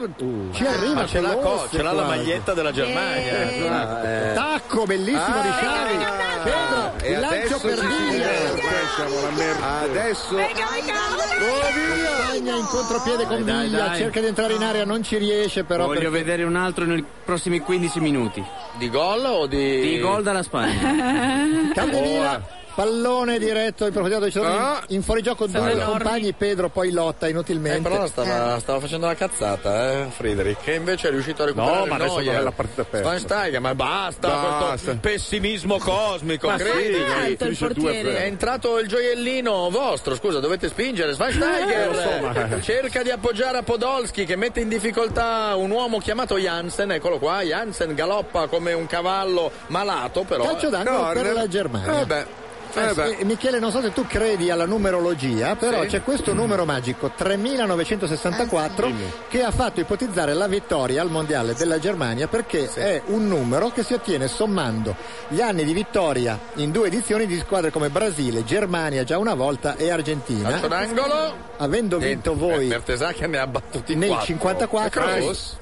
S2: Ci arriva,
S4: Ma ce l'ha,
S2: con
S4: co-
S2: l'osso
S4: ce l'ha la
S2: quasi.
S4: maglietta della Germania. Ah, eh. Ah.
S2: Tacco bellissimo di Sciavi. Pedro,
S3: E
S2: il lancio
S3: adesso
S2: per
S3: ci si
S2: Viglia.
S4: eh,
S20: Eh,
S3: diverte. Adesso
S2: Spagna in contropiede
S4: Eh,
S2: con
S12: Dai, dai,
S2: Viglia,
S12: dai.
S2: cerca di entrare in area, non ci riesce però.
S12: Voglio
S2: perché-
S12: vedere un altro nei prossimi 15 minuti.
S4: Di gol o di.
S12: Di gol dalla Spagna.
S2: Capdevila, pallone diretto in profondità dove ci sono in, in fuorigioco due
S4: Allora.
S2: compagni, Pedro poi lotta
S4: Ah. Eh,
S2: inutilmente.
S4: però la stava, stava facendo la cazzata, eh, Friedrich, che invece è riuscito a recuperare
S20: No, ma adesso
S4: Neuer.
S20: non è la partita persa.
S4: Schweinsteiger, ma basta,
S20: Basta.
S4: questo pessimismo cosmico,
S20: Ma
S4: credi?
S20: sì, tanto il Finisce portiere. due a tre.
S4: È entrato il gioiellino vostro, scusa, dovete spingere,
S20: Eh, lo so,
S4: Schweinsteiger
S20: ma-
S4: cerca di appoggiare a Podolski che mette in difficoltà un uomo chiamato Jansen, eccolo qua, Jansen galoppa come un cavallo malato però.
S2: Calcio d'angolo
S4: Corner.
S2: per la Germania.
S4: Eh beh,
S2: Eh,
S4: eh beh.
S2: eh, Michele, non so se tu credi alla numerologia, però
S4: Sì.
S2: c'è questo numero magico,
S4: Ah,
S2: 3964, che ha fatto ipotizzare la vittoria al mondiale della Germania perché è un numero che si ottiene sommando gli anni di vittoria in due edizioni di squadre come Brasile, Germania già una volta e Argentina.
S4: Calcio d'angolo.
S2: Eh? Avendo vinto voi
S4: Mertesacker ne ha battuti
S2: Nel
S4: quattro.
S2: 54.
S4: E Kroos?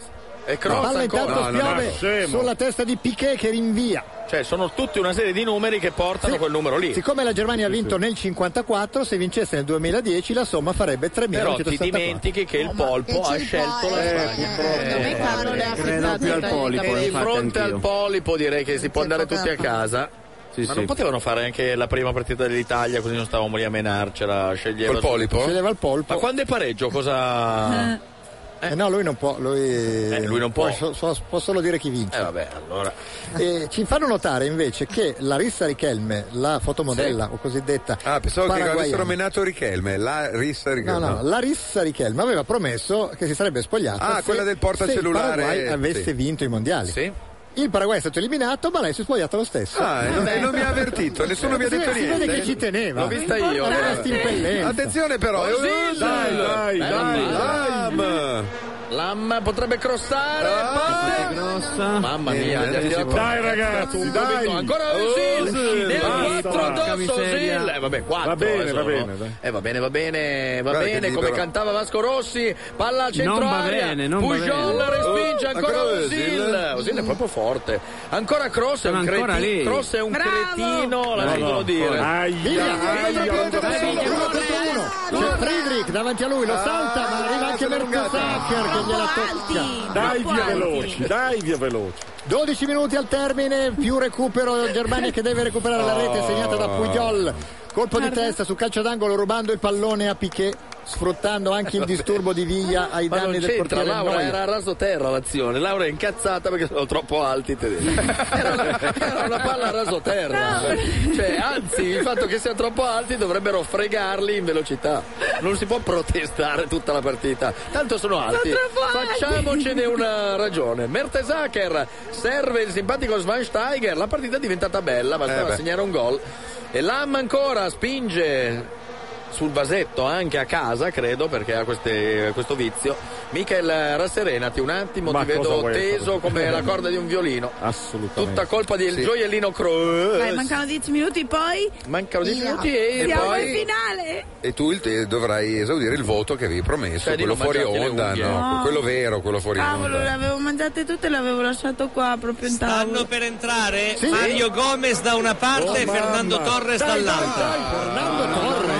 S4: E
S2: la
S4: Kroos
S2: palla
S4: ancora.
S2: intanto
S4: ma
S2: spiove
S4: scemo.
S2: sulla testa di Piquet che rinvia.
S4: Cioè, sono tutti una serie di numeri che portano quel numero lì.
S2: Siccome la Germania ha vinto nel 54, se vincesse nel 2010 la somma farebbe 3.164.
S4: Però ti dimentichi che il polpo Eh, ha scelto la
S3: Eh,
S4: Spagna.
S12: Credo più al polipo,
S4: E di
S12: infatti
S4: fronte al
S12: anch'io.
S4: polipo direi che si può andare tutti a casa. Ma
S12: sì.
S4: non potevano fare anche la prima partita dell'Italia così non stavamo lì a menarcela, sceglieva
S3: Col polipo?
S2: Sceglieva il polpo.
S4: Ma quando è pareggio cosa
S2: Eh no, lui non può, lui,
S4: Eh, lui non può.
S2: so- so- può solo dire chi vince.
S4: Eh vabbè, allora.
S2: E ci fanno notare invece che Larissa Richelme, la fotomodella
S3: Sì.
S2: o cosiddetta
S3: Ah, pensavo che
S2: paraguayana-
S3: avessero menato Richelme, la rissa
S2: No,
S3: Richelme.
S2: no, Larissa Richelme aveva promesso che si sarebbe spogliata
S3: Ah,
S2: se-
S3: quella del
S2: se il
S3: portacellulare,
S2: Paraguay avesse
S3: sì.
S2: vinto i mondiali. Il Paraguay è stato eliminato, ma lei si è spogliata lo stesso.
S3: Ah, e non-
S2: Vabbè. Cioè,
S3: e non mi ha avvertito, nessuno mi ha
S2: Si vede-
S3: detto
S2: Si
S3: niente.
S2: vede che ci teneva.
S3: L'ho vista io,
S2: Era
S3: allora.
S2: una stimpellenza.
S3: Attenzione però,
S4: Oh, sì,
S3: eh,
S4: dai, dai,
S3: Bella
S4: dai,
S3: palla. Lam.
S4: Lam potrebbe crossare.
S3: Ah,
S4: grossa. Mamma mia,
S3: Niente,
S4: gli
S3: Eh, si
S4: ha-
S3: può. Dai, ragazzi,
S4: Dai.
S3: dai.
S4: Ancora
S3: Oh,
S4: Osil.
S3: Özil,
S4: Ne ha
S3: basta.
S4: quattro
S3: Porca
S4: addosso
S3: miseria.
S4: Osil. Eh, vabbè, quattro.
S3: Va bene,
S4: adesso,
S3: va
S4: no?
S3: bene, dai.
S4: Eh, va bene, va bene, va
S3: Guarda che
S4: bene, come
S3: libero.
S4: cantava Vasco Rossi. Palla al centro
S12: Non va
S4: area.
S12: bene, non va
S4: Pujol
S12: bene.
S4: respinge
S12: Oh,
S4: ancora
S12: ancora
S4: Osil.
S12: Özil.
S4: Osil è proprio forte. Ancora Cross è
S12: Sono
S4: un
S12: ancora
S4: cretino.
S12: lì.
S4: Cross è un
S12: Bravo.
S4: cretino, la
S12: Bravo.
S4: devo dire.
S2: Aia, aia, uno contro uno. C'è Friedrich davanti a lui, lo salta, ma arriva anche Mertesacker che gliela tocca.
S20: Dai via veloci, dai via veloci.
S2: 12 minuti al termine, più recupero Germania che deve recuperare la rete segnata da Puyol. Colpo di testa su calcio d'angolo rubando il pallone a Piquet, sfruttando anche il disturbo di Viglia ai
S4: Ma
S2: danni
S4: non
S2: del
S4: c'entra,
S2: portiere
S4: Laura
S2: Neuer.
S4: era a raso terra l'azione. Laura è incazzata perché sono troppo alti i tedeschi. Era una, era una palla a raso terra. Cioè, anzi, il fatto che siano troppo alti dovrebbero fregarli in velocità. Non si può protestare tutta la partita. Tanto sono alti.
S20: Sono troppo alti.
S4: Facciamocene una ragione. Mertesacker serve il simpatico Schweinsteiger. La partita è diventata bella, bastava
S3: Eh beh.
S4: segnare un gol. E Lam ancora spinge sul vasetto anche a casa, credo, perché ha queste- questo vizio. Michel, rasserenati un attimo,
S20: Ma
S4: ti
S20: cosa
S4: vedo
S20: vuoi
S4: teso
S20: fare?
S4: come la corda di un violino.
S20: Assolutamente.
S4: Tutta colpa del
S20: Sì.
S4: gioiellino Croce.
S13: Dai, mancano 10 minuti poi.
S4: Eh, Mancano 10
S13: Via.
S4: minuti e
S13: Siamo
S4: poi-
S13: in finale.
S3: E tu il te- dovrai esaudire il voto che avevi promesso,
S4: Cioè, di
S3: quello
S4: non
S3: fuori
S4: mangiarti le
S3: onda,
S4: unghie.
S3: no,
S13: No.
S3: quello vero, quello fuori
S13: Cavolo, le
S3: onda.
S13: avevo mangiate tutte e le avevo lasciato qua proprio in tavola.
S10: Stanno per entrare Eh, Mario Gomez da una parte
S4: Oh,
S10: e Fernando Torres dall'altra.
S20: Ah,
S10: Fernando Torres.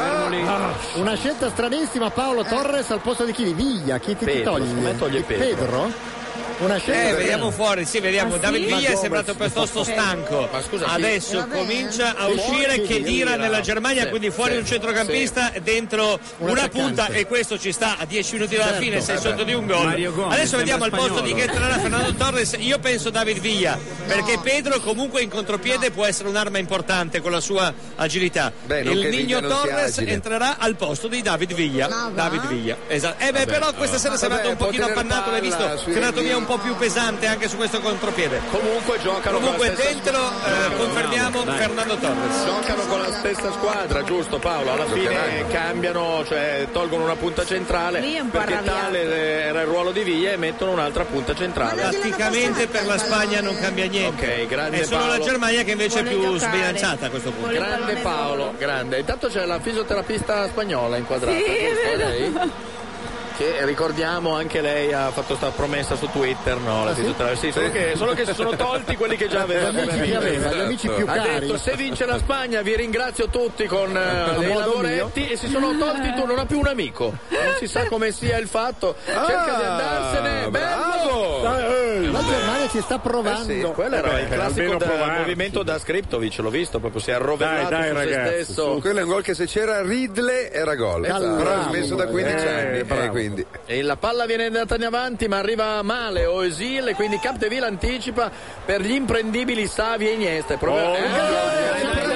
S4: Ah.
S2: Una scelta stranissima,
S4: Eh.
S2: Paolo Torres al posto di chi? Di Viglia, chi ti, ti
S10: Pedro,
S2: toglie?
S10: secondo me toglie
S2: Di
S10: Pedro.
S2: Una scelta
S10: Eh, vediamo fuori, sì, vediamo.
S2: Ah, sì?
S10: David Villa
S2: Ma
S10: è
S2: come?
S10: sembrato piuttosto stanco.
S4: Ma scusa, sì.
S10: Adesso
S4: Eh, vabbè.
S10: comincia a
S4: Sì,
S10: uscire
S4: sì,
S10: che
S4: Khedira.
S10: dira nella Germania,
S4: Sì,
S10: quindi fuori
S4: sì,
S10: un centrocampista, dentro una, punta e questo ci sta a 10 minuti dalla
S12: Certo.
S10: fine, sei
S12: Eh,
S10: sotto
S12: beh.
S10: di un gol.
S12: Mario Gomez,
S10: Adesso vediamo al
S12: sembra
S10: posto di
S12: spagnolo.
S10: che entrerà Fernando Torres. Io penso David Villa, perché Pedro comunque in contropiede può essere un'arma importante con la sua agilità.
S3: non
S10: Il
S3: che Villa
S10: Nino
S3: non sia
S10: Torres
S3: agile.
S10: entrerà al posto di David Villa. David Villa. Esatto. Eh beh,
S3: Vabbè,
S10: però questa
S3: no.
S10: sera è sembrato
S3: Vabbè,
S10: un pochino
S3: può tenere
S10: appannato, l'hai
S3: palla
S10: visto?
S3: sui
S10: È andato via
S3: rinvii.
S10: un po' più pesante anche su questo contropiede.
S4: Comunque giocano
S10: Comunque
S4: con la stessa
S10: dentro eh, confermiamo Fernando Torres.
S4: Giocano con la stessa squadra, giusto Paolo? Alla fine cambiano, cioè tolgono una punta centrale
S10: Lì è un po'
S4: perché
S10: arrabbiato.
S4: tale eh, era il ruolo di Viglia e mettono un'altra punta centrale.
S10: Praticamente per la Spagna non cambia niente.
S4: Ok, grande
S10: È solo
S4: Paolo.
S10: la Germania che invece è più sbilanciata a questo punto.
S4: Grande Paolo, grande. Intanto c'è la fisioterapista spagnola inquadrata,
S10: Sì,
S4: giusto
S10: è vero.
S4: lei? Che ricordiamo anche lei ha fatto sta promessa su Twitter, no? La fisioterapista. Sì, solo, che, solo che si sono tolti quelli che già avevano.
S2: Ah, Gli amici che aveva, gli amici più
S4: ha
S2: cari.
S4: detto se vince la Spagna vi ringrazio tutti con eh,
S2: A
S4: dei
S2: modo
S4: lavoretti
S2: mio.
S4: e si sono tolti tu, non ha più un amico. Non si sa come sia il fatto. Cerca di andarsene. Bravo!
S2: Ah, eh.
S4: Eh,
S2: La Germania eh, ci sta provando.
S4: Sì, quello
S3: Eh
S4: era il classico da- movimento da Skriptovic, l'ho visto, proprio si è arrovellato su se stesso.
S3: Quello è un gol che se c'era Ridley era gol.
S4: Esatto.
S3: Però ha
S4: Bravo,
S3: smesso da 15
S4: eh,
S3: anni. eh,
S4: bravo.
S3: quindi.
S4: E la palla viene andata in avanti, ma arriva male o esile, quindi Capdeville anticipa per gli imprendibili Savi e Iniesta. È proprio- eh,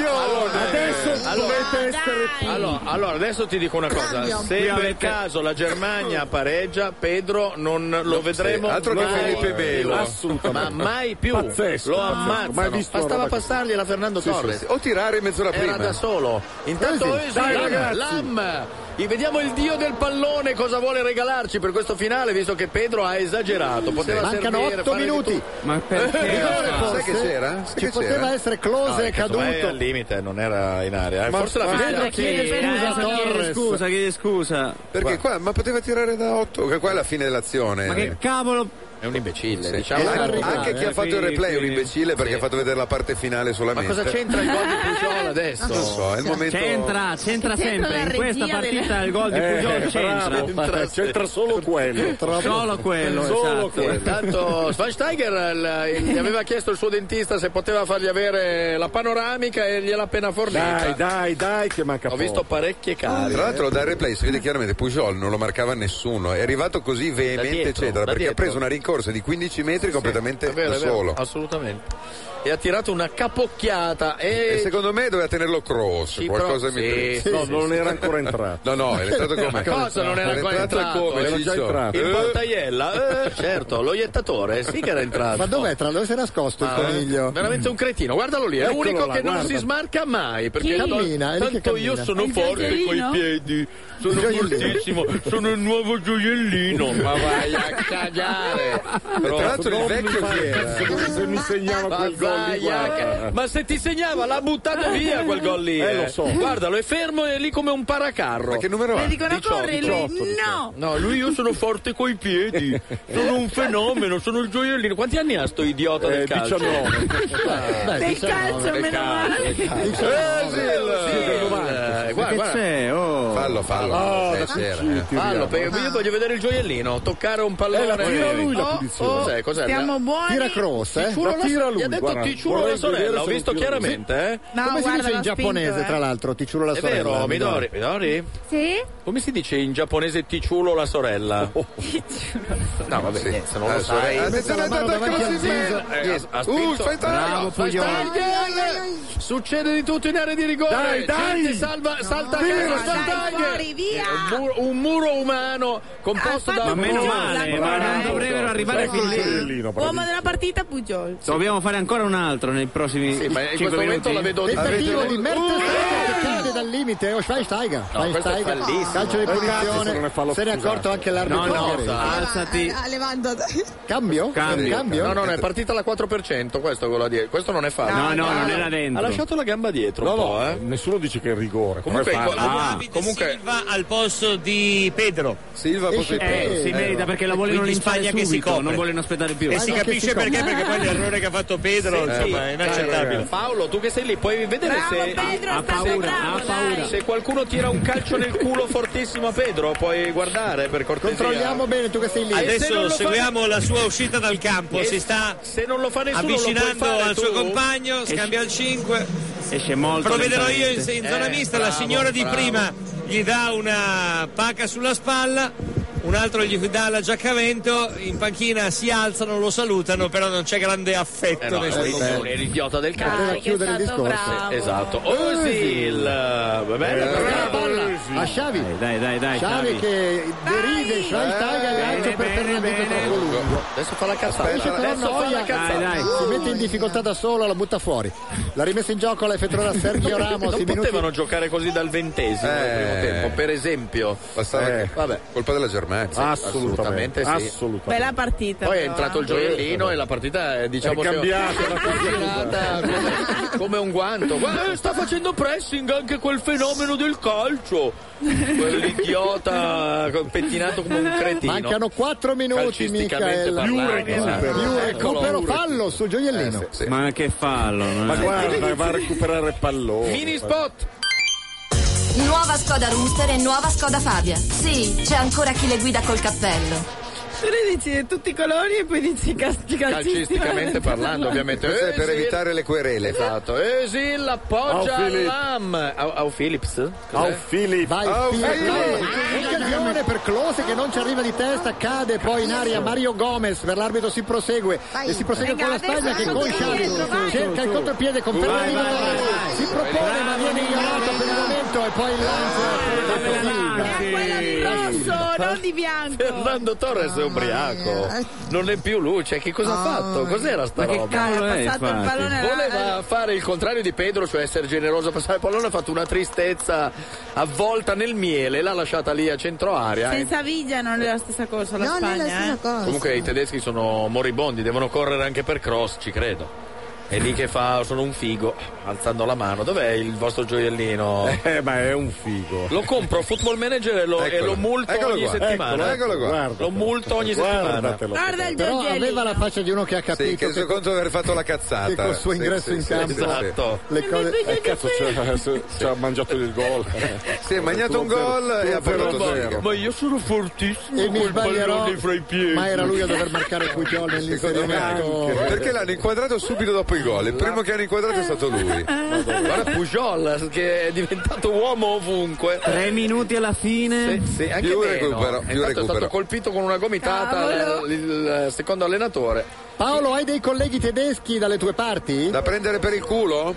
S20: Adesso dovete essere
S4: Allora, allora, adesso ti dico una cosa:
S20: Cambio.
S4: se
S20: Qui
S4: per
S20: avete-
S4: caso la Germania pareggia, Pedro non lo vedremo
S20: sì, altro che
S4: mai
S20: Felipe
S4: più.
S20: Melo.
S4: ma
S20: Assolutamente.
S4: mai più.
S20: Pazzesco,
S4: lo
S20: pazzesco. Mai
S4: ammazzano.
S20: visto una
S4: Bastava
S20: roba così.
S4: passargliela a Fernando
S20: Sì,
S4: Torres
S20: sì, sì. O
S3: tirare mezz'ora
S4: Era
S20: prima.
S4: da solo. Intanto
S20: Dai,
S4: Özil,
S20: ragazzi.
S4: Lam. E vediamo il dio del pallone cosa vuole regalarci per questo finale, visto che Pedro ha esagerato. Poteva
S2: Mancano
S4: servire,
S2: 8
S4: fare di
S2: minuti.
S4: tutto.
S12: Ma
S4: Eh,
S2: Rigore
S4: no.
S2: forse?
S4: Sai che c'era? Sai
S2: Ci
S4: che
S2: poteva
S4: c'era?
S2: essere close,
S4: No,
S2: è
S4: cazzo, ma al
S2: caduto.
S4: limite, non era in area. eh.
S3: Ma-
S4: Forse
S3: ma
S4: la
S3: Pedro
S4: fischia-
S3: chiede
S4: Sì.
S3: scusa,
S12: Adesso chiede
S3: Torres.
S12: scusa, chiede scusa.
S3: Perché qua, ma poteva tirare da 8, che qua è la fine dell'azione. Eh.
S12: Ma che cavolo
S4: È un imbecille,
S3: Sì.
S4: diciamo.
S3: E anche, anche chi ha fatto il replay è un imbecille perché ha fatto vedere la parte finale solamente.
S4: cosa c'entra il gol di Pujol adesso?
S3: Non so, è il momento.
S12: C'entra, c'entra sempre. In questa partita il gol di
S11: Eh,
S12: Pujol c'entra.
S20: Eh, C'entra solo quello.
S12: Solo quello,
S4: Solo
S12: esatto.
S4: quello. Tanto Schweinsteiger il- il- gli aveva chiesto il suo dentista se poteva fargli avere la panoramica e gliel'ha appena fornita.
S20: Dai, dai, dai, che manca
S4: Ho visto parecchie cari.
S3: Tra l'altro dal replay si vede chiaramente Pujol non lo marcava nessuno, è arrivato così veemente
S4: dietro,
S3: eccetera,
S4: da
S3: perché
S4: dietro.
S3: ha preso una rincorsa di 15 metri completamente
S4: È vero,
S3: da
S4: è vero,
S3: solo.
S4: Assolutamente. E ha tirato una capocchiata e...
S3: E secondo me doveva tenerlo cross,
S4: Sì,
S3: qualcosa
S4: però-
S3: mi
S4: sì,
S3: pre-
S4: sì, No, sì, non sì. era ancora
S20: entrato.
S3: No, no, era entrato come?
S4: Ma cosa non era ancora entrato?
S3: come?
S4: Era già
S3: Ciccio? Eh?
S4: entrato. Il Battaiella? Eh, certo, l'oiettatore, sì che era entrato.
S2: Ma dov'è? Tra dove si è nascosto il
S4: Ah,
S2: coniglio?
S4: Veramente un cretino, guardalo lì, è
S2: Eccolo
S4: l'unico
S2: là,
S4: che non
S2: guarda.
S4: si smarca mai. Perché
S2: Chi?
S4: tanto-
S2: Cammina, è lì che
S4: tanto io
S2: cammina.
S4: sono
S2: Il
S4: forte
S2: gioiellino?
S4: coi piedi, sono fortissimo, sono il nuovo gioiellino. Ma vai a
S5: eh.
S4: cagare!
S3: E tra l'altro il
S4: Non
S3: vecchio
S4: mi
S3: chi era?
S4: fare cazzo,
S20: Se mi segnava
S4: Ma
S20: quel gol lì,
S4: vai a ca-
S20: guarda.
S4: Ma se ti segnava l'ha buttato via quel gol lì.
S20: Eh, lo so.
S4: Guardalo, è fermo e è lì come un paracarro.
S3: Ma che numero ha?
S4: Le dicono corri, no. No, lui io sono forte coi piedi. Sono un fenomeno, sono il gioiellino. Quanti anni ha sto idiota del calcio?
S20: 19.
S4: Dai,
S20: Del calcio,
S4: del
S20: meno
S4: calcio,
S20: male.
S4: del calcio. Eh, sì, il- eh, guarda, guarda.
S3: Fallo, fallo.
S4: Oh,
S3: Eh,
S4: da
S3: c'era,
S4: cuciti,
S3: eh.
S4: Fallo, perché io voglio vedere il gioiellino, toccare un pallone.
S3: Eh, la tira lui la
S4: Oh,
S3: punizione.
S4: oh,
S2: Cioè,
S4: cos'è, cos'è?
S3: Stiamo buoni. Tira cross, eh?
S4: Ti giuro
S3: La
S4: la-
S3: tira lui,
S4: Gli ha detto
S3: guarda.
S4: ti giuro la
S3: Vorrei
S4: sorella,
S3: vedere
S4: ho
S3: se
S4: visto
S3: non tira lui.
S4: chiaramente, eh?
S2: No, Come si guarda, dice in l'ha giapponese, spinto, eh. tra l'altro? Ti giuro la
S4: È
S2: sorella,
S4: vero, Midori,
S2: Midori.
S4: Midori?
S1: Sì?
S4: Come si dice in giapponese ti ciulo la sorella?
S10: Oh.
S4: No, vabbè,
S3: Sì.
S4: niente, se non
S3: La
S4: lo sai.
S3: sorella- Attenzione,
S4: Eh,
S3: attacca
S4: ha-
S3: la sinistra.
S4: eh, ha- ha
S3: Uh,
S4: spinto-
S3: Schweinsteiger!
S4: Bravo,
S3: Schweinsteiger!
S4: Schweinsteiger! Succede di tutto in area di rigore.
S20: Dai, dai!
S4: Gente, salva, salta
S20: Tira,
S4: anche
S20: dai,
S4: Schweinsteiger!
S20: fuori, via!
S4: Eh, Un muro, un muro umano
S10: Ah,
S4: composto da
S12: Ma meno male, ma non dovrebbero arrivare
S4: Sai che
S12: fin lì.
S4: gioiellino,
S13: Uomo della partita Pujol.
S12: Dobbiamo fare ancora un altro nei prossimi
S4: Sì, ma in
S12: 5
S4: questo momento
S12: minuti.
S4: la vedo-
S2: Tentativo
S4: Avete-
S2: di Mertens che cade dal limite, o Schweinsteiger.
S4: No, questo è
S2: Schweinsteiger,
S4: fallissimo.
S2: calcio di
S4: Ragazzi, se non
S2: punizione.
S4: è fallo,
S2: Se ne è
S4: scusate.
S2: accorto anche l'arbitro.
S4: No, no,
S2: ungherese.
S12: alzati.
S9: Ah, Levando.
S2: Cambio?
S4: Cambio. Eh,
S2: Cambio?
S4: No, no, no, è partita la 4%, questo è quello a dire. Questo non è fallo.
S12: No, no, non era
S4: Ha
S12: dentro.
S4: lasciato la gamba dietro
S20: No,
S4: un po',
S20: no,
S4: eh.
S20: nessuno dice che è rigore. Come
S4: Comunque,
S20: fa?
S4: co-
S20: Ah.
S4: David comunque
S10: Silva al posto di Pedro. Eh,
S3: Silva
S12: Eh, si merita perché la vogliono
S10: Quindi
S12: rinsare
S10: Spagna
S12: subito,
S10: che si copre.
S12: non vogliono aspettare più.
S10: E si capisce perché, perché poi l'errore che ha fatto Pedro,
S4: Sì,
S10: insomma,
S4: sì.
S10: è inaccettabile.
S4: Paolo, tu che sei lì, puoi vedere se
S12: ha paura, ha paura.
S4: se qualcuno tira un calcio nel culo fortissimo a Pedro, puoi guardare per cortesia.
S2: Controlliamo bene tu che sei lì.
S4: Eh, se non
S10: Adesso
S4: lo fa-
S10: seguiamo la sua uscita dal campo,
S4: E
S10: si sta
S4: se non lo fa nessuno, lo
S10: avvicinando
S4: puoi fare
S10: al suo
S4: tu?
S10: compagno, scambia il 5.
S12: Esce molto
S10: Provvederò io in,
S12: lentamente.
S10: in zona
S12: Eh,
S10: mista, la
S12: bravo,
S10: signora di
S12: bravo.
S10: prima gli dà una pacca sulla spalla, un altro gli dà la giaccavento, in panchina si alzano, lo salutano, però non c'è grande affetto
S4: Eh no,
S10: nel
S4: è
S10: suo
S4: un- è l'idiota del
S2: Poteva
S4: calcio.
S2: chiudere il discorso.
S4: Esatto. Osil!
S10: Eh.
S4: Bella
S2: A Xavi.
S12: Dai, dai, dai.
S2: Xavi
S12: Xavi.
S2: che deride Schweinsteiger lancio per Fernandino troppo lungo.
S4: Adesso fa la cazzata.
S2: Esce con la
S4: Adesso fa
S2: noia,
S4: la cazzata.
S2: si mette in difficoltà da solo, la butta fuori. La rimessa in gioco la effettuerà Sergio Ramos.
S4: Non
S2: i minuti-
S4: potevano giocare così dal ventesimo del primo tempo, per esempio. Eh,
S3: Bastava che-
S4: Vabbè.
S3: Colpa della Germania.
S4: Sì, assolutamente, sì.
S13: Bella partita.
S4: Poi è
S13: però,
S4: entrato
S13: eh.
S4: il gioiellino e la partita è diciamo
S20: È cambiata,
S4: che è girata come, come un guanto. Guarda, eh, sta facendo pressing anche quel fenomeno del calcio. Quell'idiota pettinato come un cretino.
S2: Mancano 4 minuti,
S4: Calcisticamente
S2: Michael.
S4: parlando, esatto.
S2: Più recupero fallo sul gioiellino.
S12: Ma che fallo. non
S20: Ma
S12: è-
S20: guarda, va a recuperare pallone.
S4: Mini spot.
S19: Nuova Skoda Rooster e nuova Skoda Fabia. Sì, c'è ancora chi le guida col cappello.
S13: Tu ne dici di tutti i colori e poi dici cas-
S4: Calcisticamente parlando, ovviamente.
S3: Questo è
S4: Eh,
S3: per
S4: sì.
S3: evitare le querele.
S4: Esatto, Özil appoggia
S3: Au Philipp.
S4: Lam. Au, au Philips? Cos'è?
S20: Au Filippo.
S2: Vai,
S4: Oh,
S2: Pirlo.
S4: Pirlo.
S2: Occasione per Close che non ci arriva di testa, cade poi in aria Mario Gomez, per l'arbitro si prosegue e si prosegue
S13: Venga,
S2: con la Spagna
S13: adesso,
S2: che con
S13: adesso,
S2: Xavi
S13: dietro, vai.
S2: cerca il contropiede con
S12: Vai,
S2: Fernandino
S12: vai,
S2: Torres.
S12: vai.
S2: si propone ma viene ignorato per il momento e poi il lancio
S13: Rosso, non di bianco.
S4: Fernando Torres è ubriaco. Non è più luce. Che cosa ha fatto? Cos'era sta
S13: Ma che
S4: roba?
S13: cavolo è, Ha passato il infatti? pallone alla-
S4: Voleva fare il contrario di Pedro, cioè essere generoso a passare il pallone, ha fatto una tristezza avvolta nel miele, l'ha lasciata lì a centro area. e-
S13: Senza Viglia non è la stessa cosa la
S9: No, non
S13: Spagna.
S9: è la stessa
S13: eh.
S9: cosa.
S4: Comunque i tedeschi sono moribondi, devono correre anche per cross, ci credo. È lì che fa sono un figo, alzando la mano. Dov'è il vostro gioiellino?
S20: Eh, ma è un figo.
S4: Lo compro a Football Manager e lo, e lo multo
S20: Eccolo
S4: ogni
S20: qua.
S4: settimana.
S20: Eccolo, eccolo qua.
S4: Lo multo ogni
S2: Guardatelo.
S4: settimana.
S2: Guarda il Però aveva la faccia di uno che ha capito
S3: Sì, che
S2: che,
S3: secondo conto di aver fatto la cazzata.
S2: che col suo
S3: Sì,
S2: ingresso
S3: sì,
S2: in
S3: sì,
S2: campo
S3: sì, sì.
S2: le cose
S20: Eh, cazzo, ci ha mangiato il gol.
S3: Si è mangiato un gol e ha parlato zero.
S4: Ma io sono fortissimo
S2: e mi
S3: col
S2: sbaglierò
S3: pallone fra i piedi.
S2: ma era lui a dover marcare Pujol
S3: Secondo me
S2: nell'inserimento
S3: anche. Perché l'hanno inquadrato subito dopo il gol. Il primo che hanno inquadrato è stato
S2: Eh.
S3: lui.
S4: Guarda Pujol che è diventato uomo ovunque.
S12: Tre minuti alla fine.
S4: Sì, sì, anche
S12: Più
S4: meno.
S12: recupero, più
S4: Intanto è
S12: recupero.
S4: stato colpito con una gomitata
S2: Cavolo.
S4: il, il secondo allenatore.
S2: Paolo hai dei colleghi tedeschi dalle tue parti?
S3: da prendere per il culo?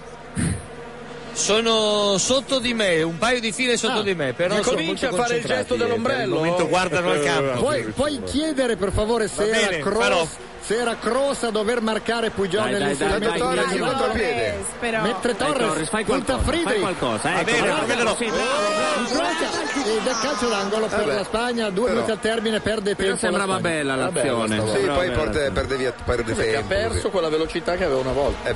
S10: Sono sotto di me, un paio di file sotto di me, però
S4: Mi
S10: sono
S4: comincia
S10: molto
S4: a fare il
S10: concentrati,
S4: gesto
S10: eh, per
S4: dell'ombrello?
S10: il momento
S4: Eh,
S10: guardano il campo.
S2: puoi, puoi chiedere per favore se
S10: Va
S2: era
S10: bene, farò.
S2: Cross se era Cross a dover marcare Pujol
S12: Dai, dai,
S2: nell'inserimento
S12: dai, dai, dai,
S2: di
S12: dai,
S2: Lautaro.
S12: dai, dai,
S13: però.
S2: mentre
S12: Dai,
S2: Torres
S12: Torres, fai
S2: punta
S12: qualcosa, fai
S2: Friedrich
S12: qualcosa,
S2: Va
S12: ecco,
S2: bene,
S12: guarda,
S2: guardalo.
S12: sì,
S2: In Croacia, ed è calcio d'angolo per
S3: Vabbè.
S2: la Spagna due
S3: Però-
S2: minuti al termine perde tempo la Spagna.
S3: Sì, poi perde, perde via, perde
S4: Che ha
S3: tempo.
S4: perso quella velocità che aveva una volta.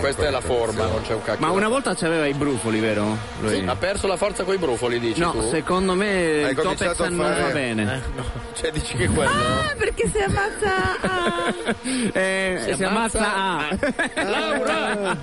S4: Questa è la forma, non c'è un cacchio.
S12: Ma una volta c'aveva i brufoli, vero? Lui?
S4: Sì, ha perso la forza coi brufoli, dici
S12: No,
S4: tu?
S12: secondo me il Topex non va bene.
S4: Eh, no, cioè dici che quello...
S13: Ah, perché si ammazza a...
S12: Eh,
S13: Si
S12: si, ammazza a...
S4: Laura!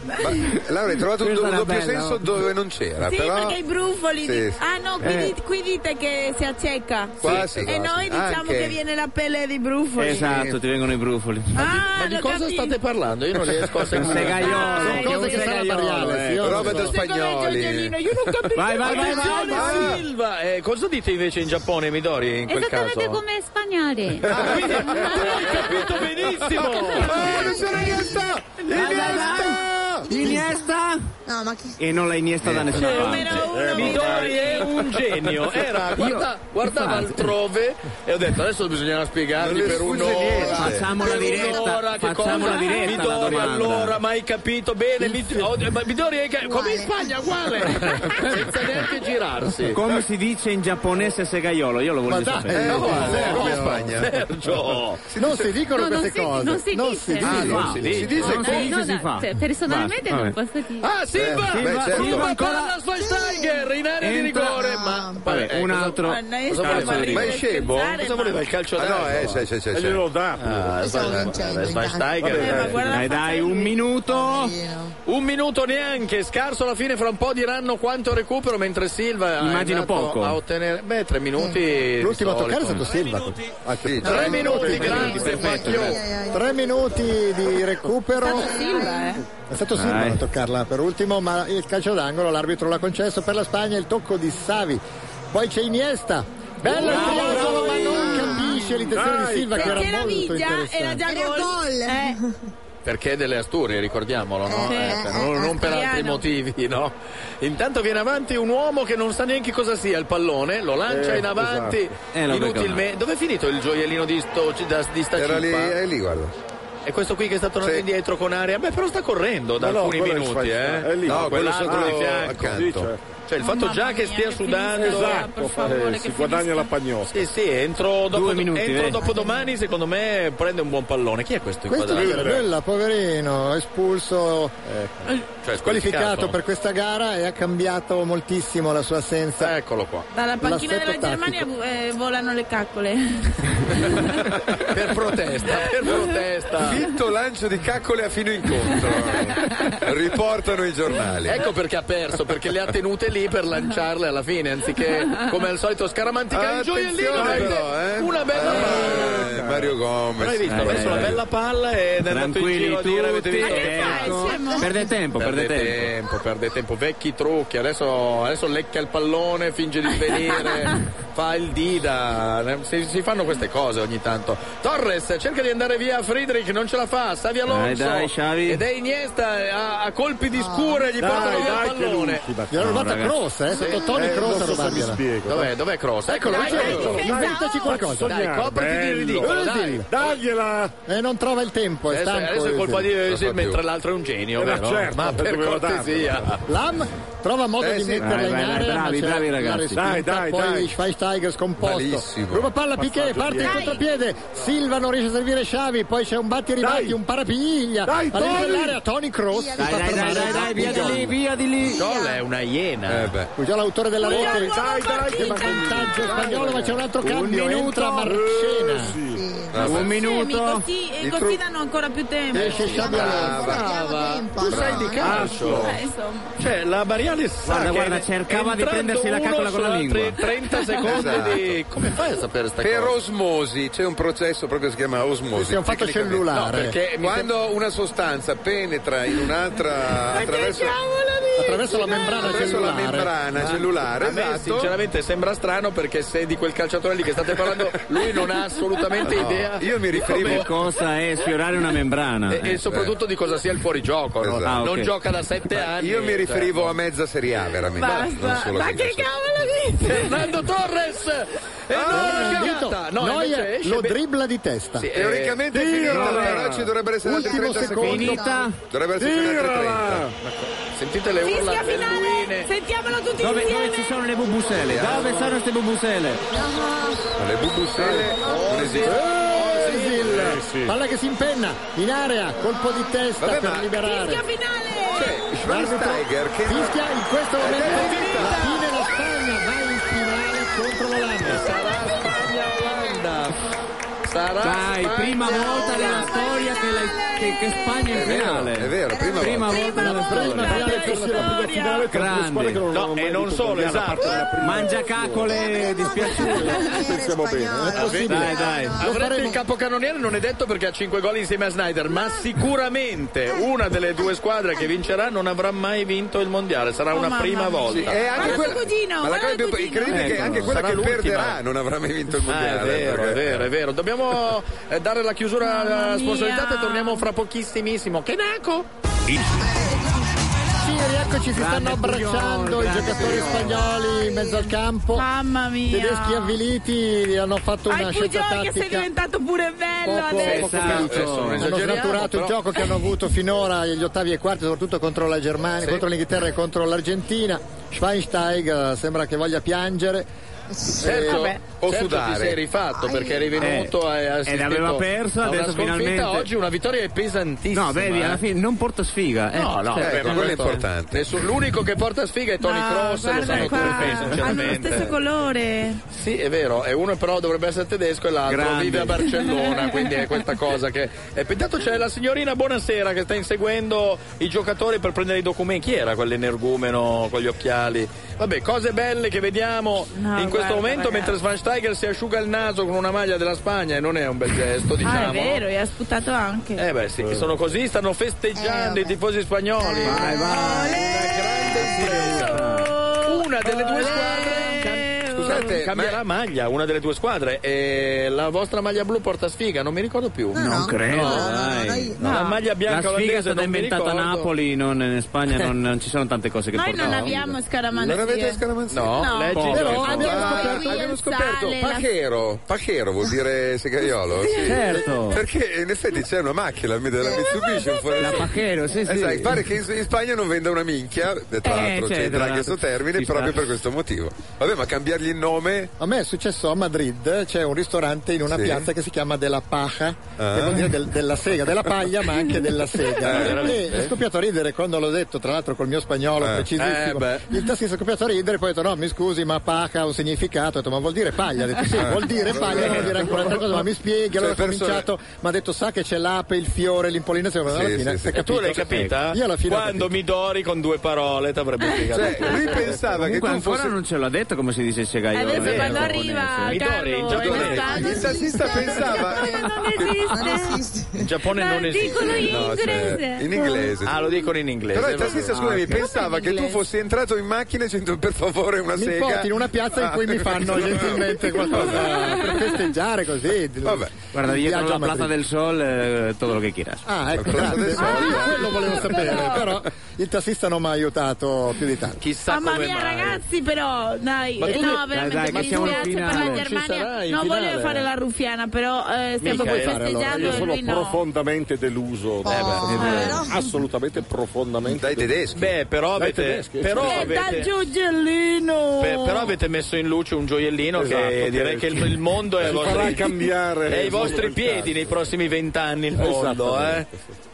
S3: Laura, hai trovato un
S12: Questa era
S3: doppio
S12: bella,
S3: senso
S12: oh.
S3: dove non c'era.
S13: Sì,
S3: Ah, però...
S13: perché i brufoli.
S3: Sì,
S13: di-
S3: sì.
S13: Ah no, qui,
S3: Eh.
S13: di- qui dite che si acceca.
S3: Qua sì,
S13: E
S3: qua sì.
S13: noi diciamo
S3: Anche.
S13: che viene la pelle dei brufoli.
S12: Esatto, ti vengono i brufoli.
S13: Ah,
S4: Ma di
S13: l'ho
S4: cosa
S13: capito.
S4: state parlando? Io non riesco a sentire.
S12: Segaiolo,
S4: Sono cose che
S12: sono
S4: segaiolo, eh.
S3: Roba da spagnoli.
S4: Io non capisco.
S12: Vai, vai, vai,
S4: Attenzione,
S12: vai, vai.
S4: Silva, Eh, cosa dite invece in Giappone, Midori, in quel caso?
S1: Esattamente come spagnoli.
S4: capito benissimo!
S12: Iniesta?
S9: No, ma che...
S12: E non la Iniesta da nessuna parte.
S4: Eh, Midori è un genio, era, guarda- guardava altrove e ho detto adesso bisognerà spiegargli
S12: Non le
S4: per
S12: sfugge
S4: un'ora.
S12: niente. Facciamo
S4: per
S12: una diretta,
S4: un'ora, che
S12: facciamo
S4: cosa?
S12: una diretta alla
S4: Midori
S12: domanda.
S4: allora, ma hai capito bene? Mid- oh, ma Midori è ca- come in Spagna, uguale, senza neanche girarsi.
S12: Come si dice in giapponese segaiolo? Io lo voglio sapere.
S4: no,
S12: Sergio.
S4: come in Spagna. eh, oh, Sergio.
S2: non si dicono
S1: No, non
S2: queste
S1: si-
S2: cose
S1: non si dice.
S12: Ah, no,
S4: si dice.
S12: dice
S1: No,
S12: così,
S1: no,
S12: si
S1: no,
S12: fa.
S1: cioè, personalmente
S12: Basta,
S1: non
S12: vabbè.
S1: posso dire.
S4: Ah, Silva!
S12: Eh, Silva,
S4: Silva
S12: Silva ancora-
S4: parla a Schweinsteiger in area di
S12: Entra-
S4: rigore,
S1: Ah.
S4: ma...
S12: Vabbè,
S4: Eh,
S12: un
S4: cosa-
S12: altro
S4: Ma
S12: calcio
S4: cosa voleva?
S12: di rigore.
S4: Ma è scemo? Cosa voleva il calcio
S3: Ah, no, eh, c'è, c'è, c'è. c'è.
S4: Ah, Schweinsteiger.
S12: Vabbè,
S4: Schweinsteiger.
S12: Dai, dai, un minuto.
S4: Un minuto neanche, scarso alla fine, fra un po' diranno quanto recupero mentre Silva è
S12: Immagino
S4: andato
S12: poco.
S4: a ottenere. Beh, tre minuti. di
S2: Mm. l'ultimo a toccare è
S4: solito.
S2: stato Silva
S4: Tre
S3: Sì, cioè,
S4: minuti, grazie, Facchio.
S2: tre minuti di recupero
S13: eh.
S2: è stato Silva
S12: Dai.
S2: a toccarla per ultimo ma il calcio d'angolo l'arbitro l'ha concesso per la Spagna il tocco di Savi poi c'è Iniesta bello il triangolo ma non capisce l'intenzione di Silva che era
S13: Perché la
S2: molto
S13: vigia era
S2: interessante
S13: già
S9: Era
S13: gol.
S9: gol.
S13: Eh,
S4: Perché è delle Asturie, ricordiamolo, no?
S13: Eh,
S4: Eh,
S13: eh,
S4: per- non, non per altri
S13: Adriano.
S4: motivi, no? Intanto viene avanti un uomo che non sa neanche cosa sia il pallone, lo lancia
S20: Eh,
S4: in avanti
S20: esatto.
S12: Eh, lo
S4: inutilmente. Dove è finito il gioiellino di, sto, da, di sta
S3: Era lì,
S20: eh?
S4: cippa?
S3: è lì, guarda.
S4: E questo qui che sta tornando
S3: Sì.
S4: indietro con aria, beh, però sta correndo da
S20: Ma no,
S4: alcuni
S20: quello è
S4: minuti,
S20: Schweinsteiger.
S4: eh.
S20: È lì.
S4: no,
S20: No,
S4: quello
S20: quello
S4: sotto di
S20: sotto-
S4: fianco.
S3: accanto.
S20: Sì, cioè.
S4: Cioè, il fatto già che stia sudando.
S20: Esatto, eh, si guadagna la pagnotta.
S4: Sì, sì, entro dopo,
S12: Due minuti,
S4: entro
S12: eh.
S4: dopodomani, secondo me, prende un buon pallone. Chi è questo
S2: questo
S4: inquadrato?
S2: è Bella, poverino, espulso,
S4: Cioè,
S2: squalificato per questa gara e ha cambiato moltissimo la sua assenza.
S4: Eccolo qua.
S13: dalla panchina della
S2: L'assetto
S13: Germania eh, volano le caccole.
S4: per protesta, per protesta.
S3: Fitto lancio di caccole a fino incontro. Riportano i giornali.
S4: Ecco perché ha perso, perché le ha tenute lì per lanciarle alla fine, anziché come al solito scaramanticare il gioiellino.
S3: Attenzione
S4: mette
S3: però, eh.
S4: Una bella palla.
S3: Eh, Mario Gomez. Eh.
S4: Però hai visto, ha messo una bella palla ed è andato in
S12: Tranquilli
S4: giro a
S12: tutti.
S4: dire avete visto.
S12: ecco.
S13: scemo?
S12: Perde tempo, perde tempo.
S4: perde tempo, vecchi trucchi, adesso, adesso lecca il pallone, finge di svenire, fa il dida, si, si fanno queste cose ogni tanto. Torres cerca di andare via, Friedrich non ce la fa, Savi Alonso
S12: Dai, dai, Xavi.
S4: ed è Iniesta a, a colpi di scure gli portano
S20: Dai,
S4: via
S20: dai,
S4: il
S20: che
S4: pallone.
S20: l'ultima.
S2: Gliel'ha rubata
S12: ragazzi.
S2: Cross, eh, sotto Tony
S20: Eh, non
S2: Cross
S20: so se
S2: a
S20: mi
S2: rubargliela.
S20: spiego.
S4: Dov'è, dov'è Cross? Eccolo,
S2: Eccolo,
S4: eccolo.
S2: eccolo, dai,
S13: Esatto.
S2: inventaci qualcosa.
S4: Dai, copriti di
S20: Bello.
S4: ridicolo,
S2: Sutil.
S20: Dagliela!
S2: E non trova il tempo, è
S4: Adesso,
S2: stanco.
S4: adesso è colpa di
S2: Özil.
S4: Özil mentre l'altro è un genio,
S2: Eh, ma
S4: vero?
S2: certo,
S4: Ma per
S2: doveva
S4: cortesia.
S2: Lam trova modo
S4: Eh,
S2: di
S4: sì.
S2: metterla
S4: Vai,
S2: in
S4: vai,
S2: area.
S4: vai,
S2: ma
S4: bravi,
S2: c'è
S4: bravi
S2: la
S4: ragazzi.
S2: respinta,
S4: Dai, dai,
S2: poi
S4: dai.
S2: Schweinsteiger scomposto.
S4: Malissimo.
S2: Ruba palla Piquet,
S4: Passaggio
S2: parte il
S4: dietro.
S2: contropiede. Silva non riesce a servire Xavi, poi c'è un batti e ribatti,
S4: Dai.
S2: un parapiglia.
S4: Dai,
S2: All'interno
S4: Tony.
S2: dell'area Tony Cross.
S4: Dai, dai, dai, dai, dai, via di lì, Eh,
S2: via di lì.
S4: Gol è una iena.
S2: Già l'autore della
S4: Vogliamo
S2: rete.
S4: una
S2: Che va in vantaggio spagnolo, ma c'è un altro cambio. Entra
S25: Eh,
S2: Marcena.
S4: Un minuto.
S13: Sì, e
S4: Il
S13: così danno ancora più tempo.
S2: Esce
S3: Ah,
S2: Xabi Alonso.
S13: Tu
S4: sai di calcio.
S13: Eh, insomma.
S4: Cioè, la Bariale sa
S12: Guarda,
S4: che
S12: guarda, cercava di
S4: entrando
S12: prendersi la
S4: uno
S12: caccola con la
S4: sono
S12: lingua.
S4: altri 30 secondi
S25: Esatto.
S4: di... Come fai a sapere sta
S25: Per
S4: cosa?
S25: osmosi, c'è un processo proprio che si chiama osmosi.
S2: Sì, è un fatto
S25: tecnicamente.
S2: cellulare.
S25: No, perché quando una sostanza penetra in un'altra attraverso
S2: Attraverso la membrana
S25: Attraverso la
S2: cellulare.
S25: membrana cellulare,
S4: Ah. A me
S25: esatto.
S4: sinceramente sembra strano perché se di quel calciatore lì che state parlando lui non ha assolutamente
S12: No,
S4: idea.
S12: Ah, io mi
S4: di
S12: riferivo-
S4: come-
S12: Che cosa è sfiorare una membrana,
S4: E, e
S12: eh.
S4: soprattutto di cosa sia il fuorigioco. no?
S12: Esatto. Ah, ok.
S4: Non gioca da sette anni.
S25: Io mi riferivo a mezza serie A, veramente. Non
S4: Basta.
S25: solo
S4: Ma
S25: che
S4: che
S25: calcio.
S4: cavolo dici? Fernando Torres! E
S2: Ah,
S4: non la
S2: Dito,
S4: cagata! No,
S2: Neuer
S4: invece esce
S2: lo
S4: ben-
S2: dribbla di testa.
S4: Sì,
S25: Teoricamente è
S4: Eh,
S25: finita,
S4: tirala.
S25: però ci dovrebbero essere altri
S2: Ultimo
S25: 30 secondi.
S2: secondo.
S25: Dovrebbero esserci altri
S4: Tirala.
S25: 30.
S4: Sentite le urla
S13: Fischia finale,
S4: belluine.
S13: sentiamolo tutti
S12: Dove,
S13: insieme.
S12: dove ci sono le bubusele? Dove sono queste bubusele?
S25: Ma Le bubusele non esistono.
S2: Özil.
S25: Eh, sì.
S2: Palla che si impenna in area, colpo di testa
S25: Vabbè,
S2: per
S25: ma- Cioè,
S2: liberare.
S25: Schweinsteiger che
S2: Fischia in questo momento la fine la Spagna vai in finale contro l'Olanda.
S4: Sarà
S12: Dai,
S4: Spagna-
S12: prima volta nella storia che, la- che- che Spagna è in
S25: È vero,
S12: finale.
S25: è vero, prima volta.
S12: volta nella storia. Grande.
S4: No, e non solo, esatto.
S12: Mangia cacole dispiaciuto.
S4: eh.
S20: Pensiamo bene.
S12: È possibile. Dai, dai.
S4: Avrete il capocannoniere, non è detto perché ha 5 gol insieme a Snyder, ma
S25: Eh.
S4: sicuramente una delle due squadre che vincerà non avrà mai vinto il mondiale, sarà
S13: Oh,
S4: una
S13: mamma
S4: prima
S13: mia.
S4: volta.
S25: Sì, e anche
S13: Guarda
S25: quella,
S13: tuo cugino,
S25: ma la
S13: guarda
S25: cosa
S13: tuo
S25: più
S13: cugino.
S25: incredibile è
S8: Eh,
S25: che anche quella
S4: Sarà
S25: che
S4: l'ultima.
S25: perderà non avrà mai vinto il mondiale. eh,
S4: Ah, è vero, è
S25: perché-
S4: vero, è vero. Dobbiamo eh, dare la
S13: Mamma
S4: chiusura
S13: mia.
S4: alla sponsorizzata e torniamo fra pochissimissimo. Che naco!
S2: Sì, rieccoci, si stanno abbracciando i giocatori spagnoli in mezzo al campo.
S13: Mamma
S2: I
S13: mia.
S2: tedeschi avviliti hanno fatto una
S13: Ai
S2: scelta
S13: Pugio che sei
S2: tattica.
S13: diventato pure bello
S2: poco,
S13: adesso. Esatto.
S2: poco
S4: Esatto,
S2: felice. hanno snaturato il gioco che hanno avuto finora gli ottavi e quarti soprattutto contro la Germania contro l'Inghilterra e contro l'Argentina Schweinsteiger sembra che voglia piangere
S4: Sergio,
S2: Eh,
S4: Sergio, Certo. ti sei rifatto perché eri venuto
S12: Eh,
S4: e hai assistito
S12: ed aveva perso,
S4: a
S12: adesso
S4: una sconfitta.
S12: finalmente-
S4: Oggi una vittoria è pesantissima.
S12: No, vedi, alla
S4: eh.
S12: fine non porta sfiga. eh.
S4: No, no,
S12: Cioè,
S4: vabbè, ma questo- nessun- l'unico che porta sfiga è Tony
S13: No,
S4: Cross, lo
S13: guarda
S4: sanno
S13: qua,
S4: tutti, Cioè,
S13: Hanno lo stesso
S4: sinceramente.
S13: colore.
S4: Sì, è vero, e uno però dovrebbe essere tedesco e l'altro
S12: Grande.
S4: vive a Barcellona, quindi è questa cosa che... E intanto c'è la signorina Buonasera che sta inseguendo i giocatori per prendere i documenti. Chi era quell'energumeno con gli occhiali? Vabbè, cose belle che vediamo
S13: No,
S4: in questo
S13: guarda,
S4: momento
S13: ragazzi.
S4: mentre Schweinsteiger si asciuga il naso con una maglia della Spagna e non è un bel gesto,
S13: Ah, è
S4: diciamo.
S13: vero, e ha sputato anche.
S4: Eh beh sì, che sono così, stanno festeggiando
S13: Eh,
S4: i tifosi spagnoli. Vai, vai. Una delle due squadre
S25: Scusate,
S4: cambierà maglia, una delle due squadre. E la vostra maglia blu porta sfiga, non mi ricordo più.
S12: Non credo, dai.
S4: La maglia bianca
S12: La sfiga è
S4: olandese
S12: stata
S4: non mi
S12: inventata a
S4: ricordo.
S12: Napoli, non, in Spagna non, non ci sono tante cose che
S13: Noi
S12: portano.
S13: non abbiamo scaramanzia.
S25: Non avete scaramanzia?
S4: No,
S13: No.
S4: leggi.
S12: Poco.
S25: Però
S13: Abbiamo scoperto-
S25: abbiamo
S13: il
S25: scoperto
S13: sale, la-
S25: Pachero, Pachero vuol dire segaiolo, sì.
S12: Certo.
S25: Perché in effetti c'è una macchina la- della Mitsubishi un fuori-
S12: La Pachero, sì, sì.
S25: Eh, sai, pare che in, in Spagna non venda una minchia, e tra
S12: Eh,
S25: l'altro
S12: cioè,
S25: c'entra
S12: tra
S25: anche questo
S12: l'altro,
S25: termine
S12: ci
S25: proprio
S12: sta.
S25: per questo motivo. Vabbè, ma cambiargli il nome?
S2: a me è successo a Madrid c'è un ristorante in una
S25: Sì.
S2: piazza che si chiama della paja
S25: Ah.
S2: che vuol dire del- della sega della paglia ma anche della
S25: Eh,
S2: sega e
S25: veramente?
S2: è scoppiato a ridere quando l'ho detto tra l'altro col mio spagnolo
S25: Eh.
S4: Eh,
S2: precisissimo
S4: beh.
S2: il tassista è scoppiato a ridere poi ha detto no mi scusi ma paja ha un significato ho detto ma vuol dire paglia ha detto sì
S25: Eh.
S2: vuol dire paglia non vuol dire ancora un'altra cosa ma mi spieghi allora
S25: Cioè,
S2: ho
S25: persone-
S2: cominciato mi ha detto sa che c'è l'ape il fiore l'impollinazione ma alla
S25: Sì,
S2: fine
S25: sì, sì.
S2: si è
S4: E tu l'hai
S2: capito.
S4: capita?
S2: io alla fine ho
S4: eh? Quando Midori con due parole ti avrebbe spiegato.
S25: Cioè, lui pensava che
S12: Comunque
S25: tu
S12: ancora
S25: fossi
S12: non ce l'ha detto come si dice segaiolo.
S13: Adesso
S12: eh,
S13: quando
S12: in
S13: arriva
S12: giapponese.
S4: Midori, in
S13: Carlo,
S4: Giappone.
S13: Giappone.
S25: Il tassista pensava
S13: Non esiste.
S4: In Giappone non
S25: No,
S4: esiste.
S25: cioè, in inglese.
S4: Ah, lo dicono in inglese.
S25: Però il
S4: vabbè.
S25: tassista, scusami, pensava che tu fossi entrato in macchina dicendo per favore una
S2: mi
S25: sega. Ah, esatto.
S2: porti in una piazza in cui mi fanno gentilmente qualcosa per festeggiare così.
S25: Vabbè.
S12: Guarda,
S2: Il
S12: dietro
S2: viaggio a
S12: la Plaza
S2: Madrid.
S12: del Sol, eh, tutto lo che quieras.
S2: Ah, ecco, grazie. Ah, quello volevo sapere, però il tassista non mi ha aiutato più di tanto.
S4: Chissà
S13: Mamma
S4: come
S13: mia
S4: mai.
S13: ragazzi però dai
S4: Ma tu
S13: eh, no
S4: dai,
S13: veramente
S12: dai, che siamo in
S13: dispiace per la
S12: finale.
S20: Ci sarà
S13: Germania.
S20: in
S13: Non
S20: finale.
S13: volevo fare la ruffiana, però eh, stiamo
S20: Mica
S13: qui
S20: era, allora.
S13: festeggiando
S20: Io
S13: e
S20: sono
S13: lui no. Eh,
S20: profondamente deluso. da questa finale. Assolutamente profondamente Dai
S4: tedeschi. Beh, però
S20: Dai
S4: avete-
S20: tedeschi,
S4: però
S20: sì.
S4: Eh, avete- dal
S13: Giugiellino!
S4: Per- però avete messo in luce un gioiellino
S20: Esatto,
S4: che direi che
S20: che-
S4: il, il mondo è
S20: ci
S4: ai
S20: farà
S4: vostri,
S20: cambiare
S4: è ai
S20: il mondo
S4: vostri
S20: del
S4: piedi
S20: calcio.
S4: nei prossimi vent'anni il mondo. Eh?
S20: Esattamente,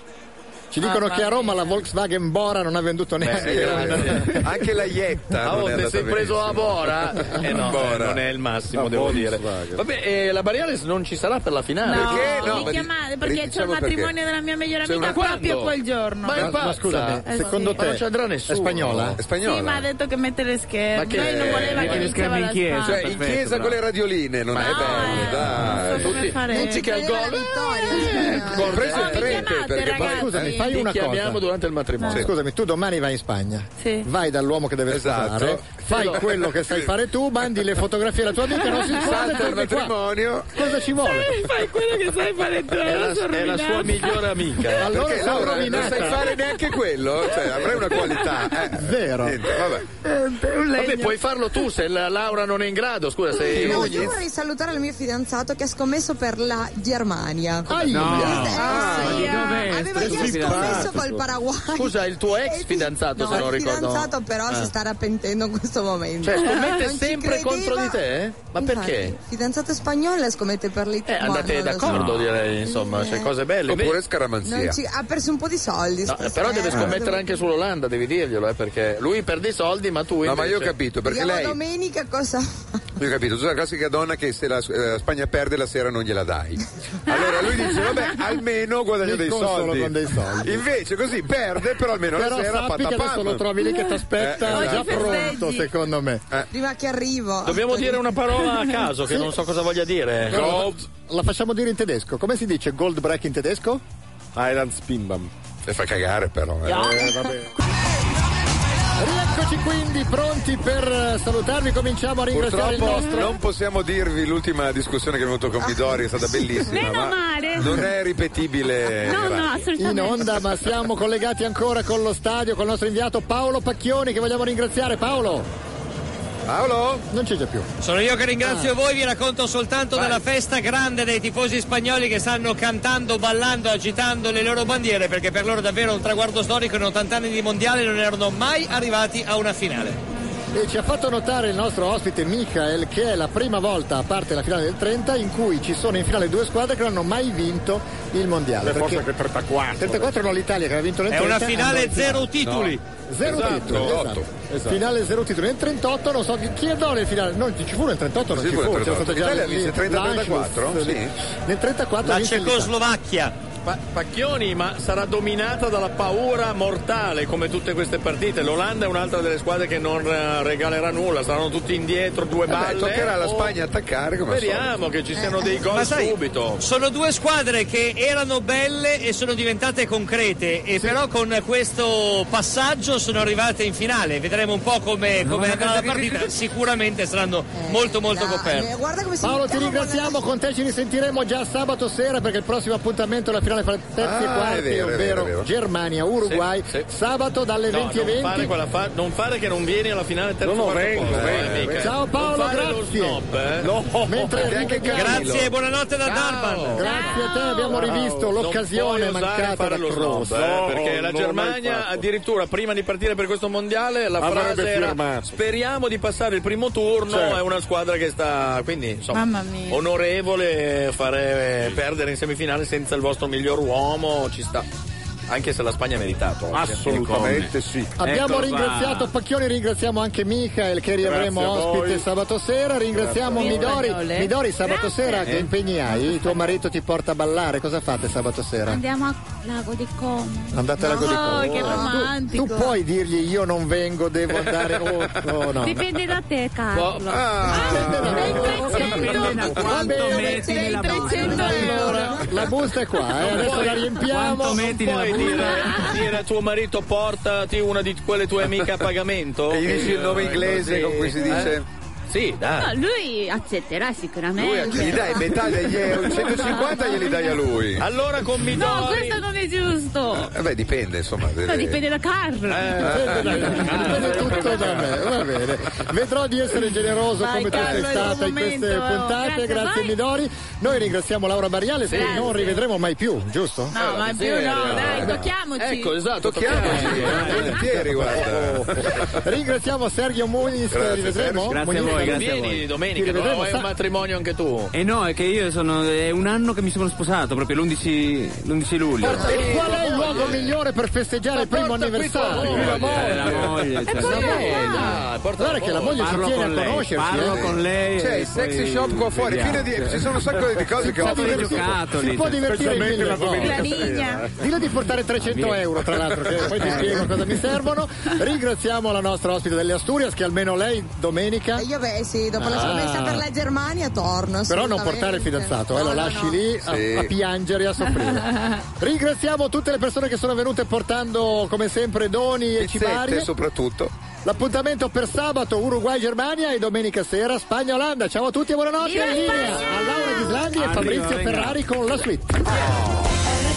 S2: Ci dicono
S4: Ah,
S2: che a Roma la Volkswagen Bora non ha venduto neanche
S4: grazie.
S2: Anche la Ietta.
S4: Ah, oh, te sei preso a Bora? Eh no,
S2: Bora.
S4: eh, non è il massimo,
S2: La
S4: devo dire.
S2: Volkswagen.
S4: Vabbè, eh, la Bariales non ci sarà per la finale.
S13: No, Cioè, mi chiamate perché c'è il matrimonio della mia migliore
S4: C'è
S13: amica
S4: una- quando?
S13: proprio quel giorno.
S4: Ma è pazza.
S2: scusami,
S13: Eh,
S2: secondo
S13: sì.
S2: te è spagnola? È
S13: Sì, ma ha detto che mette le scherme.
S2: Ma che-
S13: Lei non voleva
S2: mette
S13: che
S2: le
S13: iniziava
S2: scherme in
S13: la
S2: chiesa,
S3: Cioè,
S13: Spagna.
S2: perfetto,
S25: Cioè, In chiesa con le radioline non è bello, dai.
S13: Come fare?
S25: Ho preso il
S13: Oh, mi
S25: prete
S13: chiamate,
S25: perché poi
S13: ragazzi.
S2: Scusami, fai
S13: Ti
S2: una
S13: chiamiamo
S2: cosa.
S4: durante il matrimonio.
S2: Sì. Scusami, tu domani vai in Spagna. Vai dall'uomo che deve
S25: Esatto.
S2: sposare, fai
S25: Sì.
S2: quello che sai fare tu, mandi le fotografie alla tua amica, non si sposa e
S25: Salta il
S2: torni qua.
S25: matrimonio.
S2: Cosa ci vuole?
S13: Fai quello che sai fare tu.
S4: È la,
S25: sono
S4: è la sua
S25: rovinata.
S4: migliore amica.
S2: Allora
S25: Perché
S2: sono
S25: Laura non
S2: rovinata.
S25: sai fare neanche quello? Cioè, avrei una qualità. Eh.
S2: Vero.
S25: Niente, vabbè.
S4: Vabbè, puoi farlo tu se la Laura non è in grado. Scusa, sei
S9: No, io vorrei salutare il mio fidanzato che ha scommesso per la Germania.
S4: No.
S9: Eh, Aveva già scommesso col Paraguay.
S4: Scusa, il tuo ex fidanzato,
S9: No,
S4: se non
S9: il
S4: ricordo.
S9: fidanzato però si
S4: Ah.
S9: sta rapentendo in questo momento.
S4: Cioè, scommette
S9: Non ci
S4: sempre
S9: credeva.
S4: contro di te? Ma
S9: Infatti,
S4: perché?
S9: Fidanzato spagnolo scommette per l'Italia.
S4: Eh, andate
S9: Guarda, lo
S4: d'accordo,
S9: so.
S4: direi, insomma, c'è cose belle.
S25: Oppure
S9: Non
S4: scaramanzia.
S9: ci- ha perso un po' di soldi. stasera,
S4: però deve
S9: eh,
S4: scommettere
S9: dove-
S4: anche sull'Olanda, devi dirglielo, eh, perché lui perde i soldi, ma tu.
S25: No, ma io ho capito, perché
S9: Andiamo
S25: lei.
S9: domenica cosa fa?
S25: Io ho capito, tu sei la classica donna che se la eh, la Spagna perde la sera non gliela dai. Allora lui dice, "Ah, vabbè, almeno guadagno
S2: Mi
S25: dei
S2: consolo
S25: soldi.
S2: con dei soldi.
S25: Invece così perde, però almeno
S2: Però
S25: la sera
S2: sappi che adesso
S25: patapam.
S2: lo trovi lì che ti aspetta
S25: Eh,
S2: già
S25: esatto.
S2: pronto, secondo me.
S9: Prima che arrivo.
S4: Dobbiamo dire una parola a caso, che
S2: Sì.
S4: non so cosa voglia
S9: Eh,
S4: dire.
S2: Allora, Eh, La facciamo dire in tedesco. Come si dice gold break in tedesco?
S20: Island Spimbam.
S25: E fa cagare però. eh.
S20: Eh, vabbè.
S2: Rieccoci quindi pronti per eh, salutarvi. Cominciamo a ringraziare il
S25: Purtroppo
S2: nostro.
S25: non possiamo dirvi l'ultima discussione che è venuto con Midori, è stata bellissima.
S2: Meno
S25: ma
S2: male.
S25: Non è ripetibile. Eh, grazie.
S2: In onda, ma siamo collegati ancora con lo stadio, col nostro inviato Paolo Pacchioni, che vogliamo ringraziare. Paolo!
S25: Paolo?
S2: Non c'è già più.
S10: Sono io che
S12: Ah.
S10: ringrazio voi, vi racconto soltanto della festa grande dei tifosi spagnoli che stanno cantando, ballando, agitando le loro bandiere perché per loro davvero è un traguardo storico in 80 anni di mondiale non erano mai arrivati a una finale.
S2: E ci ha fatto notare il nostro ospite Michael che è la prima volta, a parte la finale del 30, in cui ci sono in finale due squadre che non hanno mai vinto il
S4: Ah.
S2: mondiale.
S20: Beh, forse
S2: Perché
S20: che 34.
S2: 34 no, l'Italia che aveva vinto nel
S10: È
S2: 30.
S10: una finale
S2: andò in
S10: zero titoli.
S2: Zero
S10: Esatto,
S2: titoli.
S10: otto.
S2: Esatto.
S10: Esatto.
S2: Finale zero titoli. Nel 38 non so chi, chi andò nel finale. Non ci fu nel 38, non
S25: Sì,
S2: ci
S25: fu
S2: fu.
S25: nel
S2: c'era
S25: 38.
S2: stato già
S25: L'Italia
S2: lì-
S25: vinse 30-34,
S2: l'Anschluss,
S25: sì.
S2: lì. Nel 34
S4: La
S2: vinse l'Italia.
S4: Cecoslovacchia. Pa- Pacchioni, ma sarà dominata dalla paura mortale come tutte queste partite. L'Olanda è un'altra delle squadre che non eh, regalerà nulla, saranno tutti indietro, due
S25: Vabbè,
S4: balle.
S25: toccherà alla
S4: o-
S25: Spagna attaccare come al
S4: Speriamo che ci siano dei
S10: Eh, Ma
S4: gol
S10: sai,
S4: subito.
S10: Sono due squadre che erano belle e sono diventate concrete e però con questo passaggio sono arrivate in finale. Vedremo un po' come, come andrà la partita. Sicuramente saranno molto molto
S20: Eh,
S10: coperte.
S2: Paolo ti ringraziamo, con te ci risentiremo già sabato sera perché il prossimo appuntamento è la finale fra terzi
S4: Ah,
S2: e quarti,
S4: è vero, è
S2: ovvero
S4: vero, è vero.
S2: Germania-Uruguay,
S4: Sì, sì.
S2: sabato dalle
S4: No,
S2: 20.20.
S4: non, fare quella fa- non fare che non vieni alla finale terzo
S20: No, no,
S4: quarto
S20: vengo,
S4: posto,
S20: vengo,
S4: eh, mica.
S2: Ciao Paolo,
S4: Non fare lo
S2: grazie.
S4: snob, eh.
S2: Mentre rivediamo-
S10: Grazie e buonanotte da Darban.
S2: Grazie a te, abbiamo rivisto l'occasione
S4: Non puoi osare
S2: mancata da
S4: fare lo snob,
S2: Cross.
S4: eh, perché la Germania addirittura prima di partire per questo mondiale la
S20: Avrebbe
S4: frase era
S20: firmato.
S4: speriamo di passare il primo turno
S20: Certo.
S4: è una squadra che sta quindi insomma
S20: Mamma mia.
S4: onorevole fare eh, perdere in semifinale senza il vostro miglior uomo ci sta anche se la Spagna ha meritato eh. oggi.
S20: Assolutamente sì.
S2: Abbiamo
S4: Ecco
S2: ringraziato Pacchioni, ringraziamo anche Michael che riavremo
S20: a voi.
S2: ospite sabato sera, ringraziamo
S20: Grazie a voi.
S2: Midori.
S20: Spagnole.
S2: Midori sabato
S20: Grazie.
S2: sera che
S20: Eh.
S2: impegni hai? Tuo marito ti porta a ballare, cosa fate sabato sera?
S17: Andiamo a Lago di Como.
S2: Andate alla
S17: No,
S2: così.
S17: che romantico.
S2: Tu, tu puoi dirgli io non vengo, devo andare oh, oh, no.
S17: Dipende da te, Carlo.
S1: Ah,
S2: Dipende da quanto metti nella Allora, la busta è qua, eh,
S4: Non
S2: adesso
S4: puoi-
S2: la riempiamo.
S4: non puoi dire, dire a tuo marito portati una di quelle tue amiche a pagamento
S25: E gli dici il nome inglese con cui si dice?
S4: Eh? Sì, dai.
S1: No, lui accetterà sicuramente.
S3: Lui accetta. Eh, Gli dai metà degli euro, 150 glieli dai a lui.
S4: Allora con Midori.
S1: No, questo non è giusto.
S3: Eh, beh, dipende, insomma.
S1: No, dipende da Carlo.
S3: Eh,
S2: Dipende da- dipende tutto da me, va bene. Vedrò di essere generoso
S1: Vai,
S2: come tu
S1: Carlo,
S2: sei
S1: è il
S2: stata in
S1: momento.
S2: queste puntate,
S1: Grazie a
S2: grazie
S1: voi.
S2: Midori. Noi ringraziamo Laura Barriale, che
S1: Grazie.
S2: non rivedremo mai più, giusto?
S26: No, ma in più no, dai, tocchiamoci.
S4: Eh, Ecco, esatto, tocchiamoci.
S3: Volentieri, guarda.
S2: Ringraziamo Sergio Muniz,
S12: Grazie,
S2: che rivedremo.
S12: Sergio. Grazie a
S2: Muniz,
S12: voi,
S2: ti
S12: grazie a
S2: rivedremo.
S12: voi.
S2: Ti
S4: Domenica,
S2: rivedremo,
S4: no, è
S2: sa-
S4: un matrimonio anche tu.
S12: E Eh, no, è che io sono. È un anno che mi sono sposato, proprio l'11, luglio.
S2: E qual è il luogo migliore per festeggiare il primo anniversario?
S12: Eh, la moglie, cioè.
S2: Guarda che la moglie ci
S12: Parlo
S2: tiene a
S12: con lei,
S2: conoscersi.
S12: parlo
S2: eh.
S12: con lei
S3: C'è
S12: e
S3: Cioè, il sexy
S12: poi
S3: shop qua fuori,
S12: vediamo.
S3: fine di, cioè, ci sono un sacco di cose che
S2: Si può
S3: offrono.
S2: divertire-
S12: giocattoli,
S2: si può
S12: cioè.
S2: divertire in mille
S12: Specialmente
S2: modi.
S12: la domenica.
S2: Dillo di portare 300 euro tra l'altro che poi ti spiego cosa mi servono ringraziamo la nostra ospite delle Asturias che almeno lei domenica
S9: Eh, Io beh sì, dopo la
S2: Ah.
S9: scommessa per la Germania torno.
S2: però non
S9: assolutamente.
S2: portare il fidanzato eh, lo
S9: No, no,
S2: lasci
S9: no.
S2: lì a,
S9: Sì.
S2: a piangere e a soffrire ringraziamo tutte le persone che sono venute portando come sempre doni e
S3: Pizzette
S2: cibari
S3: soprattutto.
S2: l'appuntamento per sabato Uruguay-Germania e domenica sera Spagna-Olanda ciao a tutti e buonanotte
S10: Viva
S2: in linea a Laura Ghislandi e
S10: Arriva,
S2: Fabrizio
S10: venga.
S2: Ferrari con la suite